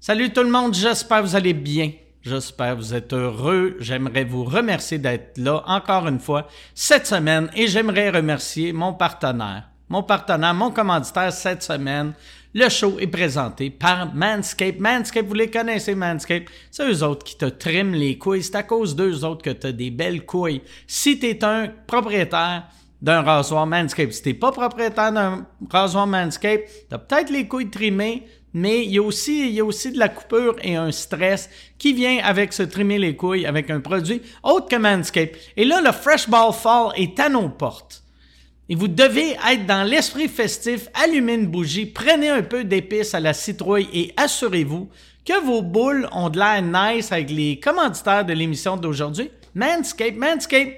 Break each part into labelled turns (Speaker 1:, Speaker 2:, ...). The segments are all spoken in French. Speaker 1: Salut tout le monde, j'espère que vous allez bien. J'espère que vous êtes heureux. J'aimerais vous remercier d'être là encore une fois cette semaine et j'aimerais remercier mon partenaire. Mon partenaire, mon commanditaire cette semaine, le show est présenté par Manscape. Manscape, vous les connaissez, Manscape. C'est eux autres qui te triment les couilles. C'est à cause d'eux autres que tu as des belles couilles. Si tu es un propriétaire d'un rasoir Manscape, si tu pas propriétaire d'un rasoir Manscape, tu as peut-être les couilles trimées, mais il y, a aussi, il y a aussi de la coupure et un stress qui vient avec se trimer les couilles avec un produit autre que Manscape. Et là, le Fresh Ball Fall est à nos portes. Et vous devez être dans l'esprit festif, allumez une bougie, prenez un peu d'épices à la citrouille et assurez-vous que vos boules ont de l'air nice avec les commanditaires de l'émission d'aujourd'hui. Manscape, Manscape,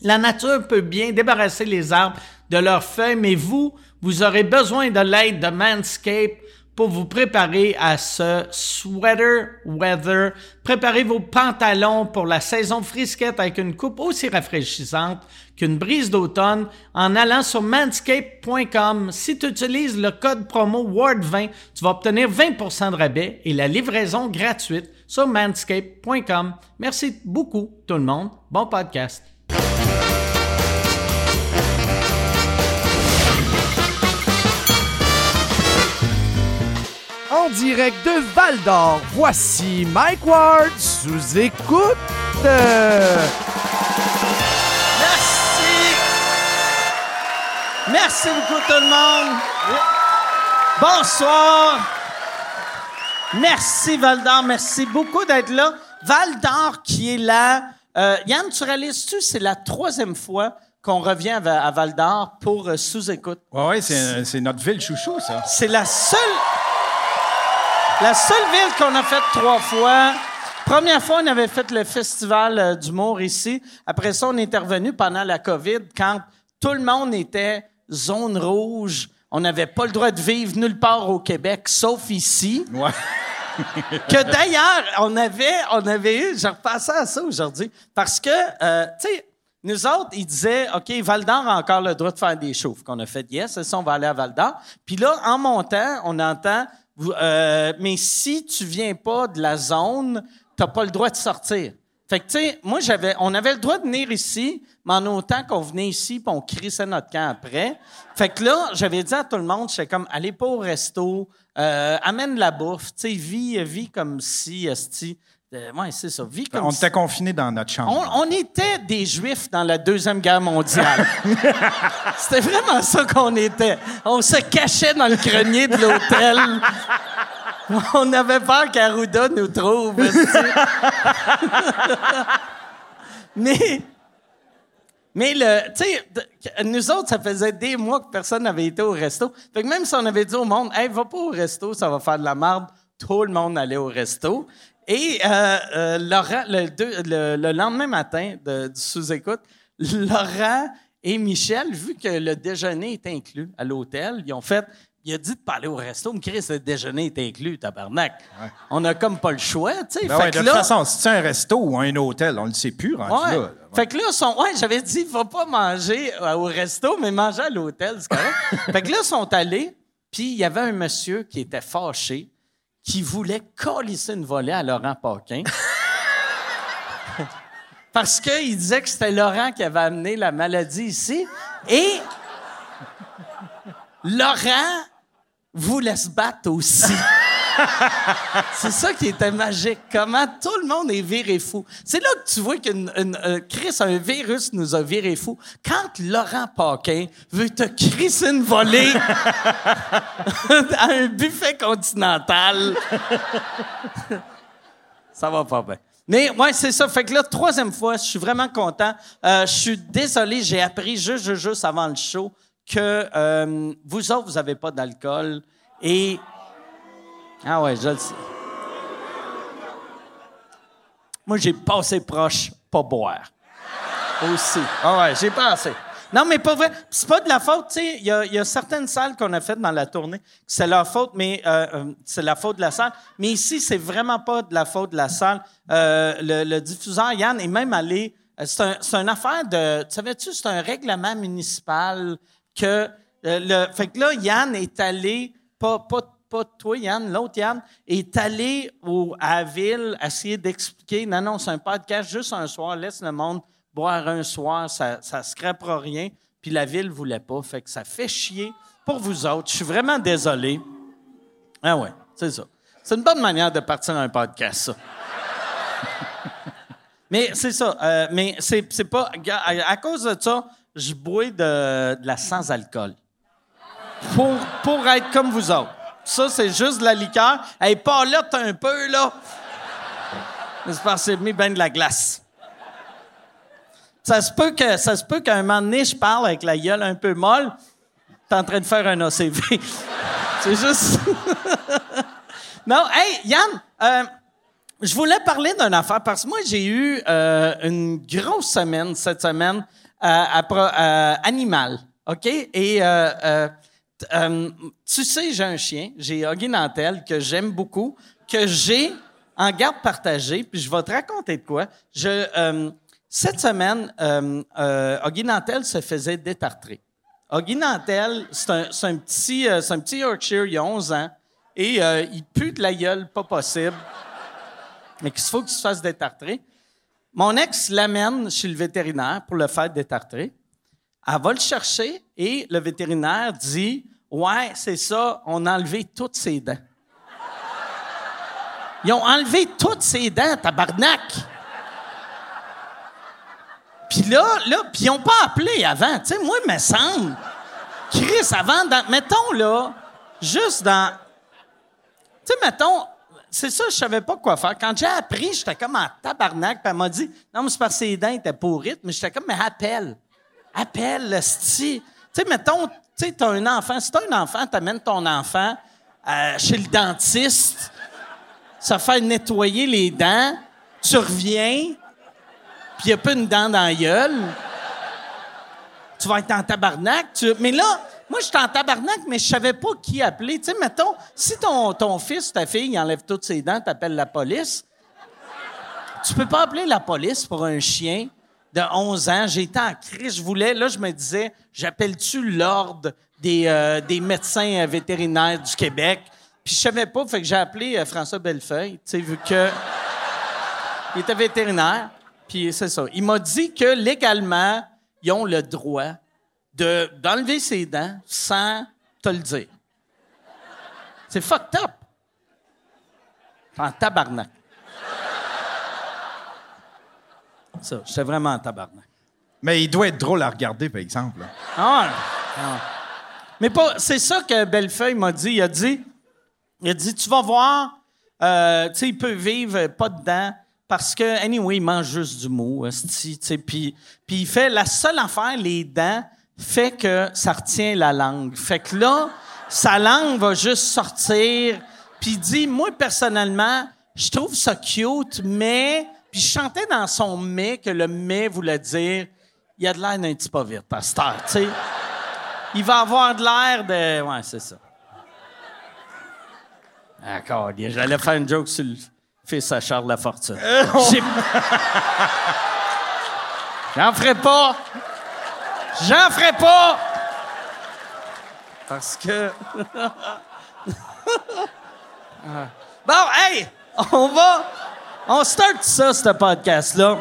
Speaker 1: la nature peut bien débarrasser les arbres de leurs feuilles, mais vous, vous aurez besoin de l'aide de Manscape pour vous préparer à ce sweater weather. Préparez vos pantalons pour la saison frisquette avec une coupe aussi rafraîchissante qu'une brise d'automne en allant sur manscape.com. Si tu utilises le code promo WARD20, tu vas obtenir 20% de rabais et la livraison gratuite sur manscape.com. Merci beaucoup tout le monde. Bon podcast.
Speaker 2: En direct de Val d'Or, voici Mike Ward sous écoute. Euh,
Speaker 1: Merci! Merci beaucoup tout le monde! Bonsoir! Merci Val d'Or, merci beaucoup d'être là. Val d'Or qui est là. Euh, Yann, tu réalises-tu, c'est la troisième fois qu'on revient à, Va- à Val d'Or pour euh, sous-écoute.
Speaker 3: Ouais, ouais, c'est, c'est notre ville chouchou, ça.
Speaker 1: C'est la seule. La seule ville qu'on a faite trois fois. Première fois, on avait fait le festival euh, d'humour ici. Après ça, on est revenu pendant la COVID quand tout le monde était zone rouge. On n'avait pas le droit de vivre nulle part au Québec, sauf ici.
Speaker 3: Ouais.
Speaker 1: Que d'ailleurs, on avait, on avait eu, je repassais à ça aujourd'hui, parce que, euh, tu sais, nous autres, ils disaient, OK, Val-d'Or a encore le droit de faire des shows. Fait qu'on a fait, yes, c'est ça, on va aller à Val-d'Or. Puis là, en montant, on entend, vous- euh, mais si tu viens pas de la zone, t'as pas le droit de sortir. Fait que, tu sais, moi, j'avais, on avait le droit de venir ici, mais en autant qu'on venait ici, puis on crissait notre camp après. Fait que là, j'avais dit à tout le monde, j'étais comme, allez pas au resto, euh, amène de la bouffe, tu sais, vis, vis comme si, esti, euh, ouais, c'est ça, vis comme
Speaker 3: On
Speaker 1: si.
Speaker 3: était confinés dans notre chambre.
Speaker 1: On, on était des Juifs dans la Deuxième Guerre mondiale. C'était vraiment ça qu'on était. On se cachait dans le grenier de l'hôtel. On avait peur qu'Arruda nous trouve. Mais, mais le, tu sais, de- nous autres, ça faisait des mois que personne n'avait été au resto. Fait que même si on avait dit au monde, hey, va pas au resto, ça va faire de la merde, tout le monde allait au resto. Et euh, euh, Laurent, le, deux- le- le lendemain matin de- du sous-écoute, Laurent et Michel, vu que le déjeuner est inclus à l'hôtel, ils ont fait, il a dit de parler au resto, mais Chris, le déjeuner est inclus, tabarnak. On n'a comme pas le choix, tu sais.
Speaker 3: Ben
Speaker 1: Fait
Speaker 3: ouais,
Speaker 1: que
Speaker 3: de toute
Speaker 1: là-
Speaker 3: façon, si c'est un resto ou un hôtel, on ne le sait plus rendu
Speaker 1: Ouais.
Speaker 3: là, là.
Speaker 1: Fait que là, ils sont, ouais, j'avais dit, va pas manger euh, au resto, mais manger à l'hôtel, c'est correct. fait que là, ils sont allés, puis il y avait un monsieur qui était fâché, qui voulait colisser une volée à Laurent Paquin. Parce qu'il disait que c'était Laurent qui avait amené la maladie ici. Et Laurent voulait se battre aussi. C'est ça qui était magique. Comment tout le monde est viré fou. C'est là que tu vois qu'une une, euh, Chris, un virus nous a viré fou. Quand Laurent Paquin veut te crisser une volée à un buffet continental, ça va pas bien. Mais ouais, c'est ça. Fait que là, troisième fois, je suis vraiment content. Euh, je suis désolé, j'ai appris juste, juste, juste avant le show que euh, vous autres, vous avez pas d'alcool et ah ouais, je le sais. Moi, j'ai passé proche, pas boire. Aussi. Ah ouais, j'ai passé. Non, mais pas vrai. Puis C'est pas de la faute, tu sais. Il y, a- il y a certaines salles qu'on a faites dans la tournée, que c'est leur faute, mais euh, euh, c'est la faute de la salle. Mais ici, c'est vraiment pas de la faute de la salle. Euh, le, le diffuseur Yann est même allé. euh, C'est un, c'est une affaire de. Tu savais-tu, c'est un règlement municipal que. euh, le, fait que là, Yann est allé, pas, pas pas toi, Yann, l'autre Yann, est allé au, à la ville essayer d'expliquer non, non, c'est un podcast juste un soir, laisse le monde boire un soir, ça ne scrapera rien. Puis la ville ne voulait pas, fait que ça fait chier pour vous autres. Je suis vraiment désolé. Ah ouais, c'est ça. C'est une bonne manière de partir un podcast, ça. mais c'est ça. euh, mais c'est c'est pas. À, à cause de ça, je bois de, de la sans-alcool. Pour, pour être comme vous autres. Ça, c'est juste de la liqueur. Hey, pas là, t'as un peu, là. Mais C'est parce que j'ai mis ben de la glace. Ça se peut que, ça se peut qu'à un moment donné, je parle avec la gueule un peu molle. T'es en train de faire un OCV. c'est juste. Non, hey, Yann, euh, je voulais parler d'une affaire parce que moi, j'ai eu euh, une grosse semaine cette semaine euh, à pro- euh, animal, OK? Et euh, euh, t- euh, tu sais, j'ai un chien, j'ai Huggy Nantel, que j'aime beaucoup, que j'ai en garde partagée, puis je vais te raconter de quoi. Je, euh, cette semaine, euh, euh, Huggy Nantel se faisait détartrer. Huggy Nantel, c'est un, c'est un petit, euh, c'est un petit Yorkshire, il a 11 ans, et euh, il pue de la gueule, pas possible, mais qu'il faut qu'il se fasse détartrer. Mon ex l'amène chez le vétérinaire pour le faire détartrer. Elle va le chercher et le vétérinaire dit Ouais, c'est ça, on a enlevé toutes ses dents. Ils ont enlevé toutes ses dents, tabarnak! Puis là, là, puis ils n'ont pas appelé avant. Tu sais, moi, il me semble. Chris, avant, dans- mettons là, juste dans. Tu sais, mettons, c'est ça, je savais pas quoi faire. Quand j'ai appris, j'étais comme en tabarnak, puis elle m'a dit Non, mais c'est parce que ses dents étaient pourrites, mais j'étais comme, mais appelle. Appelle, le sti. Tu sais, mettons, tu sais, t'as un enfant. Si t'as un enfant, t'amènes ton enfant euh, chez le dentiste, ça fait nettoyer les dents, tu reviens, puis il n'y a pas une dent dans la gueule. Tu vas être en tabarnak. tu- Mais là, moi, j'étais en tabarnak, mais je savais pas qui appeler. Tu sais, mettons, si ton, ton fils, ta fille, il enlève toutes ses dents, t'appelles la police. Tu peux pas appeler la police pour un chien de 11 ans. J'étais en crise, je voulais. Là, je me disais, j'appelle-tu l'ordre des, euh, des médecins euh, vétérinaires du Québec? Puis je savais pas, fait que j'ai appelé euh, François Bellefeuille, tu sais, vu que... Il était vétérinaire, puis c'est ça. Il m'a dit que légalement, ils ont le droit de, d'enlever ses dents sans te le dire. C'est fucked up. En tabarnak. Ça, j'étais vraiment en tabarnak.
Speaker 3: Mais il doit être drôle à regarder, par exemple.
Speaker 1: Ah, ouais. Ah ouais. Mais pas, c'est ça que Bellefeuille m'a dit. Il a dit, il a dit, tu vas voir, euh, tu sais, il peut vivre euh, pas dedans parce que, anyway, il mange juste du mot, esti, tu sais, puis, puis il fait la seule affaire, les dents, fait que ça retient la langue. Fait que là, sa langue va juste sortir. Puis il dit, moi, personnellement, je trouve ça cute, mais... Puis je chantais dans son « mais » que le « mais » voulait dire « il y a de l'air d'un petit pas vite à cette heure », tu sais. Il va avoir de l'air de... Ouais, c'est ça. D'accord. J'allais faire une joke sur le fils à Charles Lafortune. J'ai- J'en ferai pas. J'en ferai pas. Parce que... Ah. bon, hey, on va... On start ça, ce podcast-là.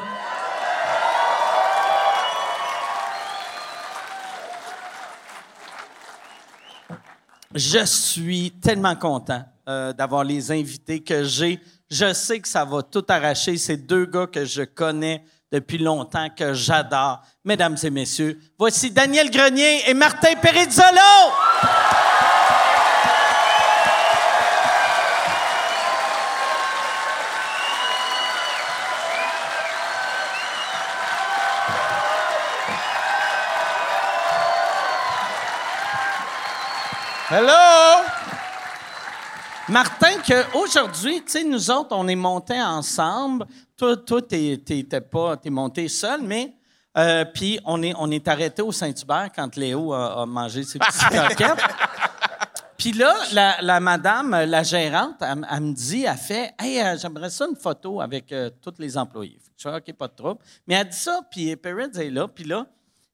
Speaker 1: Je suis tellement content euh, d'avoir les invités que j'ai. Je sais que ça va tout arracher. C'est deux gars que je connais depuis longtemps, que j'adore. Mesdames et messieurs, voici Daniel Grenier et Martin Perizzolo! Hello! Martin, que aujourd'hui, tu sais, nous autres, on est montés ensemble. Toi, toi, t'es, t'es- t'es pas, t'es monté seul, mais euh, puis on est, on est arrêté au Saint-Hubert quand Léo a, a mangé ses petites croquettes. Puis là, la, la madame, euh, la gérante, elle, m- elle me dit, elle fait Hey, euh, j'aimerais ça une photo avec euh, tous les employés. Fait que Je fais OK, pas de trouble. Mais elle dit ça, puis Perez est là, puis là,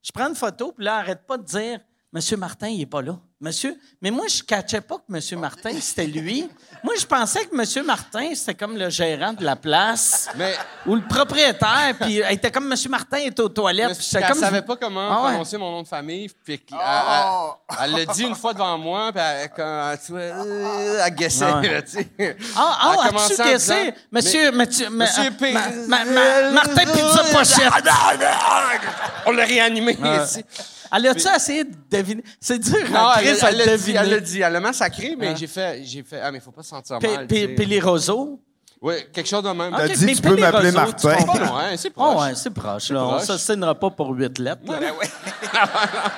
Speaker 1: je prends une photo, puis là, elle arrête pas de dire Monsieur Martin, il n'est pas là. Monsieur, mais moi, je ne catchais pas que Monsieur Martin, c'était lui. Moi, je pensais que Monsieur Martin, c'était comme le gérant de la place
Speaker 4: Mais-
Speaker 1: ou le propriétaire. Puis, il était comme Monsieur Martin est aux toilettes.
Speaker 4: Mais
Speaker 1: Puis
Speaker 4: c'est
Speaker 1: j'étais
Speaker 4: qu'elle
Speaker 1: comme-
Speaker 4: savait pas comment
Speaker 1: Ah ouais.
Speaker 4: prononcer mon nom de famille. Puis qu'elle- elle- elle- elle l'a dit une fois devant moi, puis elle, quand, tu vois, euh, elle guessait,
Speaker 1: Ah ouais.
Speaker 4: là, tu sais.
Speaker 1: Ah, ah,
Speaker 4: Elle
Speaker 1: as-tu
Speaker 4: commençait en
Speaker 1: guessé?
Speaker 4: disant,
Speaker 1: Monsieur, euh, Mathieu- ma-
Speaker 4: Monsieur P-
Speaker 1: ma- ma- ma- Martin Pizza Pochette.
Speaker 4: On l'a réanimé ici.
Speaker 1: Elle a-tu essayé de deviner? C'est dur
Speaker 4: Non,
Speaker 1: en
Speaker 4: elle,
Speaker 1: crise
Speaker 4: elle,
Speaker 1: à
Speaker 4: l'a dit,
Speaker 1: deviner.
Speaker 4: elle l'a dit, elle l'a massacré, mais
Speaker 1: Ah.
Speaker 4: j'ai fait, j'ai fait, ah, mais faut pas se sentir
Speaker 1: Pe-
Speaker 4: mal.
Speaker 1: pe-
Speaker 4: tu sais.
Speaker 1: Pelé Roseau?
Speaker 4: Ouais, quelque chose de même.
Speaker 1: Ok,
Speaker 3: T'as dit,
Speaker 1: mais
Speaker 3: tu peux
Speaker 1: Pelé
Speaker 3: m'appeler
Speaker 1: Roseau, tu
Speaker 3: Martin.
Speaker 1: comprends?
Speaker 4: Ah, ouais, c'est
Speaker 1: Ah
Speaker 4: proche.
Speaker 1: ouais, c'est proche. Là. On
Speaker 4: proche.
Speaker 1: s'assinera pas pour huit lettres. là.
Speaker 4: Ben ouais. non,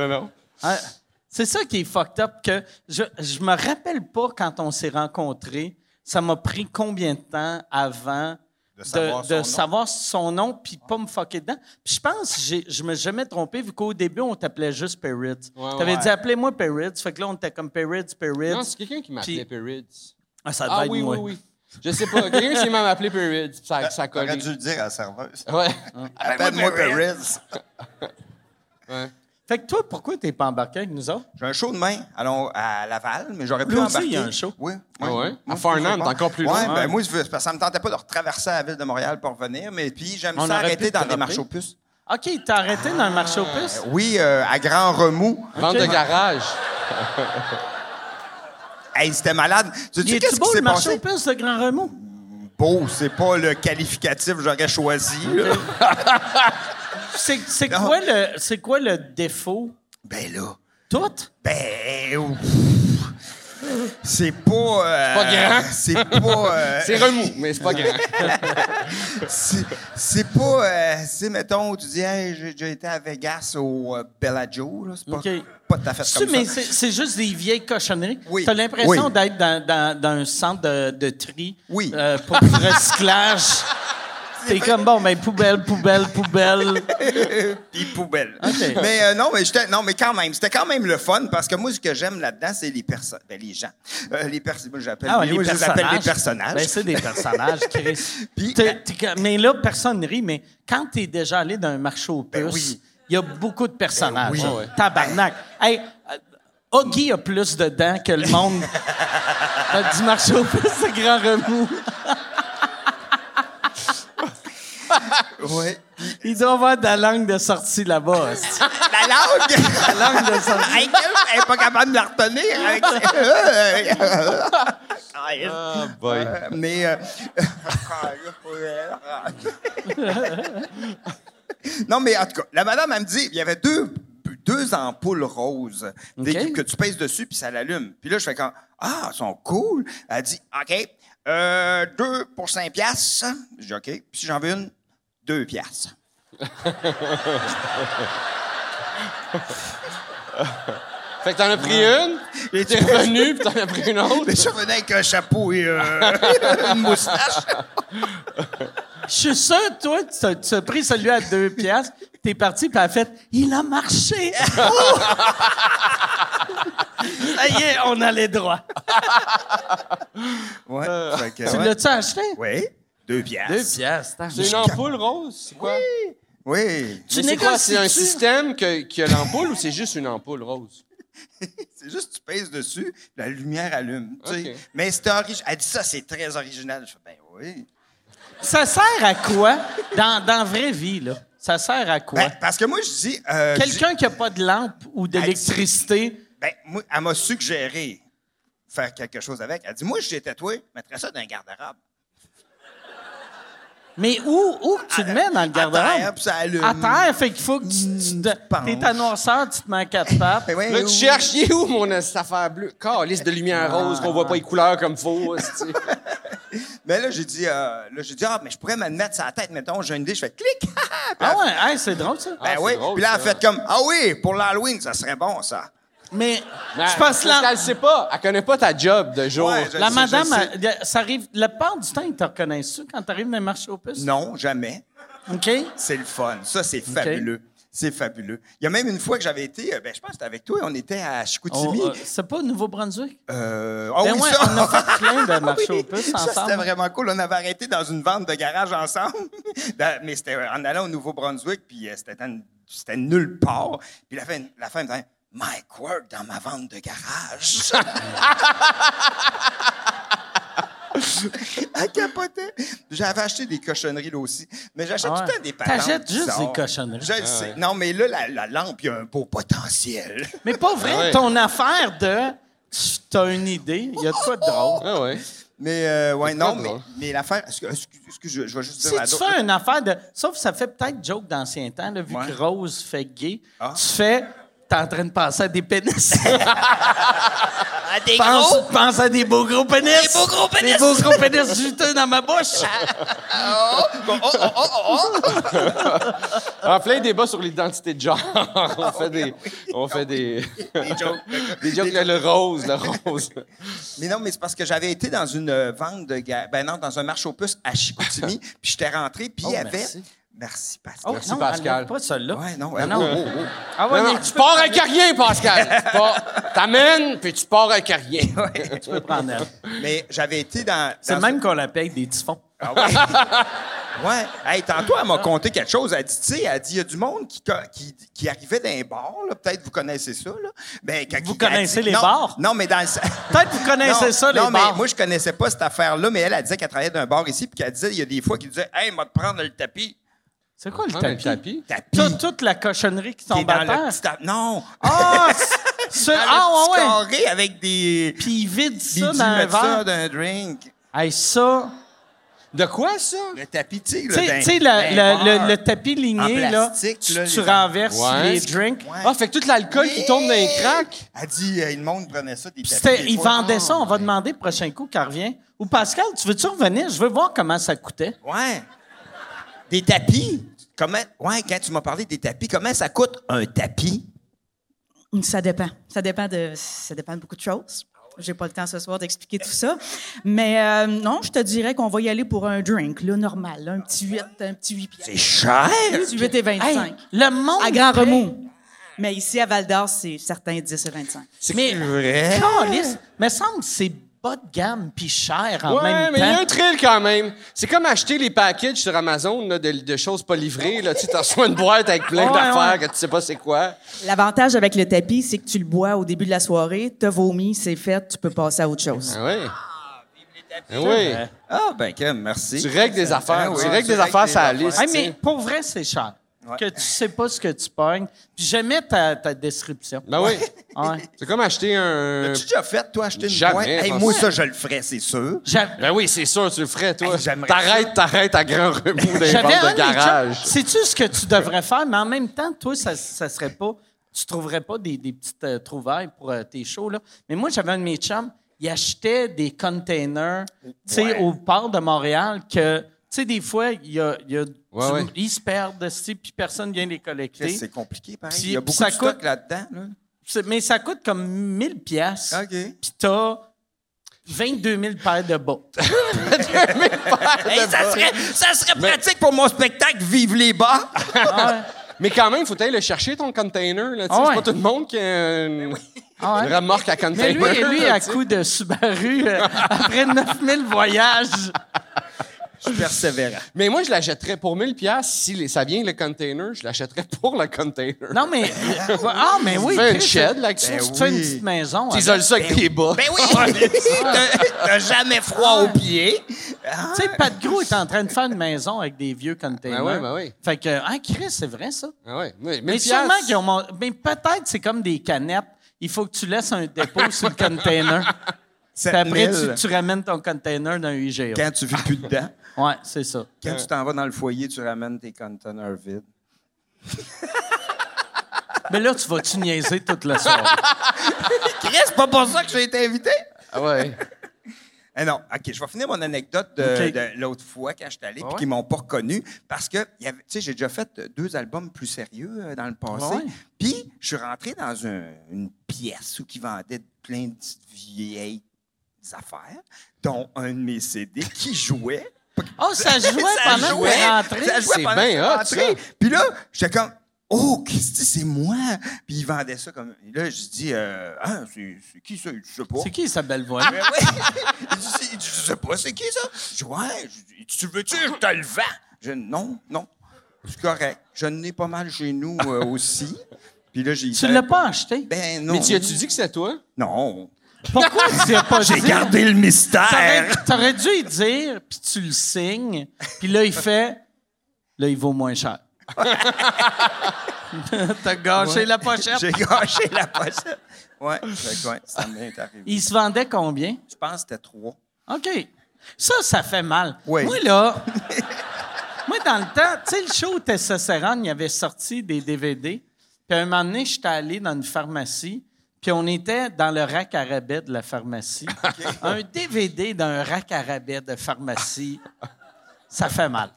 Speaker 4: non, non, non.
Speaker 1: Ah, c'est ça qui est fucked up. que je, je me rappelle pas quand on s'est rencontrés. Ça m'a pris combien de temps avant de,
Speaker 3: savoir
Speaker 1: de
Speaker 3: son nom.
Speaker 1: savoir son nom puis pas me fucker dedans? Puis je pense que j'ai- je me suis jamais trompé vu qu'au début, on t'appelait juste Perrit.
Speaker 4: Ouais,
Speaker 1: T'avais
Speaker 4: ouais.
Speaker 1: dit appelez-moi Perrit. Fait que là, on était comme Perrit, Perrit.
Speaker 4: Non, c'est quelqu'un qui
Speaker 1: Puis-
Speaker 4: m'appelait Perrids.
Speaker 1: Ah, ça devait
Speaker 4: Ah
Speaker 1: être
Speaker 4: oui,
Speaker 1: moi.
Speaker 4: oui, oui. Je sais pas. Quelqu'un s'est même appelé Perrids, puis ça, ça a collé. Ah, ben,
Speaker 5: T'aurais dû le dire à la serveuse.
Speaker 4: Ouais.
Speaker 5: Appelle-moi Perez.
Speaker 4: ouais.
Speaker 1: Fait que toi, pourquoi t'es pas embarqué avec nous autres?
Speaker 5: J'ai un show demain à, Lon- à Laval, mais j'aurais pu
Speaker 1: Lui aussi,
Speaker 5: embarquer.
Speaker 1: il y a un show.
Speaker 5: Oui. oui.
Speaker 4: Ah ouais?
Speaker 5: Moi,
Speaker 4: À Farnham,
Speaker 5: je veux pas.
Speaker 4: t'es encore plus
Speaker 5: ouais,
Speaker 4: loin.
Speaker 5: Ben, moi, je veux- c'est parce que ça me tentait pas de retraverser la ville de Montréal pour revenir, mais puis j'aime
Speaker 1: On
Speaker 5: ça
Speaker 1: aurait pu
Speaker 5: arrêter
Speaker 1: te
Speaker 5: dans des
Speaker 1: dropper.
Speaker 5: marchés aux puces.
Speaker 1: OK, t'as arrêté dans le marché aux puces?
Speaker 5: Oui, euh, à Grand Remous.
Speaker 1: Ah.
Speaker 4: Vente de garage.
Speaker 5: Hey, c'était malade. Tu
Speaker 1: Il
Speaker 5: sais
Speaker 1: est
Speaker 5: qu'est-ce
Speaker 1: beau
Speaker 5: qui
Speaker 1: le
Speaker 5: s'est
Speaker 1: marché
Speaker 5: passé?
Speaker 1: aux puces de Grand Remous?
Speaker 5: Beau, c'est pas le qualificatif que j'aurais choisi. là.
Speaker 1: C'est c'est
Speaker 5: Non.
Speaker 1: quoi, le- c'est quoi le défaut?
Speaker 5: Ben là,
Speaker 1: Tout?
Speaker 5: ben... ouf. C'est pas... euh,
Speaker 4: C'est pas grand.
Speaker 5: C'est pas... euh,
Speaker 4: C'est remous, mais c'est pas grand.
Speaker 5: c'est c'est pas, euh, c'est mettons, tu dis, Hey, j'ai déjà été à Vegas au euh, Bellagio, là, c'est pas,
Speaker 1: OK.
Speaker 5: pas tout à fait
Speaker 1: C'est-
Speaker 5: comme
Speaker 1: mais
Speaker 5: ça.
Speaker 1: c'est- c'est juste des vieilles cochonneries.
Speaker 5: Oui.
Speaker 1: T'as l'impression
Speaker 5: Oui.
Speaker 1: d'être dans, dans- dans un centre de, de tri
Speaker 5: Oui.
Speaker 1: euh, pour du recyclage. T'es comme, bon, ben, poubelle, poubelle, poubelle.
Speaker 5: Puis poubelle.
Speaker 1: OK.
Speaker 5: Mais euh, non, mais j'étais- non, mais quand même, c'était quand même le fun parce que moi, ce que j'aime là-dedans, c'est les personnes, ben, les gens, Euh, les personnes, moi, j'appelle,
Speaker 1: Ah ouais,
Speaker 5: moi, je les appelle les
Speaker 1: Ben,
Speaker 5: personnages.
Speaker 1: c'est des personnages, Chris.
Speaker 5: Puis- ben
Speaker 1: T'es- t'es comme- mais là, personne ne rit, mais quand t'es déjà allé dans un marché aux puces,
Speaker 5: Ben
Speaker 1: il
Speaker 5: oui.
Speaker 1: y a beaucoup de personnages.
Speaker 5: Ben oui. Ben.
Speaker 1: Ouais. Tabarnak. Hey, euh, Oggy a plus de dents que le monde du marché aux puces, c'est grand remous.
Speaker 5: Ouais.
Speaker 1: Il doit avoir de la langue de sortie là-bas. hostie.
Speaker 5: La langue! la langue de ça. Elle elle est pas capable de la retenir. avec- Euh, mais. euh, non, mais en tout cas, la madame, elle me dit il y avait deux, deux ampoules roses d'équipe que tu pèses dessus, puis ça l'allume. Puis là, je fais quand Ah, elles sont cool. Elle dit OK, euh, deux pour cinq piastres. Je dis OK. Puis si j'en veux une, deux piastres.
Speaker 4: Fait que t'en as pris une,
Speaker 5: Et tu
Speaker 4: t'es revenu, puis t'en as pris une autre.
Speaker 5: Mais je revenais avec un chapeau et euh, une moustache.
Speaker 1: Je suis sûr, toi, tu as, tu as pris celui à deux piastres, t'es parti, puis elle a fait « Il a marché! Oh! Ça y est, on a les droits.
Speaker 5: Ouais. Fait que,
Speaker 1: Tu
Speaker 5: ouais.
Speaker 1: l'as-tu acheté?
Speaker 5: Oui. Deux piastres.
Speaker 1: piastres.
Speaker 4: C'est une ampoule rose, c'est quoi?
Speaker 5: Oui.
Speaker 4: Mais c'est quoi? C'est un système que- qui a l'ampoule ou c'est juste une ampoule rose?
Speaker 5: C'est juste tu pèses dessus, la lumière allume. tu sais.
Speaker 4: OK.
Speaker 5: Mais c'était original. Elle dit ça, c'est très original. Je fais, ben oui.
Speaker 1: Ça sert à quoi dans, dans la vraie vie, là? Ça sert à quoi?
Speaker 5: Ben, parce que moi, je dis. euh,
Speaker 1: Quelqu'un qui a pas de lampe ou d'électricité,
Speaker 5: j'ai- Ben, moi, elle m'a suggéré faire quelque chose avec. Elle dit, moi, je l'ai tatoué, je mettrais ça dans un garde-robe.
Speaker 1: mais où, où que tu le mets dans le
Speaker 5: À terre,
Speaker 1: garde-robe?
Speaker 5: puis ça allume.
Speaker 1: À terre, fait qu'il faut que tu... tu te- T'es ta noirceur, tu te mets à quatre pattes.
Speaker 5: Ben oui,
Speaker 4: Là, tu
Speaker 5: oui. Ah.
Speaker 4: cherches, il est où mon euh, cette affaire bleue? Calice de lumière rose, qu'on voit pas les couleurs comme faut. hostie.
Speaker 5: Mais là, j'ai dit, euh, là, j'ai dit, ah, mais je pourrais me le mettre sur la tête, mettons, j'ai une idée, je fais clic.
Speaker 1: Ah ouais, hey, c'est drôle, ça.
Speaker 5: Ben
Speaker 4: ah, c'est
Speaker 5: oui.
Speaker 4: drôle,
Speaker 5: Puis là, elle a
Speaker 4: ça.
Speaker 5: fait comme, ah oui, pour l'Halloween, ça serait bon, ça.
Speaker 1: Mais
Speaker 4: Mais
Speaker 1: je pense
Speaker 4: parce
Speaker 1: la,
Speaker 4: qu'elle sait pas. Elle connaît pas ta job de jour.
Speaker 5: Ouais, je-
Speaker 1: la
Speaker 5: je
Speaker 1: madame,
Speaker 5: sais.
Speaker 1: elle- elle- ça arrive. La part du temps, ils te reconnaissent-tu quand t'arrives dans les marchés aux puces?
Speaker 5: Non, jamais.
Speaker 1: OK?
Speaker 5: C'est le fun. Ça, c'est fabuleux. C'est fabuleux. Il y a même une fois que j'avais été, euh, ben, je pense que c'était avec toi, on était à
Speaker 1: On-
Speaker 5: Chicoutimi.
Speaker 1: euh, c'est pas au Nouveau-Brunswick?
Speaker 5: Euh, ah
Speaker 1: Ben
Speaker 5: oui,
Speaker 1: ouais,
Speaker 5: ça. Ah
Speaker 1: on a fait plein de marchés
Speaker 5: Oui,
Speaker 1: aux puces
Speaker 5: ça,
Speaker 1: ensemble.
Speaker 5: c'était vraiment cool. On avait arrêté dans une vente de garage ensemble. Dans- Mais c'était en allant au Nouveau-Brunswick, puis euh, c'était dans une c'était nulle part. Puis la fin, la fin me disait Mike Ward dans ma vente de garage. Elle capotait. J'avais acheté des cochonneries là aussi. Mais j'achète
Speaker 1: Ah ouais.
Speaker 5: tout le temps des patentes.
Speaker 1: T'achètes juste
Speaker 5: bizarres.
Speaker 1: des cochonneries.
Speaker 5: Je le
Speaker 4: Ah
Speaker 5: sais. Non, mais là, la, la lampe, il y a un beau potentiel.
Speaker 1: Mais pas vrai,
Speaker 4: Ah ouais.
Speaker 1: ton affaire de. tu- T'as une idée, il y a de quoi de drôle.
Speaker 4: Ah ouais.
Speaker 5: Mais, euh, ouais, non,
Speaker 4: pas
Speaker 5: mais,
Speaker 4: drôle.
Speaker 5: mais l'affaire. Excuse, excuse, excuse, je, je vais juste
Speaker 1: Si
Speaker 5: dire à
Speaker 1: tu
Speaker 5: d'autres.
Speaker 1: fais une affaire de. Sauf que ça fait peut-être joke d'ancien temps, là, vu
Speaker 5: Ouais.
Speaker 1: que Rose fait gay.
Speaker 5: Ah.
Speaker 1: Tu fais. T'es en train de penser à des pénis.
Speaker 5: Ah, des
Speaker 1: pense, pense à des beaux gros pénis. Des
Speaker 5: beaux gros pénis.
Speaker 1: Des beaux gros pénis juteux dans ma bouche.
Speaker 4: En plein débat sur l'identité de genre.
Speaker 5: Ah
Speaker 4: on fait des. On fait des.
Speaker 5: des jokes.
Speaker 4: Des jokes, le- le rose, le rose.
Speaker 5: Mais non, mais c'est parce que j'avais été dans une euh, vente de ga- ben non, dans un marché aux puces à Chicoutimi, puis j'étais rentré, puis il y avait
Speaker 1: Oh, merci.
Speaker 5: merci Pascal.
Speaker 1: Oh,
Speaker 4: Merci,
Speaker 1: non,
Speaker 4: Pascal.
Speaker 1: enlève Pas celle-là.
Speaker 5: Ouais, non,
Speaker 1: non.
Speaker 5: oh, oh, oh.
Speaker 1: Ah ouais,
Speaker 4: Non, non,
Speaker 1: mais
Speaker 4: tu pars avec rien, Pascal. Tu pars- T'amènes, puis tu pars avec rien.
Speaker 1: tu peux prendre elle.
Speaker 5: Mais j'avais été dans
Speaker 1: C'est
Speaker 5: dans-
Speaker 1: même qu'on la paye des typhons.
Speaker 5: Ah ouais. ouais. Hey, tantôt elle m'a conté quelque chose, elle dit tu sais, elle dit il y a du monde qui co- qui, qui arrivait dans les bars, là, peut-être vous connaissez ça là. Ben quand
Speaker 1: Vous
Speaker 5: il- elle
Speaker 1: connaissez
Speaker 5: dit-
Speaker 1: les
Speaker 5: non,
Speaker 1: bars?
Speaker 5: Non, mais dans le-
Speaker 1: Peut-être que vous connaissez
Speaker 5: non,
Speaker 1: ça, les
Speaker 5: non, mais
Speaker 1: bars.
Speaker 5: moi, je connaissais pas cette affaire-là, mais elle, elle disait qu'elle travaillait d'un bar ici, puis qu'elle disait, il y a des fois, qu'il disait, hey, m'a te prendre le tapis.
Speaker 1: C'est quoi le
Speaker 4: Prends le
Speaker 1: tapis?
Speaker 4: tapis.
Speaker 5: Tapis.
Speaker 1: Toute, toute la cochonnerie qui
Speaker 5: qui
Speaker 1: tombe
Speaker 5: est dans
Speaker 1: à
Speaker 5: le
Speaker 1: terre.
Speaker 5: petit ta- Non!
Speaker 1: Ah! ce-
Speaker 5: Dans le
Speaker 1: ah, ouais,
Speaker 5: petit
Speaker 1: ouais.
Speaker 5: carré avec des.
Speaker 1: Puis il vide
Speaker 5: Puis
Speaker 1: ça
Speaker 5: ils
Speaker 1: dans un
Speaker 5: mettent ça
Speaker 1: verre.
Speaker 5: d'un drink.
Speaker 1: Hey, ça...
Speaker 4: De quoi, ça?
Speaker 5: Le tapis, tu sais,
Speaker 1: Tu sais-
Speaker 5: là,
Speaker 1: tu
Speaker 5: d'un-
Speaker 1: sais,
Speaker 5: d'un
Speaker 1: le, le-
Speaker 5: bar.
Speaker 1: le- le tapis ligné,
Speaker 5: En
Speaker 1: là,
Speaker 5: plastique,
Speaker 1: tu,
Speaker 5: là,
Speaker 1: tu
Speaker 5: les-
Speaker 1: renverses
Speaker 4: Ouais.
Speaker 1: les drinks.
Speaker 5: Ouais.
Speaker 4: Ah, fait que tout l'alcool qui tombe dans les
Speaker 5: Oui.
Speaker 4: cracks.
Speaker 5: Elle dit, euh, le monde prenait ça des
Speaker 1: Puis
Speaker 5: tapis.
Speaker 1: c'était-
Speaker 5: des
Speaker 1: ils
Speaker 5: fois.
Speaker 1: vendaient ça, on va demander le prochain coup qu'elle revient. Ou Pascal, tu veux-tu revenir? Je veux voir comment ça coûtait.
Speaker 5: Ouais. Des tapis? Comment. Ouais, quand tu m'as parlé des tapis, comment ça coûte un tapis?
Speaker 6: Ça dépend. Ça dépend de, ça dépend de beaucoup de choses. J'ai pas le temps ce soir d'expliquer tout ça. Mais euh, non, je te dirais qu'on va y aller pour un drink, là, normal. là, un petit 8, un petit 8 piastres.
Speaker 5: C'est cher!
Speaker 6: Un petit 8 et 25.
Speaker 1: Hey, le monde...
Speaker 6: à grand remous. Mais ici, à Val-d'Or, c'est certains 10 et 25.
Speaker 1: Mais,
Speaker 5: Vrai?
Speaker 1: Calisse, mais semble que c'est bas de gamme puis cher en
Speaker 4: Ouais,
Speaker 1: même
Speaker 4: mais il y a un
Speaker 1: temps.
Speaker 4: thrill quand même. C'est comme acheter les packages sur Amazon là, de, de choses pas livrées. Là. Tu sais, t'en reçois une boîte avec plein
Speaker 1: Ouais,
Speaker 4: d'affaires
Speaker 1: ouais.
Speaker 4: que tu sais pas c'est quoi.
Speaker 6: L'avantage avec le tapis, c'est que tu le bois au début de la soirée, t'as vomi, c'est fait, tu peux passer à autre chose.
Speaker 4: Ah oui. Ah oui.
Speaker 5: Ah, ben, Kim, merci.
Speaker 4: Tu règles des affaires.
Speaker 5: Ah oui,
Speaker 4: tu règles des affaires, ça liste.
Speaker 1: Hey, mais pour vrai, c'est cher.
Speaker 5: Ouais.
Speaker 1: Que tu sais pas ce que tu pognes. Puis j'aimais ta, ta description.
Speaker 4: Ben oui.
Speaker 1: Ouais.
Speaker 4: C'est comme acheter un.
Speaker 5: As-tu déjà fait, toi, acheter une
Speaker 4: Jamais,
Speaker 5: boîte? Hey,
Speaker 4: François.
Speaker 5: moi, ça, je le ferais, c'est sûr.
Speaker 1: J'a-
Speaker 4: Ben oui, c'est sûr, tu le ferais, toi.
Speaker 5: Hey, j'aimerais
Speaker 4: t'arrêtes, t'arrêtes à grand remous des
Speaker 1: J'avais un
Speaker 4: ventes de
Speaker 1: des jobs.
Speaker 4: garage.
Speaker 1: Sais-tu ce que tu devrais faire? Mais en même temps, toi, ça, ça serait pas. Tu trouverais pas des, des petites euh, trouvailles pour euh, tes shows, là. Mais moi, j'avais un de mes chums, il achetait des containers, tu sais,
Speaker 5: Ouais.
Speaker 1: au port de Montréal, que, tu sais, des fois, il y a, il y a du-
Speaker 4: Ouais, ouais.
Speaker 1: ils se perdent, si, puis personne vient les
Speaker 5: Chris,
Speaker 1: collecter.
Speaker 5: C'est compliqué, pareil.
Speaker 1: Puis-
Speaker 5: Il y a
Speaker 1: puis
Speaker 5: beaucoup
Speaker 1: ça
Speaker 5: de stock
Speaker 1: coûte-
Speaker 5: là-dedans. là.
Speaker 1: C'est- Mais ça coûte comme 1000 pièces.
Speaker 5: OK.
Speaker 1: Puis t'as 22 000 paires de bas.
Speaker 5: Hey, ça, serait, ça serait pratique pour mon spectacle Vive les bars.
Speaker 1: Ah ouais.
Speaker 4: Mais quand même, faut aller le chercher, ton container. Là, tu sais,
Speaker 1: Ah ouais.
Speaker 4: C'est pas tout le monde qui a une,
Speaker 1: Ah ouais.
Speaker 4: une remorque à
Speaker 1: Mais
Speaker 4: container.
Speaker 1: lui, lui
Speaker 4: là,
Speaker 1: à
Speaker 4: tu sais.
Speaker 1: coup de Subaru, euh, après 9000 voyages.
Speaker 5: Je suis persévérant.
Speaker 4: Mais moi, je l'achèterais pour 1000 pièces si les- ça vient le container, je l'achèterais pour le container.
Speaker 1: Non, mais. Ah, mais oui.
Speaker 4: fais une
Speaker 1: Chris,
Speaker 4: shed, là,
Speaker 1: tu-
Speaker 4: avec
Speaker 1: Tu
Speaker 4: ça.
Speaker 1: te fais une
Speaker 5: oui.
Speaker 1: petite maison.
Speaker 4: Tu
Speaker 1: avec.
Speaker 4: isoles ça avec tes bas.
Speaker 5: Ben oui, t'as t'as jamais froid aux pieds. Ah,
Speaker 1: Tu sais, Pat Gros est en train de faire une maison avec des vieux containers.
Speaker 4: Ben oui, ben oui.
Speaker 1: Fait que, ah, Chris, c'est vrai, ça.
Speaker 4: Ah ouais, oui, 1000
Speaker 1: Mais
Speaker 4: piastres.
Speaker 1: sûrement qu'ils ont. mon- Mais peut-être, c'est comme des canettes. Il faut que tu laisses un dépôt sur le container. Puis
Speaker 5: 7000
Speaker 1: après, tu, tu ramènes ton container dans un IGA.
Speaker 5: Quand tu vis plus dedans,
Speaker 1: Ouais, c'est ça.
Speaker 5: quand tu t'en vas dans le foyer, tu ramènes tes containers vides.
Speaker 1: Mais là, tu vas-tu niaiser toute la soirée?
Speaker 5: Chris, c'est pas pour ça que j'ai été invité.
Speaker 4: Ah ouais.
Speaker 5: Eh non, OK, je vais finir mon anecdote de,
Speaker 1: OK.
Speaker 5: de l'autre fois quand je suis
Speaker 1: Ah
Speaker 5: allé, puis
Speaker 1: ouais?
Speaker 5: qu'ils m'ont pas reconnu, parce que, il y avait- tu sais, j'ai déjà fait deux albums plus sérieux euh, dans le passé.
Speaker 1: Ah ouais?
Speaker 5: Puis, je suis rentré dans un- une pièce où qui vendait plein de petites vieilles affaires, dont un de mes CD qui jouait.
Speaker 1: Oh, ça jouait pendant que t'es rentré.
Speaker 5: Ça jouait
Speaker 4: C'est
Speaker 5: pendant
Speaker 4: bien
Speaker 5: que j'étais
Speaker 4: hot,
Speaker 5: rentré. Puis là, j'étais comme, oh, qu'est-ce que c'est moi? Puis ils vendaient ça comme. Et là, je dis, euh, ah, c'est c'est qui ça? Je sais pas.
Speaker 1: C'est qui sa belle voix?
Speaker 4: Ah,
Speaker 5: Ben ouais. Il dit, C'est- il dit, je sais pas, c'est qui ça? Je dis, ouais, je dis, tu veux-tu, que je te le vends? Je dis, non, non. C'est correct. Je n'ai pas mal chez nous euh, aussi. Puis là, j'ai.
Speaker 4: euh,
Speaker 1: Tu l'as pas acheté?
Speaker 5: Ben non.
Speaker 4: Mais tu as-tu dit que c'est toi?
Speaker 5: Non.
Speaker 1: Pourquoi tu l'as pas
Speaker 5: J'ai
Speaker 1: dit?
Speaker 5: gardé le
Speaker 1: T'aurais,
Speaker 5: mystère.
Speaker 1: t'aurais dû y dire, puis tu le signes, puis là, il fait... Là, il vaut moins cher. T'as
Speaker 4: Ah,
Speaker 1: gâché la pochette.
Speaker 5: J'ai gâché la pochette. Ouais, fait que ouais, ça m'est arrivé.
Speaker 1: Il se vendait combien?
Speaker 5: Je pense que c'était trois.
Speaker 1: OK. Ça, ça fait mal.
Speaker 5: Oui.
Speaker 1: Moi, là... moi, dans le temps, tu sais, le show Testostérone, il avait sorti des DVD. Puis à un moment donné, j'étais allé dans une pharmacie, puis on était dans le rack à rabais de la pharmacie. Un DVD d'un rack à rabais de pharmacie, ça fait mal.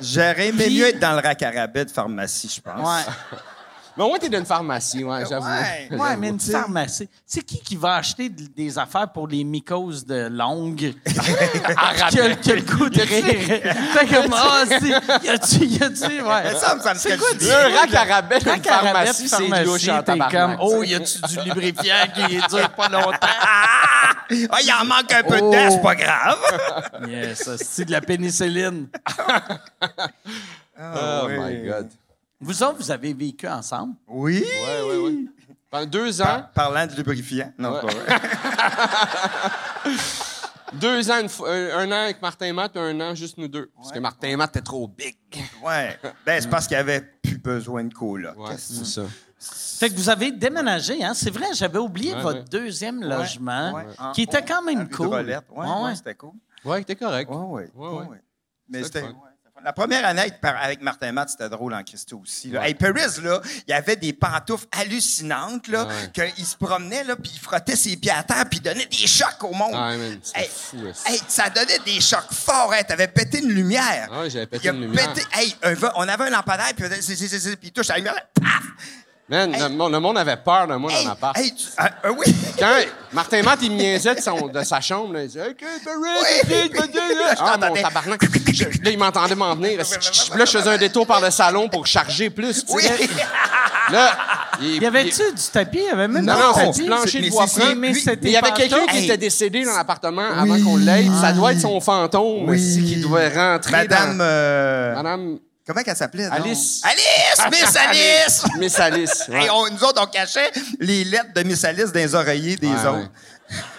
Speaker 5: J'aurais aimé
Speaker 1: Puis-
Speaker 5: mieux être dans le rack à rabais de pharmacie, je pense.
Speaker 1: Ouais.
Speaker 4: Mais au moins, t'es d'une pharmacie, ouais, j'avoue.
Speaker 5: Ouais.
Speaker 1: Ouais, mais une pharmacie. C'est qui qui va acheter de- des affaires pour les mycoses de longue? Ah, Quel, quel coup de rire! Fait comme, ah, si, y a-tu, y a-tu, ouais.
Speaker 5: Mais ça me- ça me
Speaker 1: C'est
Speaker 5: fait
Speaker 1: quoi
Speaker 5: du
Speaker 1: du-
Speaker 5: bien.
Speaker 4: Le rack à rabais d'une
Speaker 1: Quand Carabette
Speaker 4: pharmacie, c'est louche en
Speaker 1: t'es comme,
Speaker 4: tabarnak.
Speaker 1: oh, y a-tu du lubrifiant qui dure pas longtemps?
Speaker 5: Ah, il en manque un peu de dedans, c'est pas grave.
Speaker 1: Yes, c'est de la pénicilline.
Speaker 5: Ah,
Speaker 4: Oh my God.
Speaker 1: Vous autres, vous avez vécu ensemble?
Speaker 5: Oui.
Speaker 4: Ouais, ouais, ouais. Pendant deux
Speaker 1: Hein?
Speaker 4: ans,
Speaker 5: Par- parlant de lubrifiant. Non, c'est pas vrai.
Speaker 4: deux ans, une fois- euh, un, un an avec Martin et Matt, puis un an juste nous deux. Parce que Martin et Matt était trop big.
Speaker 5: Ouais. Ben, c'est parce qu'il avait plus besoin de cola.
Speaker 4: Ouais, c'est ça.
Speaker 1: Fait que vous avez déménagé, hein? C'est vrai, j'avais oublié
Speaker 4: Ouais,
Speaker 1: votre
Speaker 4: ouais. Ah,
Speaker 1: deuxième logement,
Speaker 5: ouais. En
Speaker 1: qui était quand même
Speaker 5: Avec
Speaker 1: cool.
Speaker 5: de relève. Ouais,
Speaker 1: Ouais,
Speaker 5: ouais,
Speaker 1: ouais.
Speaker 5: c'était cool.
Speaker 4: Ouais, t'es correct.
Speaker 5: Ouais, ouais.
Speaker 4: Ouais,
Speaker 5: ouais,
Speaker 4: ouais.
Speaker 5: ouais. Mais
Speaker 4: C'est
Speaker 5: c'était.
Speaker 4: le fun.
Speaker 5: ouais, c'était fun. La première année avec, par- avec Martin Matt, c'était drôle en Christo aussi. là. Hey, Paris, là, il avait des pantoufles hallucinantes, là, qu'il se promenait, là, puis il frottait ses pieds à terre, puis il donnait des chocs au monde.
Speaker 4: Ouais, Ah, man, c'était
Speaker 5: Hey,
Speaker 4: fou, hein, ça.
Speaker 5: hey, ça donnait des chocs forts, hein. T'avais pété une lumière.
Speaker 4: Ouais, Ah j'avais pété
Speaker 5: Il a
Speaker 4: une lumière.
Speaker 5: pété- hey, un va- on avait un lampadaire, puis il faisait- zi- zi- zi- zi- puis il touche à la lumière, là, paf!
Speaker 4: Ah, Man, le, monde, le monde avait peur de moi
Speaker 5: Hey,
Speaker 4: dans ma part.
Speaker 5: hey, tu- ah, ah oui!
Speaker 4: Quand Martin Matt, il me niaisait de, son- de sa chambre, là, il disait OK, Paris,
Speaker 5: Oui.
Speaker 4: OK, OK,
Speaker 5: Je
Speaker 4: Ah, mon
Speaker 5: t'entendais.
Speaker 4: tabarnak. Je- Là, il m'entendait m'en venir. Puis Là, je faisais un détour par le salon pour charger plus. tu
Speaker 5: Oui!
Speaker 4: sais. Là, il
Speaker 1: Y avait-tu du tapis? Y avait même
Speaker 4: Non,
Speaker 1: du
Speaker 4: non,
Speaker 1: tapis.
Speaker 4: c'est du plancher
Speaker 5: mais
Speaker 4: de bois
Speaker 5: c'est-
Speaker 4: franc.
Speaker 5: c'est-
Speaker 4: Mais
Speaker 5: lui-
Speaker 4: c'était
Speaker 1: mais
Speaker 4: il y avait quelqu'un qui
Speaker 5: Hey.
Speaker 4: était décédé dans l'appartement avant qu'on l'aide. Ça doit être son fantôme aussi qui devait rentrer.
Speaker 5: Madame.
Speaker 4: dans-
Speaker 5: euh,
Speaker 4: Madame
Speaker 5: Comment qu'elle s'appelait? non?
Speaker 4: Alice.
Speaker 5: Alice! Miss Alice!
Speaker 4: Miss Alice. ouais.
Speaker 5: Hey, on- nous autres, on cachait les lettres de Miss Alice dans les oreillers des
Speaker 4: Ouais,
Speaker 5: autres.
Speaker 4: ouais.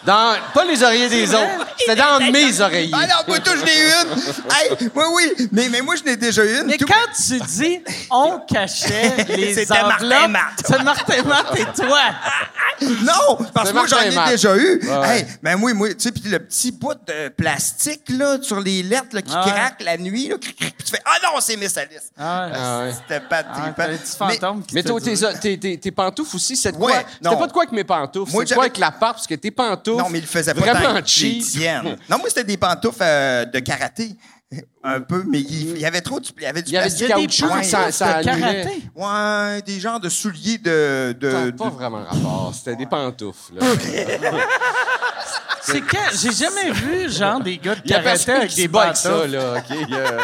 Speaker 4: Dans, pas les oreillers des autres. C'était dans mes oreillers.
Speaker 5: Ah non, moi, tout, je l'ai eu une! Hey, oui, oui, mais, mais moi, je n'ai déjà eu une.
Speaker 1: Mais
Speaker 5: Tout-
Speaker 1: quand tu dis on cachait les
Speaker 5: C'était Martin
Speaker 1: enveloppes,
Speaker 5: Matt.
Speaker 1: c'est Martin Matt et toi.
Speaker 5: Non, parce
Speaker 4: C'est
Speaker 5: que moi, j'en
Speaker 4: Martin
Speaker 5: ai
Speaker 4: Matt.
Speaker 5: déjà eu.
Speaker 4: ouais.
Speaker 5: Hey, ben oui, moi, tu sais, puis le petit bout de plastique, là, sur les lettres, là, qui
Speaker 1: Ah ouais.
Speaker 5: craque la nuit, là, cric, cric, puis tu fais Ah non, c'est Miss Alice!
Speaker 4: Ah ouais.
Speaker 5: C'était pas
Speaker 1: Ah,
Speaker 5: trippant.
Speaker 1: t'as un petit fantôme qui
Speaker 4: Mais
Speaker 1: te
Speaker 4: toi,
Speaker 1: dit-
Speaker 4: tes, tes, tes, tes pantoufles aussi, c'est de
Speaker 5: Ouais,
Speaker 4: quoi?
Speaker 5: non.
Speaker 4: C'était pas de quoi avec mes pantoufles,
Speaker 5: Moi,
Speaker 4: c'est de quoi
Speaker 5: j'avais-
Speaker 4: avec la part, parce que tes pantoufles.
Speaker 5: Non, mais il le faisait pas tant
Speaker 4: vraiment
Speaker 5: que les
Speaker 4: cheap.
Speaker 5: tiennes. Non, moi, c'était des pantoufles euh, de karaté. Un peu, mais il il y avait trop du, il y avait du
Speaker 4: Il y avait
Speaker 5: plastique.
Speaker 4: du caoutchouc,
Speaker 5: Ouais.
Speaker 4: ça, ça
Speaker 1: de
Speaker 4: annulait.
Speaker 1: karaté.
Speaker 5: Ouais, des genres de souliers de. de-
Speaker 4: Ça n'a
Speaker 5: de-
Speaker 4: pas vraiment rapport. C'était des pantoufles. là.
Speaker 1: C'est quand j'ai jamais vu genre des gars de
Speaker 4: Il y a
Speaker 1: karaté
Speaker 4: personne
Speaker 1: avec
Speaker 4: qui
Speaker 1: des
Speaker 4: se bat avec ça,
Speaker 1: pantoufles.
Speaker 4: là. OK? Il y a-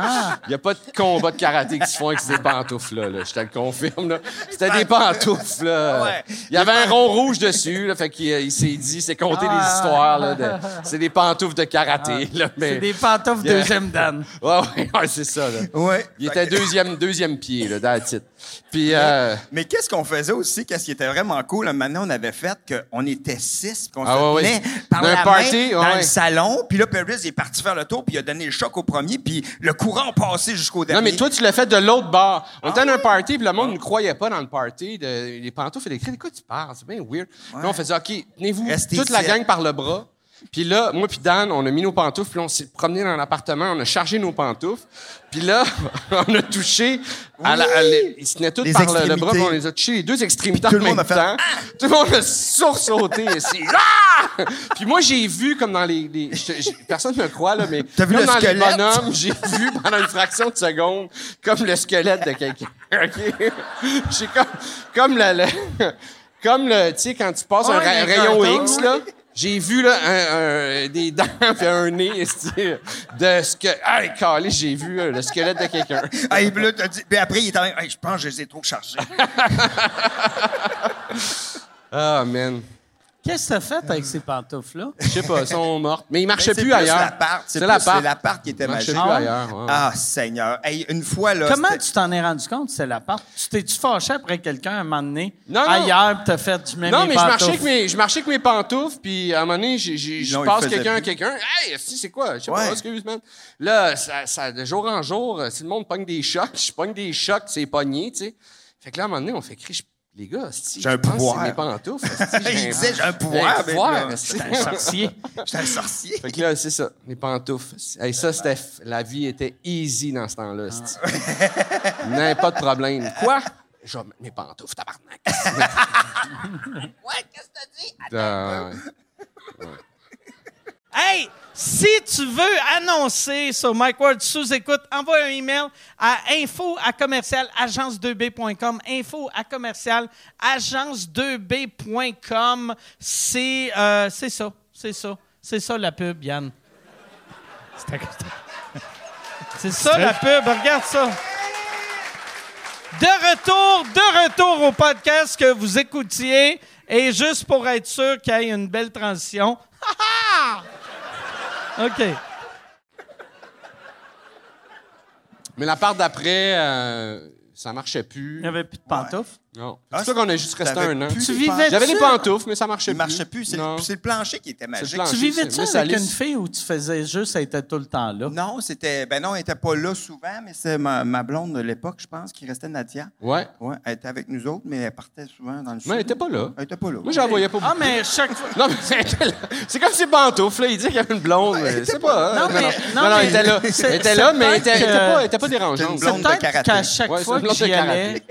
Speaker 5: Ah.
Speaker 4: Il n'y a pas de combat de karaté qui se font avec ces pantoufles-là. là. Je te le confirme. là. C'était des pantoufles. là.
Speaker 5: Ouais.
Speaker 4: Il y avait un rond rouge dessus. Là, fait qu'il euh, il s'est dit, c'est compter des
Speaker 5: Ah.
Speaker 4: histoires. là, de- c'est des pantoufles de karaté. là, mais-
Speaker 1: C'est des pantoufles
Speaker 4: Yeah.
Speaker 1: deuxième dan.
Speaker 4: Ouais, ouais, ouais, c'est ça. Là.
Speaker 5: Ouais.
Speaker 4: Il
Speaker 5: Fait
Speaker 4: était
Speaker 5: que-
Speaker 4: deuxième, deuxième pied, là, dans la titre. Puis, euh,
Speaker 5: Mais qu'est-ce qu'on faisait aussi? Qu'est-ce qui était vraiment cool? Maintenant, on avait fait qu'on était six, qu'on
Speaker 4: Ah
Speaker 5: se
Speaker 4: ouais,
Speaker 5: tenait
Speaker 4: ouais.
Speaker 5: par
Speaker 4: D'un
Speaker 5: la
Speaker 4: party,
Speaker 5: main dans
Speaker 4: ouais.
Speaker 5: le salon. Puis là, Paris est parti faire le tour, puis il a donné le choc au premier, puis le courant a passé jusqu'au dernier. Ah!
Speaker 4: non, mais toi, tu l'as fait de l'autre bord. On était dans un party, puis le monde ne croyait pas dans le party. de- les pantoufles électriques, de quoi tu parles? C'est bien weird. Puis on faisait, OK, tenez-vous
Speaker 5: Restez
Speaker 4: toute la
Speaker 5: ici.
Speaker 4: gang par le bras. Puis là, moi puis Dan, on a mis nos pantoufles, puis on s'est promené dans l'appartement, on a chargé nos pantoufles. Puis là, on a touché à la, à les- ils se tenaient tous
Speaker 5: Les
Speaker 4: par le- le, bras,
Speaker 5: extrémités.
Speaker 4: puis on les a touchés les deux extrémités
Speaker 5: Tout
Speaker 4: en
Speaker 5: le monde
Speaker 4: même
Speaker 5: a fait- Ah!
Speaker 4: temps. Tout le monde a sursauté ici. Ah! Puis moi, j'ai vu comme dans les... les- je- je- personne ne me croit, là, mais...
Speaker 5: T'as vu
Speaker 4: comme
Speaker 5: le
Speaker 4: dans les
Speaker 5: squelette?
Speaker 4: bonhommes, j'ai vu pendant une fraction de seconde comme le squelette de quelqu'un. OK? J'ai comme... Comme le... le- comme le... Tu sais, quand tu passes un,
Speaker 1: Ouais,
Speaker 4: ra-
Speaker 1: les
Speaker 4: rayon
Speaker 1: cartons,
Speaker 4: X,
Speaker 1: oui.
Speaker 4: là... J'ai vu là un- un- des dents puis un nez esti, de ce que ah calé j'ai vu euh, le squelette de quelqu'un.
Speaker 5: Ah, et puis là, t'as dit- puis après, il est en Hey, je pense que je les ai trop chargés.
Speaker 4: Ah man.
Speaker 1: Qu'est-ce que t'as fait avec ces pantoufles-là?
Speaker 4: Je sais pas, elles sont mortes. Mais ils marchaient
Speaker 5: Ben, C'est
Speaker 4: plus ailleurs.
Speaker 5: l'appart. C'est
Speaker 4: C'est
Speaker 5: plus-
Speaker 4: l'appart.
Speaker 5: C'est l'appart qui était
Speaker 4: Ils marchaient
Speaker 5: magique.
Speaker 4: plus ailleurs. ouais.
Speaker 5: Ah, Seigneur. Hey, une fois, là.
Speaker 1: Comment
Speaker 5: c'était-
Speaker 1: tu t'en es rendu compte, c'est la part? Tu t'es-tu fâché après quelqu'un à un moment donné?
Speaker 4: Non, non.
Speaker 1: Ailleurs, pis t'as fait, je mets
Speaker 4: Non,
Speaker 1: mes
Speaker 4: mais je marchais,
Speaker 1: pantoufles.
Speaker 4: avec mes, je marchais avec mes pantoufles, puis à un moment donné, j'ai- j'ai- je
Speaker 5: Non, il
Speaker 4: passe
Speaker 5: faisait
Speaker 4: quelqu'un à
Speaker 5: plus.
Speaker 4: quelqu'un. Hey, si, c'est quoi? Je sais
Speaker 5: Ouais.
Speaker 4: pas, excuse, man. Là, ça, ça- de jour en jour, euh, si le monde pogne des chocs, je pogne des chocs, c'est pogné, tu sais. Fait que là, à un moment donné, on fait crier, je- les gars, si, je
Speaker 5: J'ai un
Speaker 4: pense que
Speaker 5: pouvoir.
Speaker 4: c'est mes pantoufles. esti, j'ai
Speaker 5: Il disait, j'ai un pouvoir, mais là,
Speaker 4: esti.
Speaker 5: j'étais un sorcier. J'étais un sorcier.
Speaker 4: Fait que là, c'est ça, les pantoufles. Hey, ça, c'était, f- la vie était easy dans ce temps-là, esti. Non, pas de problème. Quoi? Je vais mettre mes pantoufles, tabarnak.
Speaker 5: Ouais, qu'est-ce que
Speaker 4: Ah,
Speaker 5: t'as dit?
Speaker 4: ouais.
Speaker 7: Hey, si tu veux annoncer sur Mike Ward sous écoute, envoie un email à info à commercial agence2b.com. Info à commercial agence2b.com. C'est euh, c'est ça, c'est ça, c'est ça la pub, Yann. C'est ça la pub, regarde ça. De retour, de retour au podcast que vous écoutiez. Et juste pour être sûr qu'il y ait une belle transition. Ha, ha! OK.
Speaker 4: Mais la part d'après, euh, ça marchait plus.
Speaker 1: Il n'y avait plus de pantoufles.
Speaker 4: Non.
Speaker 5: Ah,
Speaker 4: c'est ça qu'on a juste resté
Speaker 5: t'avais
Speaker 4: un an.
Speaker 5: plus
Speaker 1: Tu
Speaker 5: les
Speaker 1: vivais-
Speaker 5: pantoufles.
Speaker 4: J'avais les
Speaker 1: tu-
Speaker 4: pantoufles, mais ça marchait
Speaker 5: Il
Speaker 4: plus.
Speaker 5: marchait plus. C'est
Speaker 4: Non.
Speaker 5: le, c'est le plancher qui était magique.
Speaker 4: plancher.
Speaker 1: Tu vivais-tu
Speaker 4: c'est- mais ça
Speaker 1: avec une
Speaker 4: lisse.
Speaker 1: fille où tu faisais juste, elle était tout le temps là?
Speaker 5: Non, c'était. Ben non, elle n'était pas là souvent, mais c'est ma, ma blonde de l'époque, je pense, qui restait Nadia.
Speaker 4: Ouais.
Speaker 5: Ouais, elle était avec nous autres, mais elle partait souvent dans le sud.
Speaker 4: Mais elle était pas là.
Speaker 5: Elle était pas là.
Speaker 4: Moi, j'en voyais pas
Speaker 1: Ah,
Speaker 4: beaucoup.
Speaker 1: mais chaque fois.
Speaker 4: Non, mais c'est comme ses pantoufles, là. Il dit qu'il y avait une blonde. mais c'est pas. hein.
Speaker 1: Non, mais- non,
Speaker 4: non,
Speaker 1: mais-
Speaker 4: elle était là.
Speaker 1: c'est-
Speaker 4: Elle était
Speaker 1: c'est
Speaker 4: là, mais elle était, elle était
Speaker 1: peut-être
Speaker 4: pas,
Speaker 1: que-
Speaker 4: elle était pas dérangeante.
Speaker 5: euh, C'est une blonde. de
Speaker 1: peut-être
Speaker 5: karaté.
Speaker 1: qu'à chaque
Speaker 4: Ouais, c'est
Speaker 1: fois
Speaker 4: une
Speaker 1: que
Speaker 4: blonde de
Speaker 1: j'y
Speaker 4: karaté.
Speaker 1: allais.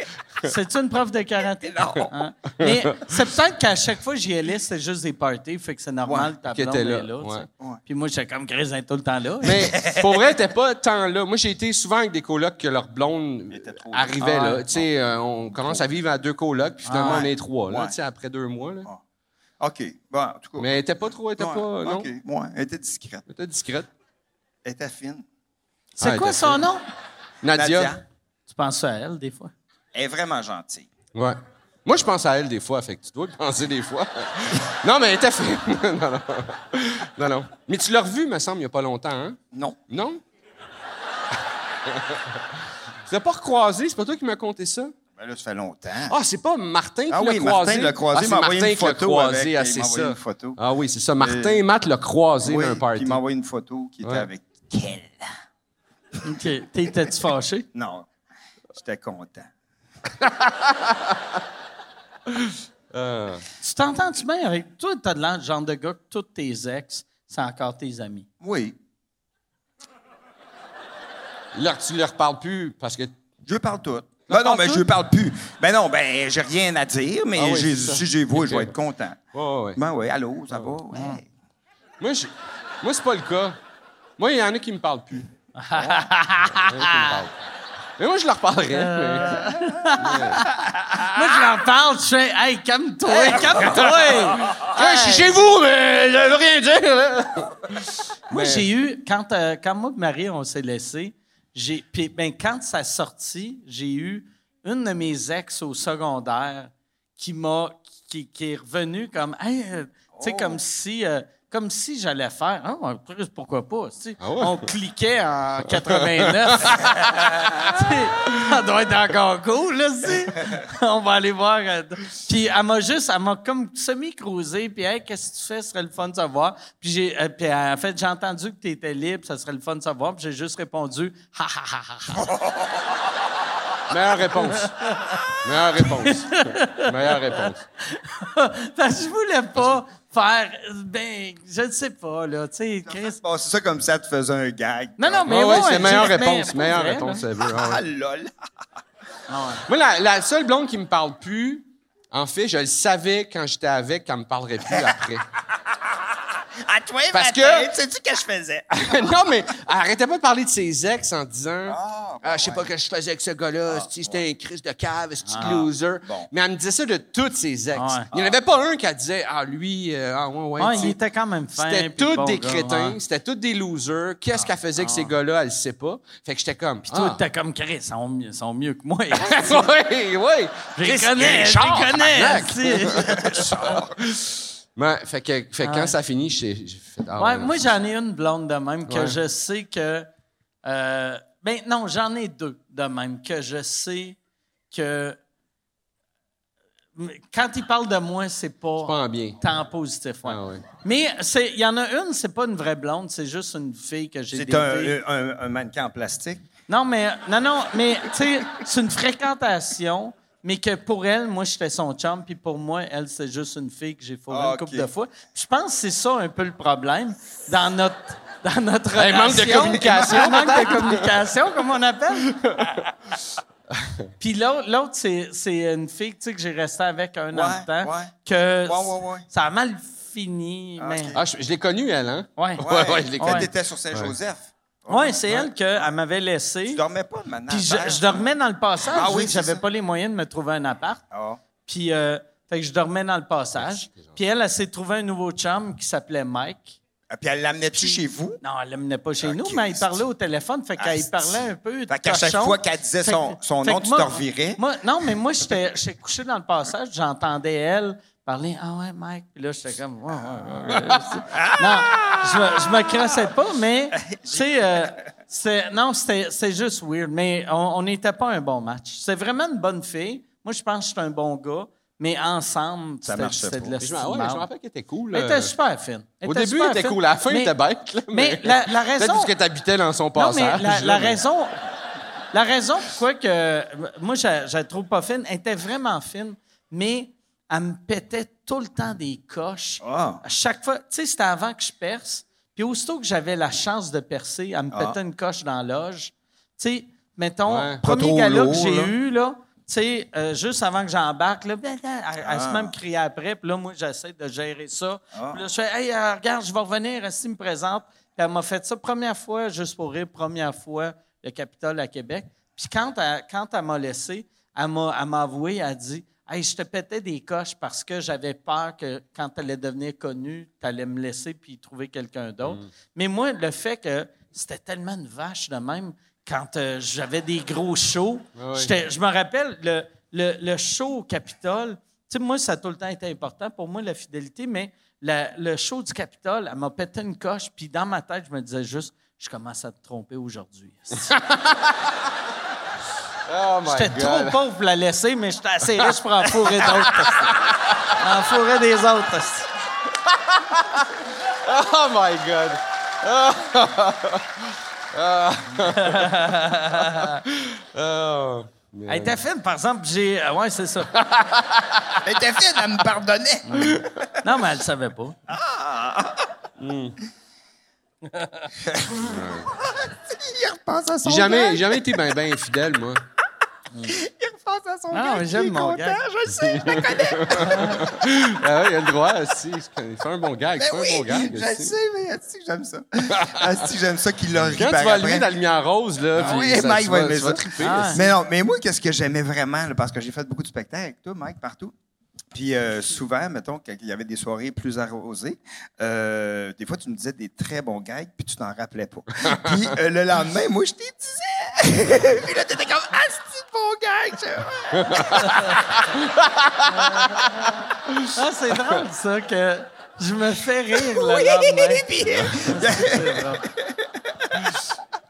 Speaker 1: C'est-tu une prof de karaté? Non. Mais c'est peut-être qu'à chaque fois que j'y allais, c'était juste des parties, fait que c'est normal que ta
Speaker 4: Qui
Speaker 1: blonde
Speaker 4: était là,
Speaker 1: est là. tu
Speaker 4: ouais.
Speaker 1: sais.
Speaker 5: Ouais.
Speaker 1: Puis moi, j'étais comme grésin tout le temps là.
Speaker 4: Mais pour vrai, elle était pas tant là. Moi, j'ai été souvent avec des colocs que leur blonde
Speaker 5: était trop là.
Speaker 4: arrivait
Speaker 1: Ah,
Speaker 4: là. Tu sais, euh, on commence à vivre à deux colocs, puis finalement,
Speaker 5: Ah,
Speaker 4: on
Speaker 5: ouais.
Speaker 4: est trois, là,
Speaker 5: Ouais.
Speaker 4: tu sais, après deux mois, là.
Speaker 5: OK. Bon, en tout cas.
Speaker 4: Mais elle était pas trop, elle était
Speaker 5: Ouais, Ah,
Speaker 4: pas, non.
Speaker 5: OK. Ouais, elle était discrète.
Speaker 4: Elle était discrète.
Speaker 5: Elle était fine.
Speaker 1: C'est
Speaker 4: Ah,
Speaker 1: quoi
Speaker 4: elle était
Speaker 1: son
Speaker 4: fine.
Speaker 1: nom?
Speaker 4: Nadia.
Speaker 5: Nadia.
Speaker 1: Tu penses à elle, des fois.
Speaker 5: Elle est vraiment gentille.
Speaker 4: Ouais. Moi, je pense à elle des fois, fait que tu dois y penser des fois. non, mais elle était fine. non, non. Non, non. Mais tu l'as revue, me semble, il n'y a pas longtemps, hein?
Speaker 5: Non.
Speaker 4: Non? tu l'as pas recroisé, c'est pas toi qui m'as conté ça?
Speaker 5: Ben là, ça fait longtemps.
Speaker 4: Ah, c'est pas Martin qui
Speaker 5: Ah
Speaker 4: l'a
Speaker 5: oui,
Speaker 4: croisé.
Speaker 5: Martin l'a croisé,
Speaker 4: Ah, c'est
Speaker 5: il m'a envoyé
Speaker 4: Martin
Speaker 5: une
Speaker 4: qui l'a
Speaker 5: photo
Speaker 4: croisé,
Speaker 5: avec,
Speaker 4: ah,
Speaker 5: il
Speaker 4: c'est
Speaker 5: m'a envoyé
Speaker 4: ça.
Speaker 5: une photo.
Speaker 4: Ah oui, c'est ça. Martin
Speaker 5: Euh,
Speaker 4: et Matt l'a croisé
Speaker 5: Oui,
Speaker 4: dans un
Speaker 5: puis
Speaker 4: party.
Speaker 5: il m'a envoyé une photo qui
Speaker 4: Ouais.
Speaker 5: était avec Kel.
Speaker 1: OK. T'étais-tu fâché?
Speaker 5: Non, j'étais content.
Speaker 4: Euh,
Speaker 1: Tu t'entends-tu bien avec. Toi, t'as de l'air du genre de gars que tous tes ex, c'est encore tes amis.
Speaker 5: Oui.
Speaker 4: là, tu ne leur parles plus parce que.
Speaker 5: Je parle tout. Ben non,
Speaker 4: parles
Speaker 5: mais
Speaker 4: tout?
Speaker 5: je parle plus. Ben non, ben j'ai rien à dire, mais
Speaker 4: Ah oui,
Speaker 5: j'ai-
Speaker 4: c'est ça.
Speaker 5: si j'ai vous, je
Speaker 4: Ok.
Speaker 5: vais être content.
Speaker 4: Ouais, Ah. ouais, ouais.
Speaker 5: Ben oui, allô, ça va? Ouais.
Speaker 4: Moi, je... Moi c'est pas le cas. Moi, il y en a qui me parlent plus. Il y en a qui me parlent. Mais moi, je leur parlerai. Euh,
Speaker 1: Moi, je leur parle, je fais, hey, calme-toi, calme-toi.
Speaker 4: je suis chez vous, mais je veux rien dire. là.
Speaker 1: moi,
Speaker 4: Mais-
Speaker 1: j'ai eu, quand, euh, quand moi et Marie, on s'est laissés, j'ai, puis, ben, quand ça sortit, j'ai eu une de mes ex au secondaire qui m'a, qui, qui est revenue comme, hey, euh, tu sais,
Speaker 4: Oh.
Speaker 1: comme si, euh, comme si j'allais faire, Ah, ouais, Chris, pourquoi pas, tu sais.
Speaker 4: Ah ouais?
Speaker 1: On cliquait en 89. Tu sais, ça doit être encore cool, là, tu sais. On va aller voir. euh, Puis elle m'a juste, elle m'a comme semi-croisé. Puis, hey, qu'est-ce que tu fais? Ce serait le fun de savoir. Puis, j'ai, euh, puis en fait, j'ai entendu que tu étais libre. Ça serait le fun de savoir. Puis, j'ai juste répondu, ha, ha, ha, ha, ha.
Speaker 4: Meilleure réponse. Meilleure réponse. Meilleure réponse.
Speaker 1: Parce que je voulais pas faire, euh, ben, je ne sais pas, là, tu sais, Chris.
Speaker 5: Bon, c'est ça comme ça, tu faisais un gag.
Speaker 1: Non, non, mais
Speaker 4: Ah Ouais, ouais,
Speaker 1: ouais,
Speaker 4: c'est meilleure
Speaker 1: mais-
Speaker 4: réponse.
Speaker 1: mais
Speaker 4: meilleure
Speaker 1: pour vrai,
Speaker 4: réponse,
Speaker 1: là.
Speaker 4: elle veut. ah ouais.
Speaker 5: Ah, lol.
Speaker 4: Moi, la, la seule blonde qui me parle plus, en fait, je le savais quand j'étais avec qu'elle me parlerait plus après.
Speaker 5: À toi,
Speaker 4: Parce
Speaker 5: Parce
Speaker 4: que-
Speaker 5: que... sais-tu que je faisais?
Speaker 4: non, mais elle arrêtait pas de parler de ses ex en disant
Speaker 5: Ah,
Speaker 1: ben
Speaker 4: Ah, Je sais pas ce que je faisais avec ce gars-là,
Speaker 1: Ah,
Speaker 4: si c'était un crise de cave, c'est loser.
Speaker 5: Bon.
Speaker 4: Mais elle me disait ça de toutes ses ex.
Speaker 1: Ah ouais.
Speaker 4: Il n'y en avait pas un qui disait Ah, lui, euh, ah, ouais, ouais.
Speaker 1: Ouais,
Speaker 4: tu
Speaker 1: il
Speaker 4: sais.
Speaker 1: était quand même fin.
Speaker 4: C'était
Speaker 1: puis
Speaker 4: tous
Speaker 1: bon
Speaker 4: des
Speaker 1: gars,
Speaker 4: crétins,
Speaker 1: ouais. Ah,
Speaker 4: c'était tous des losers. Qu'est-ce qu'elle faisait avec ces gars-là, elle le sait pas. Fait que j'étais comme.
Speaker 1: Puis toi,
Speaker 4: ah.
Speaker 1: t'es comme Chris, ils sont mieux, ils sont mieux que moi.
Speaker 4: oui, oui.
Speaker 1: Je les
Speaker 4: Chris,
Speaker 1: connais, je
Speaker 4: Richard,
Speaker 1: les connais.
Speaker 4: tabarnak.
Speaker 1: tu sais.
Speaker 4: Ouais, fait que, fait que quand ça finit, j'ai j'ai fait. ah,
Speaker 1: Ouais,
Speaker 4: ouais, non.
Speaker 1: moi, j'en ai une blonde de même que
Speaker 4: Ouais.
Speaker 1: je sais que. euh, ben non, j'en ai deux de même que je sais que. Quand ils parlent de moi, c'est pas.
Speaker 4: pas en bien.
Speaker 1: Temps positif, ouais.
Speaker 4: Ah ouais.
Speaker 1: Mais c'est- il y en a une, c'est pas une vraie blonde, c'est juste une fille que j'ai
Speaker 5: C'est
Speaker 1: datée.
Speaker 5: un, euh, un- un mannequin en plastique.
Speaker 1: Non, mais, non, non, mais, tu sais, c'est une fréquentation, mais que pour elle, moi, j'étais son chum, puis pour moi, elle, c'est juste une fille que j'ai fourrée
Speaker 5: Ah,
Speaker 1: une
Speaker 5: OK.
Speaker 1: couple de fois. Je pense que c'est ça un peu le problème dans notre, dans notre
Speaker 4: Elle Ben, manque de
Speaker 1: relation.
Speaker 4: communication,
Speaker 1: manque de communication, comme on appelle. puis l'autre, l'autre, c'est, c'est une fille, tu sais, que j'ai resté avec un an de
Speaker 5: Ouais,
Speaker 1: temps,
Speaker 5: ouais.
Speaker 1: que
Speaker 5: Ouais, ouais, ouais.
Speaker 1: ça a mal fini, mais...
Speaker 4: Ah, je, je l'ai connue, elle, hein?
Speaker 1: Ouais.
Speaker 4: Ouais, ouais, je l'ai
Speaker 5: Quand
Speaker 4: connue.
Speaker 5: t'étais sur Saint-Joseph.
Speaker 1: Ouais, c'est elle qu'elle m'avait laissé.
Speaker 5: Tu dormais pas maintenant.
Speaker 1: Puis je, je dormais dans le passage.
Speaker 5: Ah
Speaker 1: vu
Speaker 5: oui,
Speaker 1: que
Speaker 5: c'est
Speaker 1: j'avais
Speaker 5: ça.
Speaker 1: pas les moyens de me trouver un appart.
Speaker 5: Ah.
Speaker 1: Puis euh, fait que je dormais dans le passage. Puis elle, elle s'est trouvé un nouveau chum qui s'appelait Mike.
Speaker 5: Ah, Puis elle l'amenait-tu chez vous?
Speaker 1: Non, elle l'amenait pas chez
Speaker 5: Ah,
Speaker 1: nous, mais elle
Speaker 5: Christ.
Speaker 1: parlait au téléphone. Fait qu'elle
Speaker 5: Asti.
Speaker 1: parlait un peu. de
Speaker 5: Fait qu'à chaque
Speaker 1: cochon.
Speaker 5: fois qu'elle disait
Speaker 1: Fait
Speaker 5: son-
Speaker 1: que-
Speaker 5: son
Speaker 1: fait
Speaker 5: nom,
Speaker 1: que
Speaker 5: tu
Speaker 1: moi-
Speaker 5: te revirais?
Speaker 1: Moi, non, mais moi, j'étais j'étais couché dans le passage, j'entendais elle parler Ah ouais, Mike. Puis là, j'étais comme Ouais, ouais, ouais, ouais.
Speaker 5: Ah!
Speaker 1: Non, je, me- je me crassais pas, mais tu sais, euh, c'est- non, c'était c'est juste weird. Mais on on n'était pas un bon match. C'est vraiment une bonne fille. Moi, je pense que je suis un bon gars, mais ensemble,
Speaker 5: Ça
Speaker 1: c'était
Speaker 5: marchait
Speaker 1: c'était
Speaker 5: pas.
Speaker 1: de la
Speaker 4: Mais Je me ah ouais, mais je me rappelle qu'elle était cool.
Speaker 1: Elle
Speaker 4: euh,
Speaker 1: était super fine. Elle
Speaker 4: Au début,
Speaker 1: super
Speaker 4: elle était
Speaker 1: fine.
Speaker 4: cool. À la fin,
Speaker 1: Mais-
Speaker 4: elle était bête. là,
Speaker 1: Mais la, la raison.
Speaker 4: Peut-être parce que t'habitais dans son
Speaker 1: Non,
Speaker 4: passage.
Speaker 1: mais la, la
Speaker 4: là, mais-
Speaker 1: raison, la raison pourquoi que moi je, je la trouve pas fine, elle était vraiment fine, mais elle me pétait tout le temps des coches.
Speaker 5: Ah.
Speaker 1: À chaque fois, tu sais, c'était avant que je perce. Puis aussitôt que j'avais la chance de percer, elle me pétait une coche dans la loge. Tu sais, mettons,
Speaker 4: Ouais.
Speaker 5: Pas
Speaker 1: premier
Speaker 5: trop
Speaker 1: gala
Speaker 5: lourd,
Speaker 1: que j'ai
Speaker 5: là.
Speaker 1: eu, là, tu sais, euh, juste avant que j'embarque, là, ben, ben, elle, elle
Speaker 5: Ah.
Speaker 1: se même crier après. Puis là, moi, j'essaie de gérer ça. Puis là, je fais, hey, euh, regarde, je vais revenir, elle me présente. Puis elle m'a fait ça première fois, juste pour rire, première fois, le Capitole à Québec. Puis quand elle, quand elle m'a laissé, elle m'a, elle m'a avoué, elle a dit, hey, je te pétais des coches parce que j'avais peur que quand tu allais devenir connue, tu allais me laisser puis trouver quelqu'un d'autre.
Speaker 5: Mm.
Speaker 1: Mais moi, le fait que c'était tellement une vache de même, quand euh, j'avais des gros shows,
Speaker 4: Ah oui.
Speaker 1: j'étais j'étais- je me rappelle le, le, le show au Capitole. Tu sais, moi, ça a tout le temps été important pour moi, la fidélité, mais la- le show du Capitole, elle m'a pété une coche, puis dans ma tête, je me disais juste, je commence à te tromper aujourd'hui.
Speaker 4: Oh my
Speaker 1: J'étais trop
Speaker 4: God.
Speaker 1: pauvre pour la laisser, mais j'étais assez riche pour en fourrer d'autres. en fourrer des autres.
Speaker 4: Oh my God. Ah. Ah. Ah. Mais-
Speaker 1: Elle était fine, par exemple, j'ai. ah Ouais, c'est ça.
Speaker 5: Elle était fine, elle me pardonnait.
Speaker 1: Non, mais elle le savait pas.
Speaker 5: Il repense à son
Speaker 4: J'ai jamais, j'ai jamais été bien ben infidèle, moi.
Speaker 5: Il repense à son
Speaker 1: Ah, mais j'aime mon gars.
Speaker 5: Je sais, je le connais.
Speaker 4: Ah ouais, il a le droit, si. Fais un bon gag,
Speaker 5: Ben
Speaker 4: fais
Speaker 5: oui,
Speaker 4: un bon gag.
Speaker 5: je le
Speaker 4: esti.
Speaker 5: sais, mais est-ce que j'aime ça? Est-ce que j'aime ça qu'il l'a ri
Speaker 4: Quand
Speaker 5: par
Speaker 4: tu vas
Speaker 5: après?
Speaker 4: lever dans la lumière rose, là,
Speaker 5: Ah
Speaker 4: puis
Speaker 5: oui,
Speaker 4: ça,
Speaker 5: Mike,
Speaker 4: tu
Speaker 5: ouais,
Speaker 4: vas,
Speaker 5: mais
Speaker 4: tu
Speaker 5: je
Speaker 4: vas
Speaker 5: vais
Speaker 4: triper.
Speaker 1: Ah.
Speaker 5: Mais non, mais moi, qu'est-ce que j'aimais vraiment, là, parce que j'ai fait beaucoup de spectacles avec toi, Mike, partout. Puis euh, souvent, mettons, quand il y avait des soirées plus arrosées, euh, des fois, tu me disais des très bons gags, puis tu t'en rappelais pas. puis euh, le lendemain, moi, je t'ai disais. puis là, t'étais comme, ah, c'est bon gag! Je-
Speaker 1: Ah, c'est drôle, ça, que je me fais rire le lendemain.
Speaker 5: Oui! Puis,
Speaker 1: C'est drôle.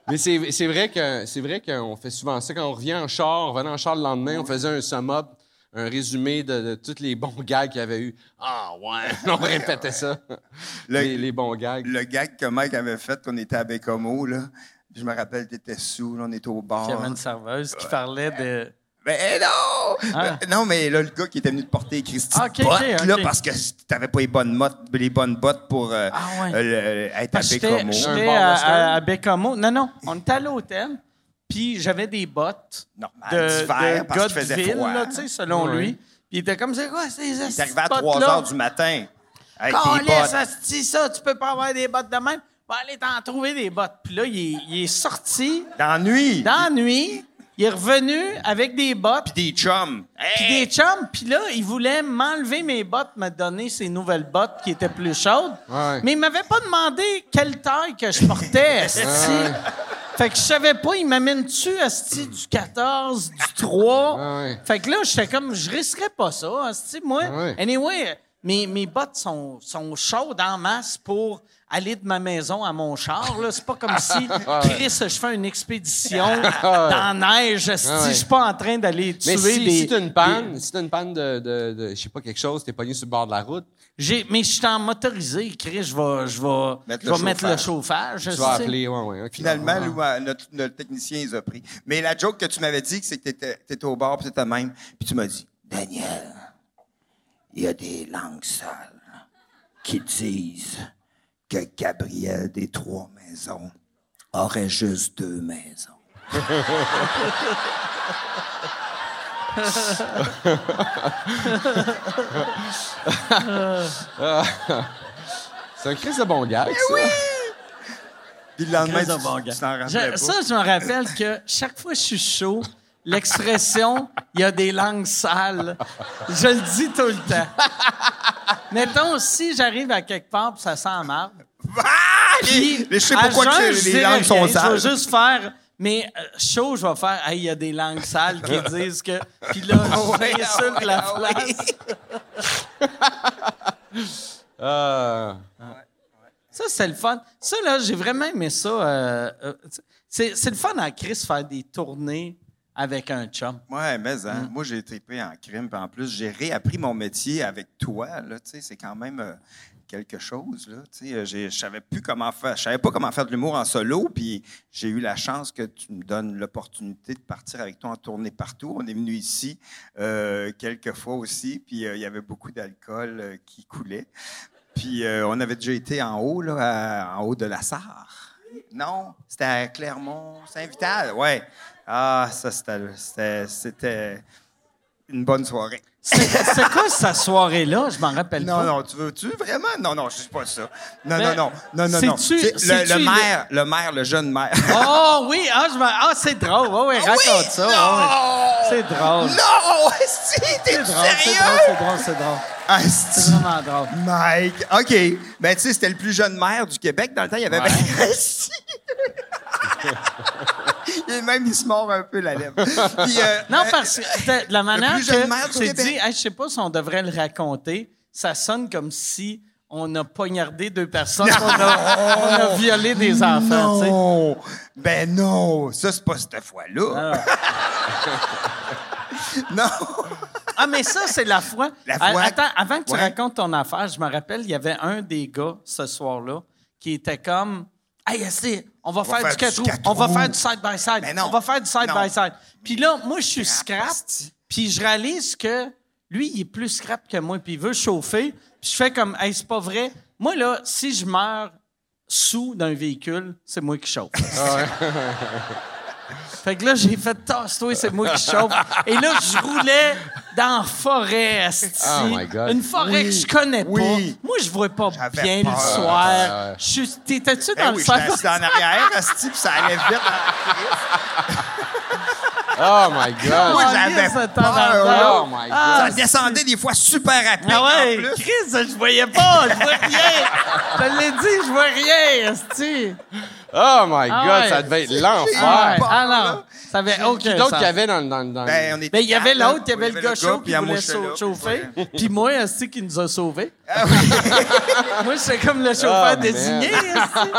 Speaker 4: Mais c'est c'est vrai que c'est vrai qu'on fait souvent ça quand on revient en char, on revenait en char le lendemain, on faisait un sum-up, un résumé de, de tous les bons gags qu'il y avait eu. Ah ouais, on répétait ça.
Speaker 5: Le-
Speaker 4: Les, les bons gags.
Speaker 5: le gag que Mike avait fait, qu'on était à Bécomo, là, je me rappelle, t'étais sous, là, on était au bar.
Speaker 1: Puis il y avait une serveuse qui parlait de.
Speaker 5: Mais non!
Speaker 1: Ah.
Speaker 5: Mais- Non, mais là, le gars qui était venu te porter Christy
Speaker 1: Ah, ok,
Speaker 5: bottes,
Speaker 1: ok,
Speaker 5: là,
Speaker 1: ok.
Speaker 5: parce que t'avais pas les bonnes, mottes, les bonnes bottes pour euh,
Speaker 1: Ah, ouais.
Speaker 5: euh, le- être à
Speaker 1: Parce que J'étais
Speaker 5: Bécomo.
Speaker 4: Un
Speaker 1: j'étais
Speaker 4: bar
Speaker 1: à,
Speaker 4: western?
Speaker 1: à, à Bécamo. Non, non, on était à l'hôtel, puis j'avais des bottes
Speaker 5: Normal,
Speaker 1: de,
Speaker 5: d'hiver,
Speaker 1: de
Speaker 5: ben, parce
Speaker 1: gars
Speaker 5: qu'il
Speaker 1: de
Speaker 5: faisait
Speaker 1: ville,
Speaker 5: froid.
Speaker 1: là, tu sais, selon
Speaker 4: Oui.
Speaker 1: lui. Puis il était comme, c'est quoi ces
Speaker 5: Il est arrivé à 3
Speaker 1: là?
Speaker 5: heures du matin avec
Speaker 1: Quand
Speaker 5: tes bottes.
Speaker 1: ça se dit ça, tu peux pas avoir des bottes de même. Va aller t'en trouver des bottes. Puis là, il est, il est sorti
Speaker 5: D'ennui.
Speaker 1: dans la nuit, il est revenu avec des bottes,
Speaker 5: Des chums.
Speaker 1: puis
Speaker 5: Hey!
Speaker 1: des chums, puis là, il voulait m'enlever mes bottes, me donner ses nouvelles bottes qui étaient plus chaudes.
Speaker 4: Ouais.
Speaker 1: Mais il m'avait pas demandé quelle taille que je portais, esti. Fait que je savais pas, il m'amène-tu, esti, du 14, du 3?
Speaker 4: Ouais.
Speaker 1: Fait que là, j'étais comme, je risquerais pas ça, esti, moi.
Speaker 4: Ouais.
Speaker 1: Anyway, mes, mes bottes sont, sont chaudes en masse pour aller de ma maison à mon char. là. C'est pas comme si, Chris, je fais une expédition dans la neige. Si
Speaker 4: Ah ouais.
Speaker 1: je suis pas en train d'aller tuer
Speaker 4: Mais si,
Speaker 1: des...
Speaker 4: si t'as une panne, si t'as une panne de, de, de- je sais pas, quelque chose, t'es pogné sur le bord de la route,
Speaker 1: J'ai- mais je suis en motorisé, Chris, je vais, je vais,
Speaker 5: Mettre
Speaker 1: je
Speaker 5: le
Speaker 1: vais mettre le chauffage.
Speaker 4: tu
Speaker 1: sais.
Speaker 4: vas appeler, ouais, ouais, ok.
Speaker 5: Finalement, Lou, euh, notre, notre technicien, ils ont pris. Mais la joke que tu m'avais dit, c'est que t'étais étais au bar, puis t'étais même. Puis tu m'as dit, Daniel, il y a des langues sales qui disent que Gabriel des Trois Maisons aurait juste deux maisons.
Speaker 4: C'est un Chris de bon gars, ça.
Speaker 5: Puis le lendemain,
Speaker 1: Chris
Speaker 5: tu
Speaker 1: de bon gars.
Speaker 5: tu t'en rappelais
Speaker 1: Je-
Speaker 5: pas.
Speaker 1: ça, je me rappelle que chaque fois que je suis chaud, l'expression « il y a des langues sales », je le dis tout le temps. Mettons, si j'arrive à quelque part et ça sent la marde,
Speaker 5: Ah!
Speaker 1: puis
Speaker 5: Mais je sais
Speaker 1: à
Speaker 5: pourquoi
Speaker 1: jeun,
Speaker 5: que
Speaker 1: je
Speaker 5: les
Speaker 1: dirais rien,
Speaker 5: langues sont sales.
Speaker 1: Je vais juste faire... Mais euh, chaud, je vais faire « Hey, il y a des langues sales qui disent que... » Puis là, je m'insulte la place.
Speaker 4: Euh,
Speaker 1: Ça, c'est le fun. Ça, là, j'ai vraiment aimé ça. euh, euh, c'est, c'est le fun à Chris faire des tournées avec un chum.
Speaker 5: Ouais, mais hein, moi, j'ai tripé en crime. Puis en plus, j'ai réappris mon métier avec toi. Là, tu sais, c'est quand même euh, quelque chose. Là, tu sais, euh, j'ai- je savais plus comment faire. Je savais pas comment faire de l'humour en solo. Puis j'ai eu la chance que tu me donnes l'opportunité de partir avec toi en tournée partout. On est venu ici euh, quelques fois aussi. Puis euh, il y avait beaucoup d'alcool euh, qui coulait. Puis euh, on avait déjà été en haut, là, à- en haut de la Sarre. Non, c'était à Clermont, Saint-Vital, ouais. Ah, ça, c'était- c'était c'était une bonne soirée.
Speaker 1: C'est, c'est quoi cette soirée-là? Je m'en rappelle
Speaker 5: Non,
Speaker 1: pas.
Speaker 5: non, tu veux-tu vraiment? Non, non, je ne pas ça. Non,
Speaker 1: Mais
Speaker 5: non, non, non, non, non.
Speaker 1: c'est-tu-
Speaker 5: C'est le,
Speaker 1: c'est-tu
Speaker 5: le
Speaker 1: le-
Speaker 5: maire, le maire, le jeune maire.
Speaker 1: Oh oui, ah, je m'en- ah, c'est drôle. Oui, oui, raconte ça. ah oui. C'est drôle.
Speaker 5: Non, si, t'es
Speaker 1: C'est drôle, c'est
Speaker 5: sérieux? Ah,
Speaker 1: drôle, c'est drôle, c'est drôle. C'est
Speaker 5: Asti,
Speaker 1: vraiment drôle.
Speaker 5: Mike, OK. Ben, tu sais, c'était le plus jeune maire du Québec. Dans le temps, il y avait... Asti. Et même, il se mord un peu la lèvre. Puis, euh,
Speaker 1: Non,
Speaker 5: euh,
Speaker 1: parce que t'as- de la manière
Speaker 5: plus jeune maire
Speaker 1: que
Speaker 5: du
Speaker 1: j'ai
Speaker 5: Québec.
Speaker 1: dit, Hey, je sais pas si on devrait le raconter, ça sonne comme si on a poignardé deux personnes, on a, on a violé des enfants. tu sais.
Speaker 5: Non! Ben non! Ça, c'est pas cette fois-là. non!
Speaker 1: Ah, mais ça, c'est la foi. Ah,
Speaker 5: La foi.
Speaker 1: Attends, avant que tu
Speaker 5: Ouais.
Speaker 1: racontes ton affaire, je me rappelle, il y avait un des gars ce soir-là qui était comme Hey, esti, on va faire,
Speaker 5: faire
Speaker 1: du
Speaker 5: du
Speaker 1: 4 roues,
Speaker 5: quatre
Speaker 1: on va
Speaker 5: roues.
Speaker 1: faire du side-by-side,
Speaker 5: Mais non.
Speaker 1: on va faire du
Speaker 5: Non.
Speaker 1: side-by-side. Puis là, moi, je suis scrap,
Speaker 5: esti.
Speaker 1: puis je réalise que lui, il est plus scrap que moi, puis il veut chauffer. Puis je fais comme Hey, c'est pas vrai. Moi, là, si je meurs sous d'un véhicule, c'est moi qui chauffe.
Speaker 4: Ah
Speaker 1: Fait que là, j'ai fait tasse-toi, c'est moi qui chauffe. Et là, je roulais dans la forêt, asti.
Speaker 4: Oh my God.
Speaker 1: Une forêt que je connais pas.
Speaker 5: oui.
Speaker 1: Moi, je vois pas
Speaker 5: J'avais
Speaker 1: bien
Speaker 5: peur.
Speaker 1: le soir.
Speaker 4: Ah Ouais.
Speaker 1: Je suis- T'étais-tu
Speaker 5: Ben
Speaker 1: dans
Speaker 5: oui,
Speaker 1: le
Speaker 5: j'étais
Speaker 1: soir?
Speaker 5: assis en arrière, Asti, puis ça allait vite.
Speaker 4: Oh my God!
Speaker 5: Moi,
Speaker 1: Ah,
Speaker 5: j'avais
Speaker 1: yes, ça
Speaker 5: peur.
Speaker 1: t'en
Speaker 5: Ah!
Speaker 1: avais.
Speaker 4: Oh my God!
Speaker 5: Ça descendait des fois super rapide,
Speaker 1: Ah ouais,
Speaker 5: en plus.
Speaker 1: Chris, je voyais pas, je vois rien. Je te l'ai dit, je vois rien, esti.
Speaker 4: Oh my
Speaker 1: Ah
Speaker 4: God!
Speaker 1: ouais.
Speaker 4: Ça devait être
Speaker 1: Ah,
Speaker 4: l'enfer!
Speaker 1: ouais.
Speaker 5: peur,
Speaker 1: ah non,
Speaker 5: là.
Speaker 1: ça avait aucun
Speaker 4: Qui d'autre
Speaker 1: sens.
Speaker 4: qu'il y avait dans le. Dans, le- dans le-
Speaker 5: Ben, on était
Speaker 1: Ben, il y avait
Speaker 5: quatre, là.
Speaker 1: l'autre, il y avait le gars chaud qui
Speaker 5: à
Speaker 1: voulait
Speaker 5: moi, j'étais
Speaker 1: sau-
Speaker 5: là.
Speaker 1: chauffer.
Speaker 5: Ouais. Ah,
Speaker 1: Puis moi, esti, qui nous a sauvés. moi, j'étais comme le chauffeur
Speaker 4: Oh,
Speaker 1: désigné, esti.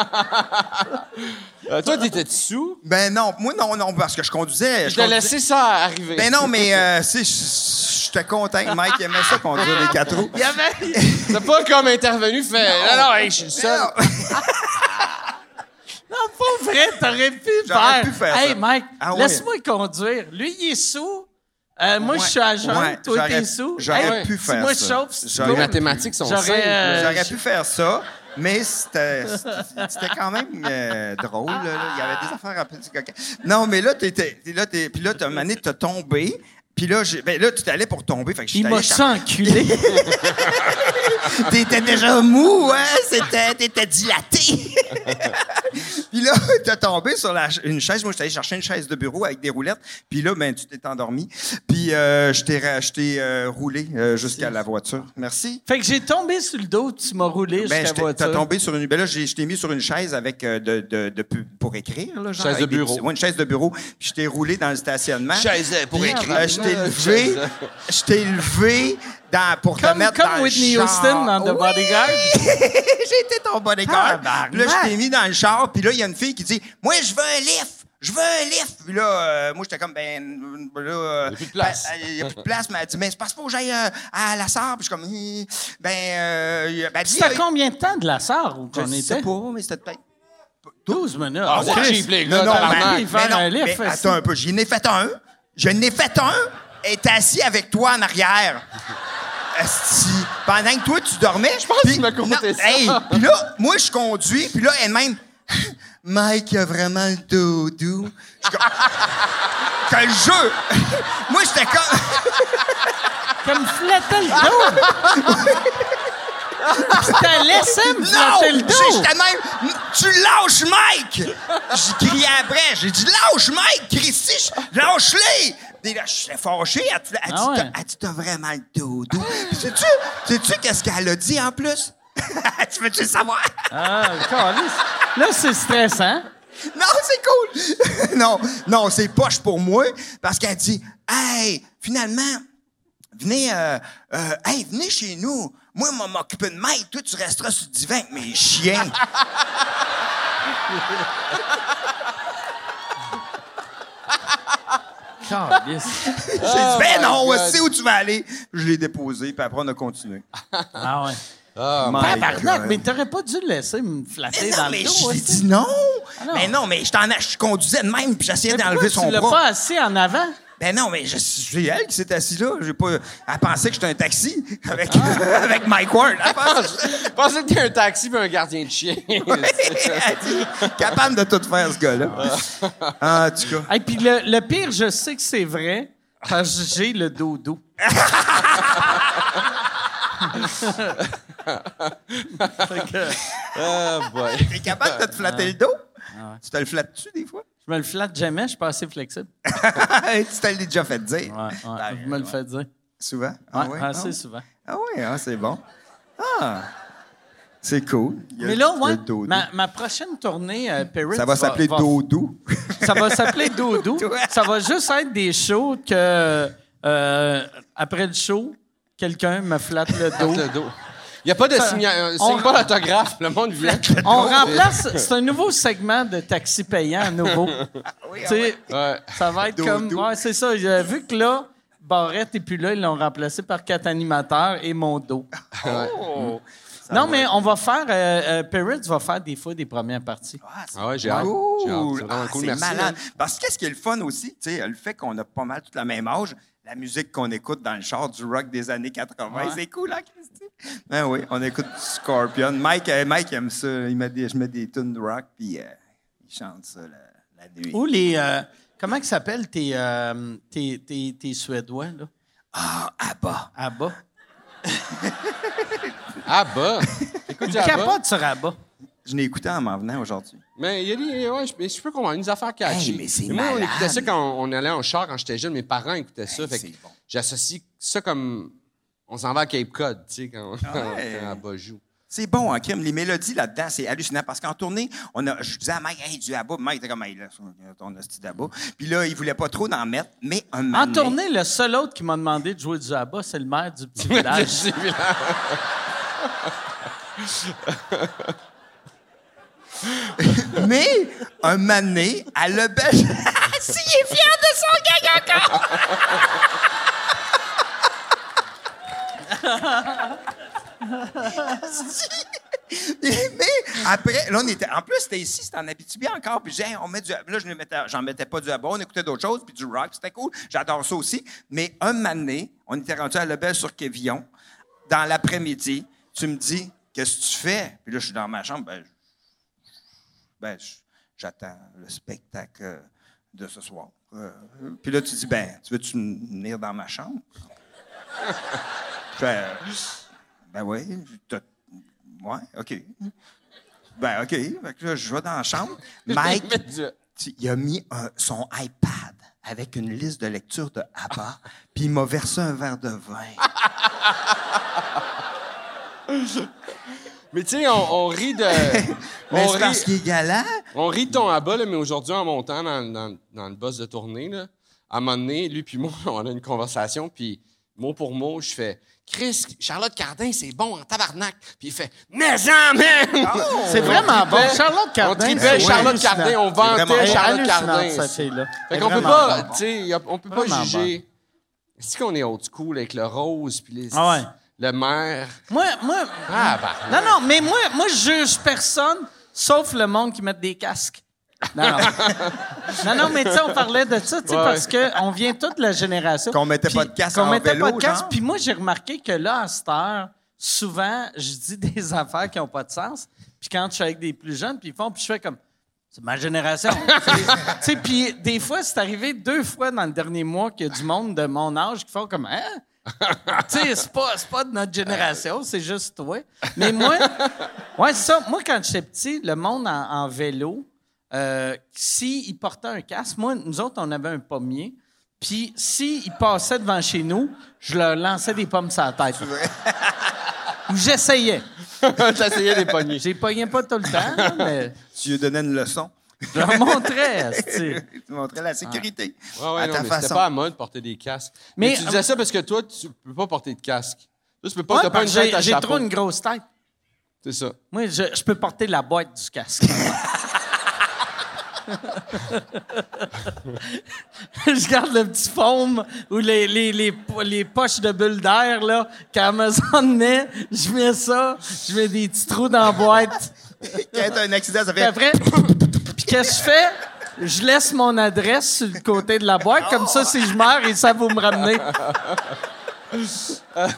Speaker 4: Euh, toi, t'étais sous?
Speaker 5: Ben non, moi, non, non, parce que je conduisais.
Speaker 4: Je
Speaker 5: Je
Speaker 4: t'ai
Speaker 5: conduisais-
Speaker 4: laissé ça arriver.
Speaker 5: Ben non, mais euh, c'est- j'étais content. Mike aimait ça conduire les quatre roues.
Speaker 1: Il y avait...
Speaker 4: T'as pas comme intervenu, fait. Non, non, hey, je suis
Speaker 5: ben
Speaker 4: le seul.
Speaker 1: euh,
Speaker 5: Non.
Speaker 1: Non, pas vrai, t'aurais pu
Speaker 5: J'aurais
Speaker 1: faire.
Speaker 5: pu faire
Speaker 1: hey,
Speaker 5: ça.
Speaker 1: Mike,
Speaker 5: Ah ouais.
Speaker 1: laisse-moi conduire. Lui, il est sous. Euh, moi,
Speaker 5: Ouais.
Speaker 1: je suis à jeun.
Speaker 5: Ouais,
Speaker 1: Toi, t'es
Speaker 5: j'aurais-
Speaker 1: sous.
Speaker 5: j'aurais
Speaker 1: Hey,
Speaker 5: pu
Speaker 1: si
Speaker 5: faire
Speaker 1: moi,
Speaker 5: ça.
Speaker 1: je chauffe, c'est
Speaker 5: ben J'aurais-
Speaker 4: Les
Speaker 1: cool.
Speaker 4: mathématiques sont
Speaker 1: J'aurais,
Speaker 4: simples.
Speaker 1: euh,
Speaker 5: J'aurais pu faire ça, mais c'était c'était quand même euh, drôle. là, là. Il y avait des affaires à petit coquin. Non, mais là, t'étais, t'es- là, t'es, puis là, t'as mané, t'as tombé. Puis là, j'ai- ben là, tu t'allais pour tomber. Fait que je
Speaker 1: Il m'a
Speaker 5: t'allais-
Speaker 1: enculé.
Speaker 5: T'étais déjà mou, hein? C'était, t'étais dilaté. puis là, t'as tombé sur la ch- une chaise. Moi, j'étais allé chercher une chaise de bureau avec des roulettes. Puis là, ben, tu t'es endormi. Puis euh, je t'ai, ra- je t'ai, euh, roulé euh, jusqu'à la voiture. Merci.
Speaker 1: fait que j'ai tombé sur le dos, tu m'as roulé
Speaker 5: Ben,
Speaker 1: jusqu'à
Speaker 5: j'étais-
Speaker 1: la voiture.
Speaker 5: T'as tombé sur une. Ben là, j'ai- je t'ai mis sur une chaise avec euh, de, de, de pu- pour écrire. Là, genre,
Speaker 4: Chaise
Speaker 5: avec
Speaker 4: de bureau.
Speaker 5: des- ouais, une chaise de bureau. Puis je
Speaker 1: euh,
Speaker 5: t'ai roulé dans le stationnement.
Speaker 4: Chaise pour
Speaker 5: Puis,
Speaker 4: écrire.
Speaker 5: euh, je t'ai levé. Je t'ai levé. dans- pour te
Speaker 1: Comme,
Speaker 5: mettre
Speaker 1: comme
Speaker 5: dans
Speaker 1: Whitney
Speaker 5: le
Speaker 1: Houston
Speaker 5: char. Oh,
Speaker 1: dans The
Speaker 5: Oui!
Speaker 1: Bodyguard.
Speaker 5: J'ai été ton bodyguard.
Speaker 1: Tabarnak.
Speaker 5: Puis là, je t'ai mis dans le char. Puis là, il y a une fille qui dit Moi, je veux un lift. Je veux un lift. Puis là, euh, moi, j'étais comme Ben. euh, Là, euh,
Speaker 4: Il y a plus de place.
Speaker 5: ben, Il n'y a plus de place. Mais elle dit Mais c'est parce que faut que j'aille euh, à la Sarre. Puis je suis comme Hi. Ben. Euh, ben, dis,
Speaker 1: C'était
Speaker 5: euh,
Speaker 1: combien de temps de la sort où
Speaker 5: Je
Speaker 1: qu'on
Speaker 5: sais
Speaker 1: était?
Speaker 5: pas, mais c'était peut-être.
Speaker 1: 12 minutes.
Speaker 4: Ah,
Speaker 1: Ouais.
Speaker 4: c'est cheap, les gars,
Speaker 5: Non, non,
Speaker 4: tabarnak.
Speaker 5: mais,
Speaker 1: faire
Speaker 5: mais non,
Speaker 1: un lift,
Speaker 5: mais
Speaker 1: c'est-
Speaker 5: attends un peu. J'en ai fait un. Je n'ai fait un. Et t'es assis avec toi en arrière. Esti. Pendant que toi, tu dormais. Je pense
Speaker 4: que tu m'as conté ça.
Speaker 5: puis là, moi, je conduis. Puis là, elle-même... Mike a vraiment le dos doux. Je suis comme- T'as le jeu! moi, j'étais comme...
Speaker 1: Comme flattait le dos. tu t'as laissé me flatter le
Speaker 5: Non! J'ai-
Speaker 1: dos.
Speaker 5: J'étais même. Tu lâches Mike! J'ai crié après. J'ai dit, lâche Mike, Christy, je- lâche-les! Puis là, Je suis fâché. Elle, te- elle
Speaker 1: Ah
Speaker 5: dit,
Speaker 1: ouais.
Speaker 5: t'as- elle dit, t'as vraiment le dos doux. Puis sais-tu, sais-tu qu'est-ce qu'elle a dit en plus? tu veux-tu le savoir?
Speaker 1: Ah, câlisse. Là, c'est stressant.
Speaker 5: Non, c'est cool. non, non, c'est poche pour moi parce qu'elle dit "Hey, finalement, venez euh, euh, hey, venez chez nous. Moi, on m'a m'occupé de Mike, toi tu resteras sur le divan avec mes chiens."
Speaker 1: Câlisse.
Speaker 5: J'ai dit "Ben non,
Speaker 4: my
Speaker 5: voici où tu vas aller." Je l'ai déposé, puis après on a continué.
Speaker 1: Ah ouais.
Speaker 5: Oh My
Speaker 1: Tabarnak,
Speaker 5: God.
Speaker 1: mais t'aurais pas dû le laisser me flatter
Speaker 5: Mais non,
Speaker 1: dans
Speaker 5: mais
Speaker 1: le
Speaker 5: je
Speaker 1: dos. hein,
Speaker 5: lui ai
Speaker 1: aussi.
Speaker 5: dit non.
Speaker 1: Ah non.
Speaker 5: Mais non, mais je, t'en, je conduisais de même, puis j'essayais
Speaker 1: Mais
Speaker 5: d'enlever
Speaker 1: pourquoi
Speaker 5: son
Speaker 1: tu l'as
Speaker 5: bras.
Speaker 1: pas assis en avant?
Speaker 5: Ben non, mais je- c'est elle qui s'est assise là. J'ai pas, elle pensait que j'étais un taxi avec, avec Mike Ward.
Speaker 1: Ah,
Speaker 5: Elle pensait-
Speaker 4: Je pensais que t'es un taxi puis un gardien de chien.
Speaker 5: Elle dit, capable de tout faire, ce gars-là. En tout cas.
Speaker 1: Et puis le, le pire, je sais que c'est vrai, parce que j'ai le dos doux. Fait que
Speaker 4: Ah, boy.
Speaker 5: T'es capable de te flatter le dos?
Speaker 1: Ah.
Speaker 5: Tu te le flattes-tu des fois?
Speaker 1: je me le flatte jamais, je suis pas assez flexible.
Speaker 5: tu te l'as déjà fait dire.
Speaker 1: Ouais, ouais,
Speaker 5: Ah,
Speaker 1: je me le fais dire.
Speaker 5: Souvent?
Speaker 1: Ouais,
Speaker 5: Ah ouais?
Speaker 1: assez
Speaker 5: Ah ouais?
Speaker 1: souvent.
Speaker 5: Ah ouais, ah, c'est bon. Ah! C'est cool. Il y a-
Speaker 1: Mais là,
Speaker 5: il y a
Speaker 1: ouais,
Speaker 5: le dos doux.
Speaker 1: ma, ma prochaine tournée, euh, Perry,
Speaker 5: Ça va
Speaker 1: tu
Speaker 5: s'appeler
Speaker 1: vas-
Speaker 5: Dodou.
Speaker 1: Ça va s'appeler Doudou. ça va juste être des shows que, euh, après le show, quelqu'un me flatte le dos.
Speaker 4: Le dos. Il n'y a pas de signa...
Speaker 1: on-
Speaker 4: signe pas l'autographe. Le monde vient.
Speaker 1: On remplace. C'est un nouveau segment de taxi payant à nouveau. Tu
Speaker 5: ah
Speaker 1: sais,
Speaker 4: Ouais.
Speaker 1: Ça va être comme. Ouais, c'est ça. Euh, vu que là, Barrette et puis là, ils l'ont remplacé par quatre animateurs et mon dos.
Speaker 4: Oh!
Speaker 1: non, mais on va faire. Euh, euh, Perrette va faire des fois des premières parties.
Speaker 5: Ah, c'est
Speaker 4: Ah ouais, j'ai hâte. J'ai hâte. C'est
Speaker 5: cool.
Speaker 4: vraiment
Speaker 5: Ah,
Speaker 4: cool.
Speaker 5: c'est
Speaker 4: Merci.
Speaker 5: malade.
Speaker 4: man.
Speaker 5: Parce que qu'est-ce qui est le fun aussi, tu sais, le fait qu'on a pas mal tout le même âge, la musique qu'on écoute dans le char du rock des années 80, c'est cool, hein, Christy? Ben oui, on écoute du Scorpion. Mike, euh, Mike aime ça. Il met des, je mets des tunes de rock, puis euh, il chante ça la, la nuit.
Speaker 1: Ou les. euh, comment que s'appellent tes, euh, tes, tes, tes Suédois, là?
Speaker 5: Ah, Abba.
Speaker 1: Abba.
Speaker 4: Ah bah. Écoute,
Speaker 1: Tu
Speaker 4: il y a bas.
Speaker 1: capotes sur Abba.
Speaker 5: Je l'ai écouté en m'en venant aujourd'hui.
Speaker 4: Mais il y a des. Ouais, je, mais je peux comprendre. Une affaire catchy.
Speaker 5: Hey, mais c'est
Speaker 4: Et Moi, on
Speaker 5: malade.
Speaker 4: écoutait ça quand on allait en char quand j'étais jeune. Mes parents écoutaient ça. fait que
Speaker 5: c'est bon.
Speaker 4: j'associe ça comme. On s'en va à Cape Cod, tu sais, quand,
Speaker 5: Ah ouais.
Speaker 4: quand Abba joue.
Speaker 5: C'est bon, hein, crime. Les mélodies là-dedans, c'est hallucinant. Parce qu'en tournée, on a, je disais à Mike, hey, du Abba. Mike était comme, hey, là, ton hostie d'Abba. Puis là, il voulait pas trop en mettre, mais un moment
Speaker 1: En
Speaker 5: donné-
Speaker 1: tournée, le seul autre qui m'a demandé de jouer du Abba, c'est le maire du petit village.
Speaker 4: C'est vilain.
Speaker 5: Mais, un mané, à le bel. S'il est fier de son gag encore! Mais après, là, on était. En plus, c'était ici, c'était en Abitibi encore. Puis j'ai, hey, on met du. Là, je ne mettais, j'en mettais pas du abon, on écoutait d'autres choses, puis du rock, c'était cool. J'adore ça aussi. Mais un mané, on était rendu à Lebel sur Quévillon. Dans l'après-midi, tu me dis, qu'est-ce que tu fais? Puis là, je suis dans ma chambre. Ben, ben, j- j'attends le spectacle euh, de ce soir. Euh, puis là, tu dis, ben, tu veux-tu m- venir dans ma chambre? Je fais, euh, ben oui, je te- ouais, OK. Ben, OK. Fait que là, je vais dans la chambre. Mike, tu- il a mis un- son iPad avec une liste de lecture de ABBA, puis il m'a versé un verre de vin.
Speaker 4: Mais tu sais, on, on rit de.
Speaker 5: Mais
Speaker 4: on
Speaker 5: c'est parce
Speaker 4: rit,
Speaker 5: qu'il est galant.
Speaker 4: on rit de ton abat, là, mais aujourd'hui, en montant dans, dans- dans le boss de tournée, là, à un moment donné, lui puis moi, on a une conversation, puis mot pour mot, je fais Chris, Charlotte Cardin, c'est bon en tabarnak. Puis il fait Mais en, man!
Speaker 1: C'est vraiment bon. Charlotte
Speaker 4: On
Speaker 1: Cardin,
Speaker 4: tripait
Speaker 1: c'est
Speaker 4: Charlotte
Speaker 1: hallucinant.
Speaker 4: Cardin, on
Speaker 5: C'est
Speaker 4: vantait
Speaker 5: vraiment
Speaker 4: Charlotte
Speaker 1: hallucinant,
Speaker 4: Cardin.
Speaker 1: cette fille-là.
Speaker 4: Fait
Speaker 1: Elle
Speaker 4: qu'on
Speaker 1: est
Speaker 4: peut
Speaker 1: vraiment
Speaker 4: pas, tu sais, y a- on peut pas
Speaker 1: Vraiment
Speaker 4: juger. Est-ce qu'on est old school avec le rose puis les,
Speaker 1: Ah ouais.
Speaker 4: le maire?
Speaker 1: Moi, moi.
Speaker 4: Ah,
Speaker 1: Non,
Speaker 4: bah.
Speaker 1: non, mais moi, moi, je juge personne, sauf le monde qui met des casques. Non, non. non, non, mais tu sais, on parlait de ça, tu sais,
Speaker 4: Ouais.
Speaker 1: parce qu'on vient toute la génération.
Speaker 5: Qu'on mettait
Speaker 1: puis
Speaker 5: pas de casque
Speaker 1: Qu'on
Speaker 5: en
Speaker 1: mettait
Speaker 5: vélo,
Speaker 1: pas de casque.
Speaker 5: genre.
Speaker 1: Puis moi, j'ai remarqué que là, à cette heure, souvent, je dis des affaires qui n'ont pas de sens. Puis quand je suis avec des plus jeunes, puis ils font, puis je fais comme. C'est ma génération. Tu sais, puis des fois, c'est arrivé deux fois dans le dernier mois qu'il y a du monde de mon âge qui font comme Hein? tu sais, c'est pas, c'est pas de notre génération, c'est juste toi. Mais moi, ouais, c'est ça. Moi, quand j'étais petit, le monde en, en vélo, euh, s'ils portaient un casque, moi, nous autres, on avait un pommier. Puis s'ils passaient devant chez nous, je leur lançais des pommes sur la tête. Ou j'essayais.
Speaker 4: T'essayais des pognées.
Speaker 1: J'ai pogné pas tout le temps, mais
Speaker 5: Tu lui donnais une leçon.
Speaker 1: je leur montrais. asti.
Speaker 5: tu montrais la sécurité
Speaker 4: Ouais, ouais,
Speaker 5: à
Speaker 4: non,
Speaker 5: ta
Speaker 4: mais
Speaker 5: façon.
Speaker 4: C'était pas à mode de porter des casques. Mais,
Speaker 1: Mais-
Speaker 4: tu disais ça parce que toi, tu peux pas porter de casque. Toi, tu peux pas,
Speaker 1: Ouais,
Speaker 4: t'as pas
Speaker 1: parce
Speaker 4: une
Speaker 1: que
Speaker 4: tête à
Speaker 1: j'ai- J'ai
Speaker 4: chapeau.
Speaker 1: trop une grosse tête.
Speaker 4: C'est ça.
Speaker 1: Moi, je, je peux porter la boîte du casque. je garde le petit foam ou les, les, les, po- les poches de bulles d'air là, qu'Amazon met. Je mets ça, je mets des petits trous dans la boîte.
Speaker 5: Quand t'as un accident, ça
Speaker 1: Puis
Speaker 5: fait.
Speaker 1: après, puis qu'est-ce que je fais? Je laisse mon adresse sur le côté de la boîte. Comme ça, si je meurs, ils savent où me ramener.
Speaker 4: Ah,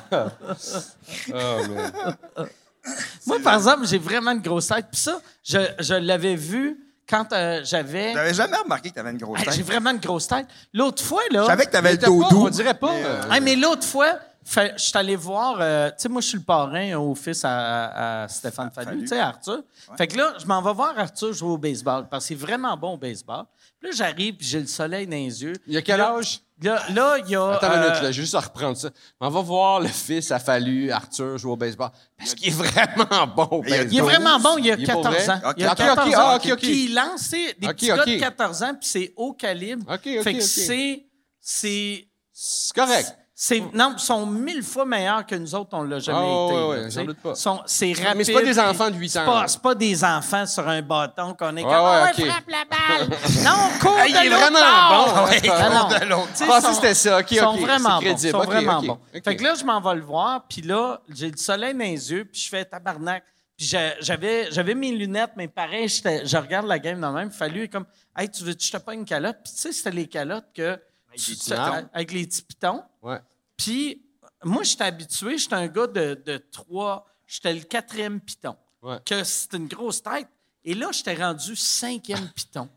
Speaker 1: Moi, par exemple, j'ai vraiment une grosse tête. Puis ça, je, je l'avais vu quand euh, j'avais...
Speaker 5: J'avais jamais remarqué que t'avais une grosse
Speaker 1: Hey, Ben, Ah, j'ai
Speaker 5: tête.
Speaker 1: vraiment une grosse tête. L'autre fois, là.
Speaker 5: Je savais que t'avais le dos
Speaker 4: Pas-
Speaker 5: doux.
Speaker 4: On dirait pas. euh,
Speaker 1: Hey, mais l'autre fois, fait- je suis allé voir. euh, tu sais, moi, je suis le parrain au fils à, à- à Stéphane Fallu, tu sais, Arthur. Fait que là, je m'en vais voir Arthur jouer au baseball parce qu'il est vraiment bon au baseball. Puis là, j'arrive, puis j'ai le soleil dans les yeux.
Speaker 4: Il y a quel
Speaker 1: Là-
Speaker 4: âge?
Speaker 1: Là, là, il y a.
Speaker 4: Attends une
Speaker 1: euh,
Speaker 4: minute, là, j'ai juste à reprendre ça. Mais on va voir le fils à Fallu, Arthur, jouer au baseball. Parce qu'il est vraiment bon au
Speaker 5: Il y a-
Speaker 4: baseball.
Speaker 1: Il est vraiment bon, il y a
Speaker 4: Il est pour
Speaker 1: 14
Speaker 4: vrai?
Speaker 1: ans. Il y a
Speaker 4: Ok, ok,
Speaker 1: 14
Speaker 4: ah,
Speaker 1: ans.
Speaker 4: ok, ok.
Speaker 1: Puis il lance tu sais, des
Speaker 4: Ok,
Speaker 1: petits gars
Speaker 4: ok.
Speaker 1: de 14 ans, puis c'est haut calibre.
Speaker 4: Ok, ok,
Speaker 1: fait que
Speaker 4: ok.
Speaker 1: c'est. C'est.
Speaker 4: C'est correct.
Speaker 1: C'est, non, ils sont mille fois meilleurs que nous autres, on l'a jamais
Speaker 4: Ah,
Speaker 1: été.
Speaker 4: ouais,
Speaker 1: là,
Speaker 4: ouais,
Speaker 1: tu
Speaker 4: j'en
Speaker 1: sais.
Speaker 4: doute pas.
Speaker 1: Sont- c'est rapide.
Speaker 4: mais c'est pas des
Speaker 1: puis
Speaker 4: enfants de huit
Speaker 1: c'est
Speaker 4: ans,
Speaker 1: pas-
Speaker 4: là.
Speaker 1: C'est pas des enfants sur un bâton qu'on est
Speaker 4: Ouais,
Speaker 1: comme Ah,
Speaker 4: ouais,
Speaker 1: ouais,
Speaker 4: ok.
Speaker 1: frappe la balle. non, cours
Speaker 4: Ah, il
Speaker 1: de
Speaker 4: est
Speaker 1: l'autre
Speaker 4: vraiment
Speaker 1: bord.
Speaker 4: bon, ouais,
Speaker 1: Ah, non.
Speaker 5: de l'autre.
Speaker 1: Tu
Speaker 4: Je
Speaker 1: sais,
Speaker 4: pensais que
Speaker 1: sont-
Speaker 4: c'était ça. OK,
Speaker 1: ils sont
Speaker 4: OK, c'est
Speaker 1: vraiment bons.
Speaker 4: crédible.
Speaker 1: Ils sont
Speaker 4: OK,
Speaker 1: vraiment
Speaker 4: OK,
Speaker 1: bons.
Speaker 4: OK.
Speaker 1: Fait que là, je m'en vais le voir, puis là, j'ai le soleil dans les yeux, puis je fais tabarnak. Puis j'a- j'avais, j'avais mes lunettes, mais pareil, j'étais- je regarde la game de même. Fallu est comme, hey, tu veux que je te pas une calotte? Puis tu sais, c'était les calottes que. tu-
Speaker 4: petits pitons.
Speaker 1: avec les petits pitons.
Speaker 4: Ouais.
Speaker 1: Puis, moi, j'étais habitué, j'étais un gars de, de trois, j'étais le quatrième piton.
Speaker 4: Ouais.
Speaker 1: Que c'était une grosse tête. Et là, j'étais rendu cinquième piton.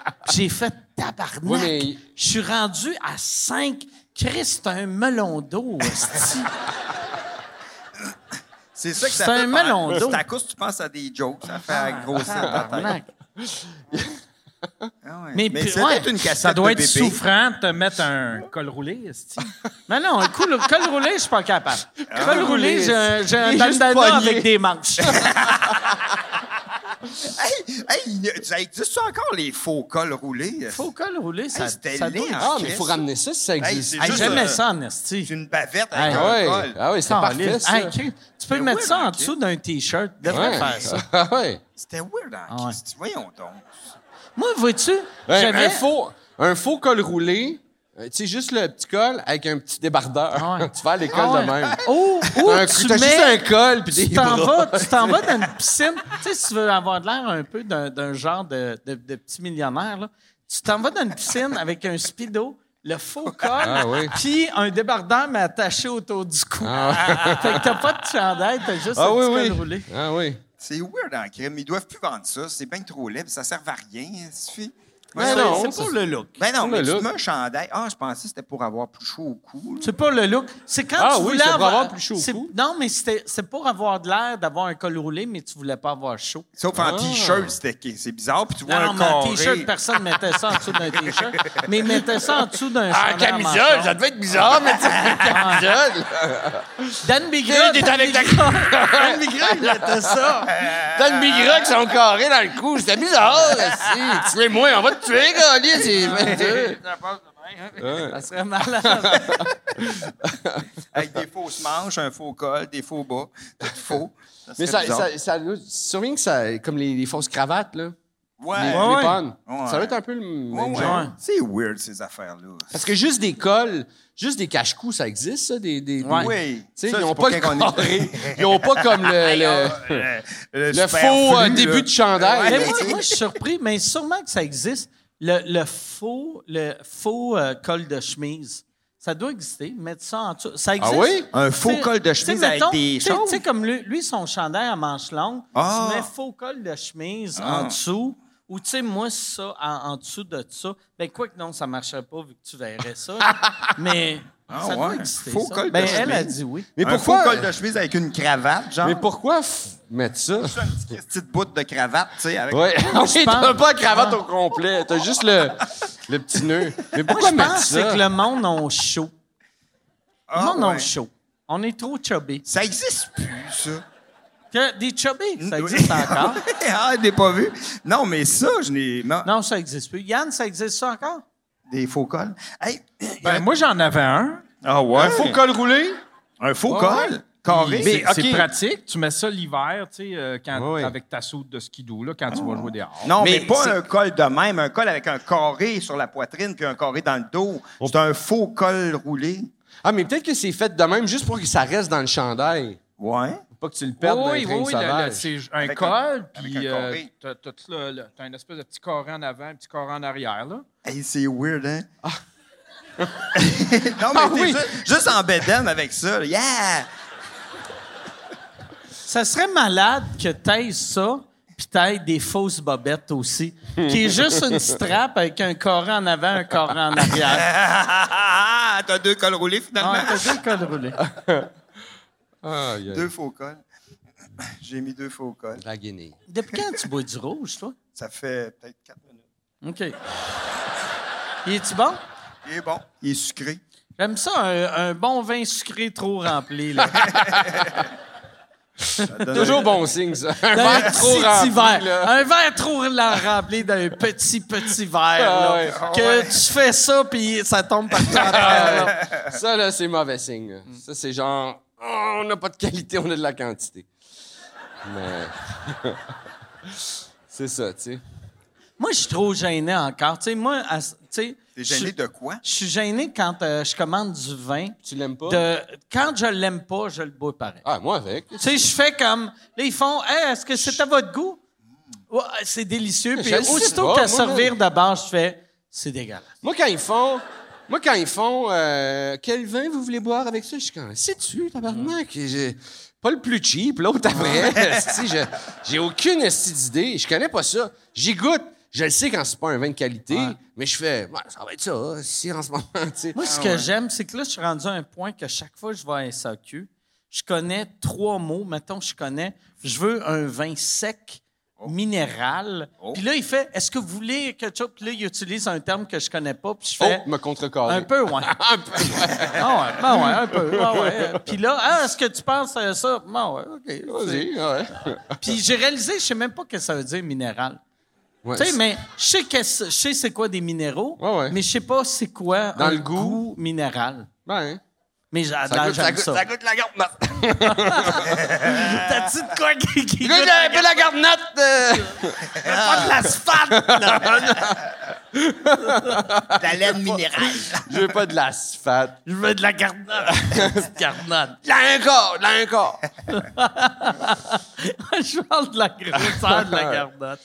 Speaker 1: J'ai fait tabarnak.
Speaker 4: Ouais, mais-
Speaker 1: Je suis rendu à cinq. Christ, c'est un melon d'eau, hostie.
Speaker 5: C'est ça que
Speaker 1: C'est
Speaker 5: ça fait.
Speaker 1: un
Speaker 5: par-
Speaker 1: melon d'eau.
Speaker 5: C'est à cause que tu penses à des jokes. Ça fait grossir ta tête.
Speaker 1: Tabarnak.
Speaker 5: Ah ouais.
Speaker 1: Mais, puis,
Speaker 5: c'est
Speaker 1: ouais,
Speaker 5: peut-être une cassette
Speaker 8: Ça doit
Speaker 5: de
Speaker 8: être
Speaker 5: bébé.
Speaker 8: souffrant de te mettre un col roulé, esti.
Speaker 1: Mais non, un coup, le col roulé, je suis pas capable. Col roulé, j'ai un, j'ai un
Speaker 4: Il est juste
Speaker 1: bandana
Speaker 4: pogné.
Speaker 1: avec des manches.
Speaker 5: Hey, hey, il y a- ça existe encore les faux cols roulés?
Speaker 1: Faut col roulé, ça,
Speaker 5: Hey, c'était
Speaker 1: ça doit
Speaker 5: laid,
Speaker 1: être-
Speaker 5: hein.
Speaker 4: Ah, mais il faut ramener ça si ça
Speaker 5: Hey,
Speaker 4: existe.
Speaker 5: c'est
Speaker 1: Hey,
Speaker 5: juste,
Speaker 1: J'aimais
Speaker 5: euh,
Speaker 1: ça en esti.
Speaker 5: C'est une bavette avec
Speaker 4: Ah
Speaker 5: un
Speaker 4: ouais.
Speaker 5: col.
Speaker 4: Ah oui, c'est parfait,
Speaker 1: Caliste.
Speaker 4: ça. Ben
Speaker 1: Hey, Chris, tu peux mettre ça en dessous d'un T-shirt. Tu devrais
Speaker 4: Ouais.
Speaker 1: faire ça.
Speaker 4: Ah ouais.
Speaker 5: C'était weird, hein?
Speaker 1: ouais.
Speaker 5: Christy. Voyons donc.
Speaker 1: Moi, vois-tu,
Speaker 4: Ouais,
Speaker 1: j'avais...
Speaker 4: Ben, un, faux, un faux col roulé, euh, tu sais, juste le petit col avec un petit débardeur.
Speaker 1: Ah ouais.
Speaker 4: tu vas à l'école
Speaker 1: Ah ouais.
Speaker 4: de même.
Speaker 1: Oh, oh,
Speaker 4: Un-
Speaker 1: tu
Speaker 4: T'as juste un
Speaker 1: mets...
Speaker 4: col puis des
Speaker 1: Tu t'en
Speaker 4: bras.
Speaker 1: vas, tu t'en vas dans une piscine. tu sais, si tu veux avoir de l'air un peu d'un, d'un genre de, de- de petit millionnaire, là, tu t'en vas dans une piscine avec un speedo, le faux col,
Speaker 4: Ah oui.
Speaker 1: puis un débardeur, mais attaché autour du cou. fait que t'as pas de chandail, t'as juste
Speaker 4: Ah
Speaker 1: un
Speaker 4: oui,
Speaker 1: petit
Speaker 4: oui.
Speaker 1: col roulé.
Speaker 4: Ah oui.
Speaker 5: C'est weird en crime. Ils doivent plus vendre ça. C'est bien trop laid. puis Ça sert à rien. Ça suffit.
Speaker 4: Ben
Speaker 5: Moi,
Speaker 4: non,
Speaker 5: c'est-
Speaker 4: ça-
Speaker 5: c'est pour le look. Ben non,
Speaker 4: Pour le
Speaker 5: mais tu
Speaker 4: look.
Speaker 5: mets un chandail. Ah, je pensais que c'était pour avoir plus chaud au cou. là.
Speaker 1: C'est pas le look. C'est quand
Speaker 4: Ah
Speaker 1: tu
Speaker 4: oui,
Speaker 1: voulais
Speaker 4: c'est pour avoir plus chaud au
Speaker 1: c'est-
Speaker 4: cou.
Speaker 1: Non, mais c'était- c'est pour avoir de l'air d'avoir un col roulé, mais tu voulais pas avoir chaud.
Speaker 5: Sauf en t-shirt, c'était c'est bizarre. Puis tu vois
Speaker 1: Non, non, mais
Speaker 5: un
Speaker 1: un
Speaker 5: corps.
Speaker 1: t-shirt, personne mettait ça en dessous d'un t-shirt. Mais ils mettaient ça en dessous d'un
Speaker 4: Ah,
Speaker 1: chandail à
Speaker 4: camisole, ça
Speaker 1: manchon.
Speaker 4: devait être bizarre, mais tu sais, camisole.
Speaker 1: Dan Bigra,
Speaker 4: Il est avec la
Speaker 1: Dan Bigra, il mettait ça.
Speaker 4: T'as le migra qui sont carrés dans le cou, c'était bizarre. là, si. Tuez-moi, on va te tuer, gars. Ouais.
Speaker 1: Ça serait malade.
Speaker 5: Avec des fausses manches, un faux col, des faux bas, tout faux.
Speaker 4: Mais ça,
Speaker 5: serait bizarre.
Speaker 4: ça, ça, nous- tu te souviens que ça, comme les, les fausses cravates, là,
Speaker 5: Ouais.
Speaker 4: les
Speaker 1: Ah ouais.
Speaker 4: clip-ons,
Speaker 5: Ouais.
Speaker 4: ça doit être un peu le même
Speaker 5: Ouais, ouais.
Speaker 4: genre.
Speaker 5: C'est weird, ces affaires-là.
Speaker 4: Parce que juste des cols, juste des cache-coups, ça existe, ça, des... des, des-
Speaker 5: Oui.
Speaker 4: Tu sais,
Speaker 5: Ça,
Speaker 4: ils
Speaker 5: c'est
Speaker 4: n'ont
Speaker 5: pour
Speaker 4: pas le
Speaker 5: quand qu'on est-
Speaker 4: carré. Ils n'ont pas comme le, le,
Speaker 5: Euh, le
Speaker 4: le
Speaker 5: superflu,
Speaker 4: faux euh,
Speaker 5: là.
Speaker 4: début de chandail.
Speaker 1: Mais
Speaker 5: Ouais.
Speaker 1: moi, moi, je suis surpris, mais sûrement que ça existe. Le, le faux, le faux euh, col de chemise. Ça doit exister. Mettre ça en dessous. Ça existe.
Speaker 4: oui?
Speaker 5: Ah Un faux
Speaker 1: Tu sais,
Speaker 5: col de
Speaker 1: tu sais,
Speaker 5: chemise avec des
Speaker 1: tu sais- Tu
Speaker 5: choses.
Speaker 1: sais, comme lui, lui, son chandail à manches longues,
Speaker 5: Ah.
Speaker 1: tu mets faux col de chemise
Speaker 5: Ah.
Speaker 1: en dessous. Ou, tu sais, moi, ça, en, en dessous de ça. Ben, quoi que non, ça marcherait pas vu que tu verrais ça. mais
Speaker 5: Ah
Speaker 1: ça doit
Speaker 5: ouais,
Speaker 1: exister.
Speaker 5: faux
Speaker 1: ça.
Speaker 5: col de
Speaker 1: ben, elle a
Speaker 5: chemise.
Speaker 1: dit oui.
Speaker 4: Mais
Speaker 5: Un
Speaker 4: pourquoi,
Speaker 5: faux col de chemise avec une cravate, genre.
Speaker 4: mais pourquoi f- mettre ça?
Speaker 5: une petite- petite bout de cravate, tu sais, avec
Speaker 4: Ouais. Oui, t'as
Speaker 1: pense-
Speaker 4: pas de cravate au complet, t'as juste le, le petit nœud. Mais
Speaker 1: Moi,
Speaker 4: pourquoi
Speaker 1: je
Speaker 4: mettre
Speaker 1: pense que c'est
Speaker 4: ça?
Speaker 1: que le monde a chaud. Le
Speaker 5: Ah,
Speaker 1: monde a
Speaker 5: ouais.
Speaker 1: chaud. On est trop chubby.
Speaker 5: Ça existe plus, ça.
Speaker 1: Que des chubby, ça existe encore.
Speaker 5: ah, je l'ai pas vu. Non, mais ça, je n'ai. Non.
Speaker 1: Non, ça existe plus. Yann, ça existe ça encore?
Speaker 5: Des faux cols. Hey.
Speaker 8: Ben, moi, j'en avais un.
Speaker 5: Ah ouais? Un faux col.
Speaker 4: col roulé?
Speaker 5: Un faux
Speaker 4: Ouais.
Speaker 5: col? Carré.
Speaker 8: C'est
Speaker 4: ok.
Speaker 8: c'est pratique. Tu mets ça l'hiver, tu sais, euh, quand-
Speaker 4: Ouais, ouais.
Speaker 8: avec ta soude de skidoo, là, quand tu vas jouer dehors.
Speaker 5: Non, mais,
Speaker 4: Mais c'est-
Speaker 5: pas un col de même, un col avec un carré sur la poitrine puis un carré dans le dos. C'est un faux col roulé.
Speaker 4: Ah, mais peut-être que c'est fait de même juste pour que ça reste dans le chandail.
Speaker 5: Ouais.
Speaker 4: Pas que tu le perdes dans les
Speaker 8: Oui,
Speaker 4: trains
Speaker 8: oui, oui, le- le-
Speaker 4: sauvages.
Speaker 8: c'est un
Speaker 5: Avec
Speaker 8: col,
Speaker 5: un- avec
Speaker 8: puis
Speaker 5: un
Speaker 8: euh,
Speaker 5: carré.
Speaker 8: t'as t'as tout le- le- t'as une espèce de petit carré en avant, un petit carré en arrière, là.
Speaker 5: Hey, c'est weird, hein? non, mais
Speaker 4: Ah
Speaker 5: t'es
Speaker 4: oui.
Speaker 5: juste, juste en bédaine avec ça. là. Yeah!
Speaker 1: Ça serait malade que t'ailles ça, puis t'ailles des fausses bobettes aussi, qui est juste une strap avec un carré en avant, un carré en arrière.
Speaker 5: T'as deux cols roulés, finalement.
Speaker 1: Ah, t'as dit le col roulé.
Speaker 4: Aïe, aïe.
Speaker 5: Deux faux cols. J'ai mis deux faux cols.
Speaker 4: La Guinée.
Speaker 1: Depuis quand tu bois du rouge, toi?
Speaker 5: Ça fait peut-être quatre minutes.
Speaker 1: OK. Il est-tu bon?
Speaker 5: Il est bon. Il est sucré.
Speaker 1: J'aime ça, un, un bon vin sucré trop rempli. Là.
Speaker 5: Ça donne
Speaker 4: Toujours
Speaker 5: un-
Speaker 4: bon signe, ça. Un
Speaker 1: Un
Speaker 4: verre trop
Speaker 1: petit
Speaker 4: rempli,
Speaker 1: verre.
Speaker 4: là.
Speaker 1: Un verre trop la- rempli d'un petit, petit verre. là.
Speaker 4: Ah ouais.
Speaker 1: Que tu fais ça, puis ça tombe par terre. là.
Speaker 4: Ça, là, c'est mauvais signe. là. Ça, c'est genre, oh, on n'a pas de qualité, on a de la quantité. Mais. c'est ça, tu sais.
Speaker 1: Moi, je suis trop gêné encore. Tu sais, moi, à- tu sais,
Speaker 5: T'es gêné
Speaker 1: je-
Speaker 5: de quoi?
Speaker 1: Je suis gêné quand euh, je commande du vin.
Speaker 4: Tu l'aimes pas?
Speaker 1: De, quand je l'aime pas, je le bois pareil.
Speaker 4: Ah, moi avec.
Speaker 1: Tu sais, je fais comme. Là, ils font Hey, est-ce que c'est à votre goût? Ouais, c'est délicieux. Puis
Speaker 4: Je le sais
Speaker 1: aussitôt
Speaker 4: pas,
Speaker 1: qu'à
Speaker 4: moi,
Speaker 1: servir d'abord, je fais C'est dégueulasse.
Speaker 4: Moi, quand ils font. Moi, quand ils font. euh, quel vin vous voulez boire avec ça? Je suis comme. Sais-tu, tabarnak? j'ai- Pas le plus cheap, l'autre après. Esti, je- J'ai aucune esti d'idée. Je connais pas ça. J'y goûte. Je le sais quand c'est pas un vin de qualité, mais je fais. Ouais, ça va être ça, si en ce moment, tu sais.
Speaker 1: Moi, ce que j'aime, c'est que là, je suis rendu à un point que chaque fois que je vais à SAQ, je connais trois mots. Mettons, je connais, je veux un vin sec,
Speaker 4: Oh.
Speaker 1: minéral. Puis là, il fait, est-ce que vous voulez quelque chose? Puis là, il utilise un terme que je connais pas. Puis je
Speaker 4: Oh,
Speaker 1: fais,
Speaker 4: me contrecarrer.
Speaker 1: un peu, ouais. un peu, Ah ouais, ben ouais, un peu. ouais, ouais. Puis là, Ah, est-ce que tu penses à ça? Ben ouais, OK.
Speaker 4: Vas-y, ouais.
Speaker 1: Puis j'ai réalisé, je sais même pas ce que ça veut dire minéral.
Speaker 4: Ouais,
Speaker 1: Tu sais, mais je sais qu'est-ce- je sais c'est quoi des minéraux,
Speaker 4: Ouais, ouais.
Speaker 1: mais je sais pas c'est quoi
Speaker 4: Dans
Speaker 1: un
Speaker 4: le goût.
Speaker 1: minéral.
Speaker 4: Ben,
Speaker 1: Mais
Speaker 4: ça,
Speaker 1: j'adore,
Speaker 4: goûte, ça,
Speaker 1: j'aime
Speaker 4: goûte,
Speaker 1: ça.
Speaker 4: ça goûte la garde-note.
Speaker 1: T'as-tu de quoi qui, qui
Speaker 4: goûte
Speaker 1: goûte
Speaker 4: un peu la garde-note. euh.
Speaker 1: pas de l'asphalte?
Speaker 5: De la laine minérale.
Speaker 4: Je veux pas de l'asphalte.
Speaker 1: Je veux de la garnade. Petite garnade.
Speaker 4: Là encore, là encore.
Speaker 1: Je parle de la grosseur de la garnade.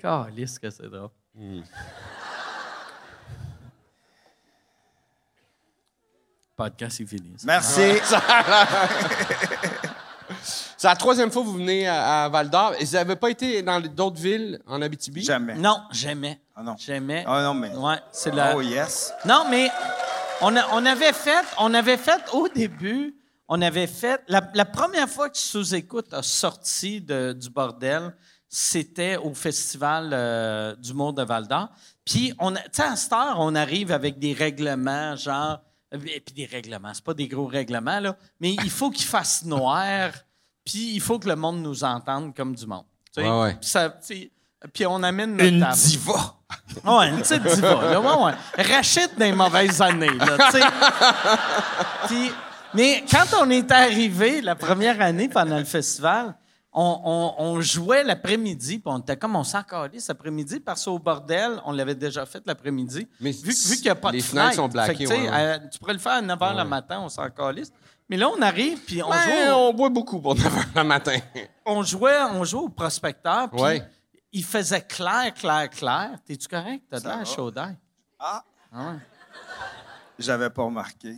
Speaker 1: Calisse que c'est drôle. Podcast, c'est fini. ça.
Speaker 5: Merci.
Speaker 4: C'est la troisième fois que vous venez à, à Val d'Or. Et vous n'avez pas été dans d'autres villes en Abitibi?
Speaker 5: Jamais.
Speaker 1: Non, jamais.
Speaker 5: Ah non.
Speaker 1: Jamais.
Speaker 5: Ah non, mais.
Speaker 1: Ouais, c'est la...
Speaker 5: Oh yes.
Speaker 1: Non, mais on, a- on avait fait, on avait fait au début, on avait fait la, la première fois que sous-écoute a sorti de- du bordel, c'était au festival euh, du monde de Val d'Or. Puis on, a- tu sais, à cette heure, on arrive avec des règlements, genre, euh, et puis des règlements, c'est pas des gros règlements là, mais il faut qu'il fasse noir, puis il faut que le monde nous entende comme du monde. tu sais.
Speaker 4: Ouais, ouais.
Speaker 1: Puis ça- tu sais, puis on amène notre
Speaker 5: Une
Speaker 1: table.
Speaker 5: diva.
Speaker 1: Ah Ouais, une petite diva. Là, ouais, ouais. Rachète des mauvaises années, là, tu sais. Puis- mais quand on est arrivé la première année pendant le festival, on, on- on jouait l'après-midi, puis on était comme on s'en calait cet après-midi, parce qu'au bordel, on l'avait déjà fait l'après-midi.
Speaker 4: Mais
Speaker 1: vu vu qu'il n'y a pas
Speaker 4: les
Speaker 1: de
Speaker 4: fenêtres
Speaker 1: fenêtres
Speaker 4: sont blackées,
Speaker 1: tu sais,
Speaker 4: ouais, ouais.
Speaker 1: euh, tu pourrais le faire à 9 h le matin, on s'en calisse. Mais là, on arrive, puis on
Speaker 4: Ben,
Speaker 1: joue. au-
Speaker 4: on boit beaucoup pour 9 h le matin.
Speaker 1: on jouait, on jouait au prospecteur, puis
Speaker 4: Ouais.
Speaker 1: il faisait clair, clair, clair. T'es-tu correct? T'as de
Speaker 5: va.
Speaker 1: l'air chaud d'ail.
Speaker 5: J'avais pas remarqué.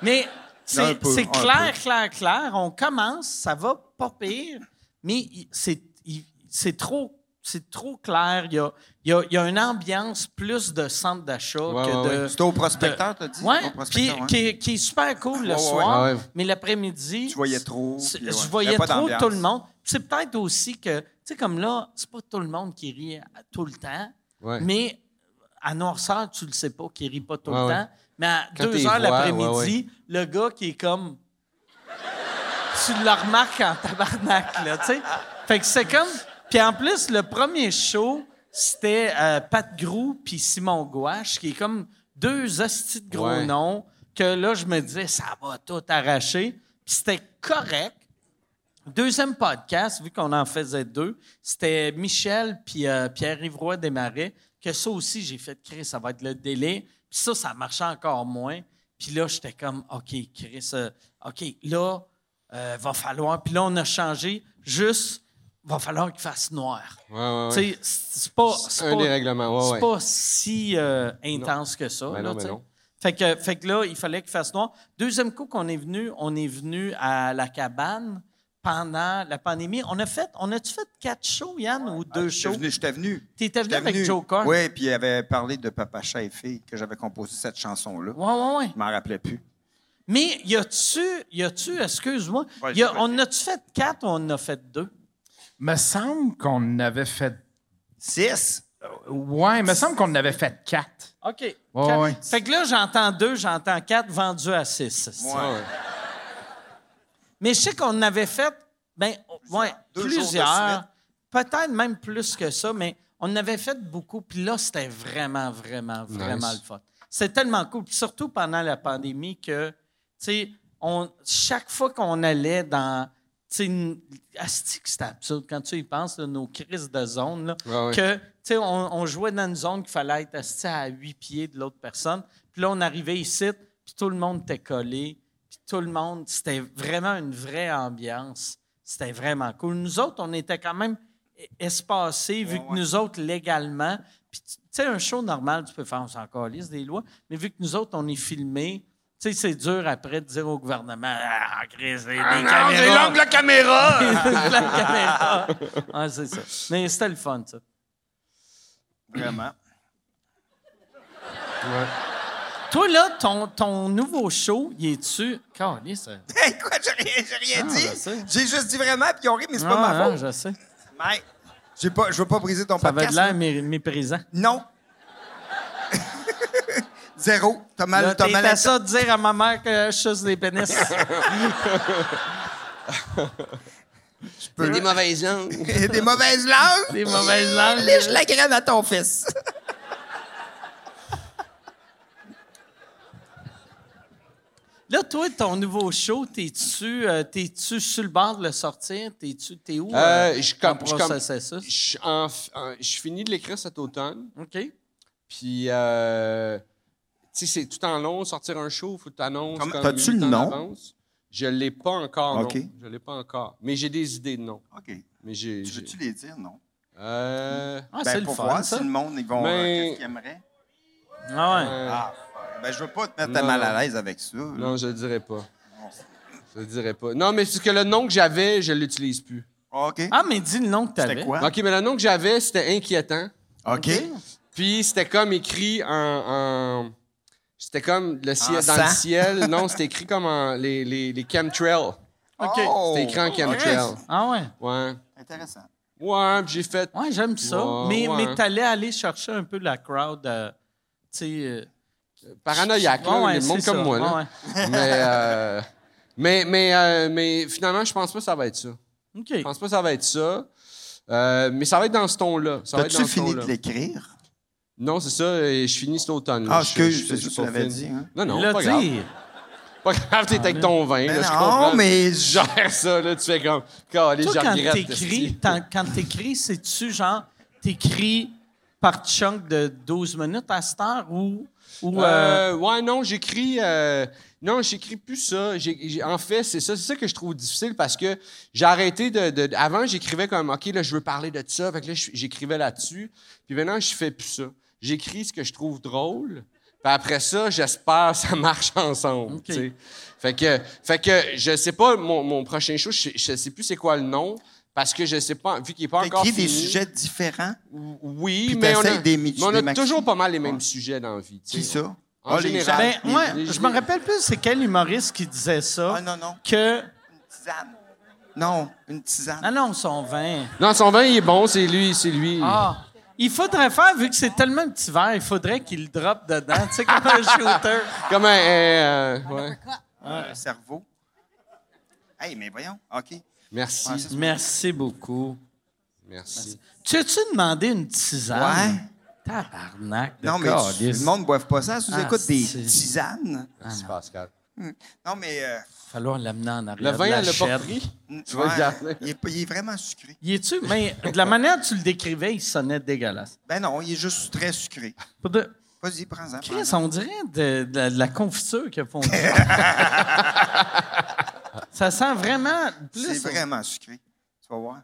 Speaker 1: Mais
Speaker 5: Un
Speaker 1: c'est
Speaker 5: peu,
Speaker 1: c'est
Speaker 5: un
Speaker 1: clair,
Speaker 5: peu.
Speaker 1: clair, clair. On commence, ça va pas pire, mais il- c'est il- c'est trop... C'est trop clair. Il y, a, il, y a, il y a une ambiance plus de centre d'achat
Speaker 4: Ouais,
Speaker 1: que
Speaker 4: ouais,
Speaker 1: Ah, de.
Speaker 5: C'était au prospecteur, t'as dit?
Speaker 1: Ouais,
Speaker 5: Au
Speaker 1: puis,
Speaker 5: prospecteur, ouais.
Speaker 1: qui, est- qui est super cool le
Speaker 5: Ouais, ouais,
Speaker 1: soir,
Speaker 4: ouais.
Speaker 1: mais l'après-midi.
Speaker 5: Tu voyais trop,
Speaker 1: c'est-
Speaker 5: puis ouais.
Speaker 1: Je
Speaker 5: Y
Speaker 1: voyais
Speaker 5: a pas
Speaker 1: trop
Speaker 5: d'ambiance.
Speaker 1: tout le monde. Puis C'est peut-être aussi que, tu sais, comme là, c'est pas tout le monde qui rit à- tout le temps,
Speaker 4: Ouais.
Speaker 1: mais à Noirceur, tu le sais pas, qui rit pas tout
Speaker 4: Ouais,
Speaker 1: le
Speaker 4: ouais.
Speaker 1: temps. Mais à
Speaker 4: Quand
Speaker 1: 2
Speaker 4: t'y
Speaker 1: heures
Speaker 4: vois,
Speaker 1: l'après-midi,
Speaker 4: ouais,
Speaker 1: le gars qui est comme. tu le remarques en tabarnak, là, tu sais. Fait que c'est comme. Puis en plus, le premier show, c'était euh, Pat Grou puis Simon Gouache, qui est comme deux hosties de gros
Speaker 4: Ouais.
Speaker 1: noms, que là, je me disais, ça va tout arracher. Puis c'était correct. Deuxième podcast, vu qu'on en faisait deux, c'était Michel puis euh, Pierre-Yves Roy Desmarais, que ça aussi, j'ai fait Chris, ça va être le délai. Puis ça, ça marchait encore moins. Puis là, j'étais comme, OK, Chris, euh, OK, là, euh, va falloir. Puis là, on a changé, juste, va falloir qu'il fasse noir.
Speaker 4: Ouais, ouais, ouais.
Speaker 1: Tu sais, c'est c'est pas.
Speaker 4: C'est
Speaker 1: c'est
Speaker 4: un
Speaker 1: pas-
Speaker 4: des règlements, ouais,
Speaker 1: c'est
Speaker 4: ouais.
Speaker 1: pas si euh, intense que ça.
Speaker 4: Ben
Speaker 1: là,
Speaker 4: non, ben
Speaker 1: tu sais.
Speaker 4: non.
Speaker 1: Fait que, fait que là, il fallait qu'il fasse noir. Deuxième coup qu'on est venu, on est venu à la cabane pendant la pandémie. On a fait, on a-tu fait quatre shows, Yann, ou deux shows?
Speaker 5: J'étais Ah, venu- J'étais venu.
Speaker 1: T'étais venu avec Joe Cocker?
Speaker 5: Oui, puis il avait parlé de Papa Chat et Fille, que j'avais composé cette chanson-là.
Speaker 1: Ouais, ouais, ouais.
Speaker 5: Je m'en rappelais plus.
Speaker 1: Mais y a-tu, y a-tu, excuse-moi,
Speaker 5: Ouais,
Speaker 1: y a-
Speaker 5: c'est vrai.
Speaker 1: on a-tu fait quatre ou on en a fait deux?
Speaker 8: Me semble qu'on avait fait.
Speaker 5: Six?
Speaker 8: Ouais, me semble qu'on avait fait quatre.
Speaker 1: OK.
Speaker 8: Ouais,
Speaker 1: Quatre.
Speaker 8: ouais.
Speaker 1: Fait que là, j'entends deux, j'entends quatre, vendus à six.
Speaker 4: Ouais, ouais.
Speaker 1: Mais je sais qu'on en avait fait ben, ouais,
Speaker 5: Deux jours de
Speaker 1: plusieurs, peut-être même plus que ça, mais on en avait fait beaucoup. Puis là, c'était vraiment, vraiment, vraiment
Speaker 4: Nice.
Speaker 1: le fun. C'est tellement cool. Puis surtout pendant la pandémie que, tu sais, on- chaque fois qu'on allait dans. Tu sais, une- asti que c'était absurde quand tu y penses, là, nos crises de zone, là,
Speaker 4: Ouais, ouais.
Speaker 1: que, tu sais, on, on jouait dans une zone qu'il fallait être assis à huit pieds de l'autre personne. Puis là, on arrivait ici, puis tout le monde était collé. Puis tout le monde, c'était vraiment une vraie ambiance. C'était vraiment cool. Nous autres, on était quand même e- espacés, vu que nous autres, légalement, puis tu tu sais, un show normal, tu peux faire, on s'en calisse des lois, mais vu que nous autres, on est filmés, tu sais, c'est dur après de dire au gouvernement, ah, Chris, les, les caméras.
Speaker 4: la caméra!
Speaker 1: la caméra. Ouais, c'est ça. Mais c'était le fun, ça.
Speaker 5: Vraiment.
Speaker 1: Toi, là, ton, ton nouveau show, il est-tu. Calisse, ça.
Speaker 5: Hey, quoi, j'ai rien, j'ai rien
Speaker 1: Ah,
Speaker 5: dit.
Speaker 1: je sais.
Speaker 5: J'ai juste dit vraiment, puis ils ont ri, mais c'est pas
Speaker 1: Ah,
Speaker 5: ma
Speaker 1: ah,
Speaker 5: faute.
Speaker 1: je sais.
Speaker 5: Mike, j'ai pas, je veux pas briser ton
Speaker 1: Ça avait
Speaker 5: podcast.
Speaker 1: de l'air mé- méprisant.
Speaker 5: Non. Zéro. T'as mal,
Speaker 1: Là,
Speaker 5: t'as
Speaker 1: T'es
Speaker 5: mal
Speaker 1: à ça de dire à ma mère que je suce des pénis.
Speaker 4: C'est des mauvaises langues.
Speaker 5: des mauvaises langues.
Speaker 1: Des mauvaises langues.
Speaker 5: Lèche la graine à ton fils.
Speaker 1: Là, toi, ton nouveau show, t'es-tu euh, t'es-tu sur le bord de le sortir? T'es-tu t'es où?
Speaker 4: Euh, je
Speaker 1: en
Speaker 4: comme- je comme-
Speaker 1: processus?
Speaker 4: Je en- en- je finis de l'écrire cet automne.
Speaker 1: OK.
Speaker 4: Puis, euh, tu sais, c'est tout en long, sortir un show, faut que t'annonces
Speaker 5: Comment-
Speaker 4: comme
Speaker 5: t'as-tu
Speaker 4: huit
Speaker 5: le
Speaker 4: ans
Speaker 5: nom?
Speaker 4: d'avance. Je l'ai pas encore, non.
Speaker 5: OK.
Speaker 4: Je l'ai pas encore. Mais j'ai des idées de noms.
Speaker 5: OK.
Speaker 4: Mais j'ai...
Speaker 5: Tu
Speaker 4: j'ai-
Speaker 5: Veux-tu les dire, non?
Speaker 4: Euh,
Speaker 1: Ah,
Speaker 5: ben,
Speaker 1: c'est le
Speaker 5: pour
Speaker 1: fun,
Speaker 5: voir
Speaker 1: ça.
Speaker 5: si le monde, ils vont. euh,
Speaker 4: Mais-
Speaker 5: Qu'est-ce qu'ils aimeraient?
Speaker 1: Ah ouais.
Speaker 4: euh,
Speaker 5: Ah, ben, je veux pas te mettre à
Speaker 4: Non.
Speaker 5: mal à l'aise avec ça. là.
Speaker 4: Non, je le dirais pas. Je le dirais pas. Non, mais c'est que le nom que j'avais, je l'utilise plus.
Speaker 5: OK.
Speaker 1: Ah, mais dis le nom que t'avais.
Speaker 5: C'était quoi?
Speaker 4: OK, mais le nom que j'avais, c'était inquiétant.
Speaker 5: OK.
Speaker 4: Puis c'était comme écrit en. en- C'était comme le ciel,
Speaker 5: En
Speaker 4: dans le
Speaker 5: sang.
Speaker 4: ciel. Non, c'était écrit comme en, les, les, les chemtrails.
Speaker 1: OK.
Speaker 5: Oh!
Speaker 4: C'était écrit en chemtrails.
Speaker 1: Ah ouais.
Speaker 4: Ouais.
Speaker 5: Intéressant.
Speaker 4: Ouais, puis j'ai fait.
Speaker 1: Ouais, j'aime ça.
Speaker 4: Ouais,
Speaker 1: mais
Speaker 4: ouais.
Speaker 1: mais t'allais aller chercher un peu la crowd, euh, tu sais... euh,
Speaker 4: Paranoïaque, là,
Speaker 1: ouais,
Speaker 4: les mondes
Speaker 1: c'est
Speaker 4: comme
Speaker 1: ça,
Speaker 4: moi. Là.
Speaker 1: ouais,
Speaker 4: Mais, euh, mais, mais, euh, mais finalement, je pense pas que ça va être ça.
Speaker 1: ouais. OK.
Speaker 4: Je pense pas que ça va être ça. Euh, mais ça va être dans ce ton-là. Ça va être dans
Speaker 5: T'as-tu
Speaker 4: ce
Speaker 5: fini
Speaker 4: ton-là.
Speaker 5: de l'écrire?
Speaker 4: Non, c'est ça, et je finis cet automne.
Speaker 5: Ah,
Speaker 4: Je-
Speaker 5: excuse,
Speaker 4: je- je-
Speaker 5: c'est
Speaker 4: je- je-
Speaker 5: ça, tu
Speaker 4: pas
Speaker 5: l'avais
Speaker 4: fini.
Speaker 5: dit, hein?
Speaker 4: Non, non,
Speaker 1: L'a
Speaker 4: pas
Speaker 1: dit.
Speaker 4: grave. Pas grave, t'es avec ton vin.
Speaker 5: Ben
Speaker 4: là, je
Speaker 5: non,
Speaker 4: comprends.
Speaker 5: mais
Speaker 4: Tu
Speaker 5: je-
Speaker 4: Gères ça, là, tu fais comme. Calé,
Speaker 1: Toi,
Speaker 4: je
Speaker 1: quand
Speaker 4: regrette.
Speaker 1: t'écris,
Speaker 4: esti.
Speaker 1: t'en- quand t'écris, c'est-tu genre, t'écris par chunk de 12 minutes à cette heure ou. ou euh,
Speaker 4: Euh, ouais, non, j'écris. euh, non, j'écris plus ça. J'ai- j'ai- en fait, c'est ça, c'est ça que je trouve difficile parce que j'ai arrêté de, de- de- Avant, j'écrivais comme, OK, là, je veux parler de ça. Fait que là, je- j'écrivais là-dessus. Puis maintenant, je fais plus ça. J'écris ce que je trouve drôle. Puis après ça, j'espère que ça marche ensemble. tu sais. Fait que, fait que je sais pas, mon, mon prochain show, je, je sais plus c'est quoi le nom. Parce que je sais pas, vu qu'il n'est pas encore
Speaker 5: T'écris des
Speaker 4: fini.
Speaker 5: sujets différents.
Speaker 4: Oui,
Speaker 5: Puis
Speaker 4: mais on a,
Speaker 5: t'essayes des mi-
Speaker 4: mais on
Speaker 5: des
Speaker 4: a
Speaker 5: maxi-
Speaker 4: toujours pas mal les mêmes
Speaker 5: Ouais.
Speaker 4: sujets dans la vie. tu
Speaker 5: Qui
Speaker 4: sais.
Speaker 5: ça?
Speaker 4: En
Speaker 5: Ah, les
Speaker 4: général.
Speaker 5: gens.
Speaker 1: ben, moi,
Speaker 4: les-
Speaker 1: je me rappelle plus c'est quel humoriste qui disait ça.
Speaker 5: Ah, non, non.
Speaker 1: Que.
Speaker 5: Une tisane. Non, une tisane.
Speaker 1: Ah non, son vin.
Speaker 4: Non, son vin, il est bon, c'est lui, c'est lui.
Speaker 1: Ah! Il faudrait faire, vu que c'est tellement un petit verre, il faudrait qu'il le drop dedans, tu sais, comme un shooter.
Speaker 4: Comme un. euh, ouais.
Speaker 5: Le cerveau. Hey, mais voyons. OK.
Speaker 4: Merci.
Speaker 5: Ouais, ça, c'est-
Speaker 1: Merci beaucoup.
Speaker 4: Merci.
Speaker 1: Tu as-tu demandé une tisane?
Speaker 5: Ouais.
Speaker 1: Tabarnak. de
Speaker 5: Non, mais
Speaker 1: calice.
Speaker 5: tu- le monde ne boive pas ça. Sous
Speaker 1: Ah,
Speaker 5: écoute des
Speaker 1: c'est-
Speaker 5: tisanes.
Speaker 4: Merci, Pascal.
Speaker 5: Non, mais. euh,
Speaker 1: falloir l'amener en
Speaker 4: Le
Speaker 1: arrière.
Speaker 4: vin,
Speaker 1: de la
Speaker 4: elle l'a pas
Speaker 1: chaîne.
Speaker 4: pris.
Speaker 5: Tu
Speaker 4: vas le garder.
Speaker 5: Il est, pas- il est vraiment sucré.
Speaker 1: Y est-tu? Mais de la manière que tu le décrivais, il sonnait dégueulasse.
Speaker 5: Ben non, il est juste très sucré.
Speaker 1: Pour de-
Speaker 5: Vas-y, prends-en.
Speaker 1: Chris,
Speaker 5: prends-en.
Speaker 1: on dirait de, de- de la confiture qu'ils font. ça sent vraiment.
Speaker 5: C'est
Speaker 1: Plus,
Speaker 5: vraiment sucré. Tu vas voir.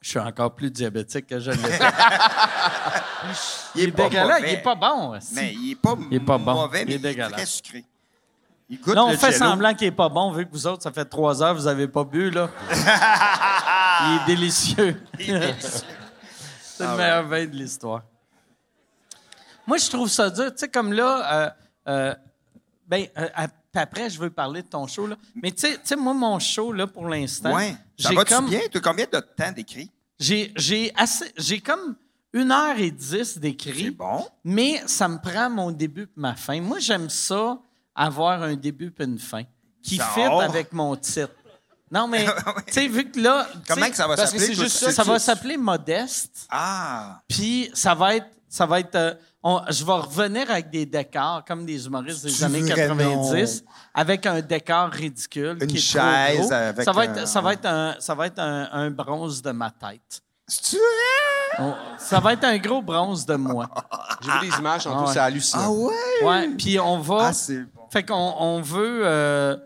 Speaker 1: Je suis encore plus diabétique que je l'étais.
Speaker 5: Il
Speaker 1: Il
Speaker 5: est
Speaker 1: est
Speaker 5: pas
Speaker 1: dégueulasse, il
Speaker 5: mauvais.
Speaker 1: est pas bon. aussi.
Speaker 5: Mais il est pas,
Speaker 1: Il est pas bon.
Speaker 5: mauvais,
Speaker 1: Il
Speaker 5: mais
Speaker 1: est
Speaker 5: il est,
Speaker 1: dégueulasse.
Speaker 5: très sucré. Il goûte
Speaker 1: Là, on
Speaker 5: le
Speaker 1: fait
Speaker 5: jello.
Speaker 1: semblant qu'il est pas bon, vu que vous autres, ça fait trois heures, vous avez pas bu, là. il est délicieux. C'est
Speaker 5: Ah
Speaker 1: le meilleur vin de l'histoire. Moi, je trouve ça dur. Tu sais, comme là, euh, euh, ben, euh, à- puis après, je veux parler de ton show, là. Mais tu sais- tu sais, moi, mon show, là, pour l'instant,
Speaker 5: Ouais. Ça
Speaker 1: j'ai
Speaker 5: va-tu
Speaker 1: comme-
Speaker 5: bien? Tu as combien de temps d'écrit?
Speaker 1: j'ai j'ai assez- j'ai comme une heure et dix
Speaker 5: C'est
Speaker 1: d'écrit,
Speaker 5: bon.
Speaker 1: mais ça me prend mon début et ma fin. Moi, j'aime ça, avoir un début et une fin, qui
Speaker 5: Ça
Speaker 1: fit
Speaker 5: or.
Speaker 1: avec mon titre. Non, mais, tu sais, vu que là... tu sais,
Speaker 5: Comment que ça va
Speaker 4: parce que
Speaker 5: s'appeler?
Speaker 4: c'est
Speaker 5: toi,
Speaker 4: juste
Speaker 5: tu
Speaker 4: ça,
Speaker 5: sais-tu?
Speaker 1: Ça va s'appeler Modeste,
Speaker 5: Ah!
Speaker 1: puis ça va être... Ça va être euh, on- je vais revenir avec des décors, comme des humoristes des
Speaker 5: Tu
Speaker 1: années
Speaker 5: verrais
Speaker 1: 90, avec un décor ridicule.
Speaker 5: Une
Speaker 1: qui est trop
Speaker 5: chaise
Speaker 1: gros.
Speaker 5: avec
Speaker 1: ça va être,
Speaker 5: un-
Speaker 1: ça va être un- ça va être un- un bronze de ma tête.
Speaker 5: C'est-tu vrai?
Speaker 1: On- Ça va être un gros bronze de moi.
Speaker 4: J'ai vu des images en
Speaker 1: Ah ouais.
Speaker 4: tout, c'est hallucinant.
Speaker 5: Ah ouais?
Speaker 1: Ouais, puis on va.
Speaker 5: Ah, c'est bon.
Speaker 1: fait qu'on on veut. euh,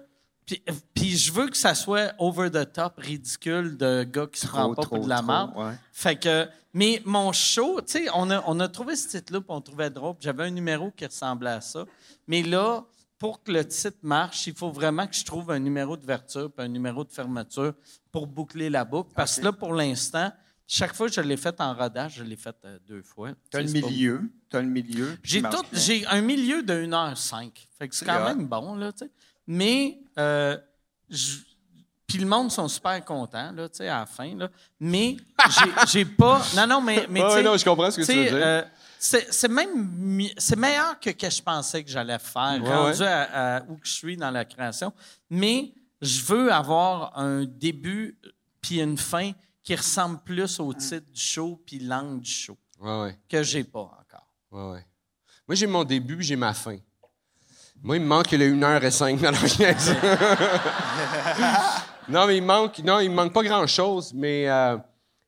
Speaker 1: puis- puis je veux que ça soit over the top, ridicule, de gars qui se prend pas pour de la merde.
Speaker 5: ouais.
Speaker 1: Fait que. Mais mon show, tu sais, on a, on a trouvé ce titre-là, puis on le trouvait drôle. puis J'avais un numéro qui ressemblait à ça. Mais là, pour que le titre marche, il faut vraiment que je trouve un numéro d'ouverture puis un numéro de fermeture pour boucler la boucle. Parce que là, pour l'instant, chaque fois que je l'ai fait en rodage, je l'ai fait euh, deux fois.
Speaker 5: T'as le
Speaker 1: Tu sais, c'est pas-
Speaker 5: milieu. T'as le milieu. qui
Speaker 1: J'ai
Speaker 5: marche
Speaker 1: tout,
Speaker 5: bien.
Speaker 1: j'ai un milieu de 1h05. Fait que c'est quand
Speaker 5: C'est
Speaker 1: même bon, là, tu sais. Mais, euh, je- puis le monde sont super contents, là, tu sais, à la fin, là. Mais j'ai- j'ai pas... Non, non, mais, mais
Speaker 4: Ouais,
Speaker 1: tu sais,
Speaker 4: non, je comprends ce que
Speaker 1: tu
Speaker 4: tu veux
Speaker 1: sais,
Speaker 4: dire.
Speaker 1: euh, c'est c'est même mi- c'est meilleur que que je pensais que j'allais faire,
Speaker 4: Ouais,
Speaker 1: rendu
Speaker 4: ouais.
Speaker 1: à- à où que je suis dans la création. Mais je veux avoir un début puis une fin qui ressemble plus au titre du show puis l'angle du show,
Speaker 4: Ouais, ouais.
Speaker 1: que j'ai pas encore.
Speaker 4: Ouais, ouais. Moi, j'ai mon début, puis j'ai ma fin. Moi, il me manque le 1h05 dans la chaise. non, mais il me manque, non, il me manque pas grand-chose, mais euh,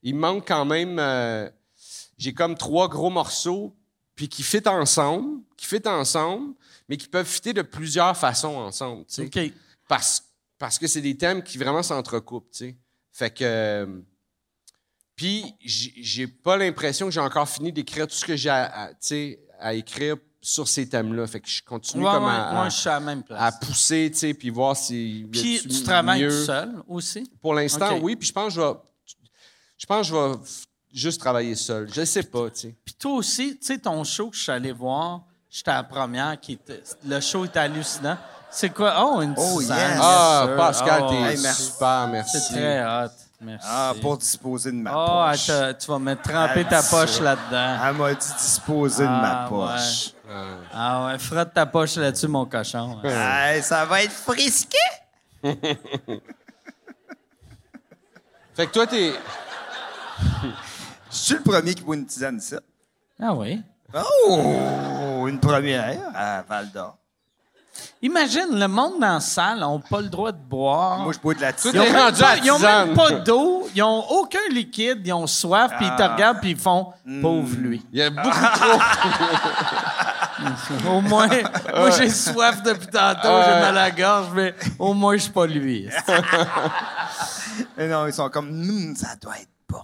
Speaker 4: il me manque quand même. euh, j'ai comme trois gros morceaux, puis qui fit ensemble, qui fit ensemble, mais qui peuvent fitter de plusieurs façons ensemble, tu sais.
Speaker 1: OK.
Speaker 4: Parce, parce que c'est des thèmes qui vraiment s'entrecoupent, tu sais. Fait que. euh, Puis, j'ai j'ai pas l'impression que j'ai encore fini d'écrire tout ce que j'ai à, à- tu sais, à écrire sur ces thèmes-là. Fait que je continue
Speaker 1: Ouais,
Speaker 4: comme
Speaker 1: ouais,
Speaker 4: à,
Speaker 1: moi,
Speaker 4: à-
Speaker 1: je suis à la même place.
Speaker 4: à pousser, tu sais, puis voir si. y a
Speaker 1: Puis
Speaker 4: du
Speaker 1: tu travailles
Speaker 4: mieux.
Speaker 1: tout seul aussi.
Speaker 4: Pour l'instant,
Speaker 1: Ok.
Speaker 4: oui. Puis je pense que je vais. Je pense que je vais f- juste travailler seul. Je sais pas, tu sais.
Speaker 1: Puis toi aussi, tu sais, ton show que je suis allé voir, j'étais la première qui était. Le show était hallucinant. C'est quoi? Oh, une
Speaker 5: Oh,
Speaker 1: tisane,
Speaker 5: yes.
Speaker 1: bien
Speaker 4: Ah,
Speaker 1: sûr.
Speaker 4: Pascal,
Speaker 1: Oh,
Speaker 4: t'es
Speaker 5: hey, merci.
Speaker 4: super, merci.
Speaker 1: C'est très hot. Merci.
Speaker 5: Ah, pour disposer de ma
Speaker 1: Oh,
Speaker 5: poche.
Speaker 1: attends, tu vas me tremper ta
Speaker 5: Merci.
Speaker 1: poche là-dedans.
Speaker 5: Elle m'a dit disposer de
Speaker 1: Ah,
Speaker 5: ma poche.
Speaker 1: Ah ouais, frotte ta poche là-dessus, mon cochon.
Speaker 5: Hey, ça va être frisqué!
Speaker 4: Fait que toi, t'es.
Speaker 5: Je suis le premier qui boit une tisane ici.
Speaker 1: Ah oui.
Speaker 5: Oh! Une première à Val d'Or.
Speaker 1: Imagine, le monde dans la salle n'a pas le droit de boire.
Speaker 5: Moi, je bois de la tisane.
Speaker 4: Tout est rendu à
Speaker 1: Ils n'ont
Speaker 4: tisane.
Speaker 1: même pas d'eau, ils n'ont aucun liquide, ils ont soif, puis ils
Speaker 4: Ah.
Speaker 1: te regardent, puis ils font
Speaker 4: Hmm.
Speaker 1: pauvre lui.
Speaker 4: Il y a beaucoup trop.
Speaker 1: Au moins, moi j'ai soif depuis tantôt, j'ai mal à la gorge, mais au moins je suis pas lui.
Speaker 5: Mais Non, ils sont comme, Hum, ça doit être bon.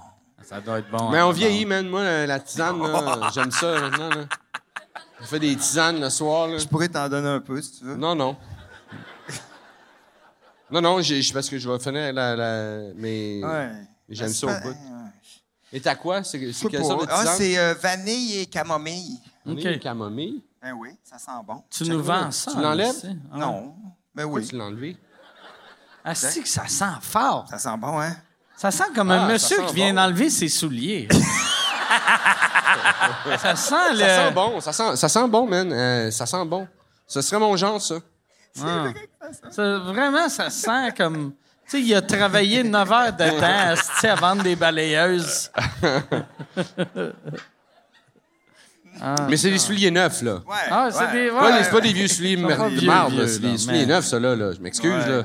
Speaker 1: Ça doit être bon.
Speaker 4: Mais on vieillit, man. Moi, la la tisane, là, j'aime ça maintenant. Là. On fait des tisanes le soir. Là.
Speaker 5: Je pourrais t'en donner un peu si tu veux.
Speaker 4: Non, non. Non, non, j'ai- je parce que je vais finir la. la- mais
Speaker 5: Ouais.
Speaker 4: mais j'aime
Speaker 5: Mais
Speaker 4: ça au
Speaker 5: c'est pas-
Speaker 4: bout. Et t'as quoi? C'est
Speaker 5: Je sais
Speaker 4: c'est
Speaker 5: pas.
Speaker 4: quelle sorte de tisane?
Speaker 5: Ah, c'est euh, vanille et camomille.
Speaker 4: On est
Speaker 1: Ok.
Speaker 4: une camomille.
Speaker 5: Ben oui, ça sent bon.
Speaker 1: Tu nous vends ça.
Speaker 4: Tu l'enlèves?
Speaker 1: tu sais. Ah.
Speaker 5: Non, mais
Speaker 4: Pourquoi
Speaker 5: oui.
Speaker 4: tu l'as enlevé?
Speaker 1: Ah, c'est que ça sent fort.
Speaker 5: Ça sent bon, hein?
Speaker 1: Ça sent comme un
Speaker 4: Ah,
Speaker 1: monsieur
Speaker 4: ça sent
Speaker 1: qui vient
Speaker 4: bon.
Speaker 1: d'enlever ses souliers. ça sent le.
Speaker 4: Ça sent bon, ça sent, ça sent bon, man. Euh, ça sent bon. Ce serait mon genre, ça.
Speaker 1: Ça- vraiment, ça sent comme. Tu sais, il a travaillé 9 heures de temps asti, à vendre des balayeuses.
Speaker 4: mais c'est des souliers neufs, là.
Speaker 5: Ah, Ouais.
Speaker 1: Ah, c'est
Speaker 5: ouais.
Speaker 1: des. ouais.
Speaker 4: Ouais, mais c'est pas des vieux souliers
Speaker 1: sont pas
Speaker 4: mar- de
Speaker 1: vieux,
Speaker 4: marde,
Speaker 1: vieux,
Speaker 4: là. C'est
Speaker 1: là,
Speaker 4: des
Speaker 1: mais-
Speaker 4: souliers neufs, ça, là. là. Je m'excuse,
Speaker 5: Ouais.
Speaker 4: là.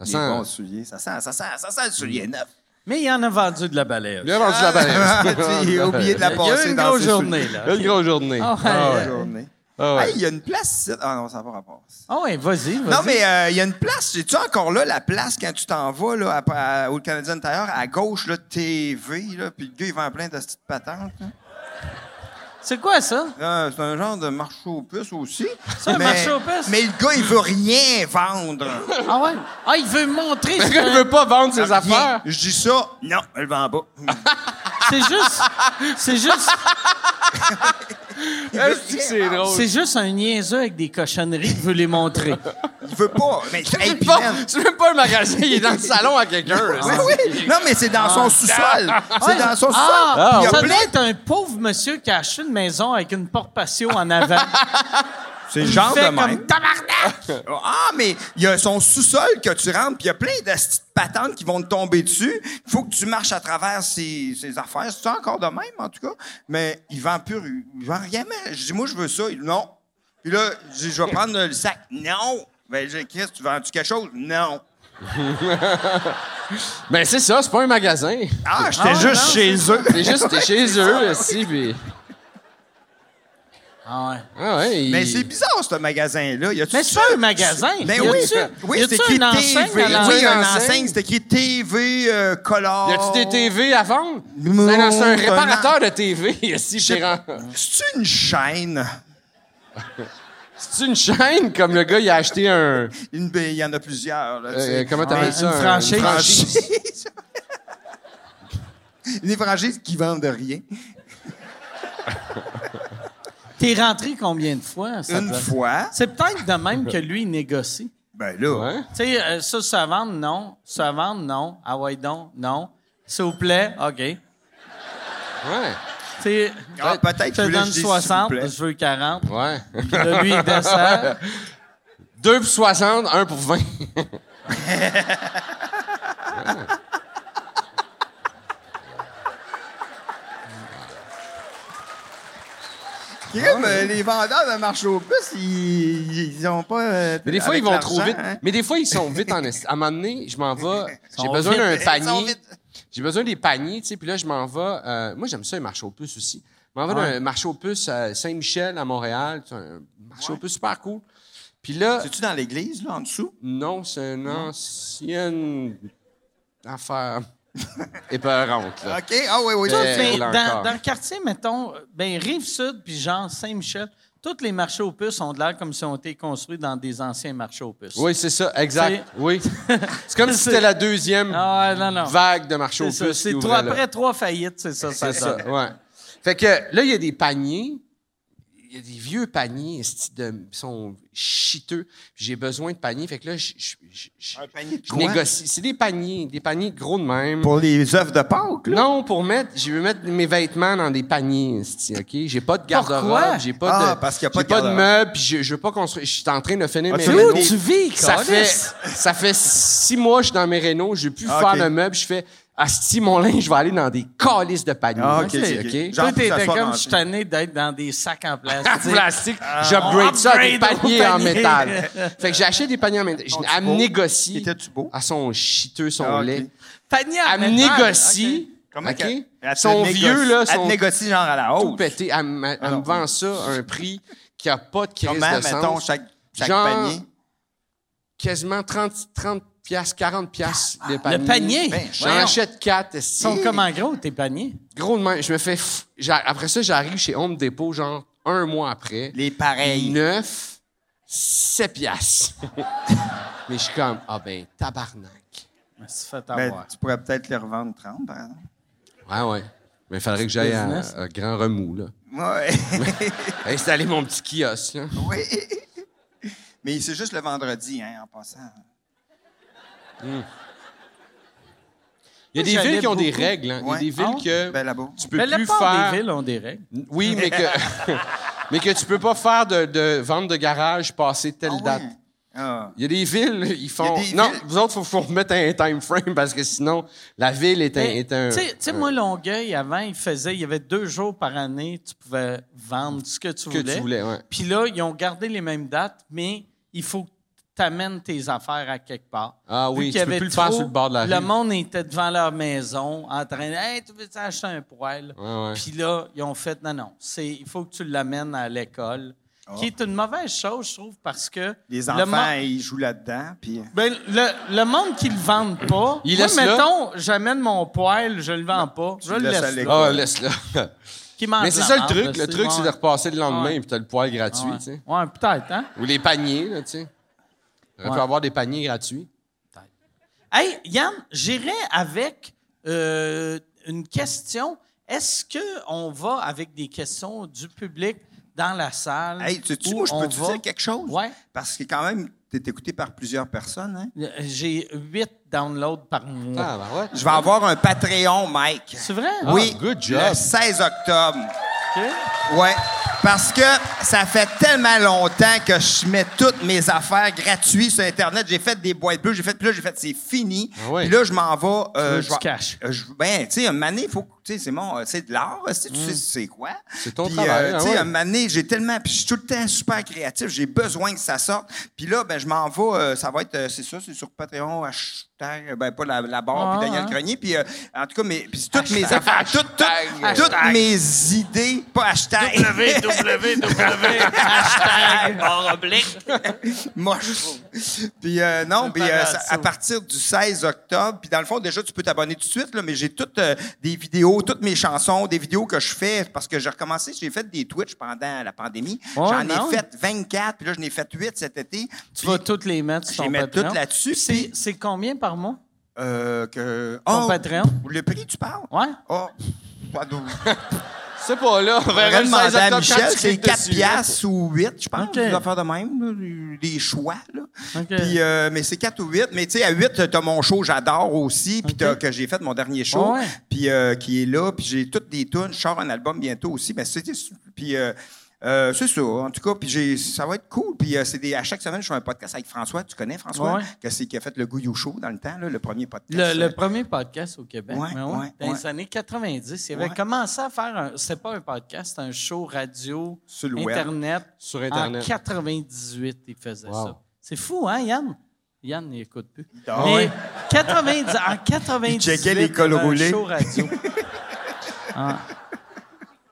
Speaker 4: Ça
Speaker 5: Des
Speaker 4: sent.
Speaker 1: Hein.
Speaker 5: bons souliers. Ça sent, ça sent, ça sent le soulier
Speaker 1: Mm.
Speaker 5: neuf.
Speaker 1: Mais il en a vendu de la balayeuse.
Speaker 4: Bien vendu la
Speaker 5: Ah, tu as oublié de
Speaker 1: Il y a
Speaker 5: la
Speaker 1: eu
Speaker 5: passer
Speaker 1: une
Speaker 5: dans
Speaker 1: grosse
Speaker 5: ses
Speaker 1: journée,
Speaker 5: souliers.
Speaker 1: là.
Speaker 4: Une grosse journée.
Speaker 1: Ah, ouais.
Speaker 4: Ah,
Speaker 5: Grosse
Speaker 4: ouais.
Speaker 5: journée.
Speaker 4: Ah, ouais.
Speaker 5: Hey, il y a une place ici. Ah non, ça n'a pas rapport.
Speaker 1: Ah ouais, vas-y, vas-y.
Speaker 5: Non, mais euh, il y a une place. Es-tu encore là, la place, quand tu t'en vas là, après, à- au Canadien Tire, à gauche, là, TV, là, puis le gars, il vend plein de petites patentes. là.
Speaker 1: C'est quoi ça?
Speaker 5: Euh, c'est un genre de marché aux puces aussi.
Speaker 1: C'est un marché aux puces?
Speaker 5: Mais le gars, il veut rien vendre.
Speaker 1: Ah ouais? Ah, il veut montrer.
Speaker 4: Le
Speaker 1: ce
Speaker 4: gars, il
Speaker 1: que-
Speaker 4: veut pas vendre ses
Speaker 5: Rien.
Speaker 4: affaires.
Speaker 5: Je dis ça. Non, elle vend pas.
Speaker 1: C'est juste. C'est juste.
Speaker 4: Est-ce que c'est
Speaker 5: Oh.
Speaker 4: drôle?
Speaker 1: C'est juste un niaiseux avec des cochonneries qui veut les montrer.
Speaker 5: Il veut pas. Mais hey,
Speaker 4: C'est
Speaker 5: puis
Speaker 4: pas-
Speaker 5: man.
Speaker 4: c'est même pas un magasin, il est dans le salon à quelqu'un.
Speaker 5: Oui, oui. Non, mais c'est dans son sous-sol. C'est dans son sous-sol.
Speaker 1: Ah,
Speaker 5: Puis il y a
Speaker 1: ça
Speaker 5: plein
Speaker 1: doit être un pauvre monsieur qui a acheté une maison avec une porte patio en avant.
Speaker 5: C'est genre
Speaker 1: fait
Speaker 5: de
Speaker 1: comme
Speaker 5: même. Tabarnak! ah, mais il y a son sous-sol que tu rentres, puis il y a plein de petites patentes qui vont te tomber dessus. Il faut que tu marches à travers ces, ces affaires. C'est encore de même, en tout cas. Mais il vend pur, il vend rien. Mais je dis, moi, je veux ça. Il dit, non. Puis là, je dis, je vais prendre le sac. Non! Ben, j'ai Chris, tu vends-tu quelque chose? Non.
Speaker 4: Ben, c'est ça, c'est pas un magasin.
Speaker 5: Ah, j'étais juste chez eux.
Speaker 4: C'est juste, t'es chez eux, aussi, puis...
Speaker 1: Ah ouais.
Speaker 4: Ah ouais, il-
Speaker 5: Mais c'est bizarre, ce magasin-là. Y a-tu
Speaker 1: Mais c'est
Speaker 5: ça?
Speaker 1: pas un magasin.
Speaker 5: Mais
Speaker 1: Y
Speaker 5: oui,
Speaker 1: a-tu-
Speaker 5: oui,
Speaker 1: y
Speaker 5: c'est
Speaker 1: a-tu
Speaker 5: écrit
Speaker 1: une enseigne
Speaker 5: TV.
Speaker 1: dans
Speaker 5: Oui, il y
Speaker 4: l'enseigne?
Speaker 5: a une enseigne, c'est écrit TV euh, color.
Speaker 4: Y a-tu des TV à vendre?
Speaker 5: Non,
Speaker 4: C'est un- c'est un
Speaker 5: c'est un
Speaker 4: réparateur de TV, aussi,
Speaker 5: Je sais
Speaker 4: chez
Speaker 5: pas. C'est une chaîne.
Speaker 4: C'est une chaîne, comme le gars, il a acheté un...
Speaker 5: Une- ben, Il y en a plusieurs. Là, tu
Speaker 4: euh,
Speaker 5: sais.
Speaker 4: comment t'appelles
Speaker 1: une
Speaker 4: ça? un-
Speaker 1: franchise.
Speaker 5: Des franchises qui vendent de rien.
Speaker 1: T'es rentré combien de fois? ça
Speaker 5: une
Speaker 1: doit-
Speaker 5: fois.
Speaker 1: C'est peut-être de même que lui, il négocie.
Speaker 5: Ben là.
Speaker 4: Ouais.
Speaker 1: Tu sais, euh, ça, ça vend, non. Ça vend, non. Ah ouais, donc, non. S'il vous plaît, OK. Tu
Speaker 4: Ouais,
Speaker 1: sais,
Speaker 5: Ah, peut-être
Speaker 1: je
Speaker 5: que
Speaker 1: te
Speaker 5: je voulais
Speaker 1: donne
Speaker 5: juste des
Speaker 1: 60,
Speaker 5: s'il vous plaît.
Speaker 1: je veux 40.
Speaker 4: ouais.
Speaker 1: Là, lui, il descend.
Speaker 4: 2 pour 60, 1 pour 20.
Speaker 5: C'est comme, euh, les vendeurs de marché aux puces, ils n'ont pas. euh,
Speaker 4: Mais des fois,
Speaker 5: avec
Speaker 4: ils vont trop
Speaker 5: l'argent,
Speaker 4: vite.
Speaker 5: hein.
Speaker 4: Mais des fois, ils sont vite en est. À un moment donné, je m'en vais. J'ai
Speaker 1: sont
Speaker 4: besoin d'un
Speaker 5: vite. Ils sont
Speaker 4: panier.
Speaker 5: vite.
Speaker 4: J'ai besoin des paniers, tu sais. Puis là, je m'en vais. euh, moi, j'aime ça, les marchés aux puces aussi. Je m'en vais d'un marché aux puces à Saint-Michel, à Montréal. C'est un marché aux puces super cool. Puis là,
Speaker 5: C'est-tu dans l'église, là, en dessous?
Speaker 4: non, c'est une ancienne affaire épeurante, là.
Speaker 5: OK. Ah, oui, oui.
Speaker 4: Toi,
Speaker 5: c'est-
Speaker 4: c'est-
Speaker 1: Mais
Speaker 4: là
Speaker 1: dans,
Speaker 4: encore.
Speaker 1: dans le quartier, mettons, ben Rive-Sud puis genre Saint-Michel, tous les marchés aux puces ont de l'air comme si on été construits dans des anciens marchés aux puces.
Speaker 4: Oui, c'est ça, exact.
Speaker 1: C'est-
Speaker 4: Oui. C'est comme si c'était la deuxième
Speaker 1: Ah ouais, non, non.
Speaker 4: vague de marché aux
Speaker 1: C'est ça.
Speaker 4: puces.
Speaker 1: C'est
Speaker 4: qui
Speaker 1: trois,
Speaker 4: ouvrait, là.
Speaker 1: après trois faillites, c'est ça, ça
Speaker 4: C'est ça,
Speaker 1: donne.
Speaker 4: ouais. Fait que là, il y a des paniers. Il y a des vieux paniers, esti, de- ils sont chiteux. J'ai besoin de paniers. Fait que là, je, je- je- je-
Speaker 5: Un panier de
Speaker 4: je
Speaker 5: quoi?
Speaker 4: négocie. C'est des paniers, des paniers gros de même.
Speaker 5: Pour les œufs de Pâques, là?
Speaker 4: Non, pour mettre, je veux mettre mes vêtements dans des paniers, esti, OK? J'ai pas de garde-robe, j'ai pas
Speaker 5: Ah,
Speaker 4: de
Speaker 5: parce qu'il y a pas
Speaker 4: j'ai
Speaker 5: de
Speaker 4: pas de
Speaker 5: garde-robe. Ah,
Speaker 4: meubles, puis je, je veux pas construire, je suis en train de finir mes
Speaker 5: tu
Speaker 4: rénaux.
Speaker 5: où tu
Speaker 4: Ça fait
Speaker 1: Calice!
Speaker 4: ça fait six mois que je suis dans mes rénaux, je veux plus
Speaker 5: Ah,
Speaker 4: faire
Speaker 5: OK.
Speaker 4: de meubles, je fais Asti, mon linge, je vais aller dans des calices de panier.
Speaker 5: Ah, OK, OK. Genre,
Speaker 1: Toi,
Speaker 5: faut que ça
Speaker 1: t'étais
Speaker 5: soit
Speaker 1: comme,
Speaker 5: rangé.
Speaker 1: je suis tanné d'être dans des sacs en
Speaker 4: En
Speaker 1: plastique.
Speaker 4: plastique,
Speaker 5: Ah,
Speaker 4: j'upgrade ça à des
Speaker 1: upgrade au
Speaker 4: paniers en
Speaker 1: panier.
Speaker 4: métal. Fait que j'achète des paniers en métal. Je- Elle me
Speaker 5: beau?
Speaker 4: négocie.
Speaker 5: Était-tu beau?
Speaker 4: À son chiteux, son
Speaker 5: Ah, ok.
Speaker 4: lait.
Speaker 1: Panier en
Speaker 4: Elle me
Speaker 1: métal,
Speaker 4: négocie.
Speaker 5: Comment
Speaker 4: OK?
Speaker 5: qu'elle- elle te
Speaker 4: Son
Speaker 5: négocie-
Speaker 4: vieux, là,
Speaker 5: Elle te
Speaker 4: son
Speaker 5: négocie genre à la
Speaker 4: tout
Speaker 5: hausse.
Speaker 4: pété. Elle, me- elle me vend ça à un prix qui a pas de crise
Speaker 5: Comment,
Speaker 4: de
Speaker 5: mettons,
Speaker 4: sens.
Speaker 5: chaque, chaque
Speaker 4: Genre-
Speaker 5: panier?
Speaker 4: Quasiment 30, 30 piastres, 40 piastres de panier.
Speaker 1: Le panier?
Speaker 5: Ah, Ben,
Speaker 4: J'en
Speaker 1: voyons.
Speaker 4: achète 4.
Speaker 1: Ils sont comme en gros, tes paniers.
Speaker 4: Gros de même. Je me fais... f- j'a- Après ça, j'arrive chez Home Depot, genre un mois après.
Speaker 5: Les pareils.
Speaker 4: 9, 7 piastres. Mais je suis comme, ah ben, tabarnak.
Speaker 1: Mais tu fait
Speaker 5: Ben,
Speaker 4: Ah
Speaker 1: avoir.
Speaker 5: tu pourrais peut-être les revendre hein. 30, par exemple.
Speaker 4: Ouais, ouais. Mais il faudrait que j'aille à
Speaker 1: business.
Speaker 4: à grand remous, là.
Speaker 5: Ouais.
Speaker 4: Installer mon petit kiosque, là.
Speaker 5: oui. Mais c'est juste le vendredi, hein, en passant.
Speaker 4: Il y a
Speaker 1: Moi,
Speaker 4: des villes
Speaker 1: j'allais
Speaker 4: qui ont des
Speaker 1: beaucoup.
Speaker 4: règles, hein. Il y a
Speaker 5: Ouais.
Speaker 4: des villes
Speaker 5: Ah ouais?
Speaker 4: que
Speaker 5: Ben, là-bas.
Speaker 4: tu peux
Speaker 1: Mais la
Speaker 4: plus
Speaker 1: part
Speaker 4: faire...
Speaker 1: des villes ont des règles.
Speaker 4: Oui, mais que... mais que tu peux pas faire de, de vente de garage passer telle
Speaker 5: Ah ouais.
Speaker 4: date.
Speaker 5: Ah.
Speaker 4: Il y a des villes, ils font...
Speaker 5: Il y a des
Speaker 4: Non,
Speaker 5: villes-
Speaker 4: vous autres, il faut, faut remettre un time frame parce que sinon, la ville est un...
Speaker 1: Mais,
Speaker 4: est un-
Speaker 1: Tu sais- tu sais,
Speaker 4: un-
Speaker 1: moi, Longueuil, avant, il faisait, il y avait deux jours par année, tu pouvais vendre ce que tu
Speaker 4: que
Speaker 1: voulais.
Speaker 4: tu voulais, ouais.
Speaker 1: Puis là, ils ont gardé les mêmes dates, mais il faut que tu amènes tes affaires à quelque part.
Speaker 4: Ah
Speaker 1: Vu
Speaker 4: oui,
Speaker 1: qu'il
Speaker 4: tu
Speaker 1: y
Speaker 4: peux
Speaker 1: avait
Speaker 4: plus le faire
Speaker 1: trop-
Speaker 4: sur le bord de la rue.
Speaker 1: Le monde était devant leur maison en train de Hey, tu veux acheter un poêle?
Speaker 4: Ouais, ouais.
Speaker 1: Puis là, ils ont fait Non, non, c'est- il faut que tu l'amènes à l'école. Qui est une mauvaise chose, je trouve, parce que.
Speaker 5: Ah. Les
Speaker 1: le
Speaker 5: enfants,
Speaker 1: mo-
Speaker 5: ils jouent là-dedans, puis... euh,
Speaker 1: ben, le, le monde qui le vend pas,
Speaker 4: Il
Speaker 1: moi,
Speaker 4: laisse là.
Speaker 1: mettons, j'amène mon poêle, je le vends pas, je
Speaker 5: le
Speaker 1: le
Speaker 5: laisses à
Speaker 1: laisse là.
Speaker 5: l'école.
Speaker 4: Ah, laisse-le.
Speaker 1: Qui mange
Speaker 4: Mais c'est
Speaker 1: la
Speaker 4: ça le
Speaker 1: marde,
Speaker 4: truc. Le
Speaker 1: tu sais,
Speaker 4: truc, c'est de
Speaker 1: ouais.
Speaker 4: repasser le lendemain
Speaker 1: Ouais.
Speaker 4: et puis t'as le poil gratuit,
Speaker 1: Ouais.
Speaker 4: tu sais.
Speaker 1: Ouais, peut-être, hein?
Speaker 4: Ou les paniers, là, tu sais. On peut
Speaker 1: Ouais.
Speaker 4: avoir des paniers gratuits.
Speaker 1: Hey, Yann, j'irai avec euh, une question. Est-ce qu'on va avec des questions du public dans la salle?
Speaker 5: Hey, tu sais,
Speaker 1: où
Speaker 5: moi, je
Speaker 1: on
Speaker 5: peux te
Speaker 1: va?
Speaker 5: dire quelque chose?
Speaker 1: Ouais.
Speaker 5: Parce que quand même, tu es écouté par plusieurs personnes, hein?
Speaker 1: Euh, J'ai huit downloads par mois.
Speaker 4: Ah, bah ouais.
Speaker 5: Je vais avoir un Patreon, Mike.
Speaker 1: C'est vrai?
Speaker 5: Ah.
Speaker 1: Ah.
Speaker 5: Oui,
Speaker 4: Ah, good job.
Speaker 5: le 16 octobre.
Speaker 1: OK.
Speaker 5: Ouais, parce que ça fait tellement longtemps que je mets toutes mes affaires gratuites sur Internet. J'ai fait des boîtes bleues, j'ai fait, puis là, j'ai fait, c'est fini.
Speaker 4: Ah ouais.
Speaker 5: Puis là, je m'en vais. euh,
Speaker 1: veux
Speaker 5: je
Speaker 1: du
Speaker 5: vais-
Speaker 1: cash.
Speaker 5: euh, je- ben, tu sais, un mané, faut, que- tu sais, c'est mon, euh, c'est de l'art, euh, c'est- tu sais, c'est quoi.
Speaker 4: Mm. C'est ton
Speaker 5: Puis, euh,
Speaker 4: travail, ah
Speaker 5: tu sais,
Speaker 4: ouais.
Speaker 5: un mané, j'ai tellement, puis je suis tout le temps super créatif, j'ai besoin que ça sorte. Puis là, ben, je m'en vais, euh, ça va être, euh, c'est ça, c'est sur Patreon, hashtag, ben, pas la, la barre,
Speaker 1: Ah,
Speaker 5: puis Daniel
Speaker 1: hein.
Speaker 5: Grenier, puis euh, en tout cas, mes, puis c'est toutes mes affaires, toutes, toutes, toutes mes idées, pas hashtag. Moi, je trouve. Puis euh, non, puis euh, ça- à partir du 16 octobre, puis dans le fond, déjà, tu peux t'abonner tout de suite, là, mais j'ai toutes euh, des vidéos, toutes mes chansons, des vidéos que je fais, parce que j'ai recommencé, j'ai fait des Twitch pendant la pandémie.
Speaker 1: Oh,
Speaker 5: J'en
Speaker 1: non.
Speaker 5: ai fait 24, puis là, j'en ai fait 8 cet été.
Speaker 1: Tu
Speaker 5: Puis,
Speaker 1: vas toutes les mettre
Speaker 5: je
Speaker 1: sur
Speaker 5: les
Speaker 1: ton
Speaker 5: mets
Speaker 1: Patreon.
Speaker 5: toutes là-dessus,
Speaker 1: C'est
Speaker 5: puis-
Speaker 1: c'est combien par mois?
Speaker 5: euh, que...
Speaker 1: Ton
Speaker 5: Oh,
Speaker 1: Patreon?
Speaker 5: Le prix, tu parles?
Speaker 1: Ouais.
Speaker 5: Oh, pas de-
Speaker 4: C'est pas là. On verra
Speaker 5: J'aurais
Speaker 4: le
Speaker 5: demandé
Speaker 4: 16
Speaker 5: à
Speaker 4: octobre quand
Speaker 5: Michel,
Speaker 4: tu
Speaker 5: c'est
Speaker 4: cliques
Speaker 5: 4
Speaker 4: dessus.
Speaker 5: piastres ou 8, je pense,
Speaker 1: OK.
Speaker 5: des affaires de même, là, des choix. Là.
Speaker 1: OK.
Speaker 5: Puis, euh, mais c'est 4 ou 8. Mais tu sais, à 8, t'as mon show, j'adore aussi, puis t'as- que j'ai fait mon dernier show,
Speaker 1: Ouais.
Speaker 5: puis euh, qui est là, puis j'ai toutes des tunes, je sors un album bientôt aussi, mais c'est puis euh, euh, c'est ça, en tout cas, puis j'ai- ça va être cool. Puis euh, c'est des- à chaque semaine, je fais un podcast avec François. Tu connais François?
Speaker 1: Ouais.
Speaker 5: Que c'est qui a fait le Gouillou Show dans le temps, là, le premier podcast.
Speaker 1: Le, le
Speaker 5: Euh,
Speaker 1: premier podcast au Québec,
Speaker 5: Ouais,
Speaker 1: mais
Speaker 5: ouais,
Speaker 1: dans les
Speaker 5: ouais.
Speaker 1: années 90, il avait
Speaker 5: Ouais.
Speaker 1: commencé à faire un. C'était pas un podcast, c'était un show radio,
Speaker 5: Sur le web.
Speaker 1: Internet.
Speaker 4: Sur Internet.
Speaker 1: En 98, il faisait
Speaker 4: Wow.
Speaker 1: ça. C'est fou, hein, Yann? Yann, il écoute plus.
Speaker 5: Ah
Speaker 1: mais
Speaker 5: ouais.
Speaker 1: 90, en 98,
Speaker 5: Il checkait les cols
Speaker 1: il avait un
Speaker 5: roulés.
Speaker 1: show radio.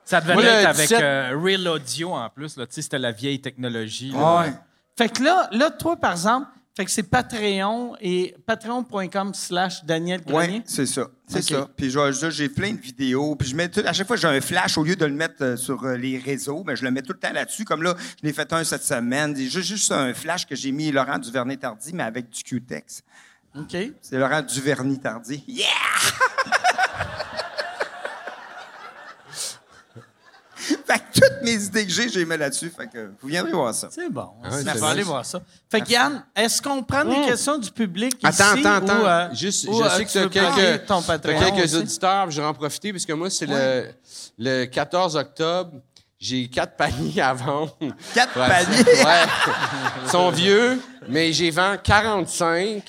Speaker 8: Ça devait
Speaker 4: Moi, le
Speaker 8: être avec
Speaker 4: 17
Speaker 8: euh, Real Audio en plus. là, tu sais, C'était la vieille technologie. là.
Speaker 5: Ah ouais.
Speaker 1: Fait que là, là, toi, par exemple, fait que c'est Patreon et patreon.com slash Daniel Grenier.
Speaker 5: Oui, c'est ça. C'est
Speaker 1: Ok.
Speaker 5: ça. Puis je- je- j'ai plein de vidéos. Puis je mets tout- à chaque fois j'ai un flash, au lieu de le mettre euh, sur euh, les réseaux, mais je le mets tout le temps là-dessus. Comme là, je l'ai fait un cette semaine. C'est juste, juste un flash que j'ai mis Laurent Duvernay-Tardy, mais avec du Q-Tex.
Speaker 1: OK.
Speaker 5: C'est Laurent Duvernay-Tardy. Yeah! fait que toutes mes idées que j'ai, je les mets là-dessus. Fait que vous viendrez voir ça.
Speaker 1: C'est bon.
Speaker 4: Ah ouais,
Speaker 1: on
Speaker 4: c'est
Speaker 1: va
Speaker 4: nice.
Speaker 1: aller voir ça. Fait que Yann, est-ce qu'on prend
Speaker 5: Mmh.
Speaker 1: des questions du public
Speaker 4: Attends,
Speaker 1: ici?
Speaker 4: attends, attends.
Speaker 1: ou, euh,
Speaker 4: Juste,
Speaker 1: ou,
Speaker 4: je
Speaker 1: euh,
Speaker 4: sais que
Speaker 1: tu
Speaker 4: tu as
Speaker 1: veux parler
Speaker 4: quelques,
Speaker 1: de ton
Speaker 4: t'as
Speaker 1: Patreon
Speaker 4: quelques
Speaker 1: aussi?
Speaker 4: auditeurs, puis je vais en profiter, parce que moi, c'est le, le 14 octobre. J'ai quatre paniers à vendre.
Speaker 5: Quatre
Speaker 4: Ouais,
Speaker 5: paniers?
Speaker 4: c'est- Ouais. Ils sont vieux, mais j'ai vend 45.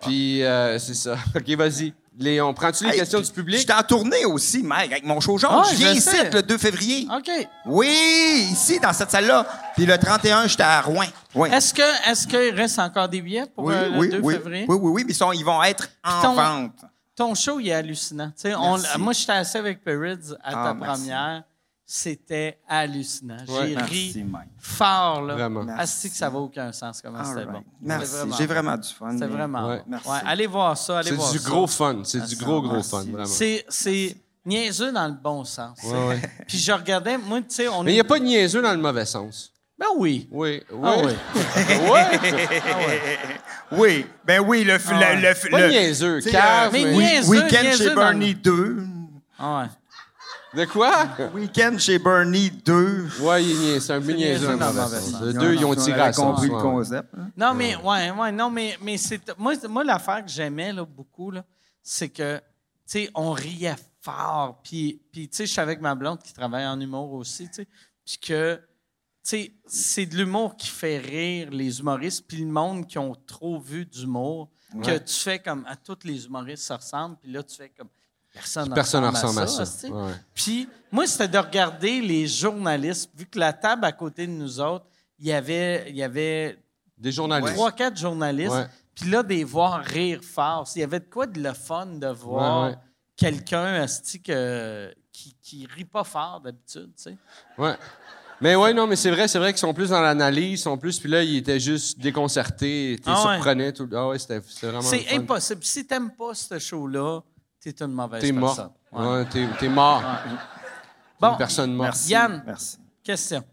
Speaker 4: puis euh, c'est ça. OK, vas-y. Les, on prend-tu les
Speaker 5: Hey,
Speaker 4: questions
Speaker 5: puis
Speaker 4: du public?
Speaker 5: J'étais en tournée aussi, Mike, avec mon show jaune.
Speaker 1: Ah,
Speaker 5: je viens
Speaker 1: je
Speaker 5: ici
Speaker 1: sais.
Speaker 5: le 2 février.
Speaker 1: OK.
Speaker 5: Oui, ici, dans cette salle-là. Puis le 31, j'étais à Rouen. Oui,
Speaker 1: Est-ce que est-ce qu'il reste encore des billets pour
Speaker 5: oui,
Speaker 1: euh, le
Speaker 5: oui,
Speaker 1: 2
Speaker 5: oui,
Speaker 1: février?
Speaker 5: oui, oui, oui, mais ils, sont- ils vont être en
Speaker 1: ton-
Speaker 5: vente.
Speaker 1: Ton show, il est hallucinant. Tu sais, on-
Speaker 5: Merci.
Speaker 1: moi, j'étais assis avec Perrids à
Speaker 5: Ah,
Speaker 1: ta
Speaker 5: merci.
Speaker 1: première. C'était hallucinant. J'ai
Speaker 5: Merci,
Speaker 1: ri
Speaker 5: Mike.
Speaker 1: fort, là.
Speaker 4: Vraiment.
Speaker 1: Asti que ça vaut aucun sens comment
Speaker 5: All
Speaker 1: c'était
Speaker 5: right.
Speaker 1: Ah, bon.
Speaker 5: Merci,
Speaker 1: C'était
Speaker 5: j'ai
Speaker 1: bon.
Speaker 5: vraiment du fun.
Speaker 1: C'était vraiment
Speaker 4: Ouais.
Speaker 1: bon.
Speaker 5: Merci.
Speaker 1: Ouais, allez voir ça, allez
Speaker 4: C'est
Speaker 1: voir
Speaker 4: du
Speaker 1: ça.
Speaker 4: gros fun. C'est du
Speaker 5: ça,
Speaker 4: gros, gros
Speaker 5: merci.
Speaker 4: fun, vraiment.
Speaker 1: C'est, c'est niaiseux dans le bon sens.
Speaker 4: Ouais, ouais.
Speaker 1: Puis je regardais, moi, tu sais, on
Speaker 4: Mais il
Speaker 1: est-
Speaker 4: n'y a pas de niaiseux dans le mauvais sens.
Speaker 1: Ben oui.
Speaker 4: Oui, oui.
Speaker 1: Ah oui.
Speaker 4: Ouais.
Speaker 5: Oui, ben oui, le... f- le, le, f-
Speaker 4: Pas
Speaker 5: le-
Speaker 4: niaiseux,
Speaker 5: tu sais,
Speaker 4: cave,
Speaker 1: mais
Speaker 4: mais-
Speaker 5: Oui,
Speaker 1: Ah, Niaiseux,
Speaker 5: Weekend
Speaker 1: niaiseux
Speaker 5: chez
Speaker 1: dans-
Speaker 5: Bernie 2.
Speaker 1: Ah ouais.
Speaker 4: De quoi?
Speaker 5: Weekend chez Bernie 2.
Speaker 4: Ouais, il est niaiseux, c'est un peu niaiseux dans le mauvais sens. Les deux, ils ont tiré à
Speaker 5: J'avais
Speaker 4: ça.
Speaker 5: compris le
Speaker 4: ouais.
Speaker 5: concept. hein.
Speaker 1: Non, mais, ouais, ouais, non, mais, mais c'est. Moi, c'est- moi l'affaire que j'aimais là, beaucoup, là, c'est que, tu sais, on riait fort. Puis, puis tu sais, je suis avec ma blonde qui travaille en humour aussi, tu sais. Puis que, tu sais, c'est de l'humour qui fait rire les humoristes, puis le monde qui ont trop vu d'humour, que tu fais comme. À tous les humoristes se ressemblent, puis là, tu fais comme. Personne ne
Speaker 4: Personne ne ressemble à ça.
Speaker 1: hostie.
Speaker 4: Ouais.
Speaker 1: Puis moi, c'était de regarder les journalistes, vu que la table à côté de nous autres, il y avait, il y avait
Speaker 4: Des journalistes.
Speaker 1: trois, quatre journalistes.
Speaker 4: Ouais.
Speaker 1: Puis là, des voir rire fort. Il y avait de quoi de le fun de voir
Speaker 4: Ouais, ouais.
Speaker 1: quelqu'un asti, que- qui, qui rit pas fort d'habitude, tu sais.
Speaker 4: Ouais. Mais ouais, non, mais c'est vrai, c'est vrai qu'ils sont plus dans l'analyse, ils sont plus. Puis là, ils étaient juste déconcertés, ils
Speaker 1: Ah ouais.
Speaker 4: surprenaient. Tout... Ah ouais, c'était c'était vraiment. le
Speaker 1: C'est
Speaker 4: fun.
Speaker 1: impossible. Si t'aimes pas ce show-là, t'es une mauvaise
Speaker 4: T'es
Speaker 1: personne.
Speaker 4: mort.
Speaker 1: Ouais.
Speaker 4: Ouais, t'es t'es mort.
Speaker 1: Bon,
Speaker 4: Une personne morte.
Speaker 1: Yann,
Speaker 5: Merci.
Speaker 1: question.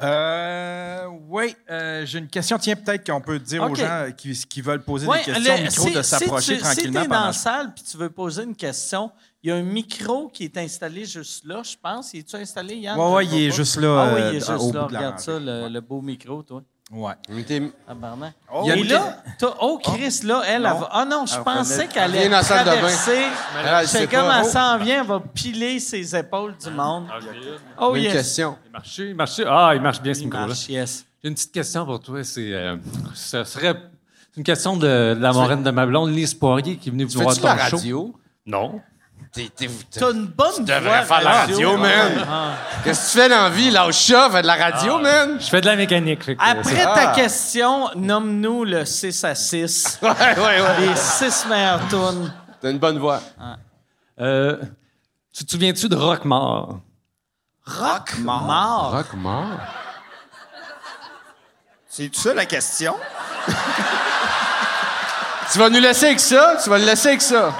Speaker 3: Euh, oui, euh, j'ai une question. Tiens, peut-être qu'on peut dire
Speaker 1: OK.
Speaker 3: aux gens qui, qui veulent poser
Speaker 1: Ouais,
Speaker 3: des questions au
Speaker 1: le-
Speaker 3: micro
Speaker 1: si-
Speaker 3: de
Speaker 1: si
Speaker 3: s'approcher
Speaker 1: tu- Si
Speaker 3: tranquillement
Speaker 1: tu dans
Speaker 3: pendant
Speaker 1: la salle puis tu veux poser une question, il y a un micro qui est installé juste là, je pense. Il est-tu installé, Yann?
Speaker 3: Ouais,
Speaker 1: Je le
Speaker 3: ouais, il
Speaker 1: vois
Speaker 3: est
Speaker 1: pas.
Speaker 3: juste là,
Speaker 1: Ah oui,
Speaker 3: euh,
Speaker 1: il est
Speaker 3: dans- au
Speaker 1: juste là.
Speaker 3: bout de la
Speaker 1: Regarde ça,
Speaker 3: rangée.
Speaker 1: le, le beau micro, toi.
Speaker 3: Ouais.
Speaker 4: Mais t'es-
Speaker 1: Tabarnak.
Speaker 3: Il y a
Speaker 1: Et
Speaker 3: une-
Speaker 1: là, t'as- oh, Chris, là, elle, elle va. Ah non, je pensais qu'elle
Speaker 4: Elle
Speaker 1: allait
Speaker 4: vient dans la salle de bain.
Speaker 1: traverser.
Speaker 4: Elle, elle
Speaker 1: C'est
Speaker 4: sait
Speaker 1: comme
Speaker 4: pas.
Speaker 1: elle
Speaker 4: Oh. Ah.
Speaker 1: s'en vient, elle va piler ses épaules du monde. Oh,
Speaker 4: Une
Speaker 1: yes.
Speaker 4: question.
Speaker 9: Marché, marché. Ah, il marche bien ce
Speaker 1: Il
Speaker 9: micro-là.
Speaker 1: marche, yes.
Speaker 9: J'ai une petite question pour toi. C'est, euh, ce serait c'est une question de, de la moraine de ma blonde, Lise Poirier, qui est venue
Speaker 4: Tu
Speaker 9: voir
Speaker 4: fais-tu de
Speaker 9: ton
Speaker 4: la
Speaker 9: show.
Speaker 4: radio?
Speaker 9: Non.
Speaker 4: T'es- t'es- t'es-
Speaker 1: T'as une bonne Tu
Speaker 9: devrais faire la
Speaker 4: radio, man. Qu'est-ce que tu fais dans la vie? Lâche ça, fais de la radio,
Speaker 1: Ah.
Speaker 4: man.
Speaker 9: Je fais de la mécanique. fait que, euh,
Speaker 1: Après
Speaker 4: Ah.
Speaker 1: ta question, nomme-nous le 6 à 6.
Speaker 4: Ouais, ouais, ouais.
Speaker 1: les 6 meilleures tunes.
Speaker 4: T'as une bonne voix.
Speaker 9: c'est- euh, tu te souviens-tu de Rock Mort?
Speaker 1: Rock mort.
Speaker 4: Rock mort.
Speaker 5: C'est ça la question?
Speaker 4: Tu vas nous laisser avec ça? Tu vas le laisser avec ça.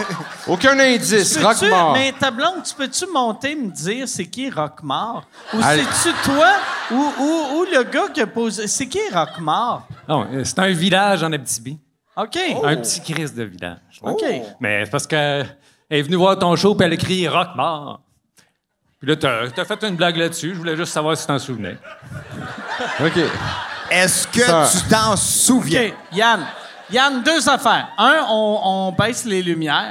Speaker 4: Aucun indice.
Speaker 1: Peux-tu-
Speaker 4: Rock mort.
Speaker 1: Mais ta blonde, tu peux-tu monter me dire c'est qui Rockmore? Ou
Speaker 4: Allez.
Speaker 1: c'est-tu toi ou, ou, ou le gars qui a posé. C'est qui Rockmore?
Speaker 9: Non, euh, c'est un village en Abitibi.
Speaker 1: OK.
Speaker 9: Un petit Chris de village.
Speaker 1: Oh. OK.
Speaker 9: Mais c'est parce qu'elle est venue voir ton show, puis elle a crié Rock Mort. Puis là, t'as, t'as fait une blague là-dessus. Je voulais juste savoir si t'en souvenais.
Speaker 4: OK.
Speaker 5: Est-ce que
Speaker 4: Ça.
Speaker 5: tu t'en souviens?
Speaker 1: OK. Yann. Yann, deux affaires. Un, on, on baisse les lumières.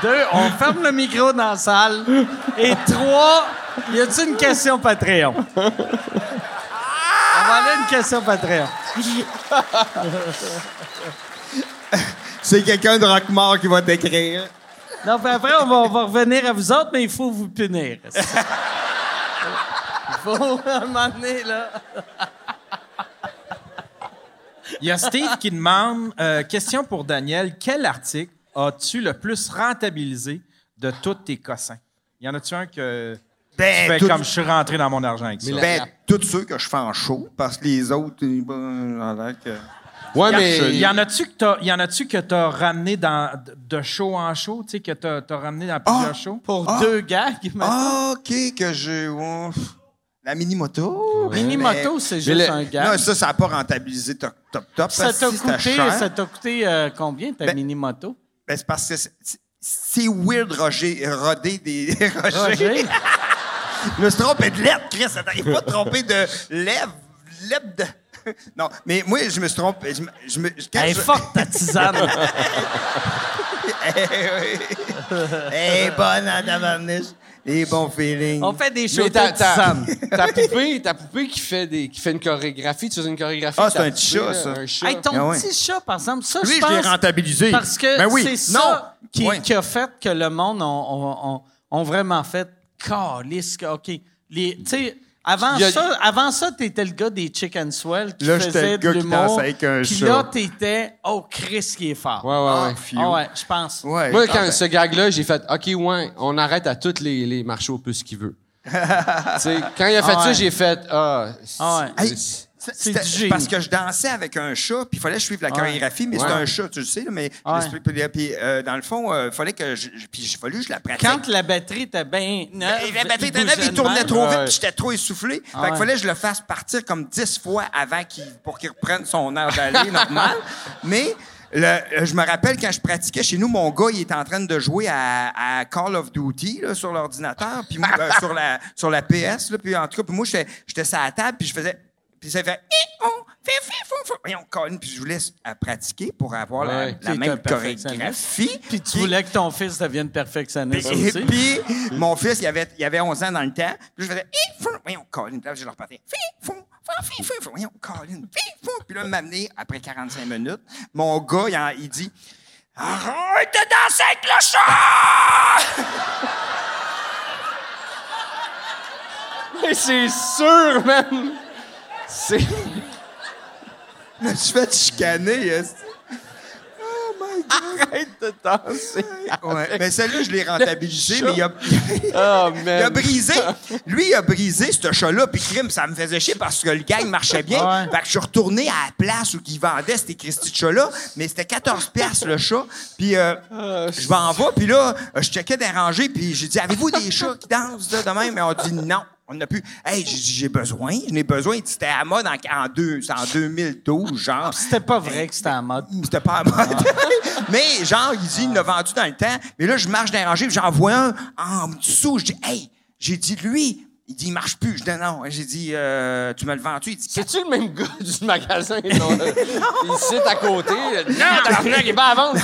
Speaker 1: Deux, on ferme le micro dans la salle. Et trois, y a-t-il une question Patreon? On va aller à une question Patreon.
Speaker 5: C'est quelqu'un de Rockmore qui va t'écrire.
Speaker 1: Non, puis après, on va, on va revenir à vous autres, mais il faut vous punir. Il faut, à un moment donné, là.
Speaker 3: Il y a Steve qui demande euh, question pour Daniel. Quel article as-tu le plus rentabilisé de tous tes cossins? Y en a-tu un que tu
Speaker 5: Ben,
Speaker 3: fais
Speaker 5: tout-
Speaker 3: comme je suis rentré dans mon argent avec ça?
Speaker 5: ben, tous ceux que je fais en show, parce que les autres, ils- ben, j'en ai que-
Speaker 4: Ouais,
Speaker 3: Y en-
Speaker 4: mais.
Speaker 3: Y en a-tu que t'as, y en a-tu que t'as ramené dans, de show en show, tu sais, que t'as, t'as ramené dans plusieurs
Speaker 5: Ah!
Speaker 3: shows?
Speaker 1: Pour
Speaker 5: Ah.
Speaker 1: deux gags, maintenant.
Speaker 5: Ah, OK, que j'ai... ouais, pff, La mini-moto?
Speaker 1: Mini-moto, c'est juste
Speaker 4: le-
Speaker 1: un gag.
Speaker 5: Non, ça, ça n'a pas rentabilisé top, top, top.
Speaker 1: ça
Speaker 5: parce
Speaker 1: t'a
Speaker 5: que si c'était
Speaker 1: coûté,
Speaker 5: cher-
Speaker 1: ça t'a coûté euh, combien, ta
Speaker 5: Ben-
Speaker 1: mini-moto?
Speaker 5: Ben, c'est parce que c'est- c'est- c'est weird Roger, roder des... Roger.
Speaker 1: Roger?
Speaker 5: Je me suis trompé de lettre, Chris. Attends, il faut pas te tromper de lèvres. Lèvres de... Non, mais moi, je me suis trompé. Je me, je me, quand
Speaker 1: Elle est
Speaker 5: je-
Speaker 1: forte, ta tisane.
Speaker 5: Eh oui. Eh, bonne en tabarnouche. Les bons feelings.
Speaker 1: On fait des
Speaker 4: Mais
Speaker 1: shows
Speaker 4: ta,
Speaker 1: de
Speaker 4: ta-
Speaker 1: Sam.
Speaker 4: ta poupée, ta poupée qui fait des, qui fait une chorégraphie, tu fais une chorégraphie.
Speaker 5: Ah,
Speaker 4: de
Speaker 5: c'est
Speaker 4: ta
Speaker 5: un petit
Speaker 4: poupée,
Speaker 5: chat,
Speaker 4: là,
Speaker 5: ça.
Speaker 4: Un chat.
Speaker 1: Hey, ton
Speaker 5: Ah ouais.
Speaker 1: petit chat, par exemple, ça,
Speaker 10: Lui,
Speaker 1: je
Speaker 10: je l'ai
Speaker 1: pense...
Speaker 10: rentabilisé.
Speaker 1: Parce que
Speaker 10: Ben oui,
Speaker 1: c'est ça qui,
Speaker 10: Ouais.
Speaker 1: qui a fait que le monde ont ont- ont- ont vraiment fait « Calisse, que- OK. » Les- Tu sais, avant
Speaker 4: Il y a-
Speaker 1: ça, avant ça, t'étais le gars des Chicken Swell qui
Speaker 5: Là, j'étais
Speaker 1: faisait
Speaker 5: le
Speaker 1: de
Speaker 5: gars qui
Speaker 1: l'humour.
Speaker 5: dansait avec un
Speaker 1: Puis
Speaker 5: chat.
Speaker 1: là, t'étais « Oh, Chris, qui est fort.
Speaker 4: Ouais, ouais, ouais.
Speaker 1: Ah ouais, je pense.
Speaker 5: Ouais.
Speaker 4: Moi,
Speaker 5: Ah
Speaker 4: quand
Speaker 5: ben,
Speaker 4: ce gag-là, j'ai fait OK, ouais, on arrête à toutes les, les marchés aux puces qu'il veut. Tu sais, quand il a fait
Speaker 1: Ah ouais.
Speaker 4: ça, j'ai fait Ah,
Speaker 1: Ah ouais.
Speaker 4: c'est-
Speaker 5: c'était-
Speaker 1: du génie.
Speaker 5: Parce que je dansais avec un chat, puis il fallait que je suive la chorégraphie, mais c'était
Speaker 4: Ouais.
Speaker 5: un chat, tu le sais, là, mais je
Speaker 1: Ouais.
Speaker 5: l'explique plus bien. Puis euh, dans le fond, il fallait que je, je- puis il fallait que je la pratique.
Speaker 1: Quand la batterie était bien neuve,
Speaker 5: Et la batterie
Speaker 1: il
Speaker 5: était
Speaker 1: bougeait
Speaker 5: neuve, Ben, il
Speaker 1: de
Speaker 5: tournait
Speaker 1: même.
Speaker 5: trop vite,
Speaker 4: Ouais.
Speaker 5: puis j'étais trop essoufflé.
Speaker 1: Ah
Speaker 5: fait
Speaker 1: ouais.
Speaker 5: qu'il fallait que je le fasse partir comme dix fois avant qu'il, pour qu'il reprenne son air d'aller normal. Mais le- euh, je me rappelle quand je pratiquais chez nous, mon gars, il était en train de jouer à, à Call of Duty là, sur l'ordinateur, puis moi, euh, sur, la, sur la PS. Là, puis en tout cas, puis moi, j'étais, j'étais sur la table, puis je faisais. Puis ça fait. Eh, oh, fais, fais, fou, fou. Voyons, Colin, puis je vous laisse à pratiquer pour avoir la-
Speaker 4: Ouais.
Speaker 5: la,
Speaker 1: T'es un
Speaker 5: même
Speaker 1: perfectionniste.
Speaker 5: chorégraphie.
Speaker 1: Puis tu voulais que ton fils devienne perfectionniste
Speaker 5: Et
Speaker 1: aussi.
Speaker 5: puis, mon fils, il avait, il avait 11 ans dans le temps. Puis je faisais, Hi, fou! voyons, Colin. Puis là, je leur partais, Hi, fou! Fou, fi, fou! voyons, Colin, Hi, fou! Puis là, il m'a amené, après 45 minutes, mon gars, il, en- il dit, arrête de danser avec le chat!
Speaker 4: Mais c'est sûr, man! C'est.
Speaker 5: Je me suis fait chicaner, est-ce que-
Speaker 4: Arrête de danser!
Speaker 5: Ouais. Mais celui-là, je l'ai rentabilisé,
Speaker 4: Le
Speaker 5: mais il a,
Speaker 4: Oh,
Speaker 5: il a
Speaker 4: man!
Speaker 5: brisé. Lui, il a brisé ce chat-là, puis crime, ça me faisait chier parce que le gang marchait bien.
Speaker 1: Ouais.
Speaker 5: Fait que je suis retourné à la place où ils vendaient ces Christy de chat-là, mais c'était 14 piastres le chat. Puis euh,
Speaker 4: Ah,
Speaker 5: je m'en vais, puis là, euh, je checkais des rangées, puis j'ai dit Avez-vous des chats qui dansent là, de même? Mais on dit non. On n'a plus. Hey, j'ai dit, j'ai besoin, j'en ai besoin. Il dit, C'était à mode en, en, deux, c'est en 2012, genre.
Speaker 4: Ah,
Speaker 1: C'était pas vrai que c'était en mode.
Speaker 5: C'était pas à mode. mais genre, il dit, il l'a vendu dans le temps. Mais là, je marche dans les rangées, puis j'en vois un en dessous. Je dis, hey, j'ai dit, lui. Il dit, il marche plus. Je dis, non. J'ai dit, Euh, tu me le vends-tu? Il dit,
Speaker 4: C'est-tu le même gars du magasin? Non, là? il cite à côté. Non, t'as il est pas à vendre!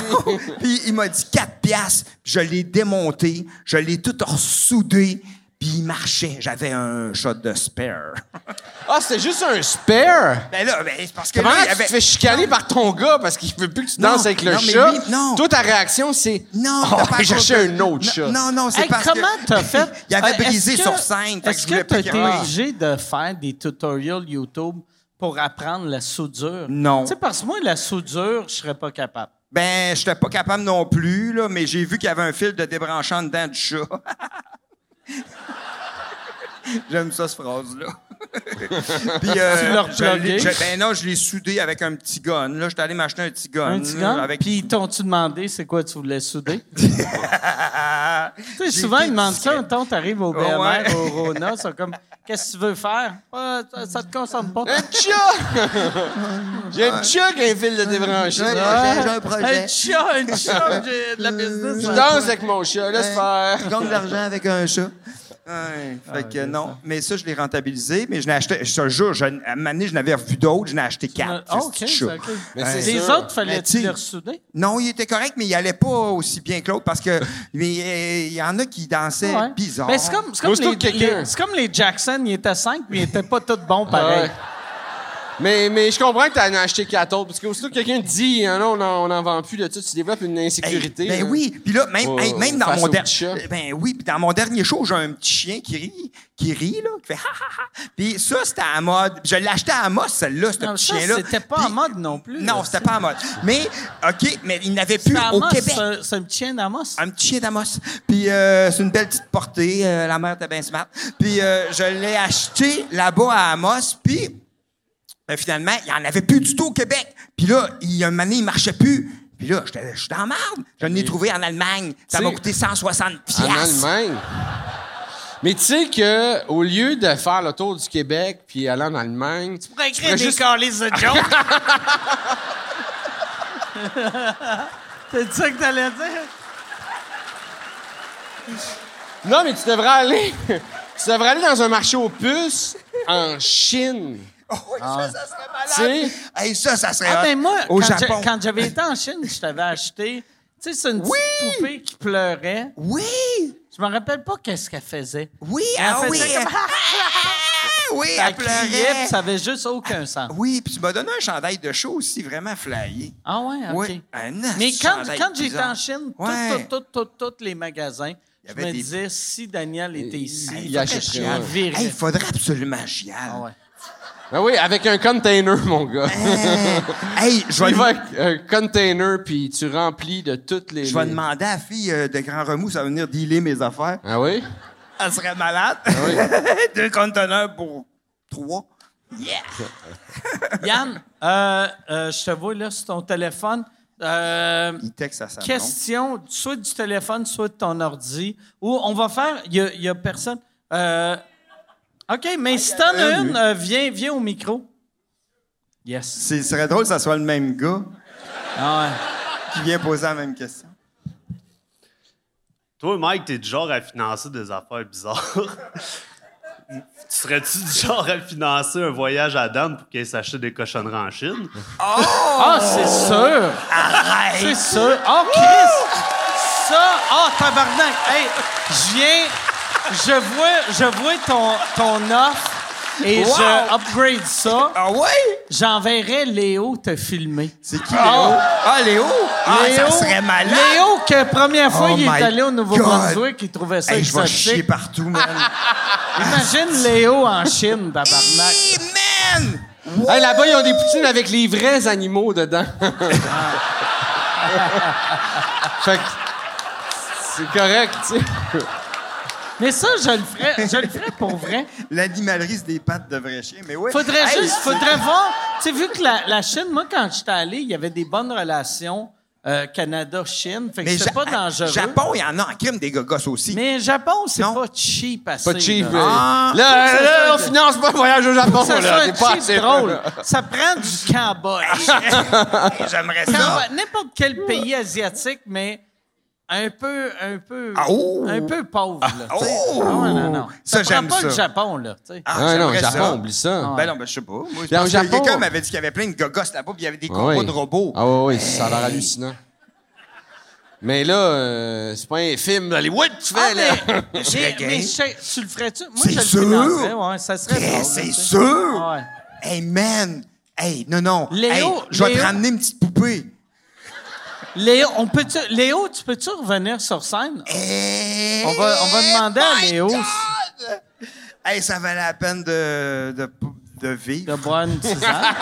Speaker 5: Puis il m'a dit 4 piastres. Puis Je l'ai démonté. Je l'ai tout ressoudé. Puis il marchait. J'avais un shot de spare.
Speaker 4: Ah, c'était juste un spare!
Speaker 5: Ben là, ben, c'est parce que
Speaker 4: Comment
Speaker 5: là, il
Speaker 4: tu
Speaker 5: avait-
Speaker 4: te fais chicaner par ton gars parce qu'il veut plus que tu
Speaker 5: Non,
Speaker 4: danses avec le
Speaker 5: non, mais
Speaker 4: chat?
Speaker 5: lui, non.
Speaker 4: Toi, ta réaction, c'est.
Speaker 5: Non,
Speaker 4: Oh,
Speaker 5: t'as pas
Speaker 4: il cherchait
Speaker 5: compris.
Speaker 4: un autre
Speaker 5: Non,
Speaker 4: chat.
Speaker 5: Non, non, c'est
Speaker 1: Hey,
Speaker 5: parce
Speaker 1: comment
Speaker 5: que...
Speaker 1: t'as fait?
Speaker 5: Il avait
Speaker 1: Euh, est-ce
Speaker 5: brisé
Speaker 1: que-
Speaker 5: sur scène. fait
Speaker 1: Est-ce
Speaker 5: qu'il
Speaker 1: que
Speaker 5: voulait
Speaker 1: t'as
Speaker 5: pas
Speaker 1: été
Speaker 5: qu'il remarque.
Speaker 1: obligé de faire des tutoriels YouTube pour apprendre la soudure?
Speaker 5: Non.
Speaker 1: Tu sais, parce que moi, la soudure, je serais pas capable.
Speaker 5: Ben, j'étais pas capable non plus, là, mais j'ai vu qu'il y avait un fil de débranchant dedans du chat. J'aime ça, cette phrase-là. Puis, euh,
Speaker 1: Tu l'as
Speaker 5: je l'ai-
Speaker 1: replugué?
Speaker 5: je- Ben non, je l'ai soudé avec un petit gun. Là, j'étais allé m'acheter un petit gun.
Speaker 1: Un
Speaker 5: là,
Speaker 1: petit gant?
Speaker 5: Avec...
Speaker 1: Puis ils t'ont-tu demandé c'est quoi tu voulais souder? tu sais,
Speaker 5: J'ai
Speaker 1: souvent,
Speaker 5: été
Speaker 1: ils demandent
Speaker 5: discret.
Speaker 1: ça. Mettons, t'arrives au BMR,
Speaker 5: Ouais.
Speaker 1: au Rona, ils sont comme, qu'est-ce que tu veux faire? Ouais, ça, ça te concerne pas.
Speaker 4: Un chat! J'ai un chat qui a un fil de débranché.
Speaker 5: J'ai
Speaker 4: Je
Speaker 5: un projet, j'ai un projet.
Speaker 1: Un chat, un chat, j'ai de la business.
Speaker 4: danse avec mon chat, laisse
Speaker 5: Ouais.
Speaker 4: faire.
Speaker 5: Je gagne de l'argent avec un chat. Ouais.
Speaker 1: Ah,
Speaker 5: Fait que non,
Speaker 1: hein.
Speaker 5: mais ça, je l'ai rentabilisé, mais je n'ai acheté, je te jure, je, à un moment donné, je n'avais revu d'autres, je n'ai acheté quatre.
Speaker 1: Ah,
Speaker 5: ce
Speaker 1: OK,
Speaker 5: petit
Speaker 1: c'est
Speaker 5: chat.
Speaker 1: OK.
Speaker 4: Mais Ben, c'est
Speaker 1: Les
Speaker 4: sûr.
Speaker 1: autres, fallait-tu
Speaker 5: Mais tu-
Speaker 1: les ressouder?
Speaker 5: Non, il était correct, mais il allait pas aussi bien que l'autre parce que mais, euh, il y en a qui dansaient
Speaker 1: Ouais.
Speaker 5: bizarre.
Speaker 1: Ben, c'est comme, c'est comme
Speaker 4: Aussitôt
Speaker 1: les,
Speaker 4: que quelqu'un-
Speaker 1: les- c'est comme les Jackson, ils étaient cinq, mais ils étaient pas tous bons pareil.
Speaker 4: Ouais. Mais, mais je comprends que t'en as acheté quatre autres, parce que aussitôt que quelqu'un te dit, Ah non, on n'en on en vend plus de ça, tu développes une
Speaker 5: Hey,
Speaker 4: insécurité.
Speaker 5: ben
Speaker 4: là.
Speaker 5: oui, puis là même
Speaker 4: Oh,
Speaker 5: hey, même dans
Speaker 4: face
Speaker 5: mon
Speaker 4: au
Speaker 5: der-
Speaker 4: petit chat.
Speaker 5: ben oui, puis dans mon dernier show, j'ai un petit chien qui rit, qui rit là, qui fait ha ha ha. Puis ça c'était à la mode. Je l'ai acheté à la mode celle-là, ce
Speaker 1: Non,
Speaker 5: petit
Speaker 1: ça,
Speaker 5: chien là.
Speaker 1: c'était pas en mode non plus.
Speaker 5: Non,
Speaker 1: là.
Speaker 5: c'était pas à mode. Mais OK, mais il n'avait plus
Speaker 1: C'était
Speaker 5: au
Speaker 1: Amos,
Speaker 5: Québec.
Speaker 1: c'est un- C'est un petit chien d'Amos.
Speaker 4: Ah,
Speaker 5: Un petit chien d'Amos. Puis euh, c'est une belle petite portée. euh, la mère était bien smart. Puis euh, je l'ai acheté là-bas à Amos. Puis ben, finalement, il n'y en avait plus du tout au Québec. Puis là, il y a une année, il ne marchait plus. Puis là, j'étais- je suis dans la merde. Je l'ai trouvé en Allemagne. Ça
Speaker 4: Tu
Speaker 5: m'a
Speaker 4: sais,
Speaker 5: coûté 160 piastres.
Speaker 4: En Allemagne. Mais tu sais que au lieu de faire le tour du Québec puis aller en Allemagne, tu pourrais
Speaker 1: écrire des calices de Joe. C'est ça que t'allais dire?
Speaker 5: Euh,
Speaker 4: Non, mais tu devrais aller. tu devrais aller dans un marché aux puces en Chine.
Speaker 5: Oh, ça, ça serait
Speaker 4: Tu
Speaker 5: malade.
Speaker 4: sais?
Speaker 5: Hey, ça, ça serait
Speaker 1: Ah,
Speaker 5: hot.
Speaker 1: ben moi,
Speaker 5: au
Speaker 1: quand j'a-
Speaker 5: Japon.
Speaker 1: quand j'avais été en Chine, je t'avais acheté. Tu sais, c'est une petite poupée qui pleurait.
Speaker 5: Oui!
Speaker 1: Je me rappelle pas qu'est-ce qu'elle faisait.
Speaker 5: Oui,
Speaker 1: Elle
Speaker 5: ah
Speaker 1: faisait
Speaker 5: oui.
Speaker 1: comme, Ah!
Speaker 5: Ah oui,
Speaker 1: Elle criait,
Speaker 5: elle
Speaker 1: puis
Speaker 5: pleurait.
Speaker 1: ça avait juste aucun sens.
Speaker 5: Oui, puis tu m'as donné un chandail de show aussi, vraiment flyé.
Speaker 1: Ah ouais, OK.
Speaker 5: Oui, un
Speaker 1: Mais
Speaker 5: asti
Speaker 1: quand,
Speaker 5: chandail
Speaker 1: quand j'étais
Speaker 5: bizarre.
Speaker 1: en Chine,
Speaker 5: Ouais.
Speaker 1: tous les magasins, je
Speaker 5: avait
Speaker 1: me
Speaker 5: des-
Speaker 1: disais, si Daniel était ici,
Speaker 4: il
Speaker 1: il
Speaker 4: achèterait un.
Speaker 5: Hey, Il faudrait absolument j'y aille.
Speaker 1: Ah ouais.
Speaker 4: Ben oui, avec un container, mon gars.
Speaker 5: Ben, Hey, je vais,
Speaker 4: Tu vas avec un container, puis tu remplis de toutes les...
Speaker 5: je vais demander à la fille euh, de Grand Remous, ça va venir dealer mes affaires.
Speaker 4: Ah oui?
Speaker 5: Elle serait malade.
Speaker 4: oui.
Speaker 5: Deux conteneurs pour trois.
Speaker 1: Yann, euh, euh, je te vois là sur ton téléphone. Euh,
Speaker 5: Il texte à sa blonde.
Speaker 1: question, soit du téléphone, soit de ton ordi. Ou on va faire. Il y a- il y a, personne. Euh, OK, mais
Speaker 5: Ah,
Speaker 1: si t'en as une, euh, viens, viens au micro. Yes.
Speaker 5: C'est- Ce serait drôle que ça soit le même gars
Speaker 1: Ah
Speaker 5: qui vient poser la même question.
Speaker 10: Toi, Mike, t'es du genre à financer des affaires bizarres. Tu Serais-tu du genre à financer un voyage à Dame pour qu'elle s'achète des cochonneries en Chine?
Speaker 5: Oh.
Speaker 1: Ah, c'est sûr! C'est sûr! Oh, Chris! Ça! Ah, tabarnak! Hey, je viens. Je vois, je vois ton, ton offre et je upgrade ça.
Speaker 5: Ah ouais?
Speaker 1: J'enverrai Léo te filmer.
Speaker 5: C'est qui, Léo? Ah, Léo? Ah, ça serait malade.
Speaker 1: Léo, que première fois,
Speaker 5: Oh
Speaker 1: il est
Speaker 5: my
Speaker 1: allé au Nouveau-Brunswick, il trouvait ça
Speaker 5: Hey, je vais chier
Speaker 1: exotique.
Speaker 5: partout, man.
Speaker 1: Imagine Léo en Chine, tabarnak.
Speaker 5: Hey, man! Wow!
Speaker 4: Hey, là-bas, ils ont des poutines avec les vrais animaux dedans. fait que c'est correct, tu sais.
Speaker 1: Mais ça, je le ferais, je le ferais pour vrai.
Speaker 5: L'animalerie, c'est des pattes de vrai chien, mais ouais.
Speaker 1: Faudrait
Speaker 5: Hey,
Speaker 1: juste,
Speaker 5: c'est-
Speaker 1: faudrait voir. Tu sais, vu que la, la Chine, moi, quand j'étais allé, il y avait des bonnes relations euh, Canada-Chine. Fait que
Speaker 5: Mais
Speaker 1: c'était
Speaker 5: Ja-
Speaker 1: pas dangereux.
Speaker 5: Japon, il y en a en crime des gogos aussi.
Speaker 1: Mais Japon, c'est
Speaker 5: Non.
Speaker 1: pas cheap assez.
Speaker 4: Pas cheap.
Speaker 1: là.
Speaker 4: mais-
Speaker 5: Ah!
Speaker 4: là,
Speaker 1: Faut que ça
Speaker 4: là,
Speaker 1: soit-
Speaker 4: on finance pas le voyage au Japon.
Speaker 1: Faut que ça
Speaker 4: là.
Speaker 1: soit
Speaker 4: T'es pas
Speaker 1: cheap
Speaker 4: assez-
Speaker 1: drôle. Ça prend du cowboy.
Speaker 5: Ah, J'aimerais ça.
Speaker 1: Cowboy, N'importe quel pays asiatique, mais un peu, un peu,
Speaker 5: Ah, oh!
Speaker 1: un peu pauvre. Là, tu sais.
Speaker 5: oh!
Speaker 1: Non, non, non.
Speaker 5: Ça,
Speaker 1: prend
Speaker 5: j'aime
Speaker 1: pas le
Speaker 5: ça.
Speaker 1: Japon, là. tu sais.
Speaker 4: Ah, non,
Speaker 5: j'aimerais
Speaker 4: Japon,
Speaker 5: ça.
Speaker 4: oublie
Speaker 1: Ah,
Speaker 4: ça.
Speaker 5: Ben non, ben je sais pas. Moi, je
Speaker 4: Ben, au
Speaker 5: pense que
Speaker 4: Japon-
Speaker 5: quelqu'un m'avait dit qu'il y avait plein de gogos là-bas, puis il y avait des
Speaker 4: Ah
Speaker 5: combats
Speaker 4: oui.
Speaker 5: ben, de robots.
Speaker 4: Ah oui, oui, ça a l'air hallucinant. Mais là, euh, c'est pas un film d'Hollywood que tu fais,
Speaker 1: Ah,
Speaker 4: là.
Speaker 1: mais, mais-
Speaker 5: ben, serais gay.
Speaker 1: mais je- tu le ferais-tu? Moi,
Speaker 5: C'est
Speaker 1: je le
Speaker 5: sûr.
Speaker 1: financerais, ouais, ça serait
Speaker 5: Chris,
Speaker 1: drôle,
Speaker 5: c'est
Speaker 1: tu sais. Ah,
Speaker 5: sûr.
Speaker 1: Ouais.
Speaker 5: Hey, man! Hey, non, non.
Speaker 1: Léo,
Speaker 5: Hey, je vais te
Speaker 1: Léo.
Speaker 5: ramener une petite poupée.
Speaker 1: Léo, on peut Léo, tu peux-tu revenir sur scène?
Speaker 5: Hey,
Speaker 1: On va- on va demander à
Speaker 5: my
Speaker 1: Léo.
Speaker 5: God! Hey, ça valait la peine de, de, de vivre.
Speaker 1: De boire une tisane.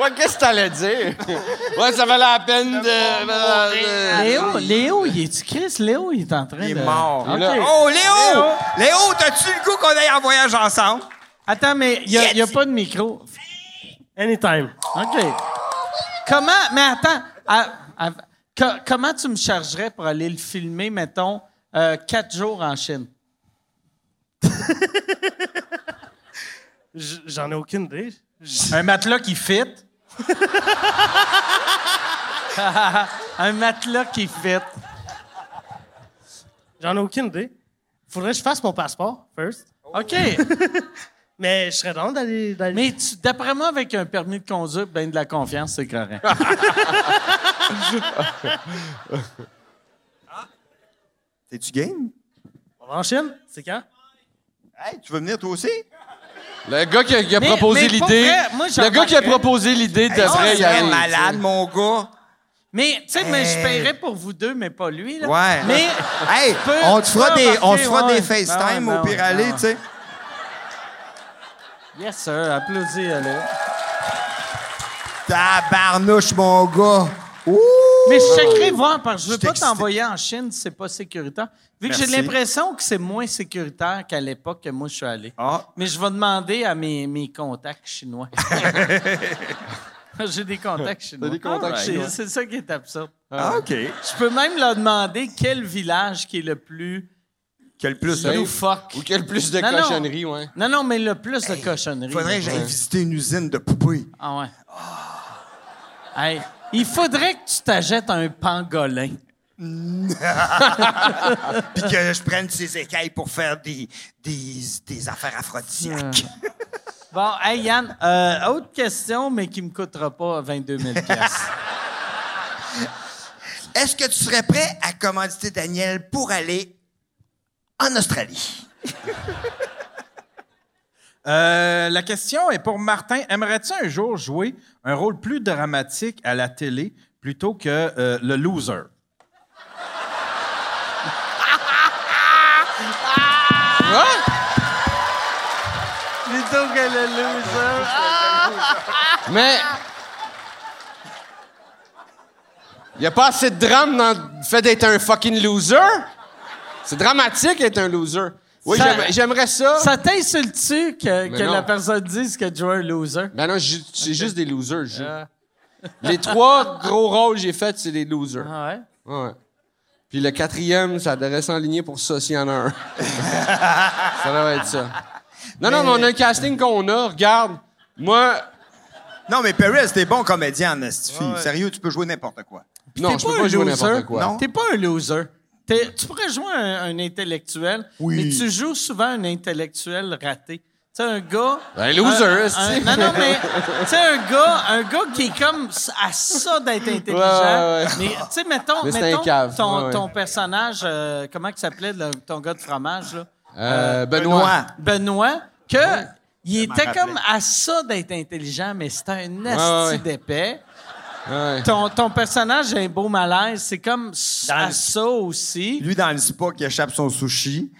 Speaker 4: Ouais, qu'est-ce que t'allais dire? Ouais, ça valait la peine de... de-
Speaker 1: Léo, Léo, il est-tu Chris? Léo, il est en train de...
Speaker 5: Il est mort.
Speaker 1: OK.
Speaker 5: Oh, Léo! Léo, t'as-tu le goût qu'on aille en voyage ensemble?
Speaker 1: Attends, mais il n'y a, il y a pas de micro.
Speaker 8: Anytime.
Speaker 1: OK. Comment... Mais attends. à- à- co- comment tu me chargerais pour aller le filmer, mettons, euh, quatre jours en Chine?
Speaker 8: J- J'en ai aucune idée. J-
Speaker 1: Un matelas qui fit. Un matelas qui fit.
Speaker 8: J'en ai aucune idée. Faudrait que je fasse mon passeport, first.
Speaker 1: OK.
Speaker 8: Mais je serais dans d'aller. d'aller-
Speaker 1: Mais tu- d'après moi, avec un permis de conduire, ben de la confiance, c'est correct.
Speaker 5: T'es-tu game?
Speaker 8: On va en Chine? C'est quand?
Speaker 5: Hey, tu veux venir toi aussi?
Speaker 4: Le gars qui a, qui a
Speaker 1: Mais-
Speaker 4: proposé
Speaker 1: mais pour
Speaker 4: l'idée...
Speaker 1: vrai, moi, j'en
Speaker 4: Le gars qui a
Speaker 1: remarquerais.
Speaker 4: proposé l'idée
Speaker 5: Hey, ça
Speaker 4: devrait y
Speaker 5: serait
Speaker 4: aller.
Speaker 5: malade, mon gars.
Speaker 1: Mais, tu sais, mais je
Speaker 5: Hey.
Speaker 1: paierais pour vous deux, mais pas lui. Là.
Speaker 5: Ouais.
Speaker 1: Mais,
Speaker 5: Hey,
Speaker 1: tu peux-
Speaker 5: on te
Speaker 1: tu
Speaker 5: fera
Speaker 1: peux
Speaker 5: des, on te
Speaker 1: embarquer,
Speaker 5: fera
Speaker 1: ouais.
Speaker 5: des FaceTime
Speaker 1: Ben ouais, ben
Speaker 5: au pire
Speaker 1: ouais,
Speaker 5: aller,
Speaker 1: ben
Speaker 5: tu sais.
Speaker 1: yes, sir, applaudis, là.
Speaker 5: Tabarnouche, mon gars. Ouh!
Speaker 1: Mais je checkerai voir, parce que je veux
Speaker 5: Je suis
Speaker 1: pas
Speaker 5: excité.
Speaker 1: t'envoyer en Chine si c'est pas sécuritaire. Vu que j'ai
Speaker 5: Merci.
Speaker 1: l'impression que c'est moins sécuritaire qu'à l'époque que moi je suis allé.
Speaker 5: Ah,
Speaker 1: Mais je vais demander à mes, mes contacts chinois. j'ai des contacts chinois.
Speaker 4: des contacts
Speaker 1: Alright.
Speaker 4: chinois.
Speaker 1: C'est ça qui est absurde.
Speaker 5: ah, OK.
Speaker 1: Je peux même leur demander quel village qui est le plus
Speaker 5: Que le plus. hein?
Speaker 4: Safe.
Speaker 1: loufoque.
Speaker 4: Ou qu'il y a le plus de
Speaker 1: Non, non.
Speaker 4: cochonneries, ouais.
Speaker 1: Non, non, mais le plus de cochonneries.
Speaker 5: Faudrait que j'aille visiter une usine de poupées.
Speaker 1: Ah ouais. Hey, il faudrait que tu t'achètes un pangolin.
Speaker 5: Puis que je prenne ses écailles pour faire des, des, des affaires aphrodisiaques.
Speaker 1: Bon, hey Yann, euh, autre question, mais qui me coûtera pas 22 000 piastres.
Speaker 5: Est-ce que tu serais prêt à commanditer Daniel pour aller en Australie?
Speaker 3: Euh, la question est pour Martin. Aimerais-tu un jour jouer un rôle plus dramatique à la télé plutôt que euh, le loser?
Speaker 1: Plutôt que le loser.
Speaker 4: Mais. Il n'y a pas assez de drame dans le fait d'être un fucking loser. C'est dramatique d'être un loser. Oui,
Speaker 1: Ça-
Speaker 4: j'aime- j'aimerais ça.
Speaker 1: Ça t'insulte-tu que,
Speaker 4: Mais
Speaker 1: que
Speaker 4: non.
Speaker 1: la personne dise que Joe est un loser?
Speaker 4: Ben non, j'ai j'ai juste des losers. je joue.
Speaker 1: Euh.
Speaker 4: Les trois gros rôles que j'ai faits, c'est des losers.
Speaker 1: Ah ouais?
Speaker 4: Ouais. Puis le quatrième, ça devrait s'enligner pour ça s'il y en a un. ça devrait être ça. Non, non, mais on a un casting qu'on a. Regarde, moi.
Speaker 5: Non, mais Perez, t'es bon comédien, Nasty. Sérieux, tu peux jouer n'importe quoi.
Speaker 4: Non,
Speaker 1: T'es
Speaker 4: je peux
Speaker 1: un
Speaker 4: pas jouer
Speaker 1: loser.
Speaker 4: n'importe quoi.
Speaker 1: Non. T'es pas un loser. T'es- tu pourrais jouer un, un intellectuel, mais tu joues souvent un intellectuel raté. Tu sais, un gars...
Speaker 4: Un loser,
Speaker 1: un-
Speaker 4: esti.
Speaker 1: un- Non, non, mais... Tu sais, un gars, un gars qui est comme à ça d'être intelligent.
Speaker 4: Ouais, ouais, ouais.
Speaker 1: Mais, tu sais, mettons,
Speaker 4: Mais c'est un
Speaker 1: mettons
Speaker 4: cave.
Speaker 1: ton,
Speaker 4: Ouais, ouais.
Speaker 1: ton personnage... euh, comment il s'appelait, le- ton gars de fromage, là?
Speaker 4: Euh, Benoît.
Speaker 1: Benoît, que il était comme à ça d'être intelligent, mais c'était un esti
Speaker 4: Ouais, ouais.
Speaker 1: d'épais.
Speaker 4: Ouais.
Speaker 1: Ton, ton personnage a un beau malaise, c'est comme s- à ça aussi.
Speaker 5: Lui, dans le spa, qui échappe son sushi.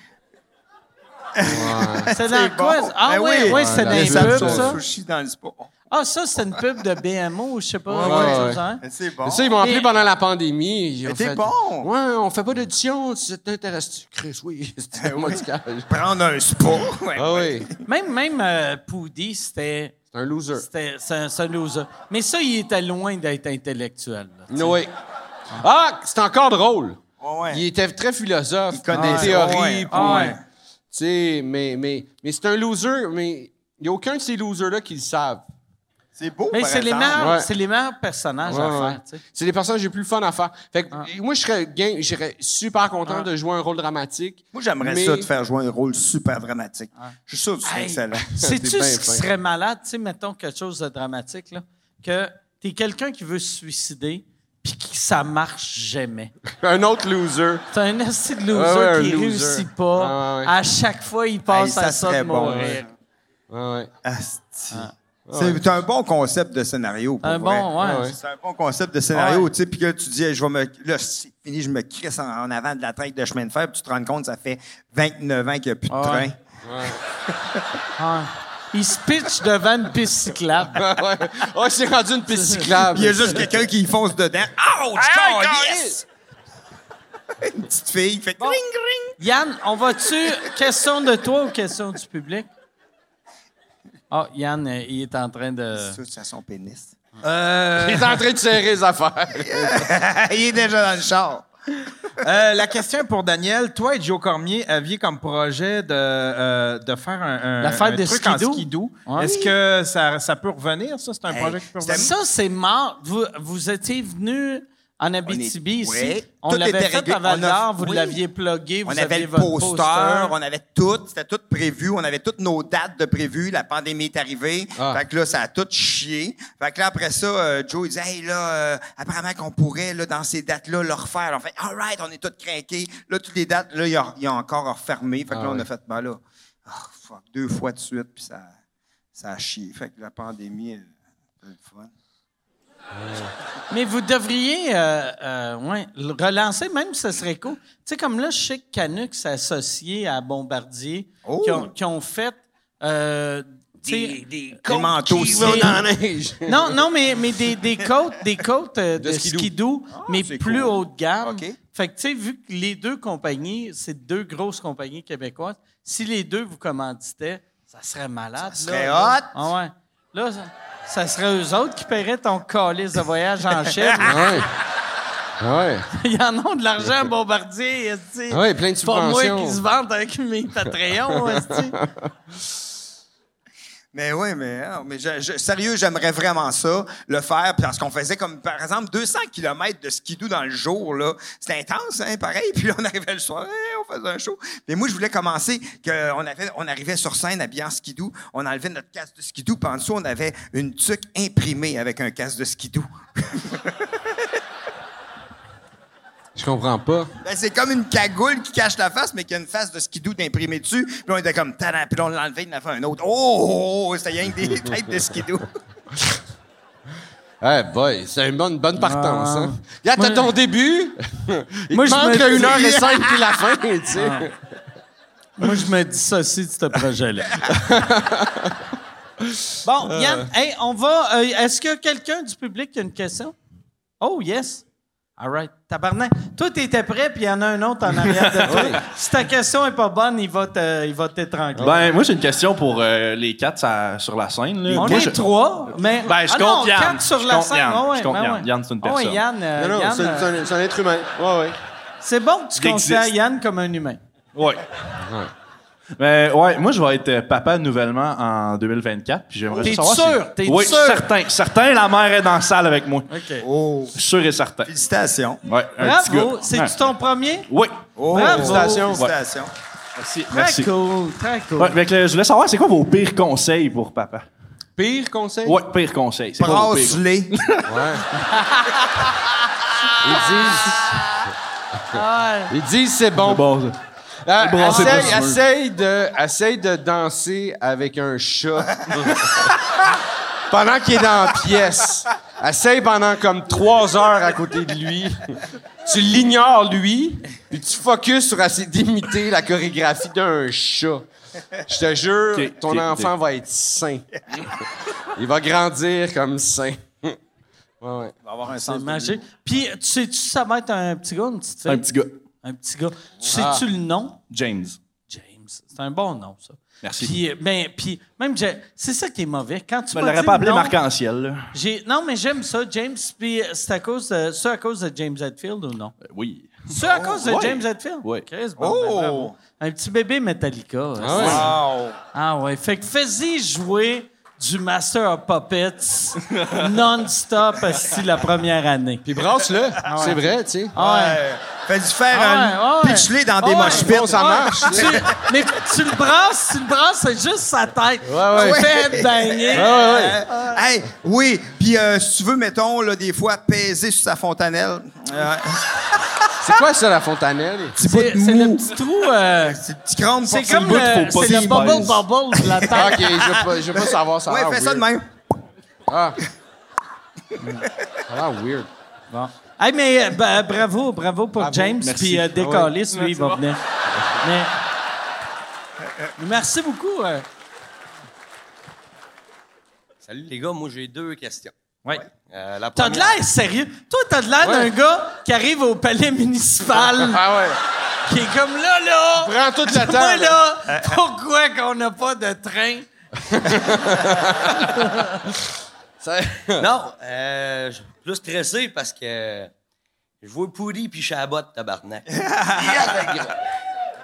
Speaker 1: C'est dans
Speaker 5: bon.
Speaker 1: quoi? Ah
Speaker 5: Ben
Speaker 1: oui, oui,
Speaker 5: oui.
Speaker 1: c'est
Speaker 4: Ouais,
Speaker 5: Il
Speaker 1: dans
Speaker 4: Les
Speaker 5: échappe
Speaker 1: les
Speaker 4: abdos.
Speaker 1: pubs,
Speaker 5: son
Speaker 1: ça.
Speaker 5: sushi dans le spa.
Speaker 1: Ah, ça, c'est une pub de BMO, je sais pas.
Speaker 4: Ouais,
Speaker 1: quelque
Speaker 4: ouais,
Speaker 1: chose,
Speaker 4: ouais.
Speaker 1: hein?
Speaker 5: Mais Ben, C'est bon.
Speaker 4: Ça, ils m'ont appelé pendant la pandémie. Ils ont
Speaker 5: t'es
Speaker 4: fait,
Speaker 5: bon.
Speaker 4: Ouais, on fait pas d'audition. Si ça t'intéresse, Chris, oui. C'était au Mont-du-Cage.
Speaker 5: Prendre un spa. Ouais.
Speaker 4: Ah oui,
Speaker 1: Même, même euh, Poudy, c'était.
Speaker 4: c'est un loser.
Speaker 1: C'était c'est un, c'est un loser. Mais ça, il était loin d'être intellectuel. là.
Speaker 4: No way. Ah, c'est encore drôle.
Speaker 5: Ouais, ouais.
Speaker 4: Il était très philosophe.
Speaker 5: Il connaît
Speaker 4: des
Speaker 5: ça,
Speaker 4: théories.
Speaker 5: ouais.
Speaker 4: puis-
Speaker 5: Ah ouais.
Speaker 4: Tu sais, mais, mais, mais c'est un loser, mais il n'y a aucun de ces losers-là qui le savent.
Speaker 5: C'est beau,
Speaker 1: Mais
Speaker 5: par
Speaker 1: c'est les,
Speaker 5: exemple.
Speaker 1: meilleurs-
Speaker 4: Ouais.
Speaker 1: c'est les meilleurs personnages
Speaker 4: Ouais, Ah.
Speaker 1: à faire.
Speaker 4: ouais.
Speaker 1: tu sais.
Speaker 4: C'est les personnages les plus fun à faire. Fait que moi, je serais, game- je serais super content de jouer un rôle dramatique.
Speaker 5: Moi, j'aimerais
Speaker 4: mais-
Speaker 5: ça te faire jouer un rôle super dramatique. Je suis sûr que tu serais
Speaker 1: Ah. Hey.
Speaker 5: excellent.
Speaker 1: Sais-tu
Speaker 4: C'est bien
Speaker 1: ce qui
Speaker 4: fin.
Speaker 1: serait malade, tu sais, mettons quelque chose de dramatique, là, que t'es quelqu'un qui veut se suicider, puis que ça marche jamais.
Speaker 4: Un autre loser.
Speaker 1: T'as un esti de loser
Speaker 4: Ouais, ouais, un
Speaker 1: qui
Speaker 4: loser.
Speaker 1: réussit pas.
Speaker 4: Ouais, ouais, ouais.
Speaker 1: À chaque fois, il passe
Speaker 5: Hey, ça
Speaker 1: à ça de
Speaker 5: serait bon,
Speaker 1: mourir.
Speaker 4: Ouais, ouais.
Speaker 5: Asti. C'est un bon concept de scénario. Pour
Speaker 1: Ah. Un
Speaker 5: vrai.
Speaker 1: bon, Ah ouais.
Speaker 4: Ouais, ouais.
Speaker 5: C'est un bon concept de scénario,
Speaker 1: Ouais.
Speaker 5: tu sais, puis que tu dis, hey, je vais me, là, c'est fini, je me crisse en, en avant de la traque de chemin de fer, puis tu te rends compte, ça fait 29 ans qu'il n'y a plus de
Speaker 1: Ah
Speaker 5: train.
Speaker 1: Il se pitch devant une piste cyclable.
Speaker 4: Ah ouais. Oh, c'est rendu une piste cyclable. Oh,
Speaker 5: Puis il y a juste quelqu'un qui y fonce dedans. Ouch! calisse! Une petite fille, fait Ring, ring!
Speaker 1: Yann, on va-tu... Question de toi ou question du public? Ah, Yann, euh, il est en train de...
Speaker 5: Ça, c'est à son pénis.
Speaker 4: Il est en train de serrer les affaires.
Speaker 5: il est déjà dans le char.
Speaker 3: Euh, la question est pour Daniel. Toi et Joe Cormier aviez comme projet de, euh, de faire un, un-
Speaker 1: La fête
Speaker 3: un
Speaker 1: de
Speaker 3: truc
Speaker 1: skidoo. Ah.
Speaker 3: en skidoo.
Speaker 1: Ouais.
Speaker 3: Est-ce que ça, ça peut revenir, ça? C'est un
Speaker 5: Hey,
Speaker 3: projet qui peut
Speaker 5: c'était-
Speaker 3: revenir?
Speaker 1: Ça, c'est mort. Vous, vous étiez venu en Abitibi
Speaker 5: On
Speaker 1: ici.
Speaker 5: est- ouais.
Speaker 1: On
Speaker 5: Tout
Speaker 1: l'avait
Speaker 5: était
Speaker 1: fait
Speaker 5: réglé.
Speaker 1: à Val
Speaker 5: On a-
Speaker 1: d'Or, vous
Speaker 5: oui.
Speaker 1: l'aviez plugué, vous
Speaker 5: on avait
Speaker 1: aviez
Speaker 5: le
Speaker 1: votre
Speaker 5: poster, on avait tout, c'était tout prévu, on avait toutes nos dates de prévu, la pandémie est arrivée,
Speaker 4: Ah.
Speaker 5: fait que là, ça a tout chié. Fait que là, après ça, euh, Joe, il dit « Hey, là, euh, apparemment qu'on pourrait, là, dans ces dates-là, le refaire. » On fait « All right, on est tous craqués. » Là, toutes les dates, là, il a, il a encore refermé. Fait que
Speaker 4: Ah
Speaker 5: là, on
Speaker 4: ouais.
Speaker 5: a fait « Ben là, oh, fuck, deux fois de suite, puis ça, ça a chié. » Fait que la pandémie, elle, c'est le fun.
Speaker 1: Mais vous devriez euh, euh, ouais, le relancer, même si ce serait cool. Tu sais, comme là, je sais que Canuck s'est associé à Bombardier,
Speaker 5: Oh!
Speaker 1: qui, ont, qui ont fait... euh, tu sais,
Speaker 5: Les manteaux
Speaker 1: qui
Speaker 5: aussi.
Speaker 1: vont dans la
Speaker 4: neige.
Speaker 1: Non, non, mais, mais des, des côtes, des côtes euh, de,
Speaker 4: De skidoo.
Speaker 1: skidoo, mais
Speaker 5: Ah, c'est
Speaker 1: plus
Speaker 5: cool.
Speaker 1: haut de gamme.
Speaker 5: OK.
Speaker 1: Fait que, tu sais, vu que les deux compagnies, c'est deux grosses compagnies québécoises, si les deux vous commanditaient, ça serait malade.
Speaker 5: Ça serait
Speaker 1: là.
Speaker 5: hot.
Speaker 1: Ah ouais. Là, ça, ça serait eux autres qui paieraient ton calice de voyage en chef.
Speaker 4: Ah ouais. Ah ouais.
Speaker 1: Ils en ont de l'argent à Bombardier, esti.
Speaker 4: Ah ouais, plein de
Speaker 1: Pas moi qui se
Speaker 4: subventions.
Speaker 1: vendent avec mes Patreons, esti.
Speaker 5: Mais oui, mais, hein, mais je- je- sérieux, j'aimerais vraiment ça, le faire, parce qu'on faisait comme, par exemple, 200 km de skidoo dans le jour, là. C'était intense, hein, pareil. Puis là, on arrivait le soir, hey, on faisait un show. Mais moi, je voulais commencer qu'on avait, on arrivait sur scène habillé en skidoo, on enlevait notre casque de skidoo, puis en dessous, on avait une tuque imprimée avec un casque de skidoo.
Speaker 4: Je comprends pas.
Speaker 5: Ben, c'est comme une cagoule qui cache la face, mais qui a une face de skidou d'imprimé dessus. Puis on était comme, tadam, puis là, on l'a enlevé, il en a fait un autre. Oh, c'est rien que des têtes de skidou.
Speaker 4: Eh boy, c'est une bonne, bonne partance. Hein? Regarde, t'as ton début. Il
Speaker 1: Moi,
Speaker 4: te
Speaker 1: Ah. je
Speaker 4: manque
Speaker 1: me
Speaker 4: le
Speaker 1: dis-
Speaker 4: 1h05 puis la fin, tu sais.
Speaker 1: Moi, je me dissocie de ce projet-là. bon, Yann, hey, on va. euh, Est-ce que quelqu'un du public a une question? Oh, yes. All right. Tabarnak. Toi, t'étais prêt, puis il y en a un autre en arrière de toi. si ta question est pas bonne, il va te- il va t'étrangler.
Speaker 11: Ben, moi, j'ai une question pour euh, les quatre ça- sur la scène. Là.
Speaker 1: on
Speaker 11: Moi,
Speaker 1: est
Speaker 11: je-
Speaker 1: trois, mais.
Speaker 11: Ben, je
Speaker 1: Ah non,
Speaker 11: compte Yann.
Speaker 1: quatre sur
Speaker 11: Je
Speaker 1: la
Speaker 11: compte
Speaker 1: scène.
Speaker 11: Yann.
Speaker 1: Ah ouais,
Speaker 11: Je compte
Speaker 1: ben
Speaker 11: Yann.
Speaker 1: ouais.
Speaker 11: Yann, c'est une
Speaker 1: Ah ouais,
Speaker 11: personne.
Speaker 1: Yann, euh,
Speaker 4: Non, non,
Speaker 1: Yann,
Speaker 4: c'est
Speaker 1: euh,
Speaker 4: un, c'est un être humain. Ouais, ouais.
Speaker 1: c'est bon que tu
Speaker 11: Il
Speaker 1: considères
Speaker 11: existe.
Speaker 1: Yann comme un humain.
Speaker 11: Ouais. Mais ouais, moi je vais être euh, papa nouvellement en 2024, puis j'aimerais
Speaker 1: T'es
Speaker 11: juste savoir
Speaker 1: sûr?
Speaker 11: si-
Speaker 1: T'es
Speaker 11: oui,
Speaker 1: sûr?
Speaker 11: certain, certain la mère est dans la salle avec moi.
Speaker 5: Oh.
Speaker 11: Sûr et certain.
Speaker 5: Félicitations.
Speaker 11: Ouais, un petit
Speaker 1: Bravo.
Speaker 11: gars.
Speaker 1: C'est-tu ton premier?
Speaker 11: Oui.
Speaker 5: Oh,
Speaker 1: Bravo.
Speaker 5: Félicitations. Félicitations.
Speaker 11: Merci.
Speaker 1: Très
Speaker 11: Merci.
Speaker 1: cool. Très cool.
Speaker 11: Ouais, fait que, euh, je voulais savoir c'est quoi vos pires conseils pour papa
Speaker 4: Pire conseil?
Speaker 11: Ouais, pires conseils. C'est quoi vos pires-
Speaker 5: Brasse-les.
Speaker 4: Ouais. Ils disent. Ils disent c'est bon.
Speaker 11: Bon, ça.
Speaker 4: Euh,
Speaker 11: bon, c'est
Speaker 4: essaye,
Speaker 11: pas sûr.
Speaker 4: essaye de, essaye de danser avec un chat pendant qu'il est dans la pièce. Essaye pendant comme trois heures à côté de lui. Tu l'ignores, lui, puis tu focuses sur essayer d'imiter la chorégraphie d'un chat. Je te jure,
Speaker 11: Ok,
Speaker 4: ton
Speaker 11: ok,
Speaker 4: enfant va être sain. Il va grandir comme sain. Ouais, ouais.
Speaker 1: C'est magique. Puis, tu sais-tu, ça va être un petit gars ou une petite fille?
Speaker 11: un petit gars, Ah.
Speaker 1: Un petit gars. Tu sais-tu le nom?
Speaker 11: James.
Speaker 1: James. C'est un bon nom, ça.
Speaker 11: Merci.
Speaker 1: Puis, euh, ben, puis même, j'ai- c'est ça qui est mauvais. Quand tu
Speaker 11: Je
Speaker 1: m'as
Speaker 11: l'aurais
Speaker 1: dit
Speaker 11: pas
Speaker 1: le
Speaker 11: appelé
Speaker 1: nom,
Speaker 11: Marc-en-Ciel. là.
Speaker 1: j'ai- Non, mais j'aime ça, James. Puis, euh, c'est à cause de, c'est à cause de James Hetfield ou non?
Speaker 11: Euh, Oui. Oh,
Speaker 1: C'est à cause de
Speaker 11: ouais.
Speaker 1: James Hetfield?
Speaker 11: Ouais.
Speaker 1: Chris, bon, ben,
Speaker 4: Oh!
Speaker 1: bravo. Un petit bébé Metallica. euh, c'est- Ah ouais.
Speaker 5: Wow.
Speaker 1: Fait que fais-y jouer du Master of Puppets non-stop asti, la première année.
Speaker 4: Puis brasse-le, c'est vrai, tu sais.
Speaker 1: Ah ouais.
Speaker 5: Ouais. Fais-tu faire
Speaker 1: Ah
Speaker 5: un.
Speaker 1: ouais, ouais.
Speaker 5: Pitch-les dans des
Speaker 1: Ah ouais.
Speaker 5: moches
Speaker 4: Bon, ça
Speaker 1: Ouais.
Speaker 4: marche.
Speaker 1: Tu- mais tu le brasses, tu le brasses, c'est juste sa tête.
Speaker 4: ouais.
Speaker 1: Tu fais baigner.
Speaker 5: Euh, hey, oui, puis euh, si tu veux, mettons, là, des fois, peser sur sa fontanelle. Euh,
Speaker 4: C'est quoi ça, la fontanelle?
Speaker 5: petit bout
Speaker 1: C'est
Speaker 5: de
Speaker 1: c'est
Speaker 5: mou.
Speaker 1: le petit trou. euh,
Speaker 5: C'est le petit crâne
Speaker 1: c'est
Speaker 5: pour
Speaker 1: comme
Speaker 11: bout,
Speaker 1: le,
Speaker 11: faut pas
Speaker 1: c'est le
Speaker 11: qu'il
Speaker 1: bubble
Speaker 11: baise.
Speaker 1: bubble de la
Speaker 4: Ah,
Speaker 1: tête.
Speaker 4: OK, je veux pas, je veux pas savoir ça. a
Speaker 5: Ouais,
Speaker 4: l'air
Speaker 5: fais ça de
Speaker 4: weird.
Speaker 5: même.
Speaker 4: Ah. Ça a l'air weird.
Speaker 1: Hey, mais euh, bah, bravo, bravo pour James.
Speaker 4: merci.
Speaker 1: Puis euh,
Speaker 4: Ah ouais.
Speaker 1: Décallis, lui, il va venir. Mais, mais merci beaucoup. euh.
Speaker 12: Salut les gars, moi j'ai deux questions.
Speaker 1: Ouais.
Speaker 12: Euh, la
Speaker 1: T'as de
Speaker 12: première-
Speaker 1: l'air sérieux. Toi, t'as de l'air d'un gars qui arrive au palais municipal.
Speaker 4: Ah ouais.
Speaker 1: qui est comme là, là.
Speaker 4: Prends toute la
Speaker 1: Moi,
Speaker 4: table.
Speaker 1: là, pourquoi qu'on n'a pas de train?
Speaker 4: Ça-
Speaker 12: Non, euh, je suis plus stressé parce que je vois pourri puis chabot tabarnak.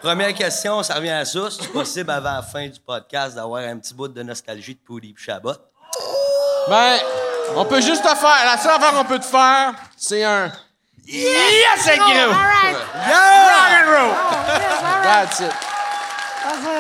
Speaker 12: Première question, ça revient à ça. C'est possible avant la fin du podcast d'avoir un petit bout de nostalgie de pourri puis chabot?
Speaker 4: Ben, on peut juste te faire. La seule affaire qu'on peut te faire, c'est un. Yes, c'est gros! That's it.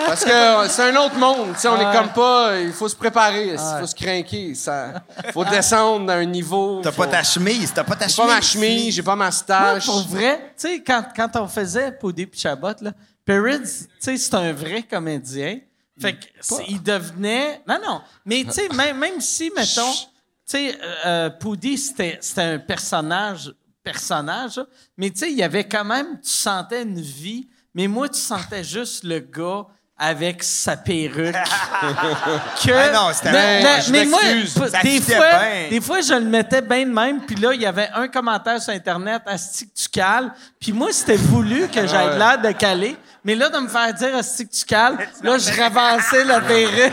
Speaker 4: Parce que euh, c'est un autre monde, tu sais, on est comme pas, il faut se préparer, il faut se craquer, ça, faut descendre à un niveau.
Speaker 5: T'as pas
Speaker 4: faut-
Speaker 5: ta chemise, t'as pas ta
Speaker 4: J'ai
Speaker 5: chemise.
Speaker 4: pas ma chemise, j'ai pas ma
Speaker 1: Moi,
Speaker 4: stache.
Speaker 1: pour vrai, tu sais, quand, quand on faisait Poudy puis Chabot, là, Perrids, tu sais, c'est un vrai comédien. Fait que c'est- il devenait. Non, non. Mais tu sais, même, même si, mettons, tu sais, euh, euh, Poudy, c'était c'était un personnage, personnage, là, mais tu sais, il y avait quand même, tu sentais une vie, mais moi, tu sentais juste le gars avec sa perruque. que,
Speaker 5: Ah non, c'était-
Speaker 1: mais,
Speaker 5: Ben,
Speaker 1: mais- mais
Speaker 5: je
Speaker 1: moi,
Speaker 5: m'excuse.
Speaker 1: p-
Speaker 5: Ça
Speaker 1: des
Speaker 5: fitait
Speaker 1: fois,
Speaker 5: bien.
Speaker 1: des fois, je le mettais bien de même, puis là, il y avait un commentaire sur Internet, Asti que tu cales. Puis moi, c'était voulu que j'aille de l'air de caler. Mais là, de me faire dire Asti que tu cales, là, je ravancais la perruque.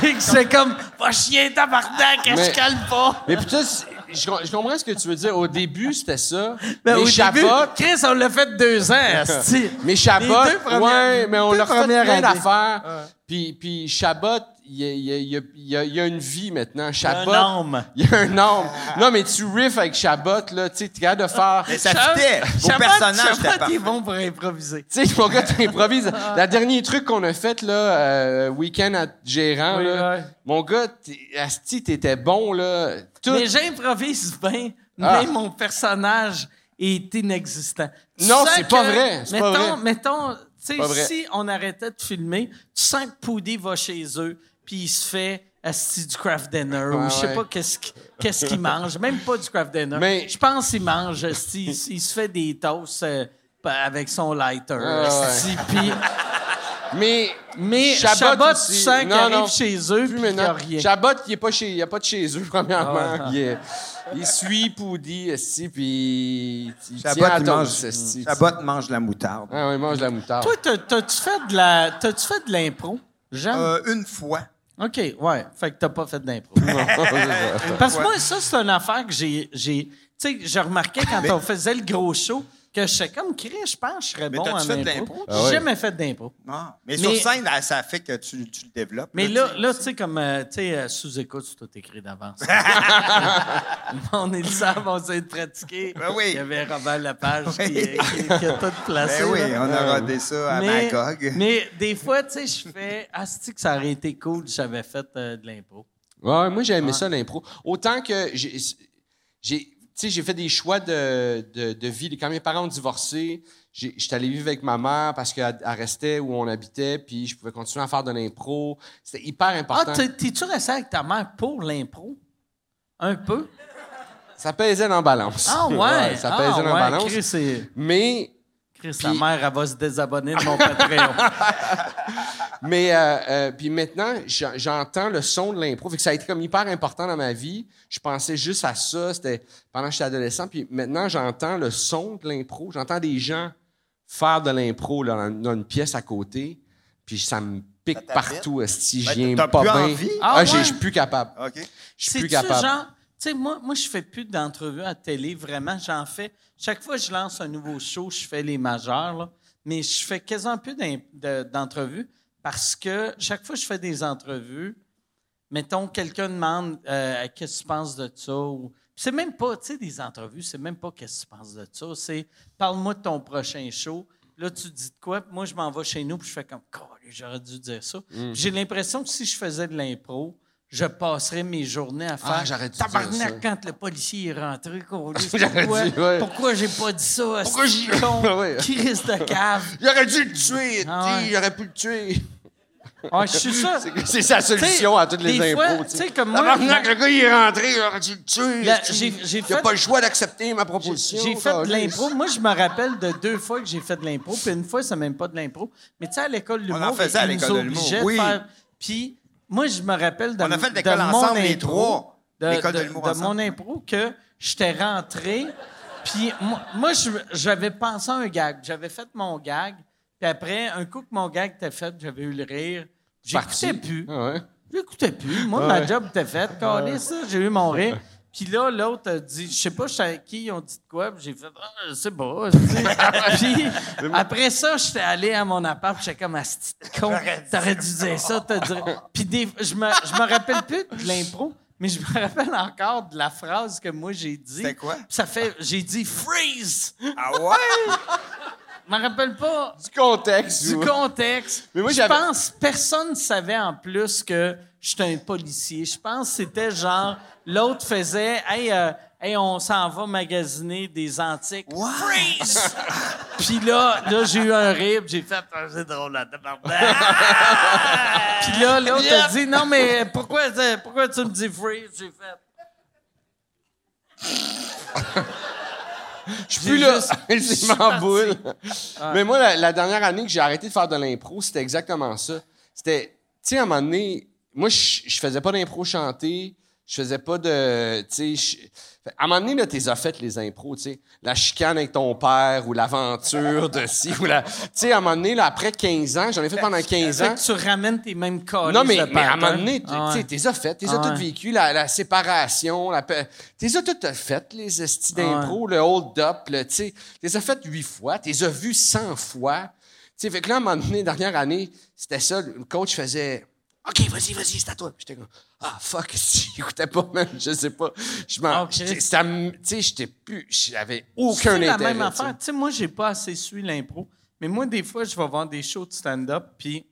Speaker 1: Puis que c'est comme, va chier, tabarnak, que
Speaker 4: Mais-
Speaker 1: je cale pas.
Speaker 4: Mais putain, c'est- je, je comprends ce que tu veux dire. Au début, c'était ça.
Speaker 1: Ben,
Speaker 4: mais
Speaker 1: au début,
Speaker 4: Chabot,
Speaker 1: Chris, on l'a fait deux ans, Asti.
Speaker 4: mais Chabot,
Speaker 1: Les deux premières-
Speaker 4: ouais, mais on
Speaker 1: deux
Speaker 4: leur fait
Speaker 1: premières
Speaker 4: plein
Speaker 1: années.
Speaker 4: d'affaires. Puis, puis Chabot, il y a, il y a- il y a- il y a- il y a une vie maintenant. Chabot,
Speaker 1: Un homme.
Speaker 4: il y a un homme. Non, mais tu riffs avec Chabot, là, tu sais, tu capable de faire.
Speaker 5: Mais ça fitait. Vos
Speaker 1: Chabot-
Speaker 5: personnages,
Speaker 1: Chabot
Speaker 5: t'as pas.
Speaker 1: est bon pour improviser.
Speaker 4: Tu sais, mon gars, t'improvises. La dernier truc qu'on a fait, là, euh, week-end à Gérant,
Speaker 1: Oui,
Speaker 4: là,
Speaker 1: ouais.
Speaker 4: mon gars, t'es- Asti, t'étais bon, là. Tout.
Speaker 1: Mais j'improvise bien,
Speaker 4: Ah.
Speaker 1: mais mon personnage est inexistant. Tu
Speaker 4: Non,
Speaker 1: sens
Speaker 4: c'est
Speaker 1: que,
Speaker 4: pas vrai, c'est pas
Speaker 1: mettons,
Speaker 4: vrai.
Speaker 1: mettons, tu sais,
Speaker 4: Pas vrai.
Speaker 1: si on arrêtait de filmer, tu sens que Poudy va chez eux, puis il se fait asti du craft dinner, ou
Speaker 4: Ouais,
Speaker 1: je sais
Speaker 4: ouais.
Speaker 1: pas qu'est-ce qu'- qu'est-ce qu'il mange, même pas du craft dinner.
Speaker 4: Mais-
Speaker 1: Je pense qu'il mange, asti, il, il se fait des toasts euh, avec son lighter,
Speaker 4: Ah, ouais.
Speaker 1: asti, puis-
Speaker 4: Mais,
Speaker 1: Mais
Speaker 4: Chabot,
Speaker 1: Chabot,
Speaker 4: aussi.
Speaker 1: tu sens qu'il
Speaker 4: Non,
Speaker 1: arrive
Speaker 4: non.
Speaker 1: chez eux, puis
Speaker 4: Plus
Speaker 1: qu'il y a
Speaker 4: maintenant.
Speaker 1: rien.
Speaker 4: Chabot, il n'y a, pas chez- il est pas de chez eux, premièrement.
Speaker 1: Ah.
Speaker 4: Il, est- il suit Poudy, esti, puis il
Speaker 5: Chabot,
Speaker 4: tient à
Speaker 5: il
Speaker 4: tous,
Speaker 5: mange-
Speaker 4: esti.
Speaker 5: Chabot mange la moutarde.
Speaker 1: Hein?
Speaker 4: Ah ouais, il mange de la moutarde.
Speaker 1: Toi, t'as- t'as-tu fait de la, t'as-tu fait de l'impro? Jean?
Speaker 5: Euh, une fois.
Speaker 1: OK, ouais. Fait que t'as pas fait d'impro.
Speaker 5: Une
Speaker 1: Parce que
Speaker 5: fois.
Speaker 1: moi, ça, c'est une affaire que j'ai. j'ai- Tu sais, je remarquais quand on faisait le gros show que je sais comme Chris, je pense que je serais
Speaker 5: Mais
Speaker 1: bon en
Speaker 5: t'as-tu fait de
Speaker 1: impro.
Speaker 5: l'impro?
Speaker 1: J'ai
Speaker 5: Ah ouais.
Speaker 1: jamais fait d'impro.
Speaker 5: Ah, mais,
Speaker 1: Mais-
Speaker 5: sur scène, là, ça fait que tu, tu le développes.
Speaker 1: Mais
Speaker 5: tu
Speaker 1: là,
Speaker 5: sais.
Speaker 1: là tu sais, comme euh, tu sais, euh, sous-écoute, c'est tout écrit d'avance. on est le savent, on s'est pratiqué.
Speaker 5: Ben oui.
Speaker 1: Il y avait Robert Lepage qui,
Speaker 5: Oui.
Speaker 1: qui- qui a tout placé.
Speaker 5: Ben oui,
Speaker 1: là.
Speaker 5: on a rodé ça à
Speaker 1: Mais-
Speaker 5: Magog.
Speaker 1: Mais des fois, tu sais, je fais Asti que ça aurait été cool si j'avais fait euh, de l'impro.
Speaker 4: Ouais, moi, j'ai aimé ça, l'impro. Autant que j'ai. j'ai- Tu sais, j'ai fait des choix de, de, de vie. Quand mes parents ont divorcé, j'ai- j'étais allé vivre avec ma mère parce qu'elle elle restait où on habitait, puis je pouvais continuer à faire de l'impro. C'était hyper
Speaker 1: Ah,
Speaker 4: important.
Speaker 1: t'es- t'es-tu resté avec ta mère pour l'impro? Un peu?
Speaker 4: ça pesait dans la balance.
Speaker 1: Ah ouais!
Speaker 4: ça
Speaker 1: Ah
Speaker 4: pesait dans la
Speaker 1: ouais,
Speaker 4: balance.
Speaker 1: Chris, c'est-
Speaker 4: Mais
Speaker 1: Chris, ta
Speaker 4: Puis-
Speaker 1: mère, elle va se désabonner de mon Patreon.
Speaker 4: Mais euh, euh, puis maintenant, j'en- j'entends le son de l'impro. Fait que ça a été comme hyper important dans ma vie. Je pensais juste à ça. C'était pendant que j'étais adolescent. Puis maintenant, j'entends le son de l'impro. J'entends des gens faire de l'impro là, dans, dans une pièce à côté. Puis ça me pique
Speaker 5: t'habite?
Speaker 4: partout. Si
Speaker 5: Ben,
Speaker 4: j'aime
Speaker 5: t'as
Speaker 4: pas
Speaker 5: plus
Speaker 4: bien.
Speaker 5: envie?
Speaker 4: Ah,
Speaker 1: Ah
Speaker 4: j'ai-
Speaker 1: ouais?
Speaker 4: Je suis plus capable.
Speaker 5: OK.
Speaker 4: Je suis
Speaker 1: C'est-tu
Speaker 4: plus capable.
Speaker 1: genre, tu sais, moi, moi, je fais plus d'entrevues à télé, vraiment, j'en fais. Chaque fois que je lance un nouveau show, je fais les majeurs, là, mais je fais quasiment plus d'im- de- d'entrevues parce que chaque fois que je fais des entrevues, mettons, quelqu'un demande euh, qu'est-ce que tu penses de ça ou. Puis C'est même pas, tu sais, des entrevues, c'est même pas qu'est-ce que tu penses de ça. C'est parle-moi de ton prochain show. Là, tu dis de quoi? Puis moi, je m'en vais chez nous, puis je fais comme, Calé, j'aurais dû dire ça.
Speaker 4: Mmh.
Speaker 1: Puis J'ai l'impression que si je faisais de l'impro, je passerais mes journées à faire.
Speaker 4: Ah, j'aurais dû dire ça.
Speaker 1: Tabarnak, quand le policier est rentré, Calé, c'est
Speaker 4: J'aurais
Speaker 1: pourquoi,
Speaker 4: dû, ouais.
Speaker 1: pourquoi j'ai pas dit ça? Pourquoi
Speaker 4: j'y- Ouais.
Speaker 1: Qui risque de cave?
Speaker 4: J'aurais dû le tuer.
Speaker 1: Ah ouais.
Speaker 4: Esti, J'aurais pu le tuer.
Speaker 1: Ah, je suis ça.
Speaker 4: C'est- C'est sa solution à toutes les
Speaker 1: des fois,
Speaker 4: impôts.
Speaker 1: tu sais, comme moi-
Speaker 4: Tabarnak, le gars, il est rentré, j'aurais dû le tuer.
Speaker 1: Là,
Speaker 4: esti.
Speaker 1: j'ai- j'ai
Speaker 4: Il a
Speaker 1: fait-
Speaker 4: pas le choix d'accepter ma proposition.
Speaker 1: J'ai fait de
Speaker 4: Caliste.
Speaker 1: l'impro. Moi, je me rappelle de deux fois que j'ai fait de l'impro, puis une fois, c'est même pas de l'impro. Mais tu sais, à l'école de l'humour,
Speaker 5: en faisait à
Speaker 1: ils nous
Speaker 5: l'école de l'humour,
Speaker 1: obligeaient
Speaker 5: oui.
Speaker 1: faire- Puis moi, je me rappelle de
Speaker 5: On a fait
Speaker 1: de
Speaker 5: l'école
Speaker 1: mon
Speaker 5: ensemble, les
Speaker 1: impro,
Speaker 5: trois.
Speaker 1: De,
Speaker 5: L'école de
Speaker 1: de-
Speaker 5: l'humour
Speaker 1: de
Speaker 5: ensemble.
Speaker 1: mon impro que j'étais rentré, puis moi, moi, je- j'avais pensé à un gag. J'avais fait mon gag, puis après, un coup que mon gag était fait, j'avais eu le rire. J'écoutais
Speaker 4: Parti.
Speaker 1: plus.
Speaker 4: Ah ouais.
Speaker 1: J'écoutais plus. Moi,
Speaker 4: Ouais.
Speaker 1: ma job était faite. Calais, ça, j'ai eu mon rire. Puis là, l'autre a dit, je sais pas je sais avec qui, ils ont dit de quoi, puis j'ai fait, ah, je sais pas. tu sais. puis après ça, j'étais allé à mon appart, j'étais comme, ah, c'est con, t'aurais dû dire ça, t'as dit. Puis des- je, me, je me rappelle plus de l'impro, mais je me rappelle encore de la phrase que moi j'ai dit.
Speaker 5: C'était quoi?
Speaker 1: Ça fait, j'ai dit, freeze!
Speaker 5: Ah ouais?
Speaker 1: Je me rappelle pas
Speaker 4: Du contexte.
Speaker 1: du
Speaker 4: ouais.
Speaker 1: contexte.
Speaker 4: Mais moi,
Speaker 1: je
Speaker 4: j'avais-
Speaker 1: pense personne ne savait en plus que j'étais un policier. Je pense que c'était genre l'autre faisait hey, euh, hey, on s'en va magasiner des antiques. Freeze! Puis là, là j'ai eu un rire, puis j'ai fait Ah, c'est drôle là, tabarnak. Puis là, l'autre a dit non mais pourquoi pourquoi tu me dis freeze? J'ai fait
Speaker 4: Je suis plus là.
Speaker 1: juste-
Speaker 4: C'est ma boule. Mais moi, la, la dernière année que j'ai arrêté de faire de l'impro, c'était exactement ça. C'était, tu sais, à un moment donné, moi, je je faisais pas d'impro chanté. Je faisais pas de. Tu sais, je- à un moment donné, là, t'es fait les impros, tu sais. La chicane avec ton père ou l'aventure de ci ou la. Tu sais, à un moment donné, là, après 15 ans, j'en ai fait pendant 15 ans.
Speaker 1: Fait que tu ramènes tes mêmes calices
Speaker 4: Non, mais,
Speaker 1: de
Speaker 4: mais à un
Speaker 1: patins.
Speaker 4: moment donné, tu
Speaker 1: Ah ouais.
Speaker 4: sais, t'es as fait, t'es
Speaker 1: Ah
Speaker 4: as tout
Speaker 1: ouais.
Speaker 4: vécu, la, la séparation, la pe- t'es as tout fait, les
Speaker 1: Ah
Speaker 4: estis d'impro, le hold-up, le, tu sais, t'es as fait huit fois, t'es as vu 100 fois. Tu sais, fait que là, à un moment donné, dernière année, c'était ça, le coach faisait OK, vas-y, vas-y, c'est à toi. Puis J'étais comme Ah, fuck, si, j'écoutais pas, même, je sais pas. Je m'en.
Speaker 1: Ah, Chris.
Speaker 4: j'étais- ça me- Tu sais, j'étais plus. J'avais aucun
Speaker 1: C'est
Speaker 4: intérêt.
Speaker 1: la même
Speaker 4: tu sais.
Speaker 1: affaire. Tu sais, moi, j'ai pas assez su l'impro. Mais moi, des fois, je vais voir des shows de stand-up, puis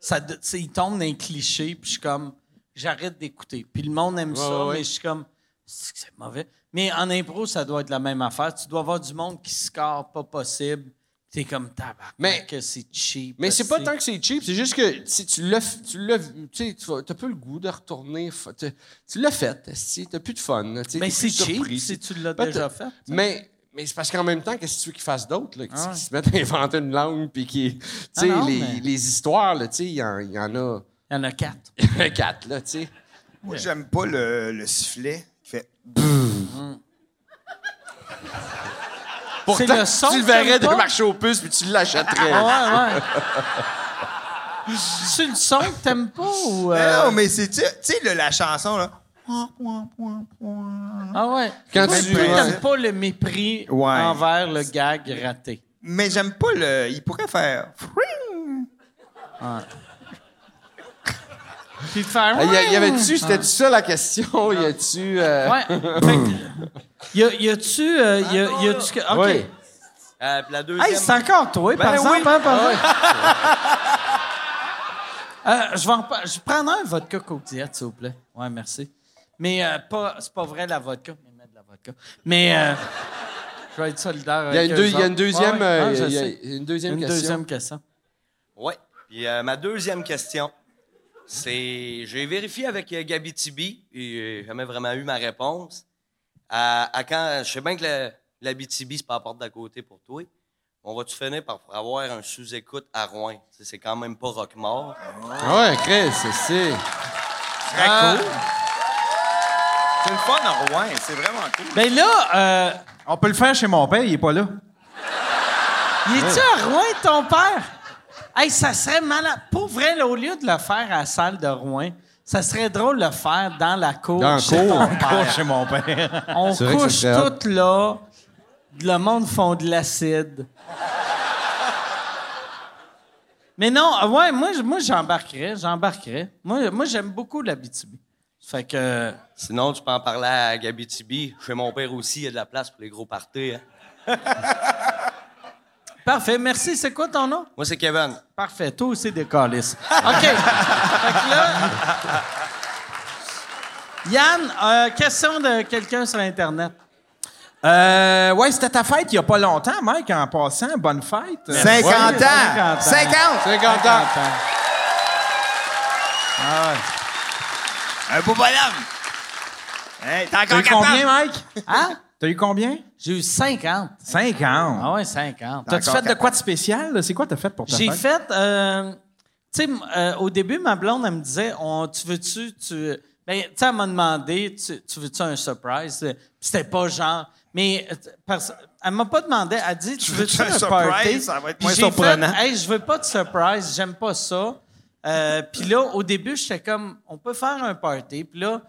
Speaker 1: ça, de- tu sais, ils tombent dans un cliché, puis je suis comme, j'arrête d'écouter. Puis le monde aime ça,
Speaker 4: ouais.
Speaker 1: mais je suis comme, C'est que c'est mauvais. Mais en impro, ça doit être la même affaire. Tu dois avoir du monde qui score pas possible. T'es comme tabac. Mais que c'est cheap.
Speaker 4: Mais c'est pas tant que c'est cheap, c'est juste que si tu l'as, f- tu l'as, tu sais, tu vas- t'as plus le goût de retourner, f- tu tu l'as fait, si t'as plus de fun.
Speaker 1: Mais c'est cheap si tu l'as déjà fait, tu sais.
Speaker 4: Mais mais c'est parce qu'en même temps, qu'est-ce que tu veux qu'ils fassent d'autre, là, qu'ils qu'ils se mettent à inventer une langue, puis qui, tu sais,
Speaker 1: Ah non,
Speaker 4: les,
Speaker 1: mais-
Speaker 4: les histoires, là, tu sais, il y, en- il y en a.
Speaker 1: Il y en a quatre.
Speaker 4: Il y en a quatre, là, tu sais.
Speaker 5: Moi, j'aime pas le, le sifflet qui fait.
Speaker 4: Pourtant,
Speaker 5: C'est le son
Speaker 4: tu le
Speaker 5: que t'aimes
Speaker 4: verrais de
Speaker 5: pas?
Speaker 4: marcher aux puces, puis tu l'achèterais.
Speaker 1: Ah
Speaker 5: Ouais, ouais.
Speaker 1: C'est le son que t'aimes pas ou. euh?
Speaker 5: Non, non, mais c'est. Tu tu sais, le- la chanson, là.
Speaker 1: Ah ouais.
Speaker 5: Quand
Speaker 1: Toi,
Speaker 5: tu-
Speaker 1: toi, t'aimes
Speaker 5: ouais.
Speaker 1: pas le mépris
Speaker 5: Ouais.
Speaker 1: envers le gag raté.
Speaker 5: Mais j'aime pas le. Il pourrait faire.
Speaker 1: Puis de faire.
Speaker 4: Il y, a- y avait-tu,
Speaker 1: Ouais. Ah.
Speaker 4: c'était ça la question? Y a-tu. euh,
Speaker 1: Ouais. Y a- y a-tu. euh, y a- y a-tu. que- OK.
Speaker 4: Oui.
Speaker 12: Euh, puis la deuxième.
Speaker 1: Hey, c'est encore toi,
Speaker 12: Ben
Speaker 1: par exemple.
Speaker 12: oui.
Speaker 1: hein, par
Speaker 12: Ah
Speaker 1: exemple. Euh, je, vais en pa- je prends un vodka Coke Diet, s'il vous plaît. Ouais, merci. Mais euh, pas, c'est pas vrai, la vodka. Mais mettre de la vodka. Mais euh, je vais être solidaire.
Speaker 4: Il y a
Speaker 1: avec
Speaker 4: une deux-
Speaker 1: eux
Speaker 4: il y a une
Speaker 1: autres.
Speaker 4: deuxième,
Speaker 1: Ouais, ouais.
Speaker 4: euh,
Speaker 1: Ah, je
Speaker 4: il y a-
Speaker 1: sais.
Speaker 4: il y a une deuxième question.
Speaker 1: deuxième question.
Speaker 12: Oui. Puis euh, ma deuxième question, c'est. J'ai vérifié avec euh, Gabi Tibi, et euh, j'ai jamais vraiment eu ma réponse. À, à quand. Je sais bien que la, la Bitibi, c'est pas la porte d'à côté pour toi. On va-tu finir par avoir un sous-écoute à Rouen? Tu sais, C'est quand même pas Rockmore.
Speaker 4: Ouais, Chris, c'est- c'est.
Speaker 5: Très cool. C'est le fun à Rouen, c'est vraiment cool.
Speaker 1: Ben là, euh,
Speaker 3: On peut le faire chez mon père, il est pas là. Ah
Speaker 1: Il est-tu à Rouen, ton père? Hey, ça serait malade. Pour vrai, là, au lieu de le faire à la salle de Rouen, ça serait drôle de le faire dans la cour.
Speaker 3: Dans la
Speaker 1: chez
Speaker 3: cour.
Speaker 1: ton
Speaker 3: Dans la
Speaker 1: père.
Speaker 3: cour chez mon père.
Speaker 1: On
Speaker 3: C'est vrai que ça
Speaker 1: couche
Speaker 3: serait hot.
Speaker 1: tout là. Le monde font de l'acide. Mais non, euh, ouais, moi, j- moi j'embarquerais, j'embarquerais. Moi, moi j'aime beaucoup l'Abitibi. Fait que.
Speaker 12: Sinon, tu peux en parler à Gabi Tibi. Chez mon père aussi, il y a de la place pour les gros parties. hein.
Speaker 1: Parfait, merci. C'est quoi ton nom?
Speaker 12: Moi, c'est Kevin.
Speaker 1: Parfait, toi aussi des calices. OK. Fait que là- Yann, euh, question de quelqu'un sur Internet.
Speaker 3: Euh, ouais, c'était ta fête il y a pas longtemps, Mike, en passant. Bonne fête.
Speaker 5: 50 ans.
Speaker 3: 50.
Speaker 5: 50 50 ans. Un beau bonhomme. Hey, t'es
Speaker 3: T'as
Speaker 5: encore
Speaker 3: eu combien,
Speaker 5: capable.
Speaker 3: Mike?
Speaker 1: Hein?
Speaker 3: T'as eu combien?
Speaker 1: J'ai eu 50.
Speaker 3: 50.
Speaker 1: Ah ouais, 50.
Speaker 3: T'as-tu fait de quoi de spécial? là? C'est quoi t'as fait pour ta
Speaker 1: J'ai
Speaker 3: fête?
Speaker 1: fait. euh, tu sais, m- euh, au début, ma blonde, elle me disait on, Tu veux-tu. Tu... Ben, tu sais, elle m'a demandé Tu, tu veux-tu un surprise Puis C'était pas genre. Mais euh, parce- elle m'a pas demandé. Elle dit Tu veux-tu
Speaker 5: veux-tu
Speaker 1: un
Speaker 5: un surprise?
Speaker 1: party?
Speaker 5: Ça va être
Speaker 1: Puis
Speaker 5: moins
Speaker 1: j'ai
Speaker 5: surprenant.
Speaker 1: fait, hey, je veux pas de surprise, j'aime pas ça. Euh, Puis là, au début, j'étais comme On peut faire un party. Puis là,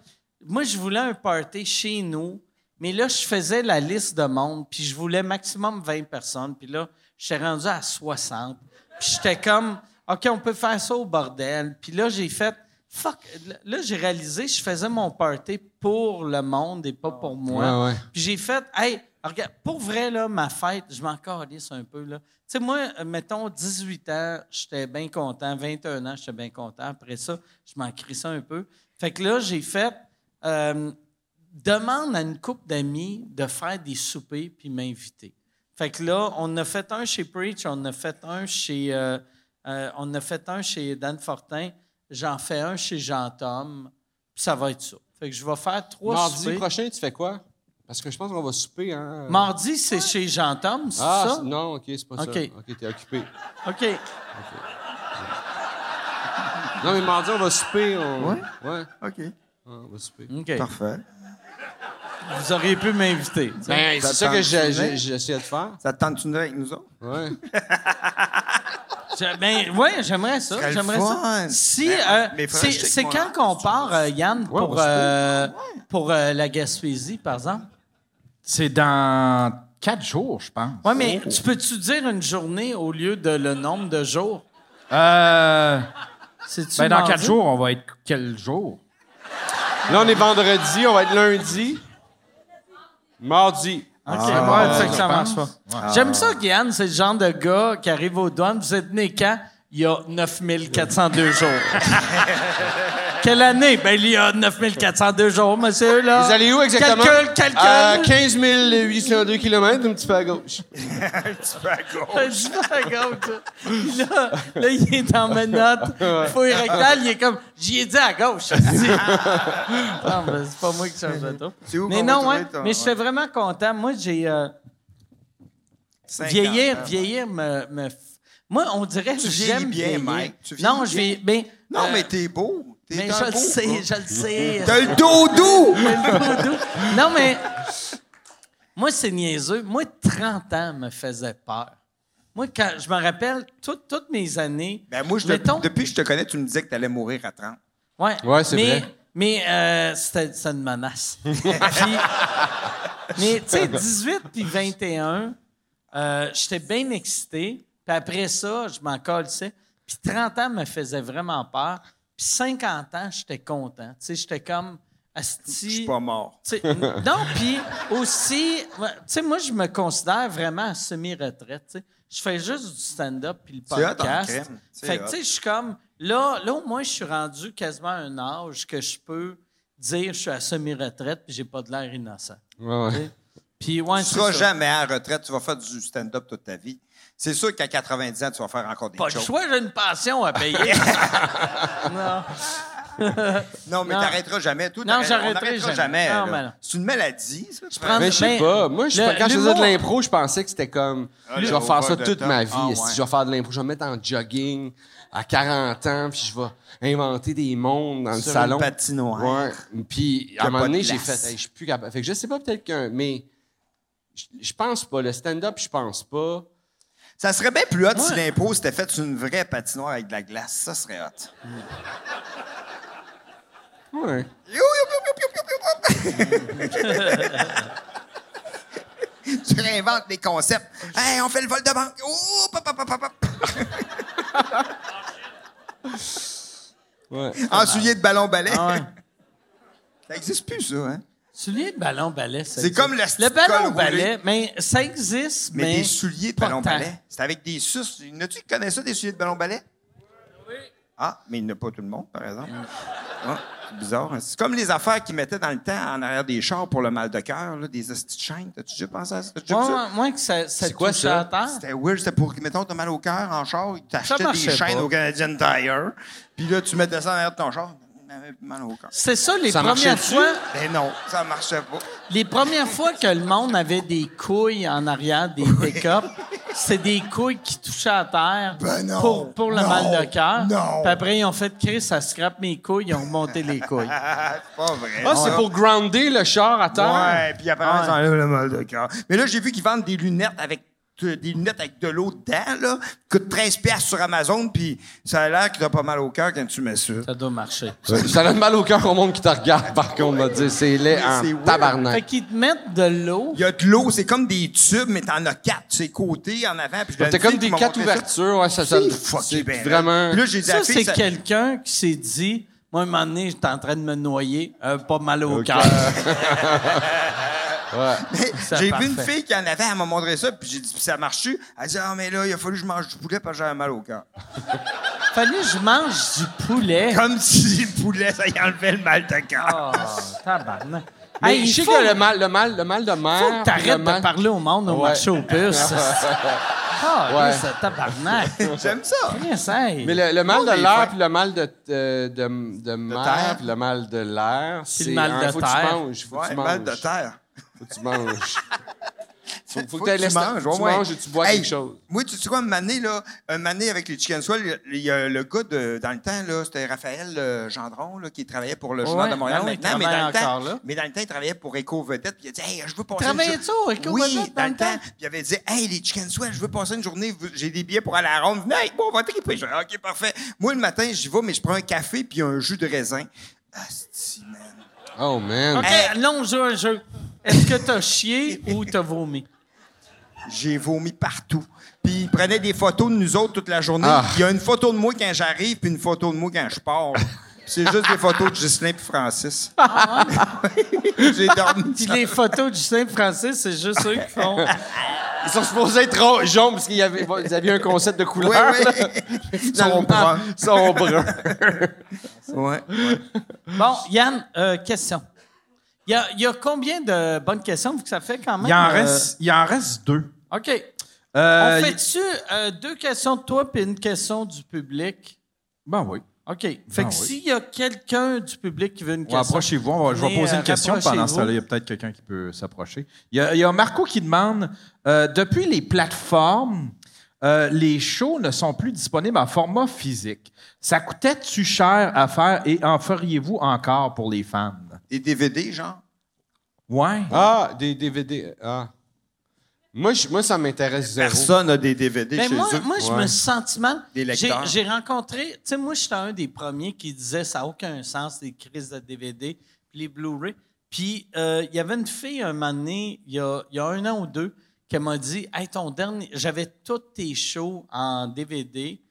Speaker 1: moi, je voulais un party chez nous. Mais là, je faisais la liste de monde, puis je voulais maximum 20 personnes. Puis là, j'étais rendu à 60. Puis j'étais comme, OK, on peut faire ça au bordel. Puis là, j'ai fait, fuck. Là, j'ai réalisé, je faisais mon party pour le monde et pas pour moi.
Speaker 4: Ouais, ouais.
Speaker 1: Puis j'ai fait, hey, regarde, pour vrai, là, ma fête, je m'en calisse un peu, là. Tu sais, moi, euh, mettons, 18 ans, j'étais bien content. 21 ans, j'étais bien content. Après ça, je m'en crissais un peu. Fait que là, j'ai fait, euh, demande à une couple d'amis de faire des soupers puis m'inviter. Fait que là, on en a fait un chez Preach, on en a fait un chez, euh, euh, on en a fait un chez Dan Fortin, j'en fais un chez Jean-Tom, puis ça va être ça. Fait que je vais faire trois
Speaker 4: Mardi
Speaker 1: soupers.
Speaker 4: prochain, tu fais quoi? Parce que je pense qu'on va souper, hein? euh.
Speaker 1: Mardi, c'est chez Jean-Tom, c'est
Speaker 4: Ah,
Speaker 1: ça?
Speaker 4: c'est- non, OK, c'est pas
Speaker 1: OK.
Speaker 4: ça. OK, t'es occupé.
Speaker 1: OK.
Speaker 4: Non, mais mardi, on va souper. On...
Speaker 5: Ouais?
Speaker 4: Ouais.
Speaker 5: OK.
Speaker 4: on va souper.
Speaker 1: OK.
Speaker 5: Parfait.
Speaker 1: Vous auriez pu m'inviter. tu sais.
Speaker 4: Ben, c'est ça
Speaker 5: te
Speaker 4: que
Speaker 5: tente-tu de
Speaker 4: j'ai- j'ai-
Speaker 5: venir?
Speaker 4: j'essayais de faire.
Speaker 5: Ça te tente-tu de venir avec nous autres?
Speaker 4: Ouais.
Speaker 1: Je- Ben, ouais, j'aimerais
Speaker 5: Ce
Speaker 1: ça.
Speaker 5: serait le
Speaker 1: J'aimerais ça.
Speaker 5: fun.
Speaker 1: Si,
Speaker 5: Ben,
Speaker 1: euh,
Speaker 5: mais faudrait
Speaker 1: c'est
Speaker 5: que je check
Speaker 1: c'est
Speaker 5: mon
Speaker 1: quand qu'on part, euh, Yann, pour, euh, pour euh, la Gaspésie, par exemple?
Speaker 3: C'est dans quatre jours, je pense.
Speaker 1: Oui, mais tu peux-tu dire une journée au lieu de le nombre de jours?
Speaker 3: Euh,
Speaker 1: C'est-tu
Speaker 3: ben, dans
Speaker 1: mardi?
Speaker 3: quatre jours, on va être quel jour?
Speaker 4: Là, on est vendredi, on va être lundi. Mardi.
Speaker 1: OK,
Speaker 3: Ah,
Speaker 1: ouais, fait que ça
Speaker 3: je
Speaker 1: marche pas.
Speaker 3: pense.
Speaker 1: J'aime ça, Yann, c'est le genre de gars qui arrive aux douanes. Vous êtes né quand? Il y a 9402 jours. Quelle année? Ben, il y a 9402 jours, monsieur, là.
Speaker 4: Vous allez où exactement?
Speaker 1: Calcul, calcul.
Speaker 4: À 15 802 km, un petit peu à gauche.
Speaker 5: un petit peu à
Speaker 1: Je
Speaker 5: gauche.
Speaker 1: suis pas à gauche, là. Là, là, il est dans ma note. Faut y rectal, il est comme, j'y ai dit à gauche. non, ben, c'est pas moi qui change de tour.
Speaker 5: C'est où
Speaker 1: Mais
Speaker 5: qu'on
Speaker 1: non,
Speaker 5: va
Speaker 1: ouais,
Speaker 5: trouver ton-
Speaker 1: mais je suis vraiment content. Moi, j'ai. euh, vieillir, vieillir me. me f- Moi, on dirait que
Speaker 5: Tu vieillis
Speaker 1: j'aime
Speaker 5: bien,
Speaker 1: vieillir.
Speaker 5: Mike. Tu vieillis
Speaker 1: non, je
Speaker 5: bien.
Speaker 1: vais. Ben,
Speaker 5: Non,
Speaker 1: euh,
Speaker 5: mais t'es beau. T'es
Speaker 1: mais
Speaker 5: un
Speaker 1: je le
Speaker 5: beau,
Speaker 1: sais,
Speaker 5: toi.
Speaker 1: je le sais. euh,
Speaker 5: T'as le dos doux!
Speaker 1: J'ai le dos doux. Non, mais. Moi, c'est niaiseux. Moi, 30 ans me faisait peur. Moi, quand je me rappelle, toutes- toutes mes années.
Speaker 5: Ben moi, je te-
Speaker 1: Mettons-
Speaker 5: depuis que je te connais, tu me disais que t'allais mourir à 30.
Speaker 1: Ouais.
Speaker 4: Ouais, c'est
Speaker 1: mais,
Speaker 4: vrai.
Speaker 1: Mais euh, c'était c'était une menace. Puis- mais tu sais, 18 puis 21, euh, j'étais bien excité. Puis après ça, je m'en colissais. Puis 30 ans me faisait vraiment peur. Puis 50 ans, j'étais content. Tu sais, j'étais comme...
Speaker 5: Je suis
Speaker 1: Asti,
Speaker 5: pas mort.
Speaker 1: tu sais, n- non, puis aussi, moi- tu sais, moi, je me considère vraiment à semi-retraite. tu sais. Je fais juste du stand-up puis le
Speaker 5: C'est hot en
Speaker 1: podcast.
Speaker 5: crème, c'est
Speaker 1: Fait que,
Speaker 5: hot.
Speaker 1: tu sais, je suis comme, là, là, au moins, je suis rendu quasiment à un âge que je peux dire je suis à semi-retraite puis j'ai pas de l'air innocent.
Speaker 4: Ouais, ouais.
Speaker 1: Puis, ouais,
Speaker 5: Tu
Speaker 1: c'est
Speaker 5: seras
Speaker 1: ça.
Speaker 5: jamais à la retraite, tu vas faire du stand-up toute ta vie. C'est sûr qu'à 90 ans, tu vas faire encore des
Speaker 1: Pas le
Speaker 5: jokes.
Speaker 1: choix, j'ai une passion à payer. non.
Speaker 5: Non, mais
Speaker 1: Non.
Speaker 5: t'arrêteras jamais. Toi,
Speaker 1: Non,
Speaker 5: t'arrêtes- on
Speaker 1: j'arrêterai
Speaker 5: n'arrêtera
Speaker 1: jamais.
Speaker 5: jamais.
Speaker 1: Non,
Speaker 5: là.
Speaker 1: mais non.
Speaker 5: C'est une maladie, ça. tu
Speaker 1: prends-
Speaker 4: Mais je sais
Speaker 1: Mais
Speaker 4: pas. Moi, je-
Speaker 1: le-
Speaker 4: quand je faisais de
Speaker 1: l'humour-
Speaker 4: l'impro, je pensais que c'était comme.
Speaker 5: Ah,
Speaker 4: je
Speaker 5: le
Speaker 4: vais faire ça
Speaker 5: over the
Speaker 4: toute
Speaker 5: top.
Speaker 4: ma vie.
Speaker 5: Ah, ouais.
Speaker 4: esti, Je vais faire de l'impro. Je vais me mettre en jogging à 40 ans, puis je vais inventer des mondes dans le
Speaker 5: Sur
Speaker 4: salon.
Speaker 5: une patinoire.
Speaker 4: Ouais. Puis
Speaker 5: Y
Speaker 4: à
Speaker 5: a
Speaker 4: un moment
Speaker 5: pas de
Speaker 4: donné, j'ai
Speaker 5: glace.
Speaker 4: fait. Hey, je suis plus capable. Fait que je sais pas, peut-être qu'un. Mais je- je pense pas. Le stand-up, je pense pas.
Speaker 5: Ça serait bien plus hot si
Speaker 1: Ouais.
Speaker 5: l'impro s'était fait sur une vraie patinoire avec de la glace. Ça serait hot.
Speaker 4: Ouais.
Speaker 5: Yo, yo, yo, yo, yo, yo, yo, yo. Tu réinventes les concepts. Hey, on fait le vol de banque. Oh, pop, pop, pop, pop, pop.
Speaker 4: Ouais.
Speaker 5: En soulier de ballon balai.
Speaker 1: Ah ouais.
Speaker 5: Ça n'existe plus, ça, hein?
Speaker 1: Soulier de ballon balai, ça
Speaker 5: C'est
Speaker 1: existe.
Speaker 5: comme le
Speaker 1: Le
Speaker 5: stick
Speaker 1: ballon
Speaker 5: roulé.
Speaker 1: balai, mais ça existe, mais.
Speaker 5: Mais, des souliers de
Speaker 1: pas
Speaker 5: ballon
Speaker 1: tant.
Speaker 5: balai. C'est avec des suces. N'as-tu connais ça, des souliers de ballon balai? Ah, mais il n'y en a pas tout le monde, par exemple. Ah, c'est bizarre. hein. C'est comme les affaires qu'ils mettaient dans le temps en arrière des chars pour le mal de cœur, là, des hosties de chaînes. T'as-tu déjà pensé à ça? T'as-tu déjà vu ça?
Speaker 1: Moi, moi, que ça, ça
Speaker 4: C'est quoi
Speaker 1: touche
Speaker 4: ça?
Speaker 1: à terre.
Speaker 5: C'était weird, c'était pour, mettons, t'as mal au cœur en char, ils t'achetaient des
Speaker 1: marchait
Speaker 5: chaînes
Speaker 1: pas.
Speaker 5: au Canadian Tire, puis là, tu mettais ça en arrière de ton char, t'avais mal au cœur.
Speaker 1: C'est ça, les
Speaker 4: Ça
Speaker 1: premières
Speaker 4: marchait-tu?
Speaker 1: fois.
Speaker 5: Ben non, ça marchait pas.
Speaker 1: Les premières fois que le monde avait des couilles en arrière des pick-up, c'est des couilles qui touchaient à terre
Speaker 5: Ben non,
Speaker 1: pour, pour le
Speaker 5: non,
Speaker 1: mal de cœur.
Speaker 5: non.
Speaker 1: Puis après, ils ont fait Chris, ça scrape mes couilles, ils ont remonté les couilles.
Speaker 5: Ah, c'est pas vrai.
Speaker 4: Ah, c'est
Speaker 5: ça.
Speaker 4: pour grounder le char à terre.
Speaker 5: Ouais, puis apparemment,
Speaker 1: Ouais.
Speaker 5: ils enlèvent le mal de cœur. Mais là, j'ai vu qu'ils vendent des lunettes avec de- des lunettes avec de l'eau dedans, là. Coûte 13 piastres sur Amazon, puis ça a l'air que t'as pas mal au cœur quand tu mets ça.
Speaker 1: Ça doit marcher.
Speaker 4: Ça donne mal au cœur au monde qui te regarde, par contre, on va dire. C'est laid
Speaker 5: Mais
Speaker 4: en
Speaker 5: c'est weird.
Speaker 1: Fait
Speaker 4: tabarnak.
Speaker 1: qu'ils te mettent de l'eau.
Speaker 5: Il y a de l'eau, c'est comme des tubes, mais t'en as quatre, c'est côté, en avant, puis je
Speaker 4: T'as
Speaker 5: l'ai
Speaker 4: comme
Speaker 5: dit,
Speaker 4: des
Speaker 5: ils m'ont
Speaker 4: quatre
Speaker 5: montré ça.
Speaker 4: ouvertures, ouais, ça
Speaker 5: C'est
Speaker 4: sonne.
Speaker 5: fucké, ben,
Speaker 4: vraiment.
Speaker 5: Puis là, j'ai dit à
Speaker 1: Ça,
Speaker 5: la fille,
Speaker 1: c'est
Speaker 5: ça-
Speaker 1: quelqu'un qui s'est dit Moi, un moment donné, j'étais en train de me noyer, euh, pas mal au cœur. C'est
Speaker 5: J'ai vu
Speaker 1: parfait.
Speaker 5: une fille qui en avait, elle m'a montré ça, puis j'ai dit, puis ça marche-tu? Elle dit, ah, mais là, il a fallu que je mange du poulet parce que j'avais mal au cœur.
Speaker 1: Fallait que je mange du poulet.
Speaker 5: Comme si le poulet, ça y enlevait le mal de cœur.
Speaker 1: Oh, tabarnak.
Speaker 4: Mais
Speaker 1: Hey, il
Speaker 4: je sais
Speaker 1: faut-
Speaker 4: que le mal, le mal, le mal de mer.
Speaker 1: Faut que
Speaker 4: le
Speaker 1: t'arrêtes de
Speaker 4: mal-
Speaker 1: parler au monde au
Speaker 4: Ouais.
Speaker 1: marché aux puces. ah,
Speaker 4: Ouais.
Speaker 1: là, ça tabarnak.
Speaker 5: J'aime ça.
Speaker 1: Yes, hey.
Speaker 4: Mais le, le mal
Speaker 5: Non,
Speaker 4: de
Speaker 5: mais
Speaker 4: l'air,
Speaker 5: ouais.
Speaker 4: puis le mal de, euh, de, de, mer,
Speaker 5: terre.
Speaker 4: puis le mal de l'air, c'est.
Speaker 1: le mal
Speaker 4: hein,
Speaker 1: de
Speaker 4: faut
Speaker 1: terre.
Speaker 4: Que tu manges, faut que
Speaker 5: Ouais,
Speaker 4: tu
Speaker 5: mal de
Speaker 4: manges.
Speaker 5: terre.
Speaker 4: Faut que tu manges. Faut, faut que t'aies
Speaker 5: tu
Speaker 4: l'estomac-
Speaker 5: manges,
Speaker 4: tu
Speaker 5: ouais, ouais.
Speaker 4: manges et tu bois
Speaker 5: Hey,
Speaker 4: quelque chose.
Speaker 5: Moi, tu sais quoi, Mané, là, un mané avec les chicken swell, il y a le gars de, dans le temps, là, c'était Raphaël euh, Gendron, là, qui travaillait pour le Journal
Speaker 1: Ouais,
Speaker 5: de Montréal
Speaker 1: ouais,
Speaker 5: maintenant,
Speaker 1: il
Speaker 5: mais dans, le
Speaker 1: travaille
Speaker 5: temps,
Speaker 1: encore, là.
Speaker 5: mais dans le temps, il travaillait pour Eco Vedette, puis il a dit, hey, je veux passer.
Speaker 1: Travaillais-tu
Speaker 5: une jour-
Speaker 1: au Éco
Speaker 5: Oui,
Speaker 1: Vedette dans le temps?
Speaker 5: Puis il avait dit, hey, les chicken swell, je veux passer une journée, vous- j'ai des billets pour aller à la ronde, venez avec moi, on va triper. Je fais, OK, parfait. Moi, le matin, j'y vais, mais je prends un café puis un jus de raisin. Asti, man.
Speaker 4: Oh, man.
Speaker 1: OK, là, on joue un jeu. Est-ce que t'as chié ou t'as vomi?
Speaker 5: J'ai vomi partout. Puis ils prenaient des photos de nous autres toute la journée.
Speaker 4: Ah.
Speaker 5: Il y a une photo de moi quand j'arrive, puis une photo de moi quand je pars. Puis C'est juste des photos de Ghislain et Francis.
Speaker 1: Ah ouais?
Speaker 5: J'ai dormi.
Speaker 1: Puis les photos du Saint-Francis, c'est juste eux qui font.
Speaker 4: Ils sont supposés être ro- jaunes parce qu'il y avait, vous aviez un concept de couleur.
Speaker 1: Ouais,
Speaker 4: là.
Speaker 1: Ils
Speaker 4: Finalement,
Speaker 1: sont bruns.
Speaker 4: ils sont bruns.
Speaker 5: ouais.
Speaker 1: Bon, Yann, euh, question. Il y, a, il y a combien de bonnes questions vu que ça fait quand même?
Speaker 3: Il en,
Speaker 1: euh,
Speaker 3: reste, il en reste deux.
Speaker 1: OK.
Speaker 3: Euh,
Speaker 1: On fait-tu euh, deux questions de toi puis une question du public?
Speaker 3: Ben oui. Ben
Speaker 1: OK. Fait que
Speaker 3: oui.
Speaker 1: s'il y a quelqu'un du public qui veut une
Speaker 3: Ouais,
Speaker 1: question.
Speaker 3: approchez-vous. on va- Je vais
Speaker 1: venez,
Speaker 3: poser
Speaker 1: euh,
Speaker 3: une question pendant ce
Speaker 1: rapprochez-vous.
Speaker 3: temps-là. Il y a peut-être quelqu'un qui peut s'approcher. Il y, a- il y a Marco qui demande euh, Depuis les plateformes, euh, les shows ne sont plus disponibles en format physique. Ça coûtait-tu cher à faire et en feriez-vous encore pour les fans
Speaker 5: Des DVD, genre
Speaker 3: Ouais.
Speaker 4: Ah, des DVD. Ah. Moi, je- moi ça m'intéresse zéro.
Speaker 5: Personne n'a des DVD
Speaker 1: Ben,
Speaker 5: chez
Speaker 1: moi,
Speaker 5: eux.
Speaker 1: moi, je
Speaker 4: Ouais.
Speaker 1: me suis senti mal.
Speaker 5: Des
Speaker 1: J'ai
Speaker 5: lecteurs.
Speaker 1: j'ai rencontré, tu sais, moi, j'étais un des premiers qui disait ça n'a aucun sens, les crises de DVD, puis les Blu-ray. Puis euh, il y avait une fille un moment donné, il y a, il y a un an ou deux, qui m'a dit Hey, ton dernier, j'avais tous tes shows en DVD,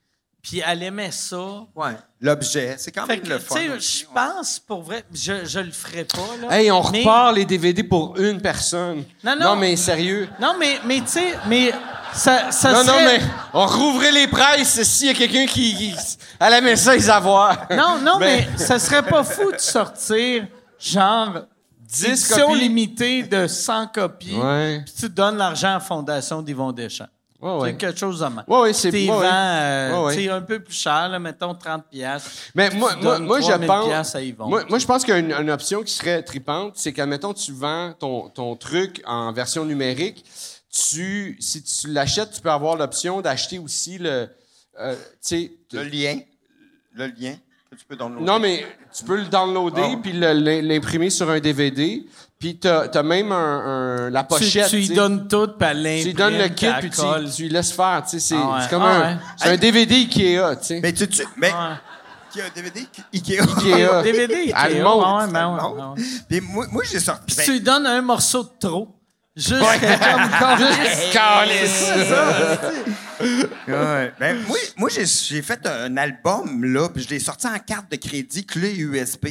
Speaker 1: puis elle aimait ça.
Speaker 5: Ouais. L'objet, c'est quand
Speaker 1: Fait
Speaker 5: même
Speaker 1: que,
Speaker 5: le
Speaker 1: tu
Speaker 5: fun.
Speaker 1: sais, je pense pour vrai, je, je le ferai pas. Là,
Speaker 4: Hey, on
Speaker 1: mais-
Speaker 4: repart les DVD pour une personne.
Speaker 1: Non, non.
Speaker 4: mais sérieux.
Speaker 1: Non, mais, mais tu sais, mais ça, ça
Speaker 4: non, non,
Speaker 1: serait-
Speaker 4: mais on rouvrait les presses s'il y a quelqu'un qui, qui- à la maison, ils avoir.
Speaker 1: Non, non, mais ça serait pas fou de sortir genre 10 édition
Speaker 4: copies.
Speaker 1: limitée de 100 copies.
Speaker 4: Ouais.
Speaker 1: Puis tu donnes l'argent à la Fondation d'Yvon Deschamps.
Speaker 4: Ouais, ouais.
Speaker 1: C'est quelque chose de même.
Speaker 4: Ouais, ouais, c'est-
Speaker 1: T'es
Speaker 4: ouais, ouais.
Speaker 1: vend, euh,
Speaker 4: Ouais, ouais.
Speaker 1: tu sais, un peu plus cher, là, mettons 30 piastres.
Speaker 4: Mais
Speaker 1: Puis
Speaker 4: moi,
Speaker 1: tu
Speaker 4: moi,
Speaker 1: donnes
Speaker 4: moi,
Speaker 1: 3000
Speaker 4: je pense.
Speaker 1: piastres à Yvon.
Speaker 4: moi, moi, je pense qu'il y a une, une option qui serait tripante, c'est qu'admettons, tu vends ton, ton truc en version numérique. Tu, si tu l'achètes, tu peux avoir l'option d'acheter aussi le. euh, tu sais,
Speaker 5: Le lien. Le lien que tu peux downloader.
Speaker 4: Non, mais tu peux le downloader puis le- l'im- l'imprimer sur un DVD. Puis t'as as même un, un- la
Speaker 1: Tu-
Speaker 4: pochette.
Speaker 1: tu, lui
Speaker 4: sais.
Speaker 1: donnes tout, puis elle l'imprime.
Speaker 4: Tu lui donnes le
Speaker 1: puis
Speaker 4: kit
Speaker 1: elle
Speaker 4: puis tu,
Speaker 1: colle.
Speaker 4: tu lui laisses faire. tu sais, C'est
Speaker 1: Ah ouais.
Speaker 4: c'est comme
Speaker 1: Ah
Speaker 4: un,
Speaker 1: ouais.
Speaker 4: c'est un DVD Ikea. tu sais.
Speaker 5: Mais tu. tu mais
Speaker 1: Ouais.
Speaker 5: qui a un DVD Ikea.
Speaker 4: Ikea.
Speaker 1: DVD, Ikea,
Speaker 4: Allemande.
Speaker 1: ouais, ouais, ben ouais,
Speaker 5: Allemande.
Speaker 1: ouais, ouais.
Speaker 5: Puis moi, moi j'ai sorti.
Speaker 1: Puis
Speaker 5: ben,
Speaker 1: tu lui donnes un morceau de trop. Juste euh, comme
Speaker 4: Juste calisse.
Speaker 5: Ouais. Ben, moi, moi, j'ai, j'ai fait un album, là, puis je l'ai sorti en carte de crédit, clé USB.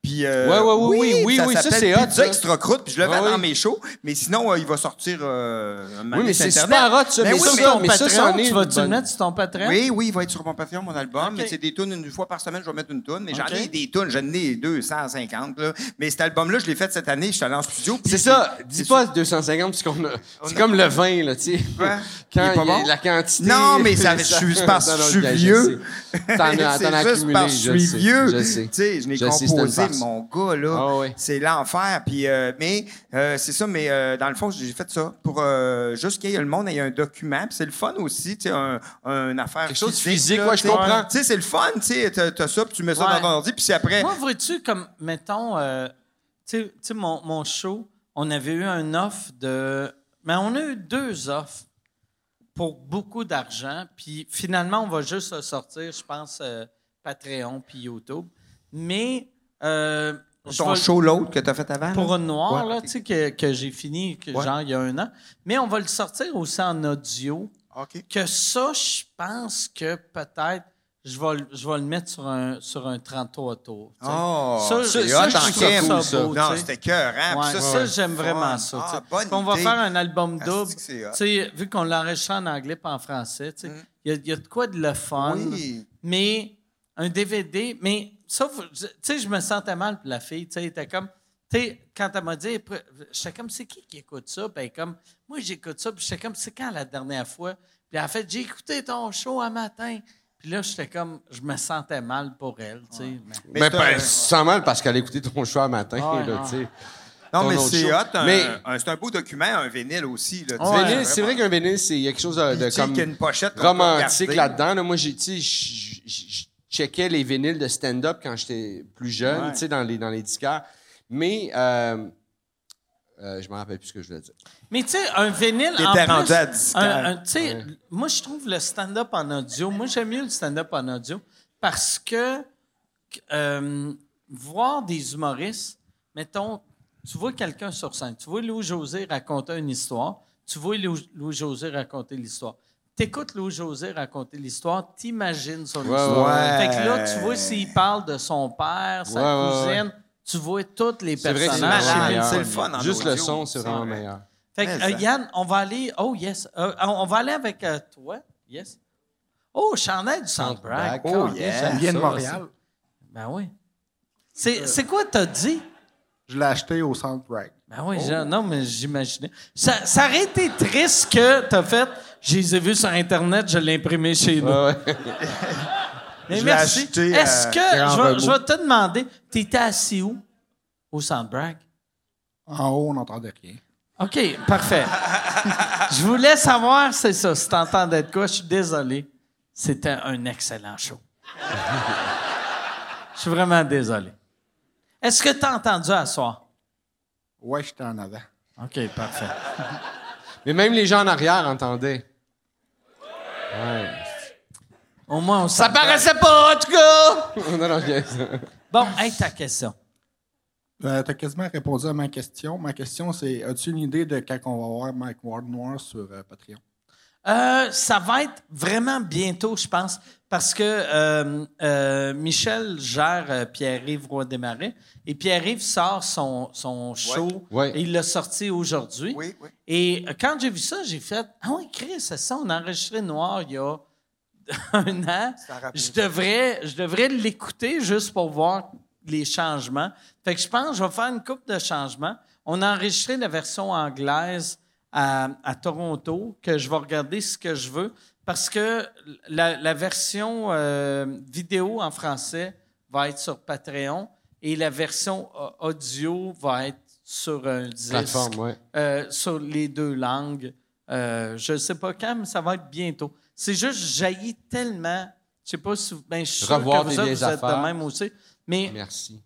Speaker 5: Puis, euh,
Speaker 4: Ouais, ouais, oui, oui, oui, oui, ça,
Speaker 5: s'appelle
Speaker 4: c'est hot,
Speaker 5: Pizza
Speaker 4: ça.
Speaker 5: Extra Croûte, puis je le
Speaker 4: Ouais,
Speaker 5: vends dans
Speaker 4: ouais.
Speaker 5: mes shows. Mais sinon, euh, il va sortir. euh, un
Speaker 4: Oui, mais
Speaker 5: moment donné
Speaker 4: c'est
Speaker 5: sur
Speaker 4: super hot, ça.
Speaker 5: Mais
Speaker 4: mais
Speaker 5: oui,
Speaker 4: ça,
Speaker 5: mais
Speaker 4: ça,
Speaker 1: ton
Speaker 4: mais ça, ça
Speaker 1: Patreon,
Speaker 4: en est
Speaker 1: tu
Speaker 4: une
Speaker 1: vas-tu le
Speaker 4: bonne-
Speaker 1: mettre sur ton Patreon?
Speaker 5: Oui, oui, il va être sur mon Patreon, mon album. Mais
Speaker 1: Ok.
Speaker 5: c'est des tunes une fois par semaine, je vais mettre une tune. Mais j'en
Speaker 1: Ok.
Speaker 5: ai des tunes, j'en ai 250. Là. Mais cet album-là, je l'ai fait cette année, je suis allé en studio. puis
Speaker 4: C'est ça. Dis
Speaker 5: c'est
Speaker 4: pas 250 parce qu'on a. C'est comme le vin, là, tu sais.
Speaker 5: Quoi? Il
Speaker 4: Quand
Speaker 5: est pas
Speaker 4: il y a
Speaker 5: bon?
Speaker 4: la quantité.
Speaker 5: Non, mais ça, je suis, c'est parce
Speaker 4: Non,
Speaker 5: que
Speaker 4: non,
Speaker 5: je suis
Speaker 4: gars,
Speaker 5: vieux.
Speaker 4: sais. T'en as t'en
Speaker 5: C'est
Speaker 4: as
Speaker 5: juste
Speaker 4: accumulé.
Speaker 5: parce que je suis
Speaker 4: sais,
Speaker 5: vieux.
Speaker 4: Je sais.
Speaker 5: Tu sais, je l'ai
Speaker 4: Je sais, c'est une
Speaker 5: composé,
Speaker 4: farce.
Speaker 5: mon gars, là.
Speaker 4: Ah ouais.
Speaker 5: C'est l'enfer. Puis, euh, mais euh, c'est ça, mais euh, dans le fond, j'ai fait ça pour euh, juste qu'il y ait le monde ait un document. Puis c'est le fun aussi, tu sais, un, une affaire.
Speaker 4: Quelque chose de physique,
Speaker 5: là,
Speaker 4: ouais, je
Speaker 5: tu sais.
Speaker 4: comprends.
Speaker 5: Tu sais, c'est le fun, tu sais, t'as t'as ça, puis tu mets ça
Speaker 1: Ouais.
Speaker 5: dans ton ordi, puis c'est après.
Speaker 1: Moi, vois-tu, comme, mettons, euh, tu sais- tu sais, mon, mon show, on avait eu un offre de. Mais on a eu deux offres pour beaucoup d'argent. Puis finalement, on va juste le sortir, je pense, euh, Patreon puis YouTube. Mais. euh, je
Speaker 5: ton
Speaker 1: vais-
Speaker 5: show l'autre que t'as fait avant.
Speaker 1: Pour
Speaker 5: là.
Speaker 1: une noire,
Speaker 5: Ouais,
Speaker 1: là,
Speaker 5: ok.
Speaker 1: tu sais, que, que j'ai fini, que,
Speaker 5: Ouais.
Speaker 1: genre, il y a un an. Mais on va le sortir aussi en audio.
Speaker 5: OK.
Speaker 1: Que ça, je pense que peut-être je vais, le- je vais le mettre sur un, sur un 33 tours. tu sais.
Speaker 5: Oh,
Speaker 1: Ça,
Speaker 5: c'est
Speaker 1: ça,
Speaker 5: hot
Speaker 1: je
Speaker 5: en
Speaker 1: trouve ça
Speaker 5: crème,
Speaker 1: beau,
Speaker 5: ça.
Speaker 1: tu sais.
Speaker 5: Non, c'était Ah, cœur, hein?
Speaker 1: Ouais, ça, j'aime vraiment ça. tu sais. Puis on va faire un album
Speaker 5: Ah,
Speaker 1: double.
Speaker 5: c'est que c'est hot.
Speaker 1: Tu sais, vu qu'on l'enregistre en anglais pas en français, tu sais, il y, a- il y a de quoi de le fun.
Speaker 5: Oui.
Speaker 1: Mais un DVD, mais ça, vous- tu sais, je me sentais mal pour la fille. Tu sais, elle était comme, tu sais, quand elle m'a dit, pr- j'étais comme, c'est qui qui écoute ça? Puis elle est comme, moi, j'écoute ça. Puis j'étais comme, c'est quand la dernière fois? Puis en fait, j'ai écouté ton show un matin. Puis là, j'étais comme, je me sentais mal pour elle, tu sais. mais-
Speaker 4: Mais,
Speaker 5: Mais
Speaker 4: mais
Speaker 5: t'as-
Speaker 4: ben, sans mal parce qu'elle a écouté ton choix le matin,
Speaker 1: Ouais,
Speaker 4: là,
Speaker 1: ouais.
Speaker 4: tu sais.
Speaker 5: Non,
Speaker 4: Ton
Speaker 5: mais
Speaker 4: autre
Speaker 5: c'est
Speaker 4: show.
Speaker 5: hot. un-
Speaker 4: Mais-
Speaker 5: un- C'est un beau document, un vinyle aussi. Là, tu
Speaker 13: Ah,
Speaker 4: Du
Speaker 5: sais,
Speaker 4: vinyle, c'est
Speaker 5: vraiment.
Speaker 4: vrai qu'un vinyle, c'est il y a quelque chose de, de
Speaker 5: Puis, tu sais,
Speaker 4: comme
Speaker 5: qu'il y a une pochette qu'on peut
Speaker 4: romantique
Speaker 5: regarder.
Speaker 4: là-dedans. là. Moi, j'ai, tu sais, je- je je checkais les vinyles de stand-up quand j'étais plus jeune,
Speaker 5: Ouais.
Speaker 4: tu sais, dans les, dans les disquaires. Mais euh, euh, je me rappelle plus ce que je voulais dire.
Speaker 1: Mais tu sais, un vinyle en
Speaker 5: T'étais
Speaker 1: plus,
Speaker 5: rendu à disquaire.
Speaker 1: un- un- tu sais, moi je trouve le stand-up en audio, moi j'aime mieux le stand-up en audio parce que euh, voir des humoristes, mettons, tu vois quelqu'un sur scène, tu vois Louis José raconter une histoire, tu vois Louis José raconter l'histoire. T'écoutes Louis-José raconter l'histoire, t'imagines son
Speaker 4: Ouais,
Speaker 1: histoire.
Speaker 4: ouais.
Speaker 1: Fait que là, tu vois s'il parle de son père, sa
Speaker 4: Ouais, ouais,
Speaker 1: cousine, tu vois toutes les
Speaker 4: C'est vrai que
Speaker 1: personnages.
Speaker 4: c'est malade.
Speaker 1: une-
Speaker 4: C'est le fun en Juste le audio, son, c'est c'est vraiment vrai. meilleur.
Speaker 1: Fait que,
Speaker 4: Mais
Speaker 1: euh,
Speaker 4: ça-
Speaker 1: Yann, on va aller... Oh, yes. Euh, on- on va aller avec euh, toi. Yes. Oh, chandail du Centre Bragg.
Speaker 2: Oh,
Speaker 1: Calais,
Speaker 2: yes.
Speaker 1: j'aime
Speaker 2: Vient de
Speaker 1: ça,
Speaker 2: Montréal.
Speaker 1: ça. Ben oui. C'est c'est quoi t'as dit?
Speaker 13: Je l'ai acheté au Centre Oh. Bragg.
Speaker 1: Ben oui, je- non, mais j'imaginais. Ça, ça aurait été triste que t'as fait. Je les ai vus sur Internet, je l'ai imprimé chez nous. mais
Speaker 13: Je l'ai
Speaker 1: merci.
Speaker 13: acheté,
Speaker 1: Est-ce
Speaker 13: euh,
Speaker 1: que.
Speaker 13: Grand
Speaker 1: Je vais,
Speaker 13: Rebours.
Speaker 1: je vais te demander, t'étais assis où? Au Centre Bragg?
Speaker 13: En haut, on n'entendait rien.
Speaker 1: OK, parfait. je voulais savoir, c'est ça, si t'entendais de quoi, je suis désolé. C'était un excellent show. Je suis vraiment désolé. Est-ce que t'as entendu à soir?
Speaker 13: Ouais, j'étais en avant.
Speaker 1: OK, parfait.
Speaker 4: Mais même les gens en arrière entendaient. Ouais.
Speaker 1: Au moins, on Ça paraissait pas, en tout cas!
Speaker 4: non, non, je-
Speaker 1: Bon, hey, ta question.
Speaker 13: Euh, T'as quasiment répondu à ma question. Ma question, c'est as-tu une idée de quand on va voir Mike Ward Noir sur euh, Patreon?
Speaker 1: Euh, ça va être vraiment bientôt, je pense, parce que euh, euh, Michel gère euh, Pierre-Yves Roy Desmarais et Pierre-Yves sort son, son show.
Speaker 4: Ouais.
Speaker 1: Et il l'a sorti aujourd'hui. Et euh, quand j'ai vu ça, j'ai fait Ah oui, Chris, c'est ça, on a enregistré Noir il y a un an. Je devrais, je devrais l'écouter juste pour voir les changements. Fait que je pense que je vais faire une coupe de changements. On a enregistré la version anglaise à, à Toronto, que je vais regarder ce que je veux, parce que la, la version euh, vidéo en français va être sur Patreon et la version euh, audio va être sur un disque,
Speaker 4: Plateforme, ouais.
Speaker 1: euh, sur les deux langues. Euh, je ne sais pas quand, mais ça va être bientôt. C'est juste, je jaillis tellement. Je sais pas si vous, ben, je suis sûr
Speaker 4: Revoir
Speaker 1: que
Speaker 4: des
Speaker 1: vous, autres,
Speaker 4: vieilles
Speaker 1: vous êtes de
Speaker 4: affaires.
Speaker 1: même aussi. Mais
Speaker 4: Merci.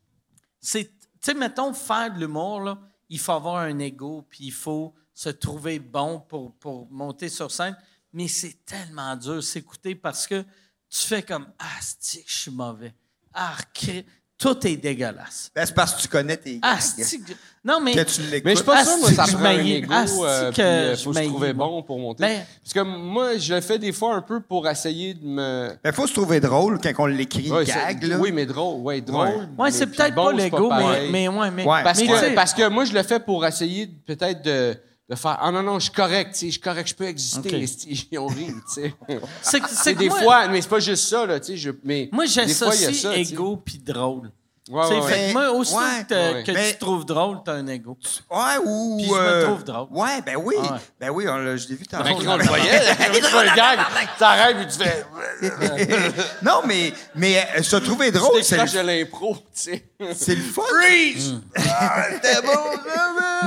Speaker 1: c'est, tu sais, mettons, faire de l'humour, là, il faut avoir un ego, puis il faut se trouver bon pour, pour monter sur scène. Mais c'est tellement dur s'écouter parce que tu fais comme Ah, asti que je suis mauvais. Ah, cri- tout est dégueulasse.
Speaker 5: Ben, c'est parce que tu connais tes
Speaker 1: Ah, asti que- Non, mais.
Speaker 5: Que tu l'écoutes.
Speaker 4: Mais je suis pas sûr, moi, ça
Speaker 1: Asti que
Speaker 4: prend
Speaker 1: je
Speaker 4: un
Speaker 1: maillis.
Speaker 4: ego,
Speaker 1: Asti
Speaker 4: euh,
Speaker 1: que
Speaker 4: puis, euh,
Speaker 1: je
Speaker 4: faut se
Speaker 1: maillis,
Speaker 4: trouver
Speaker 1: moi.
Speaker 4: bon pour monter.
Speaker 1: Ben-
Speaker 4: Parce que moi, je le fais des fois un peu pour essayer de me...
Speaker 5: Il faut se trouver drôle quand on l'écrit
Speaker 4: Ouais,
Speaker 5: gag,
Speaker 4: c'est-
Speaker 5: là.
Speaker 4: Oui, mais drôle. Ouais, drôle.
Speaker 5: Ouais.
Speaker 1: Ouais,
Speaker 4: mais-
Speaker 1: c'est
Speaker 4: puis
Speaker 1: peut-être
Speaker 4: bon,
Speaker 1: pas
Speaker 4: c'est
Speaker 1: l'ego, mais-
Speaker 4: pareil.
Speaker 1: mais ouais, mais- Ouais.
Speaker 4: Parce,
Speaker 1: mais tu sais-
Speaker 4: que, parce que moi, je le fais pour essayer de- peut-être de, de faire Ah non, non, je suis correct, tu sais, je suis correct, je peux exister.
Speaker 1: Ok.
Speaker 4: esti, Ils ont ri, tu sais.
Speaker 1: C'est que- c'est
Speaker 4: Mais
Speaker 1: que
Speaker 4: des
Speaker 1: moi-
Speaker 4: fois, mais c'est pas juste ça, là, tu sais. Je, mais
Speaker 1: Moi,
Speaker 4: des fois, il y a
Speaker 1: j'associe
Speaker 4: ça, tu sais.
Speaker 1: ego puis drôle.
Speaker 4: Ouais,
Speaker 1: Tu sais,
Speaker 4: ouais,
Speaker 1: fait que
Speaker 4: ouais.
Speaker 1: moi, aussi
Speaker 5: Ouais,
Speaker 1: que, t'as-
Speaker 5: ouais.
Speaker 1: que
Speaker 5: Mais-
Speaker 1: tu trouves drôle, t'as un ego.
Speaker 5: Ouais, ou.
Speaker 1: Puis je me
Speaker 5: euh,
Speaker 1: trouve drôle.
Speaker 5: Ouais, ben oui.
Speaker 1: Ah ouais.
Speaker 5: Ben oui, on l'a- je l'ai vu tantôt.
Speaker 4: Ben, on le voyait, là, il y a un gag, t'arrêtes et tu fais.
Speaker 5: non, mais, mais euh, se trouver drôle,
Speaker 4: Tu
Speaker 5: c'est le,
Speaker 4: décroches de l'impro, tu sais.
Speaker 5: c'est le fun.
Speaker 4: Freeze!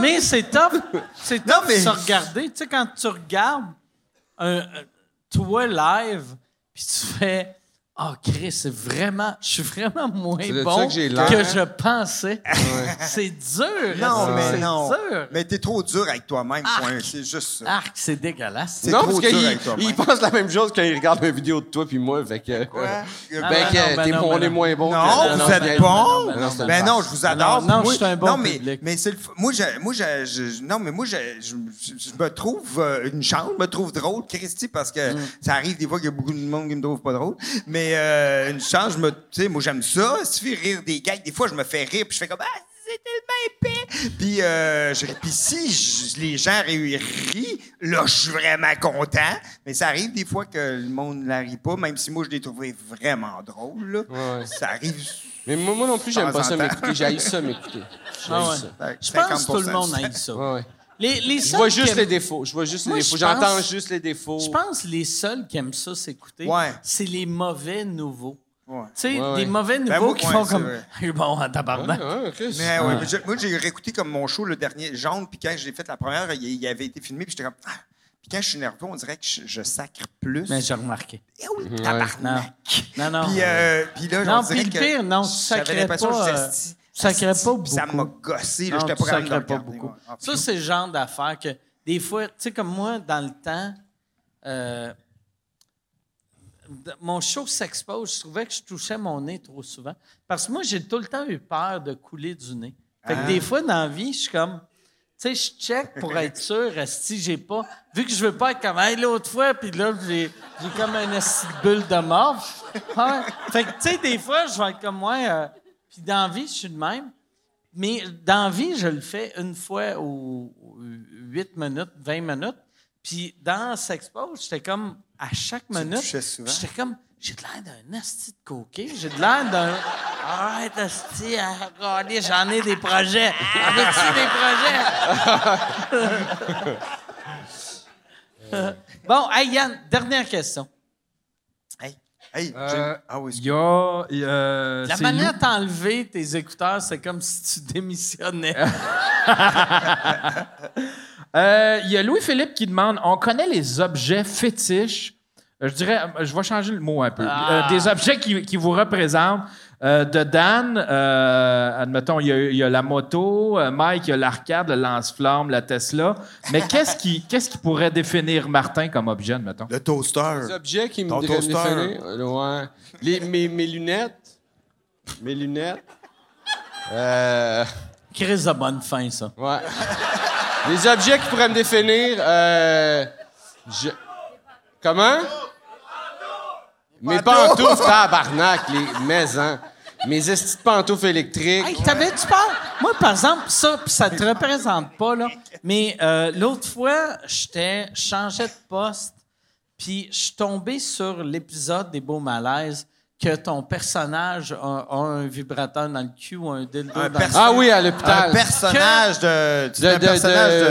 Speaker 1: Mais c'est top. C'est top
Speaker 5: mais-
Speaker 1: de se regarder. Tu sais, quand tu regardes un, un- toi live, puis tu fais « Ah, Chris, c'est vraiment... Je suis vraiment moins
Speaker 4: C'est de ça
Speaker 1: bon
Speaker 4: que j'ai l'air.
Speaker 1: que je pensais. C'est dur.
Speaker 5: Non,
Speaker 4: Ah,
Speaker 1: ça.
Speaker 5: mais
Speaker 1: C'est
Speaker 5: non.
Speaker 1: dur.
Speaker 5: Mais t'es trop dur avec toi-même, point. C'est juste ça.
Speaker 1: Arc, c'est dégueulasse.
Speaker 5: C'est
Speaker 4: non,
Speaker 5: trop
Speaker 4: parce
Speaker 5: dur
Speaker 4: qu'il
Speaker 5: avec toi-même.
Speaker 4: il pense la même chose quand il regarde une vidéo de toi puis moi. Fait que. ben,
Speaker 1: Ah,
Speaker 4: que
Speaker 1: ben non, ben
Speaker 4: t'es
Speaker 1: non,
Speaker 4: bon,
Speaker 1: ben
Speaker 4: on est
Speaker 1: non.
Speaker 4: moins bon. que-
Speaker 5: Non, vous êtes
Speaker 4: ben non,
Speaker 5: bon.
Speaker 4: ben non, c'est une
Speaker 5: Ben non,
Speaker 4: farce.
Speaker 5: je vous adore.
Speaker 1: Non, non,
Speaker 5: Moi-
Speaker 1: je suis un bon
Speaker 5: non, mais,
Speaker 1: public.
Speaker 5: Mais c'est le f- moi, je, moi, je, je- non, mais moi, je, je, je- je me trouve euh, une chance, je me trouve drôle, Christy, parce que ça arrive des fois qu'il y a beaucoup de monde qui me trouve pas drôle. Mais euh, une chance, je me, tu sais, moi, j'aime ça. Il suffit de rire des gags. Des fois, je me fais rire, puis je fais comme ah, c'est tellement épais. Puis, euh, je- puis si je- les gens ri- rient, là, je suis vraiment content. Mais ça arrive des fois que le monde ne la rit pas, même si moi, je l'ai trouvé vraiment drôle. là. Ça arrive
Speaker 4: Mais moi, moi non plus,
Speaker 5: Temps
Speaker 4: j'aime pas
Speaker 5: en
Speaker 4: ça
Speaker 5: temps.
Speaker 4: m'écouter. J'haïs ça m'écouter. J'haïs
Speaker 1: Ah ouais.
Speaker 4: ça.
Speaker 1: Je pense que tout le monde a ça.
Speaker 4: Ouais, ouais.
Speaker 1: Les, les
Speaker 4: Je
Speaker 1: seuls
Speaker 4: vois
Speaker 1: qui
Speaker 4: juste
Speaker 1: aiment-
Speaker 4: les défauts. Je vois juste
Speaker 1: Moi,
Speaker 4: les
Speaker 1: je
Speaker 4: défauts. J'entends
Speaker 1: pense-
Speaker 4: juste les défauts.
Speaker 1: Je pense que les seuls qui aiment ça s'écouter,
Speaker 5: Ouais.
Speaker 1: c'est les mauvais nouveaux.
Speaker 5: Ouais.
Speaker 1: Tu sais,
Speaker 4: Ouais, ouais.
Speaker 1: des mauvais nouveaux
Speaker 5: Ben, moi,
Speaker 1: qui
Speaker 5: ouais,
Speaker 1: font
Speaker 5: c'est
Speaker 1: comme
Speaker 5: vrai.
Speaker 1: « Bon, en tabarnak.
Speaker 4: Ouais, ouais, Chris.
Speaker 5: Mais ouais, mais je- moi, j'ai réécouté comme mon show, le dernier, Jaune, puis quand j'ai fait la première, il, il avait été filmé, puis j'étais comme... Ah! Puis quand je suis nerveux, on dirait que je, je sacre plus.
Speaker 1: Mais j'ai remarqué.
Speaker 5: Eh oui,
Speaker 4: Ouais.
Speaker 1: Non.
Speaker 5: tabarnak!
Speaker 1: Non, non.
Speaker 5: Puis, euh, puis là,
Speaker 1: non,
Speaker 5: on
Speaker 1: puis
Speaker 5: dirait
Speaker 1: le
Speaker 5: que...
Speaker 1: pire, non, tu
Speaker 5: j'avais
Speaker 1: sacrais pas.
Speaker 5: l'impression que j'étais
Speaker 1: euh,
Speaker 5: sti-
Speaker 1: tu sacrais
Speaker 5: asti,
Speaker 1: pas
Speaker 5: puis ça
Speaker 1: beaucoup.
Speaker 5: m'a gossé, là,
Speaker 1: Non,
Speaker 5: j'étais
Speaker 1: tu
Speaker 5: pas capable de
Speaker 1: sacrais pas
Speaker 5: regarder,
Speaker 1: beaucoup.
Speaker 5: ouais. Ah,
Speaker 1: Ça, c'est le genre d'affaire que des fois, tu sais, comme moi, dans le temps, euh, d- mon show s'expose. Je trouvais que je touchais mon nez trop souvent.
Speaker 5: Ah.
Speaker 1: Parce que moi, j'ai tout le temps eu peur de couler du nez. Fait que des fois, dans la vie, je suis comme. sais, je check pour être sûr, si j'ai pas. Vu que je veux pas être comme hey, l'autre fois, puis là, j'ai j'ai comme un esti de bulle de mort. Hein? Fait que, tu sais, des fois, je vais être comme moi. euh, puis dans la vie, je suis de même. Mais dans la vie, je le fais une fois ou 8 minutes, 20 minutes. Puis dans Sexpo, j'étais comme à chaque
Speaker 5: te
Speaker 1: minute.
Speaker 5: touchais souvent?
Speaker 1: J'étais comme j'ai de l'air d'un asti de coquet. J'ai de l'air d'un. Arrête, asti, ah, regardez, j'en ai des projets. J'en ai-tu des projets? bon, hey, Yann, dernière question.
Speaker 5: Hey,
Speaker 3: Euh,
Speaker 5: ah oui,
Speaker 3: il y a. il y a, euh,
Speaker 1: La
Speaker 3: c'est
Speaker 1: manière
Speaker 3: nous.
Speaker 1: d'enlever tes écouteurs, c'est comme si tu démissionnais.
Speaker 3: Euh, Il y a Louis-Philippe qui demande on connaît les objets fétiches. Euh, Je dirais, euh, je vais changer le mot un peu.
Speaker 1: Ah.
Speaker 3: Euh, des objets qui, qui vous représentent. Euh, de Dan, euh, admettons, il y, a, il y a la moto, euh, Mike, il y a l'arcade, le lance-flamme, la Tesla. Mais qu'est-ce qui, qu'est-ce qui pourrait définir Martin comme objet, admettons?
Speaker 5: Le toaster.
Speaker 4: Les objets qui me
Speaker 5: Ton
Speaker 4: dra-
Speaker 5: toaster.
Speaker 4: définir, euh, ouais. Les- mes, mes lunettes. Mes lunettes. Euh,
Speaker 1: Chris a bonne fin, ça.
Speaker 4: ouais. Les objets qui pourraient me définir. euh, je- Comment? Mes
Speaker 1: Pantoufles.
Speaker 4: pantoufles, tabarnak, les maisons. Mes estis de pantoufles électriques.
Speaker 1: Hey, t'avais-tu peur? Moi, par exemple, ça, pis ça te représente pas, là. Mais euh, l'autre fois, j'étais, je changeais de poste, puis je suis tombé sur l'épisode des Beaux Malaises que ton personnage a, a un vibrateur dans le cul ou un dildo
Speaker 5: Un
Speaker 1: dans
Speaker 5: perso-
Speaker 1: le
Speaker 4: Ah oui, à l'hôpital.
Speaker 3: euh,
Speaker 5: Un personnage de. C'est
Speaker 4: De-
Speaker 5: un
Speaker 4: de-
Speaker 5: personnage de.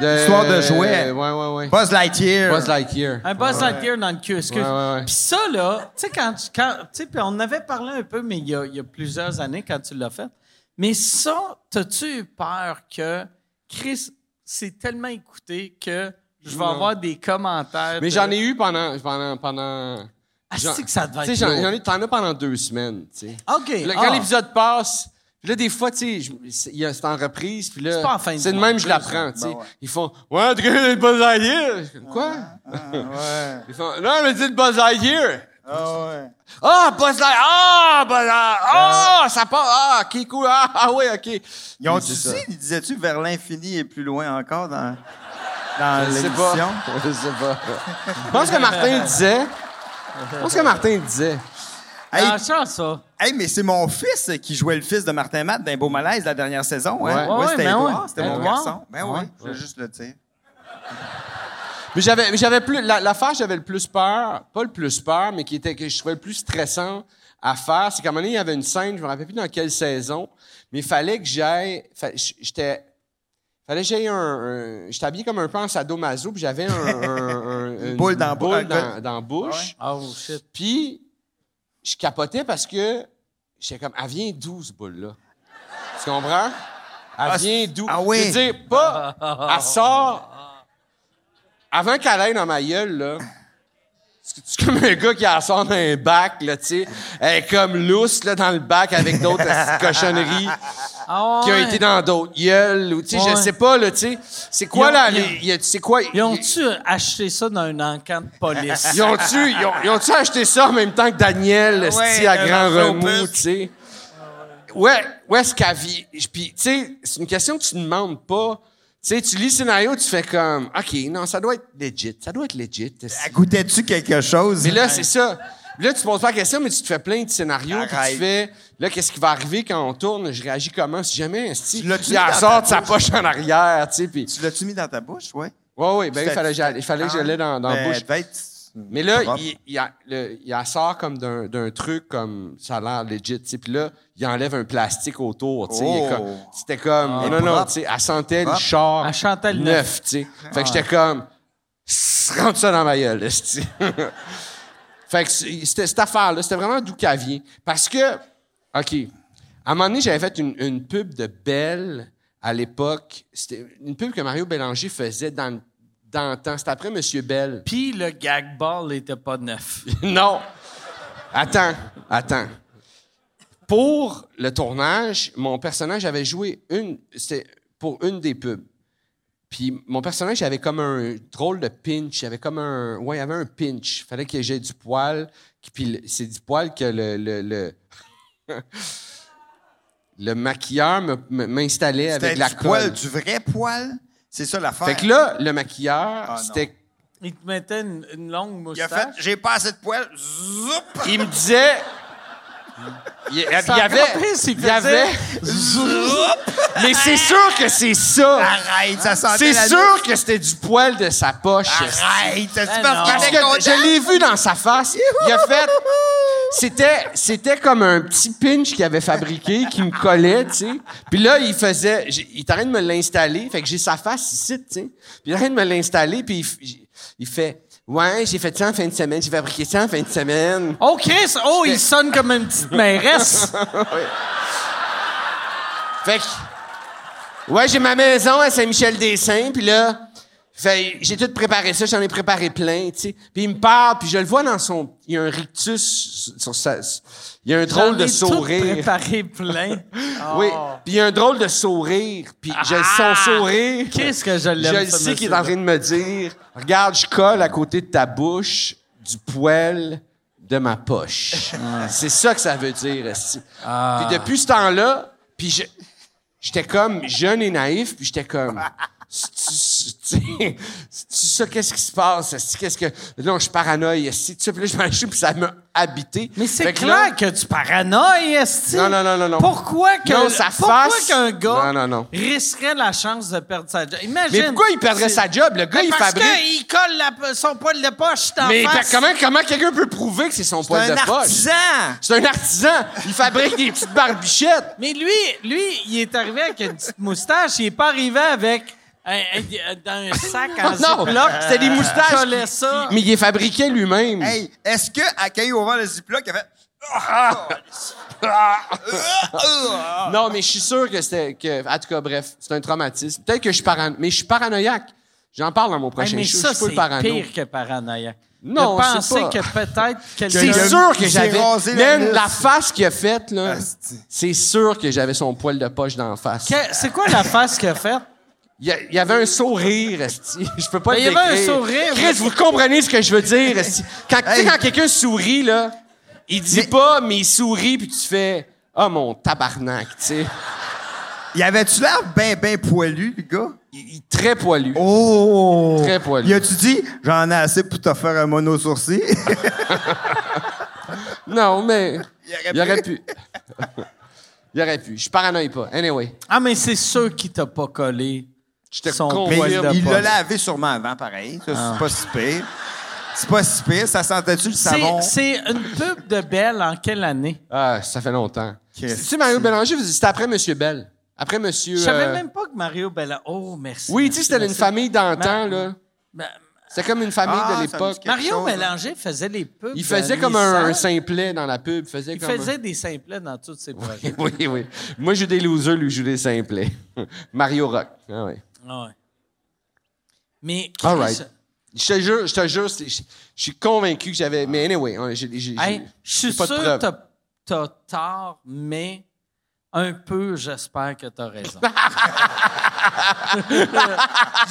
Speaker 4: de-
Speaker 5: Histoire de jouet.
Speaker 4: euh, Ouais, ouais, ouais.
Speaker 5: Buzz Lightyear.
Speaker 4: Buzz Lightyear.
Speaker 1: Un Buzz Lightyear dans le cul, excuse.
Speaker 4: Ouais, ouais, ouais.
Speaker 1: Puis ça, là, tu sais, quand tu. Quand, tu sais, puis on avait parlé un peu, mais il y a, il y a plusieurs années quand tu l'as fait. Mais ça, t'as-tu eu peur que Chris s'est tellement écouté que je vais
Speaker 4: Non.
Speaker 1: avoir des commentaires.
Speaker 4: Mais j'en ai eu pendant. pendant, pendant
Speaker 1: Ah,
Speaker 4: j'en-
Speaker 1: c'est que ça devait
Speaker 4: tu sais,
Speaker 1: être
Speaker 4: j'en-
Speaker 1: lourd.
Speaker 4: j'en ai- T'en as pendant deux semaines, tu sais.
Speaker 1: OK.
Speaker 4: Puis là,
Speaker 1: ah.
Speaker 4: quand l'épisode passe, puis là, des fois, tu sais, je- c'est il y a- c'est en reprise, puis là,
Speaker 1: C'est pas en fin de
Speaker 4: c'est de
Speaker 1: mois,
Speaker 4: même, je
Speaker 1: plus,
Speaker 4: l'apprends, tu sais.
Speaker 5: Ben ouais.
Speaker 4: Ils font « Ouais, tu connais le Buzz Lightyear? » Je fais, Quoi?
Speaker 5: Ouais.
Speaker 4: Ils font « Non, mais dis le Buzz Lightyear!
Speaker 5: Ah ouais. »
Speaker 4: Ah, Buzz Lightyear! Ah, Buzz Lightyear! Ah, ça part! Ah, OK, cool! Ah, ah oui, OK!
Speaker 5: Ils ont
Speaker 4: C'est
Speaker 5: dit,
Speaker 4: ça.
Speaker 5: ils disaient-tu vers l'infini et plus loin encore dans, dans
Speaker 4: Je sais pas.
Speaker 5: l'émission?
Speaker 4: Je sais pas. Je pense que Martin disait... Je pense que Martin disait...
Speaker 5: Hey,
Speaker 1: Ah, ça, ça.
Speaker 5: hey, mais c'est mon fils qui jouait le fils de Martin Matt dans Beau Malaise la dernière saison. Hein?
Speaker 4: Ouais.
Speaker 5: Moi,
Speaker 1: Ouais,
Speaker 5: c'était
Speaker 1: ouais, ben
Speaker 5: Édouard,
Speaker 1: ouais.
Speaker 5: c'était mon
Speaker 1: Édouard.
Speaker 5: garçon. Ben oui, je voulais juste le dire.
Speaker 4: Mais j'avais, mais j'avais plus, la- l'affaire que j'avais le plus peur, pas le plus peur, mais qui était, que je trouvais le plus stressant à faire, c'est qu'à un moment donné, il y avait une scène, je me rappelle plus dans quelle saison, mais il fallait que j'aille, fa- j- j'étais, fallait que j'aille un, un- j'étais habillé comme un peu en sadomaso, puis j'avais un, un- un- une
Speaker 5: boule dans la bou-
Speaker 4: boule
Speaker 5: un-
Speaker 4: dans, dans la bouche.
Speaker 1: Oh, shit.
Speaker 4: Puis, je capotais parce que j'étais comme, elle vient d'où, ce boule-là? Tu comprends? Elle vient d'où?
Speaker 5: ah oui.
Speaker 4: Je veux dire, pas, elle sort. Avant qu'elle aille dans ma gueule, là, c'est c'est comme un gars qui en sort d'un bac, là, tu sais. Elle est comme lousse, là, dans le bac avec d'autres petites cochonneries
Speaker 1: Ah,
Speaker 4: qui ont
Speaker 1: ouais.
Speaker 4: été dans d'autres gueules, ou, tu sais,
Speaker 1: Ouais.
Speaker 4: je sais pas, là, tu sais. C'est quoi,
Speaker 1: Ils ont-
Speaker 4: là,
Speaker 1: ils
Speaker 4: les-
Speaker 1: ont-
Speaker 4: il y a- c'est quoi?
Speaker 1: Ils ont-tu acheté ça dans un encamp de police?
Speaker 4: Ils ont-tu ils ont, ils ont-tu acheté ça en même temps que Daniel, le
Speaker 5: Ah Ouais, euh,
Speaker 4: sti à
Speaker 5: le
Speaker 4: grand
Speaker 5: Marceau
Speaker 4: remous,
Speaker 5: Puce.
Speaker 4: tu sais? Ouais, où est-ce qu'elle vit? Puis, tu sais, c'est une question que tu ne demandes pas. Tu sais, tu lis le scénario, tu fais comme, OK, non, ça doit être legit. Ça doit être legit.
Speaker 5: Elle goûtait-tu quelque chose?
Speaker 4: Mais là, c'est ça. Là, tu poses pas la question, mais tu te fais plein de scénarios. puis
Speaker 5: Arrête.
Speaker 4: tu fais, là, qu'est-ce qui va arriver quand on tourne? Je réagis comment? Si jamais, si,
Speaker 5: Tu l'as-tu
Speaker 4: il
Speaker 5: mis dans
Speaker 4: en
Speaker 5: ta
Speaker 4: sort de sa
Speaker 5: bouche?
Speaker 4: poche en arrière, tu sais, puis...
Speaker 5: Tu l'as-tu mis dans ta bouche, ouais?
Speaker 4: Ouais, ouais, ben, il fallait, que j'aille- il fallait que j'allais dans, dans la
Speaker 5: Ben, Ah.
Speaker 4: bouche.
Speaker 5: elle devait être-
Speaker 4: Mais là,
Speaker 5: Propre.
Speaker 4: il, il, a- le- il en sort comme d'un d'un truc comme ça a l'air legit. tu sais. Puis là, il enlève un plastique autour. tu sais. Il est
Speaker 5: Oh.
Speaker 4: comme- C'était comme. non, non,
Speaker 5: propre.
Speaker 4: tu sais, elle sentait le
Speaker 5: Propre.
Speaker 4: char
Speaker 1: Elle chantait le
Speaker 4: neuf. tu sais. Fait que j'étais comme. Rentre ça dans ma gueule. esti. fait que c'est- c'était cette affaire-là, c'était vraiment d'où qu'elle vient. Parce que, OK, à un moment donné, j'avais fait une, une pub de Belle à l'époque. C'était une pub que Mario Bélanger faisait dans, le- dans le temps. C'était après Monsieur Belle.
Speaker 1: Puis le gag ball n'était pas neuf.
Speaker 4: Non. Attends, attends. Pour le tournage, mon personnage avait joué une. C'était pour une des pubs. Puis mon personnage avait comme un drôle de pinch. Il avait comme un. Ouais, il avait un pinch. Fallait que j'ai du poil. Puis le- c'est du poil que le. le- le- le maquilleur me- me- m'installait
Speaker 5: C'était
Speaker 4: avec de la
Speaker 5: du
Speaker 4: colle.
Speaker 5: poil, du vrai poil. C'est ça l'affaire.
Speaker 4: Fait que là, le maquilleur,
Speaker 5: Ah, non.
Speaker 4: c'était
Speaker 1: Il te mettait une, une longue
Speaker 5: il a
Speaker 1: moustache.
Speaker 5: fait, j'ai pas assez de poils. Zoup!
Speaker 4: Il me disait. Il y, il y
Speaker 1: Ça encore
Speaker 4: avait.
Speaker 1: pire s'il
Speaker 4: Il y avait. Mais c'est sûr que c'est ça.
Speaker 5: Arrête, ça sentait
Speaker 4: C'est
Speaker 5: la
Speaker 4: sûr
Speaker 5: noce.
Speaker 4: que c'était du poil de sa poche.
Speaker 5: Arrête, c'est
Speaker 4: Ben non.
Speaker 5: parce qu'il
Speaker 4: Parce
Speaker 5: était
Speaker 4: que
Speaker 5: content.
Speaker 4: je l'ai vu dans sa face. Il a fait. C'était, c'était comme un petit pinch qu'il avait fabriqué, qui me collait, tu sais. Puis là, il faisait. j'ai- Il était en train de me l'installer. Fait que j'ai sa face ici, tu sais. Puis il est en train de me l'installer, puis il f- il, il fait. Ouais, j'ai fait ça en fin de semaine. J'ai fabriqué ça en fin de semaine.
Speaker 1: Oh, Chris! Oh, il sonne comme une petite mairesse.
Speaker 4: Oui. Fait que, ouais, j'ai ma maison à Saint-Michel-des-Saints, puis là, fait, j'ai tout préparé ça, j'en ai préparé plein, tu sais. Puis il me parle, puis je le vois dans son, il y a un rictus sur sa, il y a un
Speaker 1: J'en
Speaker 4: drôle de
Speaker 1: ai tout
Speaker 4: sourire.
Speaker 1: préparé plein.
Speaker 4: Oui, puis il y a un drôle de sourire, puis j'ai son sourire.
Speaker 1: Ah! Qu'est-ce que je l'aime,
Speaker 4: Je le
Speaker 1: ce
Speaker 4: sais qu'il est
Speaker 1: monsieur-là.
Speaker 4: en train de me dire, regarde, je colle à côté de ta bouche du poêle de ma poche. C'est ça que ça veut dire. esti.
Speaker 1: Ah.
Speaker 4: Puis depuis ce temps-là, puis je- j'étais comme jeune et naïf, puis j'étais comme. C'est-tu c'est-tu- c'est-tu ça, qu'est-ce qui se passe? esti? Qu'est-ce que. Non, je suis paranoïa. Si tu là, je m'en chou, puis ça m'a habité.
Speaker 1: Mais c'est
Speaker 4: Fait que là-
Speaker 1: clair que tu paranoïes, esti.
Speaker 4: Non, non, non, non, non.
Speaker 1: Pourquoi que
Speaker 4: Non, ça
Speaker 1: pourquoi
Speaker 4: fasse-
Speaker 1: qu'un gars
Speaker 4: Non, non, non.
Speaker 1: risquerait la chance de perdre sa job Imagine.
Speaker 4: Mais pourquoi il perdrait sa job? Le gars,
Speaker 1: Mais
Speaker 4: il
Speaker 1: parce
Speaker 4: fabrique.
Speaker 1: qu'il colle la- son poil de poche dans
Speaker 4: Mais
Speaker 1: face.
Speaker 4: comment, comment quelqu'un peut prouver que c'est son poil de
Speaker 1: un
Speaker 4: poche?
Speaker 1: artisan.
Speaker 4: C'est un artisan! Il fabrique des petites barbichettes!
Speaker 1: Mais lui, lui, il est arrivé avec une petite moustache. Il est pas arrivé avec un, un- dans un sac en
Speaker 4: non,
Speaker 1: ziploc.
Speaker 4: c'était des moustaches.
Speaker 1: Collait ça.
Speaker 4: Mais il est fabriqué lui-même.
Speaker 5: Hey, est-ce que à quand il a ouvert le ziploc, il a fait. Ah! Ah! Ah!
Speaker 4: Non, mais je suis sûr que c'était. Que, en tout cas, bref, c'est un traumatisme. Peut-être que je suis parano... Mais je suis paranoïaque. J'en parle dans mon
Speaker 1: Hey,
Speaker 4: prochain
Speaker 1: mais
Speaker 4: show.
Speaker 1: ça,
Speaker 4: je suis pas
Speaker 1: c'est
Speaker 4: le parano.
Speaker 1: pire que paranoïaque.
Speaker 4: Non,
Speaker 1: de
Speaker 4: c'est
Speaker 1: penser
Speaker 4: pas.
Speaker 1: que peut-être quelqu'un...
Speaker 4: C'est sûr que j'avais.
Speaker 5: rasé la
Speaker 4: Même
Speaker 5: liste.
Speaker 4: la face qu'il a faite, là. C'est sûr que j'avais son poil de poche dans la face.
Speaker 1: Que- C'est quoi la face qu'il a faite?
Speaker 4: Il y, a- il y avait un sourire, esti. Je peux pas
Speaker 1: Mais Ben,
Speaker 4: le
Speaker 1: il y avait un
Speaker 4: décrire.
Speaker 1: sourire, mais-
Speaker 4: Chris, vous comprenez ce que je veux dire, esti. Quand, tu sais, quand quelqu'un sourit, là, il dit pas, mais il sourit, puis tu fais « Ah, mon tabarnak », tu sais.
Speaker 5: Il avait-tu l'air ben, ben poilu, le gars?
Speaker 4: Il est Très poilu.
Speaker 5: Oh!
Speaker 4: Très poilu.
Speaker 5: Il a-tu dit, j'en ai assez pour te faire un mono sourcil?
Speaker 4: Non, mais il
Speaker 5: Il
Speaker 4: aurait
Speaker 5: aurait
Speaker 4: pu. Il aurait pu. Je paranoïe pas. Anyway,
Speaker 1: Ah, mais c'est sûr qu'il t'a pas collé.
Speaker 4: je te
Speaker 1: Son
Speaker 4: con-
Speaker 5: Mais
Speaker 1: poil de
Speaker 5: il il
Speaker 1: poche.
Speaker 5: l'a lavé sûrement avant, pareil. Ça, c'est
Speaker 1: Ah.
Speaker 5: pas si pire. C'est pas si pire. Ça sentait-tu le savon?
Speaker 1: C'est- C'est une pub de Belle en quelle année?
Speaker 4: Ah, ça fait longtemps.
Speaker 5: Qu'est-ce
Speaker 4: Tu Mario Bélanger, vous- c'était après Monsieur Bell. Après Monsieur...
Speaker 1: Je savais
Speaker 4: euh,
Speaker 1: même pas que Mario Bella. Oh, merci.
Speaker 4: Oui, tu sais,
Speaker 1: merci,
Speaker 4: c'était une
Speaker 1: merci.
Speaker 4: famille
Speaker 1: Ma-
Speaker 4: d'antan, là.
Speaker 1: Ben,
Speaker 4: C'était comme une famille
Speaker 5: Ah,
Speaker 4: de
Speaker 5: ça me dit
Speaker 4: l'époque.
Speaker 5: quelque
Speaker 1: Mario
Speaker 5: chose, hein.
Speaker 1: Mélanger faisait les pubs.
Speaker 4: Il faisait
Speaker 1: euh,
Speaker 4: comme un, un
Speaker 1: Nissan.
Speaker 4: simplet dans la pub. Faisait
Speaker 1: Il
Speaker 4: comme un-
Speaker 1: faisait des simplets dans tous ses projets.
Speaker 4: Oui, oui. Moi, je joue des losers, lui, je joue des simplets. Mario Rock. Ah, ouais.
Speaker 1: Ah ouais. Mais Chris,
Speaker 4: All right. Je te jure, je te jure, c'est- je je suis convaincu que j'avais. Mais anyway, hein, j'ai. j'ai-
Speaker 1: hey,
Speaker 4: j'ai-
Speaker 1: je suis
Speaker 4: j'ai pas de
Speaker 1: sûr que
Speaker 4: preuves.
Speaker 1: t'as- t'as tort, mais un peu, j'espère que t'as raison.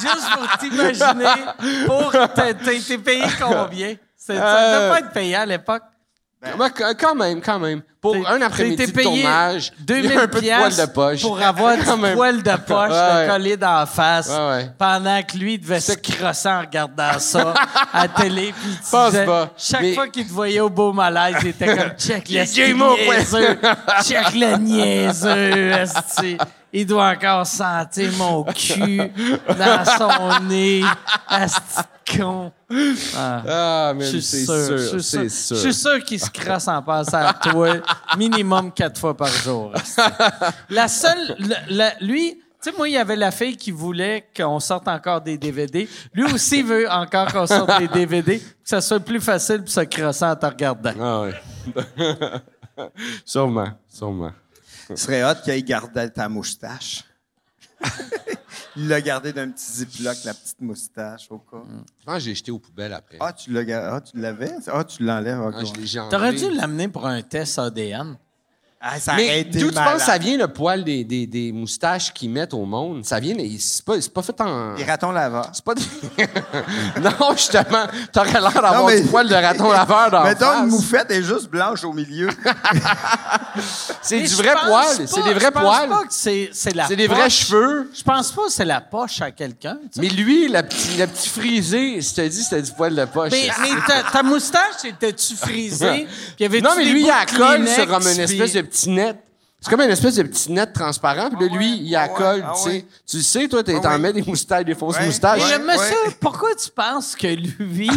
Speaker 1: Juste pour t'imaginer, pour t'es- t'es t'es payé combien? C'est- Ça ne
Speaker 4: Euh,
Speaker 1: devait pas être payé à l'époque.
Speaker 4: Ben, Ouais, qu- quand même, quand même. Pour
Speaker 1: T'es-
Speaker 4: un après-midi
Speaker 1: t'es
Speaker 4: de
Speaker 1: payé
Speaker 4: tournage, il y a
Speaker 1: 2000
Speaker 4: un peu de poil de
Speaker 1: piastres
Speaker 4: poche.
Speaker 1: Pour avoir du
Speaker 4: Quand même.
Speaker 1: poil de poche
Speaker 4: Ouais.
Speaker 1: de collé dans la face
Speaker 4: Ouais, ouais.
Speaker 1: pendant que lui devait se crosser en regardant ça à télé. Puis il
Speaker 4: Pense
Speaker 1: disait-
Speaker 4: pas.
Speaker 1: Chaque
Speaker 4: Mais-
Speaker 1: fois qu'il te voyait au beau malaise, il était comme « Check le
Speaker 4: Il est mon poil.
Speaker 1: niaiseux! Check le niaiseux! esti. Il doit encore sentir mon cul dans son nez! Esti de con! Ah.
Speaker 4: Ah, mais
Speaker 1: Je suis
Speaker 4: c'est
Speaker 1: sûr. Je
Speaker 4: sûr,
Speaker 1: suis sûr,
Speaker 4: c'est
Speaker 1: Je suis
Speaker 4: sûr.
Speaker 1: sûr qu'il se crasse en passant à toi minimum quatre fois par jour. La seule. le- la- lui, tu sais, moi, il y avait la fille qui voulait qu'on sorte encore des DVD. Lui aussi veut encore qu'on sorte des DVD, que ça soit plus facile pour se crasser en te regardant.
Speaker 4: Ah, ouais. sûrement, sûrement.
Speaker 5: Ce serait hot qu'il gardait ta moustache. il l'a gardé d'un petit ziploc, la petite moustache, au cas.
Speaker 4: Je pense que j'ai jeté aux poubelles après.
Speaker 5: Ah, tu l'as gar- ah, tu l'avais? Ah, tu l'enlèves. ok.
Speaker 4: Ah, je l'ai- j'ai
Speaker 1: T'aurais
Speaker 4: enlevé.
Speaker 1: dû l'amener pour un test ADN.
Speaker 5: Ah, ça aurait
Speaker 4: Mais
Speaker 5: été
Speaker 4: d'où tu
Speaker 5: malade.
Speaker 4: penses que ça vient le poil des, des- des moustaches qu'ils mettent au monde? Ça vient, des- c'est pas, c'est pas fait en. Des
Speaker 5: ratons laveurs.
Speaker 4: C'est pas des... Non, justement, t'aurais l'air d'avoir
Speaker 5: Non, mais-
Speaker 4: du poil de raton laveur dans la
Speaker 5: Mettons,
Speaker 4: face.
Speaker 5: une moufette est juste blanche au milieu.
Speaker 4: C'est
Speaker 1: Mais
Speaker 4: du
Speaker 1: je
Speaker 4: vrai
Speaker 1: pense
Speaker 4: poil, c'est
Speaker 1: pas-
Speaker 4: des vrais
Speaker 1: Je
Speaker 4: poils.
Speaker 1: pense pas que c'est c'est la
Speaker 4: C'est des vrais
Speaker 1: poche.
Speaker 4: cheveux.
Speaker 1: Je pense pas que c'est la poche à quelqu'un. tu sais.
Speaker 4: Mais lui, la petite la petit frisée, si t'as dit, c'était du poil de poche.
Speaker 1: Mais, mais ta, ta moustache, était-tu frisée? Puis avait-tu
Speaker 4: non, mais
Speaker 1: des
Speaker 4: lui,
Speaker 1: bouts
Speaker 4: il a
Speaker 1: de
Speaker 4: colle
Speaker 1: Kleenex,
Speaker 4: sur comme une espèce
Speaker 1: puis-
Speaker 4: de petit net. C'est comme une espèce de petit net transparent. Puis là,
Speaker 1: Ah
Speaker 4: lui, il a colle, tu sais. Tu le sais, toi, t'es- t'en mets des moustaches, des fausses moustaches.
Speaker 1: Mais le monsieur, pourquoi tu penses que lui,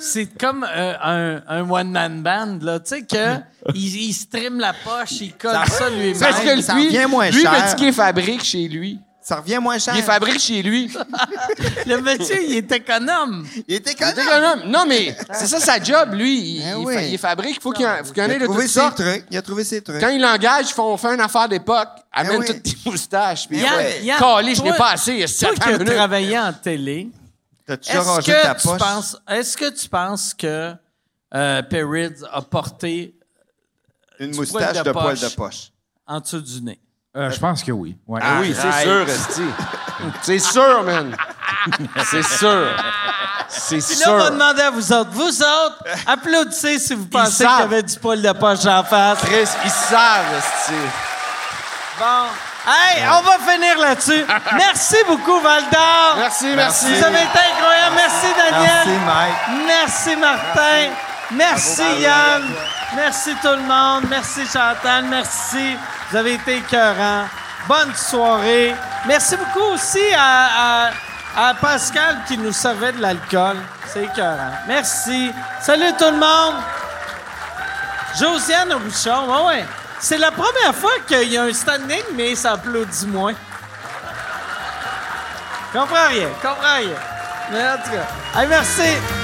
Speaker 1: c'est comme euh, un, un one-man band, là? Tu sais, que il, il stream la poche, il colle ça, lui-même.
Speaker 4: Parce que lui,
Speaker 1: Ça revient
Speaker 4: lui, petit qui fabrique chez lui.
Speaker 5: Ça revient moins cher.
Speaker 4: Il est fabrique chez lui.
Speaker 1: Le monsieur, il est économe.
Speaker 5: Il est économe.
Speaker 4: Non, mais c'est ça sa job, lui. Il, il
Speaker 5: oui. Ben,
Speaker 4: fa- il fabrique. Faut qu'il y en- faut qu'il y en
Speaker 5: il,
Speaker 4: ait
Speaker 5: a
Speaker 4: de
Speaker 5: trouvé
Speaker 4: toutes
Speaker 5: ses
Speaker 4: sortes.
Speaker 5: trucs. Il a trouvé ses trucs.
Speaker 4: Quand il l'engage, ils font on fait une affaire d'époque. Amène
Speaker 5: oui.
Speaker 4: toutes tes moustaches. Puis
Speaker 1: Yann,
Speaker 4: ouais.
Speaker 1: Yann,
Speaker 4: Calé, je
Speaker 1: toi-
Speaker 4: n'ai pas assez. est-ce que
Speaker 1: Toi
Speaker 4: attends
Speaker 1: qui as
Speaker 4: une minute?
Speaker 1: travaillé en télé,
Speaker 5: T'as-tu déjà
Speaker 1: est-ce
Speaker 5: rangé ta
Speaker 1: que, tu
Speaker 5: poche?
Speaker 1: penses- est-ce que tu penses que euh, Perrids a porté
Speaker 5: Une
Speaker 1: du
Speaker 5: moustache de poil de poche.
Speaker 1: en dessous du nez?
Speaker 3: Euh,
Speaker 14: je pense que oui. Ouais.
Speaker 4: Ah oui, c'est sûr, Esti. C'est sûr, man. C'est sûr. C'est
Speaker 1: Puis là, on va
Speaker 4: sûr.
Speaker 1: demander à vous autres. Vous autres, applaudissez si vous pensez qu'il y
Speaker 4: savent.
Speaker 1: avait du poil de poche en face.
Speaker 4: Chris, ils savent, Esti.
Speaker 1: Bon. Hey, on va finir là-dessus. merci beaucoup, Valdor.
Speaker 4: Merci, merci.
Speaker 1: Vous avez été incroyable. Merci, Daniel.
Speaker 5: Merci, Mike.
Speaker 1: Merci, Martin. Merci,
Speaker 5: Bravo,
Speaker 1: Yann. Merci, tout le monde. Merci, Chantal. Merci. Vous avez été écœurants. Bonne soirée. Merci beaucoup aussi à, à- à Pascal qui nous servait de l'alcool. C'est écœurant. Merci. Salut, tout le monde. Josiane Bouchon, ouais, ouais. C'est la première fois qu'il y a un standing, mais ça applaudit moins. Comprends rien, comprends rien. Mais en tout cas, hey, merci.